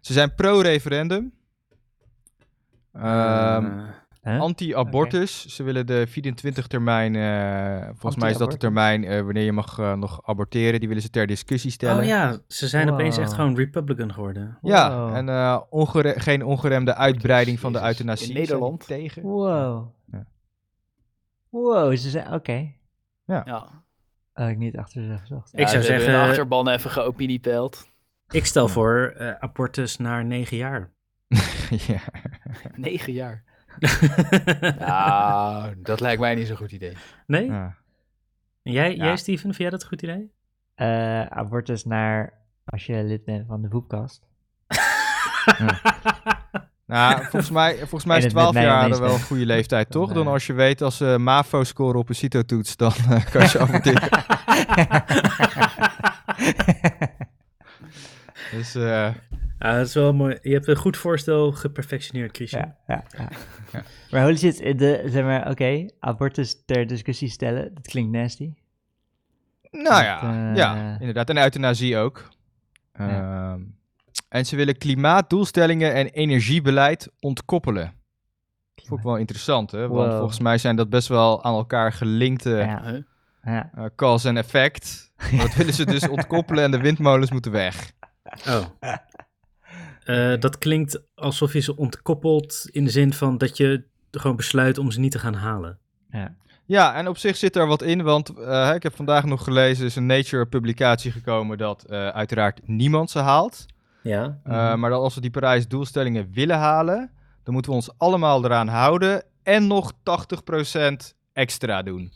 Speaker 4: ze zijn pro-referendum. Ehm,
Speaker 3: Hè?
Speaker 4: Anti-abortus. Ze willen de 24 termijn, eh, volgens mij is dat de
Speaker 3: Anti-abortus.
Speaker 4: termijn eh, wanneer je mag eh, nog aborteren. Die willen ze ter discussie stellen.
Speaker 1: Oh ja, ze zijn opeens echt
Speaker 3: Wow.
Speaker 1: gewoon Republican geworden.
Speaker 4: Ja,
Speaker 3: Wow.
Speaker 4: en eh, ongere- geen ongeremde uitbreiding van de euthanasie.
Speaker 2: In
Speaker 4: zijn die
Speaker 2: Nederland.
Speaker 4: Tegen.
Speaker 3: Wow.
Speaker 4: Ja.
Speaker 3: Wow, ze zijn... Oké.
Speaker 2: Ja.
Speaker 3: Had ik niet achter ze gezocht.
Speaker 1: Ik zou
Speaker 2: ze hebben hun
Speaker 1: zeggen-
Speaker 2: achterban even geopiniepeld.
Speaker 1: Ik stel voor eh abortus naar negen jaar.
Speaker 4: ja.
Speaker 2: Negen jaar. Nou, dat lijkt mij niet zo'n goed idee.
Speaker 1: nee?
Speaker 4: ja.
Speaker 1: En Jij,
Speaker 3: Ja.
Speaker 1: jij, Steven, vind jij dat een goed idee?
Speaker 3: Eh, abortus naar als je lid bent van de boepkast.
Speaker 4: Nou, volgens mij, volgens mij
Speaker 3: En
Speaker 4: is
Speaker 3: het met
Speaker 4: 12
Speaker 3: mij
Speaker 4: jaar
Speaker 3: oneens
Speaker 4: wel een
Speaker 3: bent.
Speaker 4: goede leeftijd, toch?
Speaker 3: Dan,
Speaker 4: Dan
Speaker 3: eh,
Speaker 4: als je weet als ze MAVO scoren op een CITO-toets, dan eh, kan je aborteren. dus eh,
Speaker 1: Ah, dat is wel mooi. Je hebt een goed voorstel geperfectioneerd, Christian.
Speaker 3: ja, ja, ja. Maar holy shit, eh, de, zeg maar, oké, abortus ter discussie stellen, dat klinkt nasty.
Speaker 4: nou ja,
Speaker 3: Dat, eh,
Speaker 4: ja, inderdaad. En euthanasie ook.
Speaker 3: Ja.
Speaker 4: Ehm, en ze willen klimaatdoelstellingen en energiebeleid ontkoppelen. Vond ik wel interessant, hè? Want
Speaker 3: Wow.
Speaker 4: volgens mij zijn dat best wel aan elkaar gelinkte
Speaker 3: Ja,
Speaker 2: Huh?
Speaker 3: ja.
Speaker 4: eh, cause en effect. Maar Dat willen ze dus ontkoppelen en de windmolens moeten weg.
Speaker 1: Oh. Eh, dat klinkt alsof je ze ontkoppelt in de zin van dat je gewoon besluit om ze niet te gaan halen.
Speaker 4: Ja, en op zich zit er wat in, want eh, ik heb vandaag nog gelezen, is een Nature-publicatie gekomen dat eh, uiteraard niemand ze haalt.
Speaker 1: Ja.
Speaker 4: Eh, maar dat als we die Parijs-doelstellingen willen halen, dan moeten we ons allemaal eraan houden en nog 80% extra doen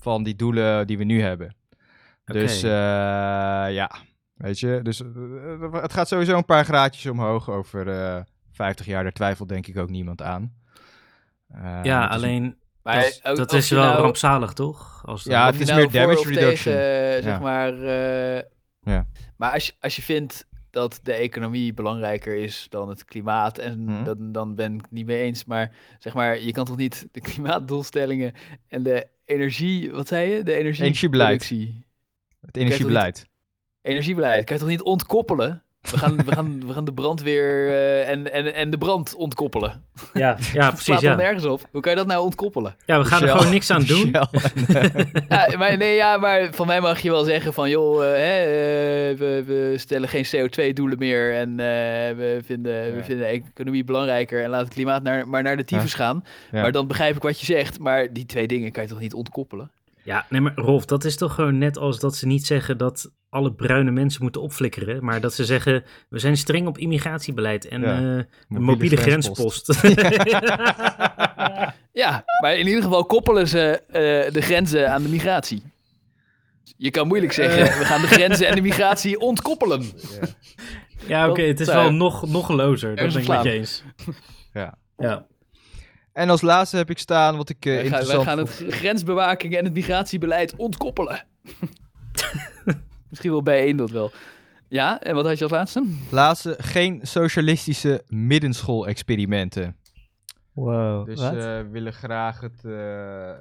Speaker 4: van die doelen die we nu hebben. Dus eh, ja, weet je, dus, eh, het gaat sowieso een paar graadjes omhoog over eh, 50 jaar. Daar twijfelt denk ik ook niemand aan. Eh,
Speaker 1: ja,
Speaker 4: het is-
Speaker 1: alleen
Speaker 2: Maar
Speaker 1: dat,
Speaker 2: ook
Speaker 1: dat
Speaker 2: als
Speaker 1: is
Speaker 2: je
Speaker 1: wel
Speaker 2: nou-
Speaker 1: rampzalig, toch? Als dat-
Speaker 4: Ja,
Speaker 2: Of
Speaker 4: Ah, het
Speaker 2: je
Speaker 4: is
Speaker 2: nou
Speaker 4: meer
Speaker 2: voor
Speaker 4: damage
Speaker 2: of
Speaker 4: reduction.
Speaker 2: tegen, eh, zeg
Speaker 4: Ja.
Speaker 2: maar. eh,
Speaker 4: Ja.
Speaker 2: Maar als je, als je vindt dat de economie belangrijker is dan het klimaat, en
Speaker 4: Mhm.
Speaker 2: dan, dan ben ik het niet mee eens. Maar zeg maar, je kan toch niet de klimaatdoelstellingen en de energie, wat zei je? De energie
Speaker 4: Energiebeleid.
Speaker 2: productie.
Speaker 4: het energiebeleid.
Speaker 2: Energiebeleid. Kan je toch niet ontkoppelen? We gaan, we gaan, we gaan de brandweer eh, en, en, en de brand ontkoppelen.
Speaker 1: ja, ja
Speaker 2: Dat slaat
Speaker 1: precies.
Speaker 2: toch
Speaker 1: Ja.
Speaker 2: nergens op. Hoe kan je dat nou ontkoppelen?
Speaker 1: ja, we gaan er
Speaker 4: Shell.
Speaker 1: gewoon niks aan doen.
Speaker 2: Ja, maar, nee, ja, maar van mij mag je wel zeggen van, joh, eh, hè, eh, we, we stellen geen CO2-doelen meer en eh, we, vinden, we
Speaker 4: Ja.
Speaker 2: vinden de economie belangrijker en laat het klimaat naar, maar naar de tyfus gaan.
Speaker 4: Ja.
Speaker 2: Maar dan begrijp ik wat je zegt, maar die twee dingen kan je toch niet ontkoppelen?
Speaker 1: Ja, nee, maar Rolf, dat is toch gewoon net als dat ze niet zeggen dat alle bruine mensen moeten opflikkeren, maar dat ze zeggen, we zijn streng op immigratiebeleid en
Speaker 4: Ja.
Speaker 1: eh, een mobiele grenspost.
Speaker 2: Ja, maar in ieder geval koppelen ze eh, de grenzen aan de migratie. Je kan moeilijk zeggen,
Speaker 4: Eh.
Speaker 2: we gaan de grenzen en de migratie ontkoppelen.
Speaker 1: ja, oké, het is
Speaker 2: Dat,
Speaker 1: wel
Speaker 2: eh,
Speaker 1: nog, nog lozer, dat
Speaker 2: ergens
Speaker 1: ben ik
Speaker 2: op
Speaker 1: met je eens.
Speaker 4: Ja.
Speaker 1: Ja.
Speaker 4: En als laatste heb ik staan wat ik eh,
Speaker 2: Wij gaan, wij
Speaker 4: interessant
Speaker 2: gaan het grensbewaking en het migratiebeleid ontkoppelen. Misschien wel bijeen dat wel. Ja, en wat had je als laatste?
Speaker 4: Laatste, geen socialistische middenschool-experimenten.
Speaker 3: Wow,
Speaker 4: Dus
Speaker 3: wat?
Speaker 4: eh, we willen graag het, eh,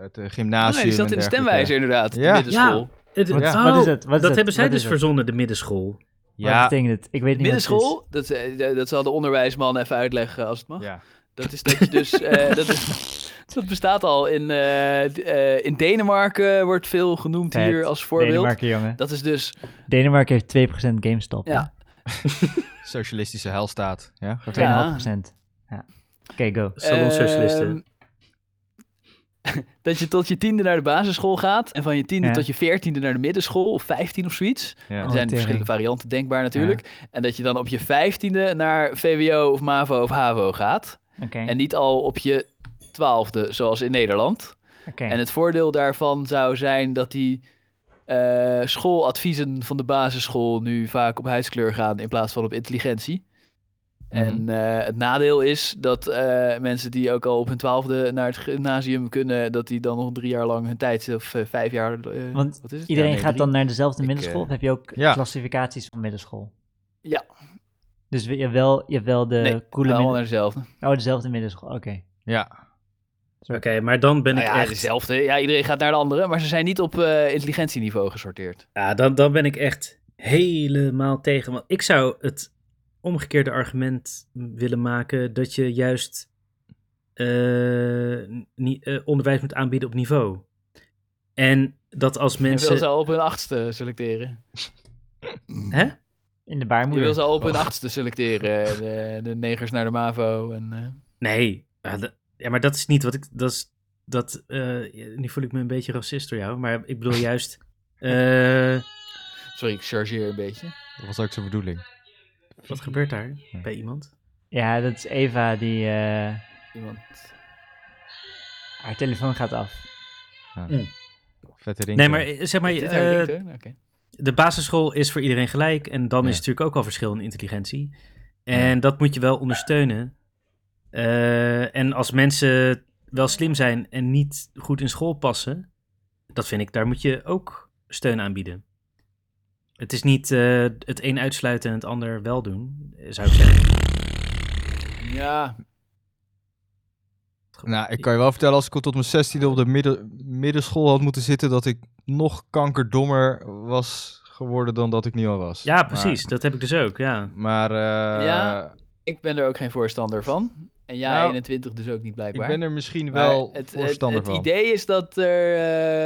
Speaker 4: het eh,
Speaker 2: Oh,
Speaker 4: gymnasium.
Speaker 2: nee, die zat
Speaker 4: en
Speaker 2: in de
Speaker 4: dergelijke.
Speaker 2: stemwijzer inderdaad,
Speaker 4: Ja.
Speaker 2: de middenschool.
Speaker 1: Het-
Speaker 4: Wat-
Speaker 1: oh,
Speaker 3: wat is het? Wat is
Speaker 1: dat
Speaker 3: het?
Speaker 1: hebben zij
Speaker 3: Wat is
Speaker 1: dus
Speaker 3: het?
Speaker 1: verzonnen, de middenschool.
Speaker 3: Wat
Speaker 4: Ja,
Speaker 3: betekent het? Ik weet niet wat het is.
Speaker 2: Middenschool, dat, eh, dat zal de onderwijsman even uitleggen als het mag.
Speaker 4: ja.
Speaker 2: Dat is dat je dus. eh, dat, is- dat bestaat al in, eh, d- eh, in Denemarken, wordt veel genoemd
Speaker 3: Vet.
Speaker 2: hier als voorbeeld.
Speaker 3: Denemarken, jongen.
Speaker 2: Dat is dus.
Speaker 3: Denemarken heeft 2% GameStop.
Speaker 2: Ja.
Speaker 4: socialistische heilstaat. Ja.
Speaker 3: 2,5%.
Speaker 2: Ja.
Speaker 3: Ja. Oké, go.
Speaker 1: Salonsocialisten.
Speaker 2: Ehm, dat je tot je tiende naar de basisschool gaat en van je tiende
Speaker 3: Ja.
Speaker 2: tot je veertiende naar de middenschool of vijftien of zoiets. Er
Speaker 4: Ja.
Speaker 3: Oh,
Speaker 2: zijn
Speaker 3: tering.
Speaker 2: verschillende varianten denkbaar natuurlijk. En dat je dan op je vijftiende naar VWO of MAVO of HAVO gaat.
Speaker 3: Oké.
Speaker 2: En niet al op je twaalfde, zoals in Nederland.
Speaker 3: oké.
Speaker 2: En het voordeel daarvan zou zijn dat die eh, schooladviezen van de basisschool nu vaak op huidskleur gaan in plaats van op intelligentie.
Speaker 3: Mhm.
Speaker 2: En eh, het nadeel is dat eh, mensen die ook al op hun twaalfde naar het gymnasium kunnen, dat die dan nog drie jaar lang hun tijd, of eh, vijf jaar. eh,
Speaker 3: Want
Speaker 2: wat is het?
Speaker 3: Iedereen
Speaker 2: Ja, nee,
Speaker 3: gaat
Speaker 2: drie.
Speaker 3: dan naar dezelfde
Speaker 2: Ik,
Speaker 3: middenschool?
Speaker 2: eh,
Speaker 3: Of heb je ook
Speaker 4: ja.
Speaker 3: klassificaties van middenschool?
Speaker 2: Ja.
Speaker 3: Dus we- je hebt wel, je hebt wel de
Speaker 2: Nee,
Speaker 3: coole
Speaker 2: allemaal
Speaker 3: midden-
Speaker 2: naar dezelfde.
Speaker 3: Oh, dezelfde middenschool. Oké.
Speaker 4: ja.
Speaker 1: Oké, maar dan ben
Speaker 2: Nou
Speaker 1: ik
Speaker 2: ja,
Speaker 1: echt...
Speaker 3: dus
Speaker 2: dezelfde. Ja, iedereen gaat naar de andere, maar ze zijn niet op eh, intelligentieniveau gesorteerd.
Speaker 1: Ja, dan, dan ben ik echt helemaal tegen. Want ik zou het omgekeerde argument willen maken dat je juist eh, ni- eh, onderwijs moet aanbieden op niveau. En dat als
Speaker 2: Je wil
Speaker 1: mensen.
Speaker 2: ze al op hun achtste selecteren.
Speaker 1: Hè?
Speaker 3: In de
Speaker 2: Je
Speaker 3: baarmoeder.
Speaker 2: wil ze al op hun achtste selecteren. eh, De, de negers naar de MAVO. En, eh,
Speaker 1: Nee, ja, dat- ja, maar dat is niet wat ik. Dat is, dat, eh, nu voel ik me een beetje racist door jou, maar ik bedoel juist. eh,
Speaker 2: sorry, ik chargeer een beetje.
Speaker 4: Dat was ook zijn bedoeling.
Speaker 1: wat gebeurt daar bij iemand?
Speaker 3: Ja, dat is Eva die... eh,
Speaker 2: Iemand.
Speaker 3: haar telefoon gaat af.
Speaker 4: Vette ring.
Speaker 1: Nee, maar eh, zeg maar,
Speaker 2: Dit
Speaker 1: eh,
Speaker 2: herdenkt, hè? Oké.
Speaker 1: de basisschool is voor iedereen gelijk. En dan
Speaker 4: Ja.
Speaker 1: is het natuurlijk ook al verschil in intelligentie. En dat moet je wel ondersteunen. Eh, en als mensen wel slim zijn en niet goed in school passen, dat vind ik, daar moet je ook steun aan bieden. Het is niet eh, het een uitsluiten en het ander wel doen, eh, zou ik zeggen.
Speaker 2: Ja,
Speaker 4: Nou, ik kan je wel vertellen, als ik al tot mijn zestiende op de midden, middenschool had moeten zitten, dat ik nog kankerdommer was geworden dan dat ik nu al was.
Speaker 1: Ja, precies. Dat heb ik dus ook, ja.
Speaker 4: Maar, maar, eh,
Speaker 2: Ja, ik ben er ook geen voorstander van. En jij
Speaker 4: Nou,
Speaker 2: 21 dus ook niet
Speaker 4: ik
Speaker 2: blijkbaar.
Speaker 4: ben er misschien
Speaker 2: Maar
Speaker 4: wel
Speaker 2: het,
Speaker 4: voorstander
Speaker 2: het,
Speaker 4: van.
Speaker 2: het idee is dat er,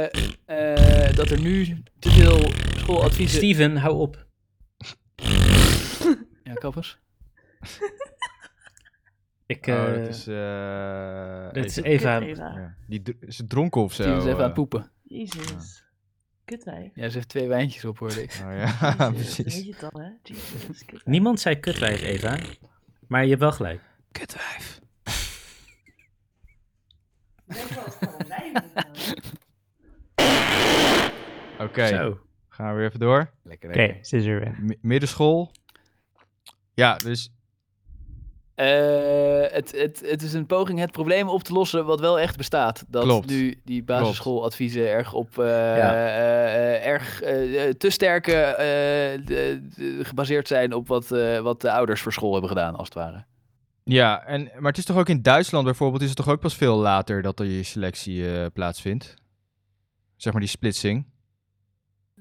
Speaker 2: eh, eh, dat er nu te veel schooladviezen...
Speaker 1: Steven, hou op.
Speaker 2: Ja, kappers.
Speaker 1: Ik,
Speaker 4: Oh,
Speaker 1: eh,
Speaker 4: dat is, eh,
Speaker 1: dit is
Speaker 4: even-
Speaker 1: Eva.
Speaker 5: Kut, Eva.
Speaker 4: ja. Die dr- is het dronken of zo?
Speaker 2: Steven is even aan het
Speaker 4: eh.
Speaker 2: poepen.
Speaker 5: Jezus. Kut wij.
Speaker 2: Ja, ze heeft twee wijntjes op, hoorde ik.
Speaker 4: Oh, ja,
Speaker 5: Weet
Speaker 4: precies.
Speaker 5: je het al, hè? Jezus, kut.
Speaker 1: Niemand zei kutwijf, Eva. Maar je hebt wel gelijk.
Speaker 2: Kutwijf.
Speaker 4: Oké,
Speaker 1: Zo.
Speaker 4: gaan we weer even door.
Speaker 2: Lekker,
Speaker 3: Oké, ze is weer weg.
Speaker 4: Mi- middenschool. Ja, dus
Speaker 2: Eh, het, het, het is een poging het probleem op te lossen wat wel echt bestaat. Dat
Speaker 4: Klopt.
Speaker 2: nu die basisschooladviezen erg op eh,
Speaker 1: Ja.
Speaker 2: eh, eh, erg eh, eh, te sterke eh, de- de- gebaseerd zijn op wat, eh, wat de ouders voor school hebben gedaan, als het ware.
Speaker 4: ja, en, maar het is toch ook in Duitsland bijvoorbeeld, is het toch ook pas veel later dat er je selectie eh, plaatsvindt? Zeg maar die splitsing.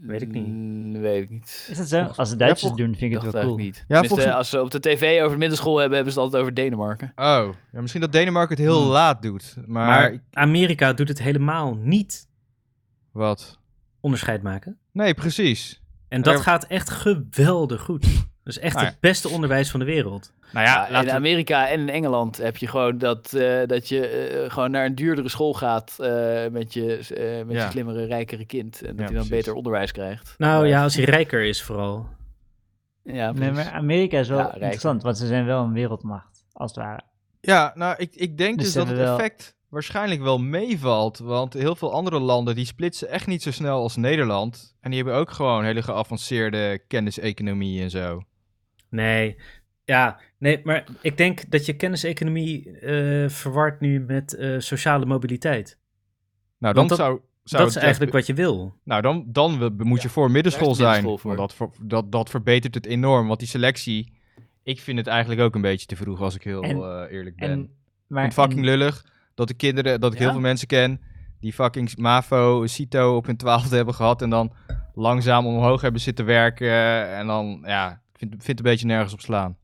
Speaker 1: Weet ik niet.
Speaker 2: Mm, weet ik niet.
Speaker 3: Is dat zo?
Speaker 4: Volgens-
Speaker 3: Als de Duitsers
Speaker 4: Ja, eh,
Speaker 3: het doen, vind ik
Speaker 2: dacht
Speaker 3: het wel
Speaker 2: eigenlijk
Speaker 3: cool.
Speaker 2: niet.
Speaker 4: Ja,
Speaker 2: Ja,
Speaker 4: volgens mij-
Speaker 2: Als ze op de tv over de middenschool hebben, hebben ze het altijd over Denemarken.
Speaker 4: Oh, ja, misschien dat Denemarken het heel
Speaker 2: Hmm.
Speaker 4: laat doet. Maar,
Speaker 1: Maar Amerika doet het helemaal niet
Speaker 4: wat?
Speaker 1: onderscheid maken.
Speaker 4: Nee, precies.
Speaker 1: En dat
Speaker 4: Ja.
Speaker 1: gaat echt geweldig goed. Dat is echt
Speaker 4: Nou ja.
Speaker 1: het beste onderwijs van de wereld.
Speaker 4: Nou
Speaker 2: Ja,
Speaker 4: laten
Speaker 2: in
Speaker 4: we-
Speaker 2: Amerika en in Engeland heb je gewoon dat, eh, dat je eh, gewoon naar een duurdere school gaat eh, met, je, eh, met
Speaker 4: Ja.
Speaker 2: je slimmere, rijkere kind. En dat hij dan
Speaker 4: precies.
Speaker 2: beter onderwijs krijgt.
Speaker 1: Nou
Speaker 2: Maar-
Speaker 1: ja, als hij rijker is vooral.
Speaker 2: ja
Speaker 3: Nee, maar Amerika is wel
Speaker 2: Ja, rijker.
Speaker 3: interessant, want ze zijn wel een wereldmacht, als het ware.
Speaker 4: Ja, nou, ik, ik denk
Speaker 3: Dus
Speaker 4: dus, dat
Speaker 3: hebben
Speaker 4: het
Speaker 3: we wel-
Speaker 4: effect waarschijnlijk wel meevalt. Want heel veel andere landen die splitsen echt niet zo snel als Nederland. En die hebben ook gewoon hele geavanceerde kenniseconomie en zo. Nou,
Speaker 1: Nee. Ja, nee, maar ik denk dat je kenniseconomie eh verwart nu met eh, sociale mobiliteit.
Speaker 4: Nou, dan
Speaker 1: Want dat-
Speaker 4: zou. zou
Speaker 1: dat is
Speaker 4: het
Speaker 1: eigenlijk
Speaker 4: echt-
Speaker 1: wat je wil.
Speaker 4: Nou, dan, dan we- moet je voor middenschool
Speaker 2: daar is de
Speaker 4: zijn.
Speaker 2: middenschool
Speaker 4: want dat, ver- dat, dat verbetert het enorm. Want die selectie, ik vind het eigenlijk ook een beetje te vroeg als ik heel
Speaker 3: En-
Speaker 4: eh, eerlijk ben.
Speaker 3: En,
Speaker 4: Ik
Speaker 3: maar,
Speaker 4: vind het
Speaker 3: en-
Speaker 4: fucking lullig dat de kinderen, dat ik
Speaker 2: Ja?
Speaker 4: heel veel mensen ken die fucking MAVO, CITO op hun twaalfde hebben gehad en dan langzaam omhoog hebben zitten werken eh, en dan, ja, vind, vind het een beetje nergens op slaan.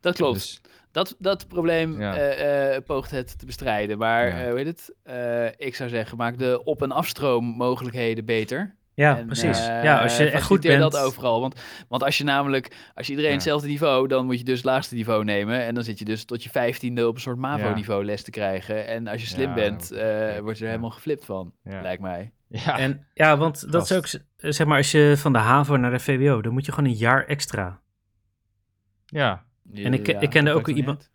Speaker 2: dat klopt.
Speaker 4: Dus,
Speaker 2: Dat, dat probleem
Speaker 4: Ja.
Speaker 2: eh, eh, poogt het te bestrijden. Maar
Speaker 4: Ja.
Speaker 2: eh, hoe weet het? Eh, ik zou zeggen, maak de op- en afstroommogelijkheden beter.
Speaker 1: Ja,
Speaker 2: En,
Speaker 1: precies.
Speaker 2: eh,
Speaker 1: ja, als je echt goed
Speaker 2: faciliteer
Speaker 1: bent.
Speaker 2: dat overal. Want, want als je namelijk, als je iedereen
Speaker 4: Ja.
Speaker 2: hetzelfde niveau, dan moet je dus het laagste niveau nemen. En dan zit je dus tot je vijftiende op een soort MAVO-niveau les te krijgen. En als je slim
Speaker 4: Ja,
Speaker 2: bent, eh word je er
Speaker 4: ja.
Speaker 2: helemaal geflipt van,
Speaker 4: ja.
Speaker 2: lijkt mij.
Speaker 4: Ja.
Speaker 1: En ja, want dat is ook, z- eh, zeg maar, als je van de HAVO naar de VWO, dan moet je gewoon een jaar extra.
Speaker 4: ja.
Speaker 1: En ik- ik kende
Speaker 2: dat
Speaker 1: ook
Speaker 2: maakt
Speaker 1: iemand-
Speaker 2: niet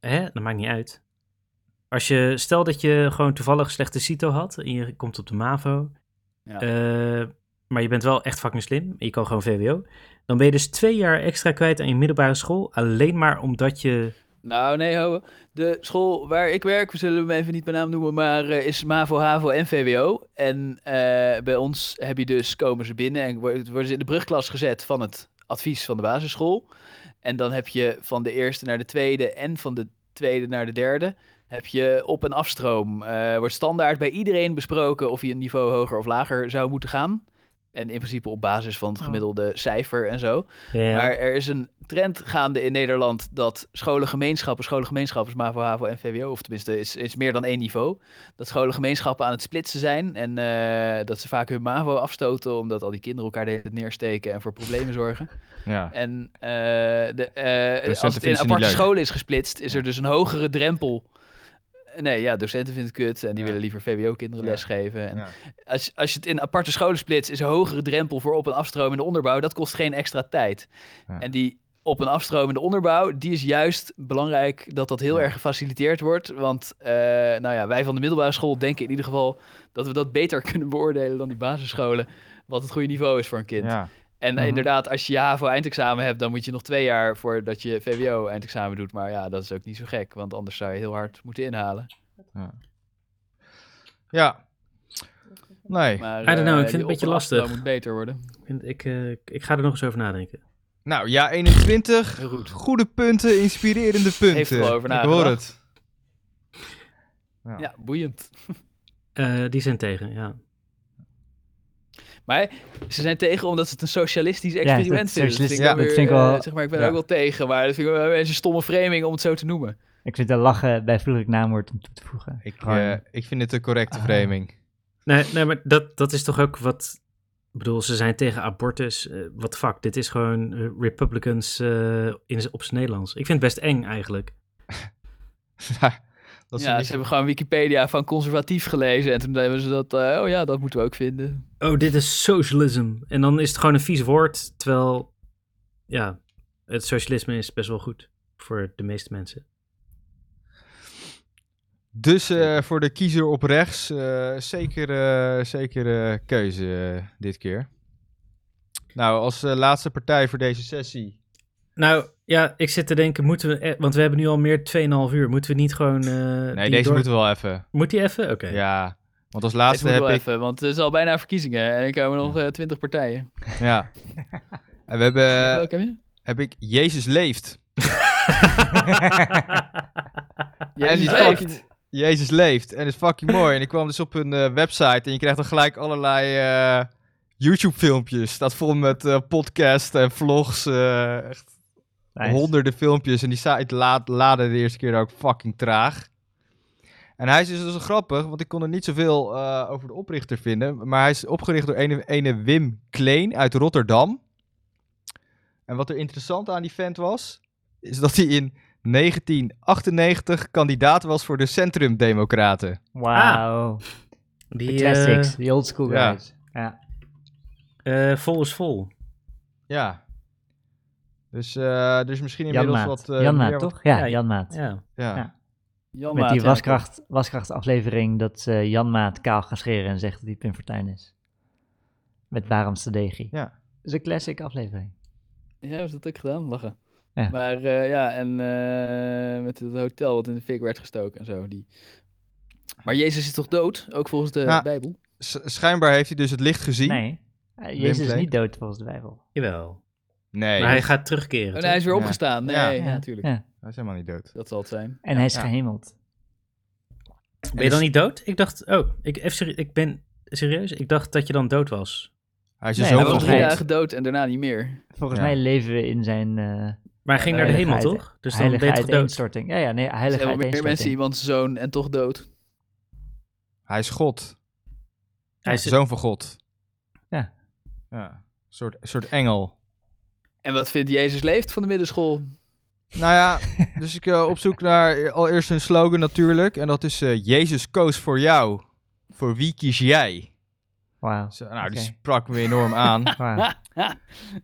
Speaker 1: Hè? Dat maakt niet uit. Als je, stel dat je gewoon toevallig slechte CITO had en je komt op de MAVO,
Speaker 2: uit. Ja.
Speaker 1: eh, maar je bent wel echt fucking slim en je kan gewoon VWO, dan ben je dus twee jaar extra kwijt aan je middelbare school, alleen maar omdat je...
Speaker 2: Nou, nee, ho. De school waar ik werk, we zullen hem even niet bij naam noemen, maar eh, is MAVO, HAVO en VWO. En eh, bij ons heb je dus, komen ze binnen en wo- worden ze in de brugklas gezet van het advies van de basisschool. En dan heb je van de eerste naar de tweede en van de tweede naar de derde, heb je op- en afstroom. Eh wordt standaard bij iedereen besproken of je een niveau hoger of lager zou moeten gaan. Eh, En in principe op basis van het gemiddelde cijfer en zo.
Speaker 1: Ja.
Speaker 2: Maar er is een trend gaande in Nederland dat scholengemeenschappen, scholengemeenschappen is dus MAVO, HAVO en VWO, of tenminste is, is meer dan één niveau, dat scholengemeenschappen aan het splitsen zijn en eh, dat ze vaak hun MAVO afstoten omdat al die kinderen elkaar de hele tijd neersteken en voor problemen zorgen.
Speaker 4: Ja.
Speaker 2: En eh, de, eh,
Speaker 4: Docenten
Speaker 2: als het
Speaker 4: vinden
Speaker 2: in
Speaker 4: ze niet
Speaker 2: aparte
Speaker 4: leuk.
Speaker 2: scholen is gesplitst, is er dus een hogere drempel. Nee, ja, docenten vinden het kut en die willen liever VWO-kinderen
Speaker 4: Ja.
Speaker 2: lesgeven. En
Speaker 4: Ja.
Speaker 2: als, als je het in aparte scholen splitst, is een hogere drempel voor op- en afstromende onderbouw. Dat kost geen extra tijd.
Speaker 4: Ja.
Speaker 2: En die op- en afstromende onderbouw, die is juist belangrijk dat dat heel erg gefaciliteerd wordt. Want eh, nou ja, wij van de middelbare school denken in ieder geval dat we dat beter kunnen beoordelen dan die basisscholen. Wat het goede niveau is voor een kind.
Speaker 4: Ja.
Speaker 2: En
Speaker 4: Mhm.
Speaker 2: inderdaad, als je je HAVO-eindexamen hebt, dan moet je nog twee jaar voordat je VWO-eindexamen doet. Maar ja, dat is ook niet zo gek, want anders zou je heel hard moeten inhalen.
Speaker 4: ja. Nee.
Speaker 2: Maar,
Speaker 1: I don't know,
Speaker 2: eh,
Speaker 1: ik vind het
Speaker 2: die
Speaker 1: een beetje
Speaker 2: op-
Speaker 1: lastig.
Speaker 2: afstand moet beter worden.
Speaker 1: Ik, vind- ik, eh, ik ga er nog eens over nadenken.
Speaker 4: Nou, ja 21.
Speaker 2: Heel goed.
Speaker 4: Goede punten, inspirerende punten.
Speaker 2: Heeft er wel over
Speaker 4: Ik hoor
Speaker 2: nagedacht.
Speaker 4: het. Ja.
Speaker 2: Ja, boeiend.
Speaker 1: Eh, die zijn tegen, ja.
Speaker 2: Maar ze zijn tegen omdat ze het een socialistisch
Speaker 3: dat-
Speaker 2: experiment vinden.
Speaker 3: socialistisch-
Speaker 4: ja,
Speaker 2: dan
Speaker 3: dat vind ik wel-
Speaker 2: eh, zeg maar, ik ben
Speaker 4: ja.
Speaker 2: er ook wel tegen, maar dat vind ik wel een stomme framing om het zo te noemen.
Speaker 3: Ik vind het lachen bij vroegelijk naamwoord om toe te voegen.
Speaker 4: Ik,
Speaker 3: Gewoon-
Speaker 4: eh, ik vind het een correcte framing.
Speaker 1: Nee, nee maar dat, dat is toch ook wat... Ik bedoel, ze zijn tegen abortus. eh, wat fuck, dit is gewoon eh, Republicans eh, in, z- op zijn Nederlands. Ik vind het best eng eigenlijk.
Speaker 4: Ja, dat is
Speaker 2: Ja,
Speaker 4: niet-
Speaker 2: ze hebben gewoon Wikipedia van conservatief gelezen en toen hebben ze dat, eh, oh ja, dat moeten we ook vinden.
Speaker 1: Oh, dit is socialism. En dan is het gewoon een vies woord, terwijl... Ja, het socialisme is best wel goed voor de meeste mensen.
Speaker 4: Dus eh, voor de kiezer op rechts, eh, zeker, eh, zeker eh, keuze eh, dit keer. Nou, als eh, laatste partij voor deze sessie.
Speaker 1: Nou, ja, ik zit te denken, moeten we... eh, Want we hebben nu al meer 2,5 uur. Moeten we niet gewoon... eh,
Speaker 4: Nee,
Speaker 1: die
Speaker 4: deze
Speaker 1: door-
Speaker 4: moeten we wel even.
Speaker 1: Moet die even? Oké.
Speaker 4: Ja, want als
Speaker 2: Dat
Speaker 4: laatste
Speaker 2: moet
Speaker 4: heb
Speaker 2: wel
Speaker 4: ik...
Speaker 2: even, want het is al bijna verkiezingen en er komen nog eh, twintig partijen.
Speaker 4: Ja. En we hebben, eh,
Speaker 2: Welke heb je?
Speaker 4: heb ik Jezus leeft.
Speaker 2: Jezus
Speaker 4: die
Speaker 2: leeft.
Speaker 4: fucking- Jezus leeft. En dat is fucking mooi. En ik kwam dus op hun eh, website en je krijgt dan gelijk allerlei eh, YouTube-filmpjes. Staat vol met eh podcasts en vlogs. eh, echt
Speaker 3: Nice.
Speaker 4: honderden filmpjes. En die site laad, laadde de eerste keer ook fucking traag. En hij is dus dat is wel grappig, want ik kon er niet zoveel eh, over de oprichter vinden. Maar hij is opgericht door ene, ene Wim Kleen uit Rotterdam. En wat er interessant aan die vent was, is dat hij in 1998 kandidaat was voor de Centrumdemocraten.
Speaker 3: Wauw.
Speaker 1: Die,
Speaker 3: De
Speaker 1: eh,
Speaker 3: classics, die old school
Speaker 4: Ah. ja.
Speaker 3: guys. Ja.
Speaker 1: eh, vol is vol.
Speaker 4: Ja. Dus eh, er is misschien inmiddels
Speaker 3: Janmaat.
Speaker 4: wat... eh,
Speaker 3: Janmaat,
Speaker 4: meer wat-
Speaker 3: toch? Ja,
Speaker 1: ja,
Speaker 3: Janmaat.
Speaker 1: Ja.
Speaker 4: Ja.
Speaker 3: Ja.
Speaker 2: Jan
Speaker 3: Met
Speaker 2: Maat,
Speaker 3: die
Speaker 2: ja,
Speaker 3: waskracht, waskrachtaflevering dat eh, Janmaat kaal gaat scheren en zegt dat hij Pim Fortuyn is. Met Barendse Degi.
Speaker 4: Ja.
Speaker 3: Dat is een classic aflevering.
Speaker 2: klopt. Ja, heeft dat ook gedaan, lachen.
Speaker 3: Ja.
Speaker 2: Maar eh, ja, en eh, met het hotel wat in de fik werd gestoken en zo. Die... Maar Jezus is toch dood? Ook volgens de
Speaker 4: Ja.
Speaker 2: Bijbel.
Speaker 4: S- Schijnbaar heeft hij dus het licht gezien.
Speaker 3: Nee, eh, Jezus is
Speaker 4: Wimpley.
Speaker 3: niet dood volgens de Bijbel.
Speaker 1: Jawel.
Speaker 4: Nee,
Speaker 1: Maar hij
Speaker 4: hij...
Speaker 1: gaat terugkeren.
Speaker 2: Oh, nee,
Speaker 1: toch?
Speaker 2: hij is weer
Speaker 4: Ja.
Speaker 2: opgestaan. Nee,
Speaker 4: Ja.
Speaker 3: Ja,
Speaker 2: ja, natuurlijk.
Speaker 3: ja.
Speaker 4: is helemaal niet dood.
Speaker 2: Dat zal het zijn.
Speaker 3: En hij is
Speaker 4: Ja.
Speaker 3: gehemeld.
Speaker 1: Ben je dan niet dood? Ik dacht, oh, ik, even serie- ik ben serieus. Ik dacht dat je dan dood was.
Speaker 4: Hij
Speaker 3: Nee,
Speaker 4: is dus
Speaker 3: hij
Speaker 2: Hij
Speaker 4: zo
Speaker 2: was
Speaker 3: volgens
Speaker 2: drie
Speaker 3: mij-
Speaker 2: dagen dood en daarna niet meer.
Speaker 3: Volgens
Speaker 4: Ja.
Speaker 3: mij leven we in zijn eh
Speaker 1: Maar hij ging
Speaker 2: Ja,
Speaker 1: naar de hemel,
Speaker 3: heilige uit-
Speaker 1: toch? Dus dan ben
Speaker 3: heilige
Speaker 1: je toch dood?
Speaker 3: uiteenstorting. Ja, ja, nee,
Speaker 2: Er
Speaker 3: heilige
Speaker 2: zijn wel meer mensen
Speaker 3: uiteenstorting.
Speaker 2: iemands zoon en toch dood.
Speaker 4: Hij is God.
Speaker 1: Hij is,
Speaker 4: Zoon van God.
Speaker 3: Ja.
Speaker 4: ja. Een soort, een soort engel.
Speaker 2: En wat vindt Jezus leeft van de middenschool?
Speaker 4: Nou ja, dus ik eh, op zoek naar eh, allereerst een slogan natuurlijk. En dat is eh, Jezus koos voor jou. Voor wie kies jij?
Speaker 3: Wauw.
Speaker 4: Zo, nou, die
Speaker 3: Oké.
Speaker 4: sprak me enorm aan.
Speaker 3: Wauw.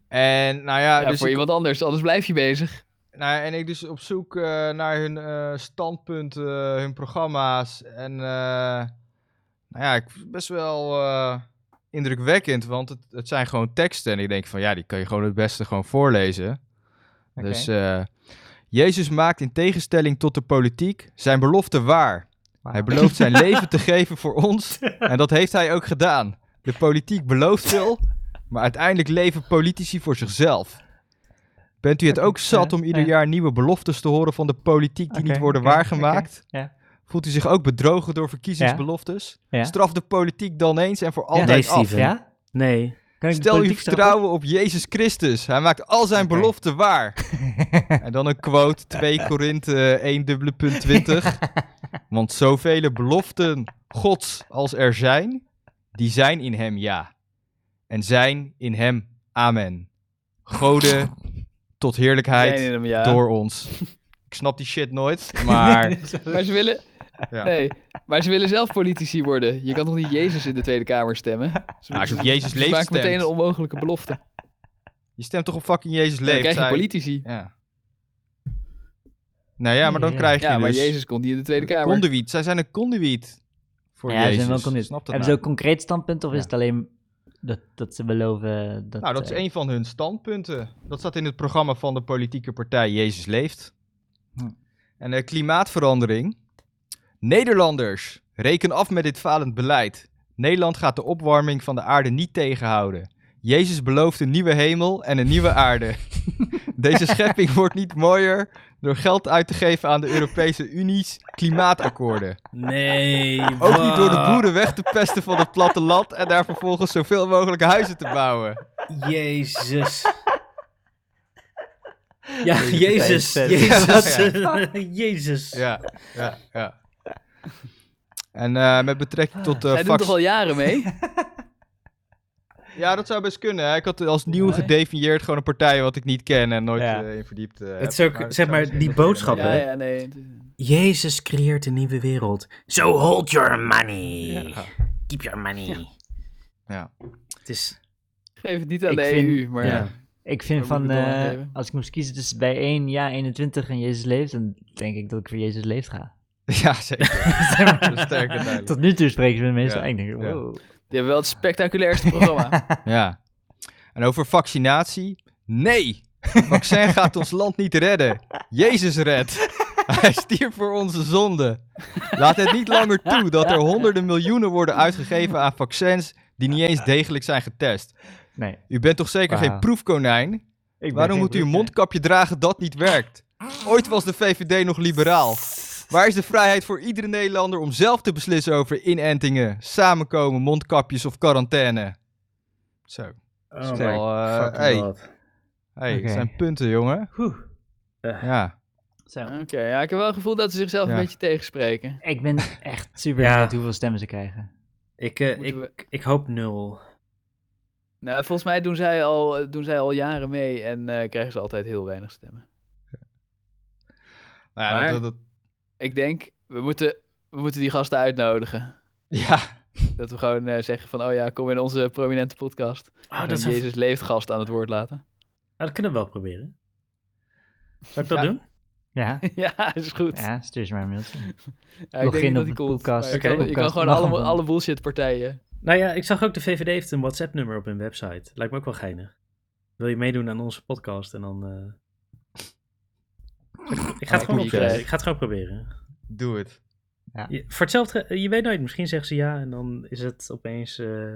Speaker 4: En nou ja,
Speaker 2: Ja,
Speaker 4: dus
Speaker 2: voor
Speaker 4: ik,
Speaker 2: iemand anders, anders blijf je bezig.
Speaker 4: nou, ja, en ik dus op zoek eh, naar hun eh standpunten, hun programma's. En eh, nou ja, ik vond het best wel eh, indrukwekkend, want het, het zijn gewoon teksten. En ik denk van ja, die kan je gewoon het beste gewoon voorlezen.
Speaker 3: Oké.
Speaker 4: Dus eh, Jezus maakt in tegenstelling tot de politiek zijn belofte waar.
Speaker 3: Wauw.
Speaker 4: Hij belooft zijn leven te geven voor ons en dat heeft hij ook gedaan. De politiek belooft veel, maar uiteindelijk leven politici voor zichzelf. Bent u het ook zat om ieder
Speaker 3: eh, Ja.
Speaker 4: jaar nieuwe beloftes te horen van de politiek die
Speaker 3: Oké,
Speaker 4: niet worden
Speaker 3: oké,
Speaker 4: waargemaakt?
Speaker 3: oké, ja.
Speaker 4: Voelt u zich ook bedrogen door verkiezingsbeloftes?
Speaker 3: Ja.
Speaker 4: Straf de politiek dan eens en voor altijd
Speaker 1: nee,
Speaker 4: af.
Speaker 1: Steven.
Speaker 3: Ja?
Speaker 1: Nee.
Speaker 3: Kan ik de
Speaker 4: Stel je
Speaker 3: politiek straffen?
Speaker 4: vertrouwen op Jezus Christus. Hij maakt al zijn
Speaker 3: Oké.
Speaker 4: beloften waar. en dan een quote, 2 Korinthe 1 dubbele punt 20. Want zoveel beloften gods als er zijn, die zijn in hem ja. En zijn in hem amen. Gode tot heerlijkheid
Speaker 2: Zijn in hem, ja.
Speaker 4: door ons. Ik snap die shit nooit, maar...
Speaker 2: Maar ze willen...
Speaker 4: Ja.
Speaker 2: Nee, maar ze willen zelf politici worden. Je kan toch niet Jezus in de Tweede Kamer stemmen? Ze,
Speaker 4: als je op
Speaker 2: ze-
Speaker 4: Jezus
Speaker 2: ze
Speaker 4: leeft
Speaker 2: maken meteen
Speaker 4: stemt.
Speaker 2: een onmogelijke belofte.
Speaker 4: Je stemt toch op fucking Jezus
Speaker 2: Dan
Speaker 4: leeft?
Speaker 2: krijg je
Speaker 4: zei-
Speaker 2: politici.
Speaker 4: Ja. Nou ja, maar dan
Speaker 3: Ja,
Speaker 4: krijg je
Speaker 2: Ja,
Speaker 4: dus...
Speaker 2: maar Jezus kon niet in de Tweede Kamer.
Speaker 4: Conduit. Zij zijn een conduit voor
Speaker 3: Ja,
Speaker 4: Jezus.
Speaker 3: ze zijn wel conduit.
Speaker 4: Snap dat
Speaker 3: Hebben ze
Speaker 4: nou?
Speaker 3: ook concreet standpunt of
Speaker 4: Ja.
Speaker 3: is het alleen dat, dat ze beloven dat...
Speaker 4: Nou, dat
Speaker 3: eh,
Speaker 4: is een van hun standpunten. Dat staat in het programma van de politieke partij Jezus Leeft.
Speaker 3: Hm.
Speaker 4: En eh, klimaatverandering. Nederlanders, reken af met dit falend beleid. Nederland gaat de opwarming van de aarde niet tegenhouden. Jezus belooft een nieuwe hemel en een nieuwe aarde. Deze schepping wordt niet mooier door geld uit te geven aan de Europese Unie's klimaatakkoorden.
Speaker 1: Nee,
Speaker 4: Ook niet door de
Speaker 1: wat?
Speaker 4: boeren weg te pesten van het platteland en daar vervolgens zoveel mogelijk huizen te bouwen.
Speaker 1: Jezus. Ja, Jezus.
Speaker 3: Jezus.
Speaker 1: Jezus. Jezus.
Speaker 4: Ja, ja, ja. En eh, met betrekking tot eh
Speaker 2: Hij doet
Speaker 4: vac-
Speaker 2: toch al jaren mee?
Speaker 4: Ja, dat zou best kunnen. Hè? Ik had als nieuw
Speaker 2: Nee.
Speaker 4: gedefinieerd gewoon een partij wat ik niet ken en nooit
Speaker 3: Ja.
Speaker 4: eh, in verdiept eh, heb.
Speaker 1: Het zou,
Speaker 4: dat
Speaker 1: zeg
Speaker 4: zou
Speaker 1: maar,
Speaker 4: misschien
Speaker 1: die
Speaker 4: best kunnen.
Speaker 1: boodschap,
Speaker 2: Ja,
Speaker 1: hè?
Speaker 2: ja, nee.
Speaker 1: Jezus creëert een nieuwe wereld. So hold your money. Keep your money.
Speaker 4: Ja.
Speaker 1: Het is...
Speaker 2: Geef het niet aan
Speaker 3: Ik
Speaker 2: de
Speaker 3: vind-
Speaker 2: EU, maar...
Speaker 1: Ja.
Speaker 3: Ik vind
Speaker 2: Waar
Speaker 3: van,
Speaker 2: moet ik het dan
Speaker 3: eh,
Speaker 2: aan geven?
Speaker 3: als ik moest kiezen tussen bij 1 ja 21 en Jezus leeft, dan denk ik dat ik voor Jezus leeft ga.
Speaker 4: Ja, zeker. Dat is sterk en duidelijk.
Speaker 3: Tot nu toe spreken ze me meestal
Speaker 4: Ja,
Speaker 3: en ik denk,
Speaker 4: ja.
Speaker 3: wow.
Speaker 2: Die hebben wel het spectaculairste programma.
Speaker 4: Ja. En over vaccinatie? Nee! Vaccin gaat ons land niet redden. Jezus redt. Hij stierf voor onze zonde. Laat het niet langer toe dat er honderden miljoenen worden uitgegeven aan vaccins die niet eens degelijk zijn getest.
Speaker 3: Nee.
Speaker 4: U bent toch zeker
Speaker 3: Wauw.
Speaker 4: geen proefkonijn?
Speaker 3: Ik ben
Speaker 4: Waarom
Speaker 3: geen
Speaker 4: moet u een
Speaker 3: broer,
Speaker 4: mondkapje dragen dat niet werkt? Ooit was de VVD nog liberaal. Waar is de vrijheid voor iedere Nederlander om zelf te beslissen over inentingen, samenkomen, mondkapjes of quarantaine? Zo.
Speaker 1: Oh
Speaker 4: Sterk. Eh,
Speaker 1: fucking
Speaker 4: hey.
Speaker 1: god.
Speaker 4: Hey,
Speaker 3: Oké.
Speaker 4: het zijn punten, jongen.
Speaker 3: hè. Oeh.
Speaker 4: Ja.
Speaker 3: Zo.
Speaker 2: Oké, ja, ik heb wel het gevoel dat ze zichzelf
Speaker 4: Ja.
Speaker 2: een beetje tegenspreken.
Speaker 3: Ik ben echt super
Speaker 1: Ja.
Speaker 3: benieuwd hoeveel stemmen ze krijgen.
Speaker 1: Ik, eh,
Speaker 2: Moeten
Speaker 1: ik, ik hoop nul.
Speaker 2: Nou, volgens mij doen zij al, eh, doen zij al jaren mee en eh, krijgen ze altijd heel weinig stemmen.
Speaker 4: Nou ja,
Speaker 2: Maar-
Speaker 4: dat, dat-
Speaker 2: Ik denk, we moeten, we moeten die gasten uitnodigen.
Speaker 4: ja.
Speaker 2: Dat we gewoon eh, zeggen van, oh ja, kom in onze prominente podcast.
Speaker 1: Oh,
Speaker 2: en
Speaker 1: dat,
Speaker 2: dat
Speaker 1: zou-
Speaker 2: Jezus leeft gast aan het woord laten.
Speaker 1: Ah, dat kunnen we wel proberen. Zal ik dat
Speaker 4: Ja.
Speaker 1: doen?
Speaker 3: Ja,
Speaker 2: ja, is goed. Ja,
Speaker 3: ja stuur ze maar een mailtje.
Speaker 2: ik
Speaker 3: log
Speaker 2: denk
Speaker 3: in
Speaker 2: niet
Speaker 3: op
Speaker 2: dat die
Speaker 3: het
Speaker 2: komt.
Speaker 3: podcast-
Speaker 2: maar je kan-
Speaker 1: Oké,
Speaker 2: je kan
Speaker 3: podcast.
Speaker 2: gewoon
Speaker 3: Mag
Speaker 2: alle,
Speaker 3: hem.
Speaker 2: alle bullshit partijen.
Speaker 1: Nou ja, ik zag ook de VVD heeft een WhatsApp-nummer op hun website. Lijkt me ook wel geinig. Wil je meedoen aan onze podcast en dan... eh, Ik
Speaker 4: Ah,
Speaker 1: ga, het gewoon
Speaker 2: moet je
Speaker 1: proberen.
Speaker 2: krijgen.
Speaker 1: ik ga het gewoon proberen.
Speaker 4: Doe het.
Speaker 1: Je- voor hetzelfde, je weet nooit, misschien zeggen ze ja en dan is het opeens eh,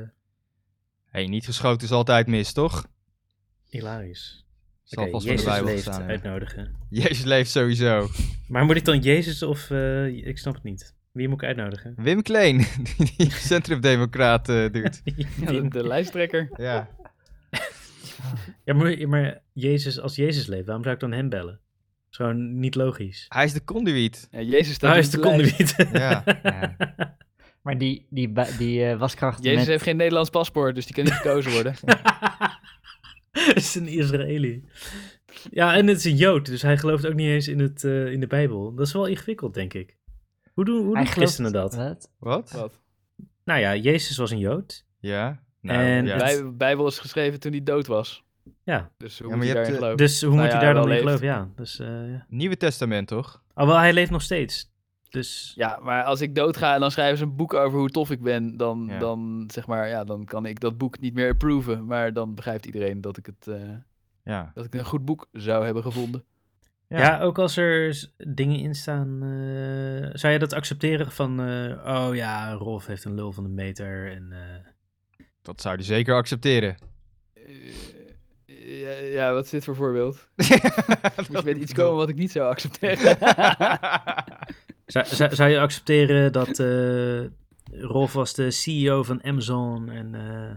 Speaker 4: hey, niet geschoten is altijd mis, toch?
Speaker 1: hilarisch.
Speaker 4: Zal
Speaker 1: Oké,
Speaker 4: vast wel in
Speaker 1: Jezus
Speaker 4: de Bijbel
Speaker 1: leeft
Speaker 4: staan. ja.
Speaker 1: uitnodigen.
Speaker 4: Jezus leeft sowieso.
Speaker 1: Maar moet ik dan Jezus of... eh, ik snap het niet. Wie moet ik uitnodigen?
Speaker 4: Wim Kleen, die centrumdemocraat eh duurt.
Speaker 2: Ja, de, de lijsttrekker.
Speaker 4: Ja.
Speaker 1: Ja, maar, maar Jezus, als Jezus leeft, waarom zou ik dan hem bellen? Dat is gewoon niet logisch.
Speaker 4: Hij is de conduit.
Speaker 2: Ja, Jezus staat
Speaker 1: Daar
Speaker 2: op
Speaker 1: is de
Speaker 2: lijst.
Speaker 1: conduit.
Speaker 4: Ja.
Speaker 3: Ja. Maar die, die, ba- die eh, waskracht
Speaker 2: Jezus
Speaker 3: met...
Speaker 2: heeft geen Nederlands paspoort, dus die kan niet gekozen worden.
Speaker 1: Het is een Israëli. Ja, en het is een Jood, dus hij gelooft ook niet eens in, het, eh, in de Bijbel. Dat is wel ingewikkeld, denk ik. Hoe doen, hoe
Speaker 3: Hij
Speaker 1: doen
Speaker 3: gelooft-
Speaker 1: christenen dat?
Speaker 3: Wat?
Speaker 4: Wat?
Speaker 2: Wat?
Speaker 1: Nou ja, Jezus was een Jood.
Speaker 4: Ja. Nou,
Speaker 1: En-
Speaker 4: ja.
Speaker 2: De Bij- Bijbel is geschreven toen hij dood was.
Speaker 1: Ja.
Speaker 2: Dus hoe
Speaker 4: Ja, maar
Speaker 2: moet
Speaker 4: je
Speaker 2: je
Speaker 4: hebt,
Speaker 2: daarin
Speaker 4: eh,
Speaker 2: geloven?
Speaker 1: Dus hoe
Speaker 2: Nou
Speaker 1: moet
Speaker 2: ja,
Speaker 1: je daar
Speaker 2: wel
Speaker 1: dan in
Speaker 2: leeft.
Speaker 1: geloven? Ja, dus... eh, ja.
Speaker 4: Nieuwe Testament, toch?
Speaker 1: Alhoewel, hij leeft nog steeds. Dus...
Speaker 2: Ja, maar als ik doodga en dan schrijven ze een boek over hoe tof ik ben, dan,
Speaker 4: Ja.
Speaker 2: dan, zeg maar, ja, dan kan ik dat boek niet meer approven. Maar dan begrijpt iedereen dat ik, het, eh,
Speaker 4: Ja.
Speaker 2: dat ik een goed boek zou hebben gevonden.
Speaker 1: Ja. ook als er s- dingen in staan. eh, zou jij dat accepteren van. eh, oh ja, Rolf heeft een lul van een meter. En, eh,
Speaker 4: Dat zou hij zeker accepteren.
Speaker 2: Eh, ja, ja, wat is dit voor voorbeeld? Moet je
Speaker 4: Dat
Speaker 2: met iets
Speaker 4: bedoel-
Speaker 2: komen wat ik niet zou accepteren?
Speaker 1: zou, zou, zou je accepteren E dat. eh, Rolf was de CEO van Amazon. En. eh,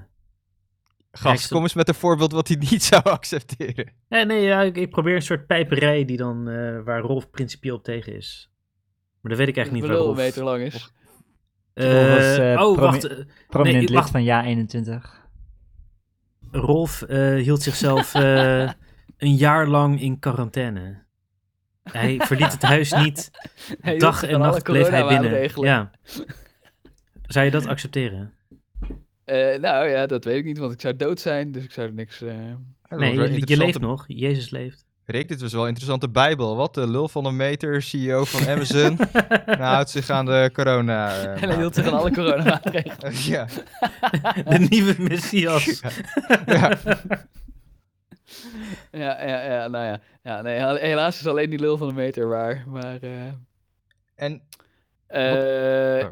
Speaker 1: Kijk,
Speaker 4: Gast,
Speaker 1: ze-
Speaker 4: kom eens met een voorbeeld wat hij niet zou accepteren.
Speaker 1: Nee, Eh, nee ja, ik, ik probeer een soort pijperij die dan, eh, waar Rolf principieel op tegen is. Maar dat weet ik eigenlijk niet waar
Speaker 2: een
Speaker 1: Rolf...
Speaker 2: meter lang is.
Speaker 1: Eh,
Speaker 3: Rolf is, eh,
Speaker 1: oh,
Speaker 3: promi-
Speaker 1: wacht. eh,
Speaker 3: Prominent
Speaker 1: nee,
Speaker 3: lid
Speaker 1: wacht.
Speaker 3: van Ja 21.
Speaker 1: Rolf eh, hield zichzelf eh, een jaar lang in quarantaine. Hij verliet het huis niet.
Speaker 2: Hij hield
Speaker 1: Dag
Speaker 2: zich
Speaker 1: en
Speaker 2: aan alle
Speaker 1: nacht bleef hij binnen.
Speaker 2: coronamaatregelen.
Speaker 1: Ja. Zou je dat accepteren?
Speaker 2: Eh, nou ja, dat weet ik niet, want ik zou dood zijn, dus ik zou er niks... eh,
Speaker 4: Dat
Speaker 1: Nee,
Speaker 4: was wel
Speaker 1: je, je
Speaker 4: interessante-
Speaker 1: leeft nog. Jezus leeft.
Speaker 4: Rick, dit was wel een interessante bijbel. Wat de lul van een meter, CEO van Amazon. nou, houdt zich aan de corona. eh,
Speaker 2: en hij hield zich aan alle coronamaatregelen.
Speaker 4: ja.
Speaker 1: De nieuwe Messias.
Speaker 2: Ja, ja, ja, nou ja. ja nee, hel- helaas is alleen die lul van de meter waar. Maar eh,
Speaker 4: En
Speaker 2: eh,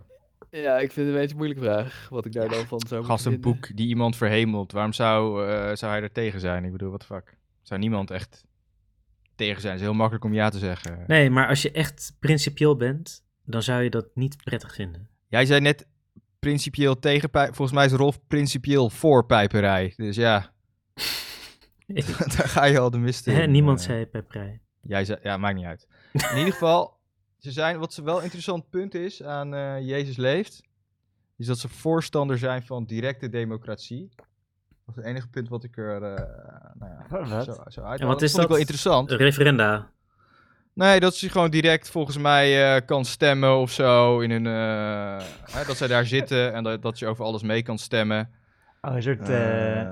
Speaker 4: Oh.
Speaker 2: ja, ik vind het een beetje een moeilijke vraag. Wat ik daar dan van zou moeten
Speaker 4: gast een
Speaker 2: vinden.
Speaker 4: boek die iemand verhemelt. Waarom zou, eh, zou hij er tegen zijn? Ik bedoel, wat fuck. Zou niemand echt tegen zijn? Het is heel makkelijk om ja te zeggen.
Speaker 1: Nee, maar als je echt principieel bent, dan zou je dat niet prettig vinden.
Speaker 4: Jij zei net principieel tegen pij- Volgens mij is Rolf principieel voor pijperij. Dus ja, daar ga je al de mist in.
Speaker 1: Hè, niemand
Speaker 4: Eh,
Speaker 1: zei pijperij.
Speaker 4: Jij zei, ja, maakt niet uit. In ieder geval, ze zijn, wat ze wel een interessant punt is aan eh, Jezus leeft, is dat ze voorstander zijn van directe democratie. Dat is het enige punt wat ik er eh nou ja,
Speaker 3: Wat?
Speaker 4: zo, zo uit.
Speaker 1: En wat
Speaker 4: dat
Speaker 1: is
Speaker 4: vond ik
Speaker 1: dat?
Speaker 4: wel interessant.
Speaker 1: Eh, Referenda.
Speaker 4: Nee, dat ze gewoon direct volgens mij eh, kan stemmen of zo. In hun, eh, hè, dat zij daar zitten en dat, dat je over alles mee kan stemmen.
Speaker 3: Oh, een soort eh,
Speaker 4: Eh,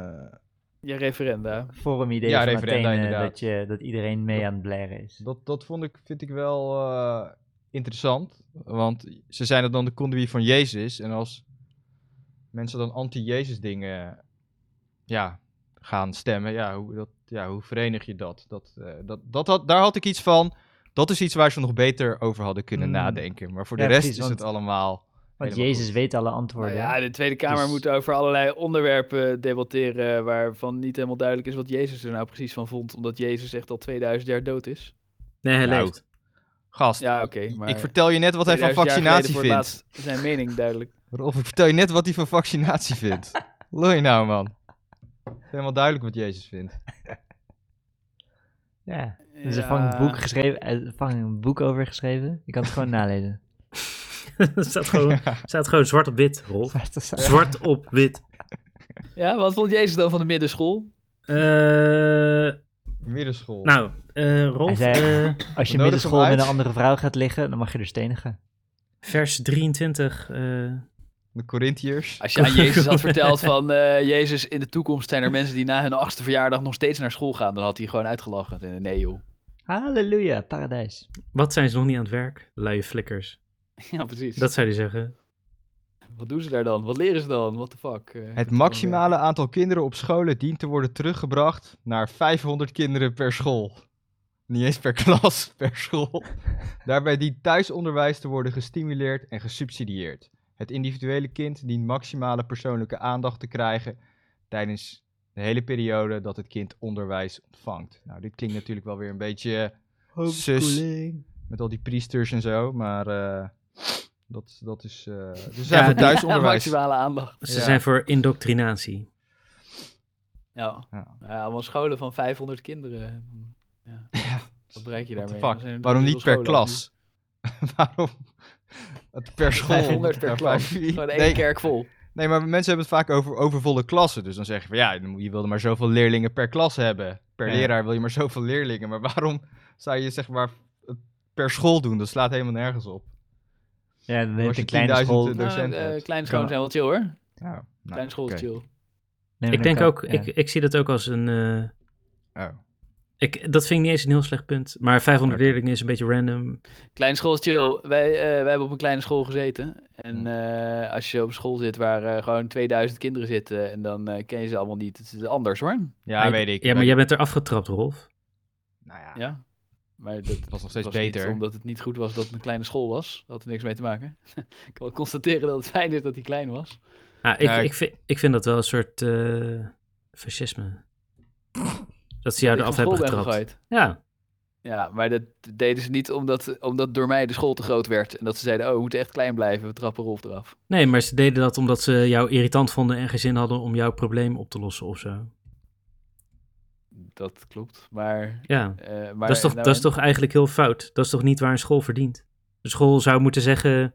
Speaker 2: Ja, referenda.
Speaker 3: forum-idee
Speaker 4: ja,
Speaker 3: van
Speaker 4: referenda
Speaker 3: Athene,
Speaker 4: inderdaad.
Speaker 3: dat, je, dat iedereen mee aan het blaren is.
Speaker 4: Dat, dat vond ik, vind ik wel eh, interessant. Want ze zijn er dan de conduie van Jezus. En als mensen dan anti-Jezus dingen ja, gaan stemmen, ja hoe, dat, ja, hoe verenig je dat? dat, eh, dat, dat had, daar had ik iets van. Dat is iets waar ze nog beter over hadden kunnen
Speaker 3: Mm.
Speaker 4: nadenken. Maar voor de
Speaker 3: Ja,
Speaker 4: rest
Speaker 3: precies,
Speaker 4: is het
Speaker 3: want-
Speaker 4: allemaal.
Speaker 3: Want
Speaker 4: helemaal
Speaker 3: Jezus
Speaker 4: goed.
Speaker 3: weet alle
Speaker 2: Nou
Speaker 3: antwoorden.
Speaker 2: ja, de Tweede Kamer
Speaker 3: Dus-
Speaker 2: moet over allerlei onderwerpen debatteren waarvan niet helemaal duidelijk is wat Jezus er nou precies van vond, omdat Jezus echt al 2000 jaar dood is.
Speaker 1: Nee, hij
Speaker 4: Nou,
Speaker 1: leeft.
Speaker 4: Gast,
Speaker 2: Ja, oké, maar...
Speaker 4: ik vertel je net wat hij van
Speaker 2: 2000 jaar geleden
Speaker 4: vaccinatie
Speaker 2: voor het
Speaker 4: vindt.
Speaker 2: laatst Zijn mening duidelijk.
Speaker 4: Rolf, ik vertel je net wat hij van vaccinatie vindt. Lul je nou, man? Helemaal duidelijk wat Jezus vindt.
Speaker 3: Ja. Er is een
Speaker 2: Ja.
Speaker 3: fucking boek, geschreven, eh, fucking boek over geschreven. Je kan het gewoon nalezen.
Speaker 1: Het staat gewoon, staat gewoon zwart op wit, Rolf. Zwart op wit.
Speaker 2: Ja, wat vond Jezus dan van de middenschool?
Speaker 1: Eh,
Speaker 4: Middenschool.
Speaker 1: nou, eh, Rolf,
Speaker 3: Hij zei-
Speaker 1: eh,
Speaker 3: Als je
Speaker 4: We nodigen
Speaker 3: middenschool
Speaker 4: hem
Speaker 3: met een
Speaker 4: uit.
Speaker 3: andere vrouw gaat liggen, dan mag je er stenigen.
Speaker 1: vers 23. eh,
Speaker 4: De Corinthiërs.
Speaker 2: Als je aan Jezus had verteld van eh, Jezus, in de toekomst zijn er mensen die na hun achtste verjaardag nog steeds naar school gaan, dan had hij gewoon uitgelachen. Eh, Nee joh.
Speaker 3: Halleluja, paradijs.
Speaker 1: wat zijn ze nog niet aan het werk? Luie flikkers.
Speaker 2: Ja, precies.
Speaker 1: Dat zou hij zeggen.
Speaker 2: Wat doen ze daar dan? Wat leren ze dan? What the fuck? Eh,
Speaker 4: Het maximale aantal kinderen op scholen dient te worden teruggebracht naar 500 kinderen per school. Niet eens per klas, per school. Daarbij dient thuisonderwijs te worden gestimuleerd en gesubsidieerd. Het individuele kind dient maximale persoonlijke aandacht te krijgen tijdens de hele periode dat het kind onderwijs ontvangt. Nou, dit klinkt natuurlijk wel weer een beetje eh, sus met al die priesters en zo, maar eh, dat, dat is... eh dus zijn
Speaker 1: Ja,
Speaker 4: voor
Speaker 1: die-
Speaker 4: thuisonderwijs.
Speaker 2: Maximale aandacht.
Speaker 1: Ze
Speaker 4: Ja.
Speaker 1: zijn voor indoctrinatie.
Speaker 2: Ja.
Speaker 4: Ja.
Speaker 2: ja. allemaal scholen van 500 kinderen. Ja. Wat bereik je
Speaker 4: What the
Speaker 2: daarmee?
Speaker 4: fuck?
Speaker 2: Dan zijn er
Speaker 4: Waarom niet
Speaker 2: drie
Speaker 4: per
Speaker 2: scholen.
Speaker 4: klas? Waarom? Het per school.
Speaker 2: 500 per
Speaker 4: Ja,
Speaker 2: klas.
Speaker 4: vijf-
Speaker 2: Gewoon één
Speaker 4: nee,
Speaker 2: kerk vol.
Speaker 4: nee, maar mensen hebben het vaak over overvolle klassen. Dus dan zeg je van ja, dan moet- je wilde maar zoveel leerlingen per klas hebben. Per
Speaker 3: Ja.
Speaker 4: leraar wil je maar zoveel leerlingen. Maar waarom zou je zeg maar het per school doen? Dat slaat helemaal nergens op.
Speaker 3: Ja, dan
Speaker 4: Als
Speaker 3: heeft
Speaker 4: je
Speaker 3: een kleine
Speaker 4: 10.000
Speaker 3: school...
Speaker 4: de
Speaker 2: Nou,
Speaker 4: docent
Speaker 2: eh,
Speaker 4: hebt.
Speaker 2: kleine scholen zijn wel chill hoor.
Speaker 4: Ja, nou,
Speaker 2: Kleine school
Speaker 4: oké.
Speaker 2: is chill.
Speaker 3: Nee,
Speaker 1: Ik
Speaker 3: maar
Speaker 1: denk
Speaker 3: dan
Speaker 1: ook,
Speaker 3: kan-
Speaker 1: ik,
Speaker 3: ja.
Speaker 1: ik zie dat ook als een... eh,
Speaker 4: Oh.
Speaker 1: ik, dat vind ik niet eens een heel slecht punt. Maar 500
Speaker 4: Oké.
Speaker 1: leerlingen is een beetje random.
Speaker 2: Kleine school is chill. Wij, eh, wij hebben op een kleine school gezeten. En eh, als je op school zit waar eh, gewoon 2000 kinderen zitten en dan eh, ken je ze allemaal niet. Het is anders hoor.
Speaker 4: Ja,
Speaker 1: Maar-
Speaker 4: weet ik.
Speaker 1: Ja, maar
Speaker 4: Weet-
Speaker 1: jij bent er afgetrapt, Rolf.
Speaker 4: Nou ja,
Speaker 2: Ja. Maar dat
Speaker 4: was nog steeds
Speaker 2: was niet
Speaker 4: beter.
Speaker 2: omdat het niet goed was dat het een kleine school was. Dat had er niks mee te maken. ik kan wel constateren dat het fijn is dat hij klein was.
Speaker 1: Ah, ik,
Speaker 4: Ja, ik-
Speaker 1: ik, vind, ik vind dat wel een soort eh, fascisme. Dat ze jou
Speaker 2: ik
Speaker 1: eraf
Speaker 2: van school
Speaker 1: hebben
Speaker 2: ben
Speaker 1: getrapt.
Speaker 2: gegooid.
Speaker 1: Ja,
Speaker 2: Ja, maar dat deden ze niet omdat, omdat door mij de school te groot werd. En dat ze zeiden, oh, we moeten echt klein blijven, we trappen Rolf eraf.
Speaker 1: Nee, maar ze deden dat omdat ze jou irritant vonden en geen zin hadden om jouw probleem op te lossen of zo.
Speaker 2: Dat klopt, maar...
Speaker 1: Ja,
Speaker 2: eh, maar
Speaker 1: dat, is toch,
Speaker 2: nou,
Speaker 1: dat is toch eigenlijk heel fout? Dat is toch niet waar een school verdient? Een school zou moeten zeggen,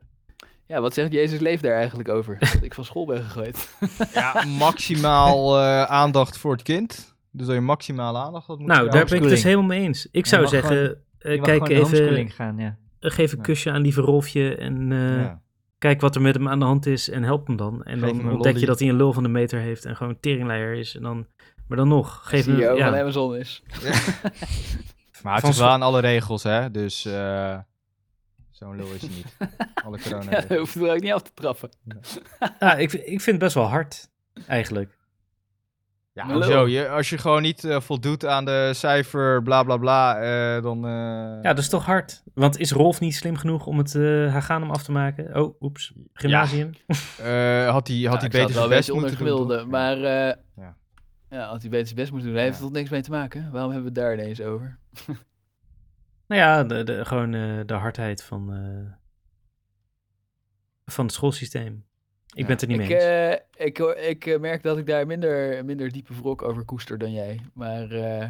Speaker 2: Ja, wat zegt Jezus leeft daar eigenlijk over? Dat ik van school ben gegooid.
Speaker 4: Ja, maximaal eh, aandacht voor het kind. Dus dat je maximale aandacht had moeten
Speaker 1: nou, daar ben ik het dus
Speaker 3: homeschooling.
Speaker 1: helemaal mee eens. Ik zou
Speaker 3: mag
Speaker 1: zeggen,
Speaker 3: gewoon-
Speaker 1: eh,
Speaker 3: Je mag
Speaker 1: kijk
Speaker 3: gewoon naar
Speaker 1: even,
Speaker 3: homeschooling gaan, ja.
Speaker 1: eh, geef een
Speaker 4: Ja.
Speaker 1: kusje aan lieve Rolfje en eh,
Speaker 4: Ja.
Speaker 1: kijk wat er met hem aan de hand is en help hem dan. En
Speaker 4: Geef hem
Speaker 1: dan
Speaker 4: een
Speaker 1: ontdek je
Speaker 4: lolly.
Speaker 1: dat hij een lul van de meter heeft en gewoon teringleier is. En dan, maar dan nog, geef hem...
Speaker 2: CEO
Speaker 1: ja.
Speaker 2: van Amazon is.
Speaker 4: Maar het
Speaker 1: Van
Speaker 4: is wel aan alle regels, hè? Dus eh, zo'n lul is hij niet. Alle corona.
Speaker 2: Ja, dat hoeft er ook niet af te trappen.
Speaker 1: Ja, ik, ik vind het best wel hard, eigenlijk.
Speaker 4: Ja,
Speaker 2: Lul.
Speaker 4: hoezo? Je, als je gewoon niet eh, voldoet aan de cijfer, bla bla bla, eh, dan. eh,
Speaker 1: Ja, dat is toch hard. Want is Rolf niet slim genoeg om het eh Haganum af te maken? Oh, oeps. Gymnasium.
Speaker 4: eh, had hij
Speaker 2: Nou,
Speaker 4: had hij
Speaker 2: ik zou het
Speaker 4: beter
Speaker 2: wel
Speaker 4: zijn
Speaker 2: een
Speaker 4: best
Speaker 2: beetje
Speaker 4: moeten doen.
Speaker 2: ondergemiddelde.
Speaker 4: toch?
Speaker 2: Maar eh,
Speaker 4: Ja.
Speaker 2: ja. als hij beter zijn best moet doen, daar heeft
Speaker 4: Ja.
Speaker 2: het toch niks mee te maken. Waarom hebben we het daar ineens over?
Speaker 1: Nou ja, de, de, gewoon eh, de hardheid van, eh, van het schoolsysteem. Ik
Speaker 4: Ja.
Speaker 1: ben het er niet
Speaker 2: Ik,
Speaker 1: mee eens.
Speaker 2: eh, ik, hoor- ik eh, merk dat ik daar minder, minder diepe wrok over koester dan jij. Maar eh,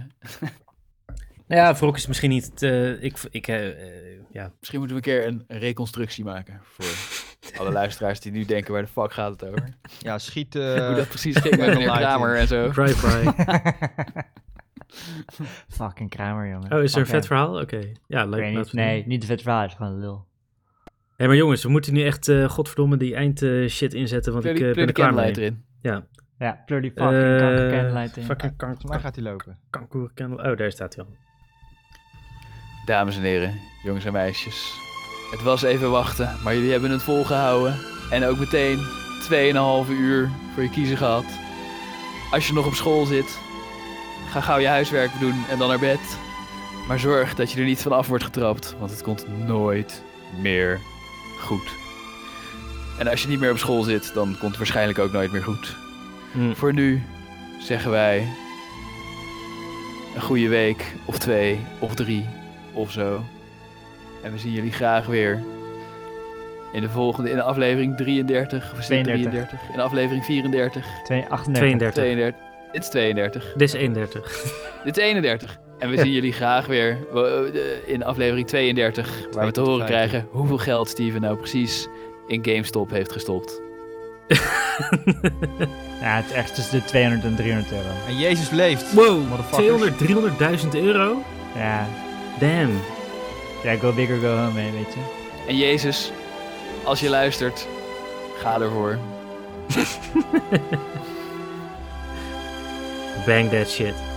Speaker 1: nou ja, wrok is misschien niet... het, eh, ik, ik, eh, eh, ja.
Speaker 2: misschien moeten we een keer een reconstructie maken. Voor alle luisteraars die nu denken, waar de fuck gaat het over?
Speaker 4: Ja, schiet.
Speaker 2: Hoe
Speaker 4: eh,
Speaker 2: dat precies ging met meneer
Speaker 4: Lighting.
Speaker 2: Kramer en zo.
Speaker 1: Drive-by.
Speaker 3: Fucking Kramer, jongen.
Speaker 1: Oh, is er een
Speaker 3: Fuck
Speaker 1: vet
Speaker 3: hem.
Speaker 1: verhaal? Oké. Ja, leuk.
Speaker 3: Ik weet niet,
Speaker 1: laten we het
Speaker 3: nee,
Speaker 1: doen.
Speaker 3: niet een vet verhaal, het is gewoon een lul.
Speaker 1: Hé, maar jongens, we moeten nu echt, eh, godverdomme, die eind eh, shit inzetten, want
Speaker 2: Kleur
Speaker 1: ik
Speaker 2: die-
Speaker 1: eh, ben er
Speaker 2: kleur die
Speaker 1: klaar mee.
Speaker 2: candlelight erin.
Speaker 3: Ja, pleur die fucking
Speaker 1: Eh,
Speaker 3: kankerkennelijt in.
Speaker 1: Fucking
Speaker 4: Volgens mij
Speaker 1: kanker,
Speaker 4: gaat hij lopen.
Speaker 1: kanker, Oh, daar staat hij al.
Speaker 2: Dames en heren, jongens en meisjes. Het was even wachten, maar jullie hebben het volgehouden. En ook meteen 2,5 uur voor je kiezen gehad. Als je nog op school zit, ga gauw je huiswerk doen en dan naar bed. Maar zorg dat je er niet van af wordt getrapt, want het komt nooit meer goed. En als je niet meer op school zit, dan komt het waarschijnlijk ook nooit meer goed.
Speaker 1: Hm.
Speaker 2: Voor nu zeggen wij een goede week of twee of drie of zo. En we zien jullie graag weer in de volgende, in de aflevering 33. Of is dit
Speaker 3: 32?
Speaker 2: 33? In de aflevering 34,
Speaker 3: 2, 38.
Speaker 1: 32.
Speaker 2: 32. Dit is 32.
Speaker 1: Dit is 31.
Speaker 2: Dit is 31. En we
Speaker 1: Ja.
Speaker 2: zien jullie graag weer eh, in aflevering 32, waar we te horen
Speaker 4: 52.
Speaker 2: krijgen hoeveel geld Steven nou precies in GameStop heeft gestopt.
Speaker 3: Ja, het is echt tussen de 200 en 300 euro.
Speaker 4: En Jezus leeft.
Speaker 1: Wow,
Speaker 4: Motherfuckers.
Speaker 1: 200, 300.000 euro?
Speaker 3: Ja,
Speaker 1: Damn.
Speaker 3: ja go big or go home, hè, weet je.
Speaker 2: En Jezus, als je luistert, ga ervoor.
Speaker 1: Bang that shit.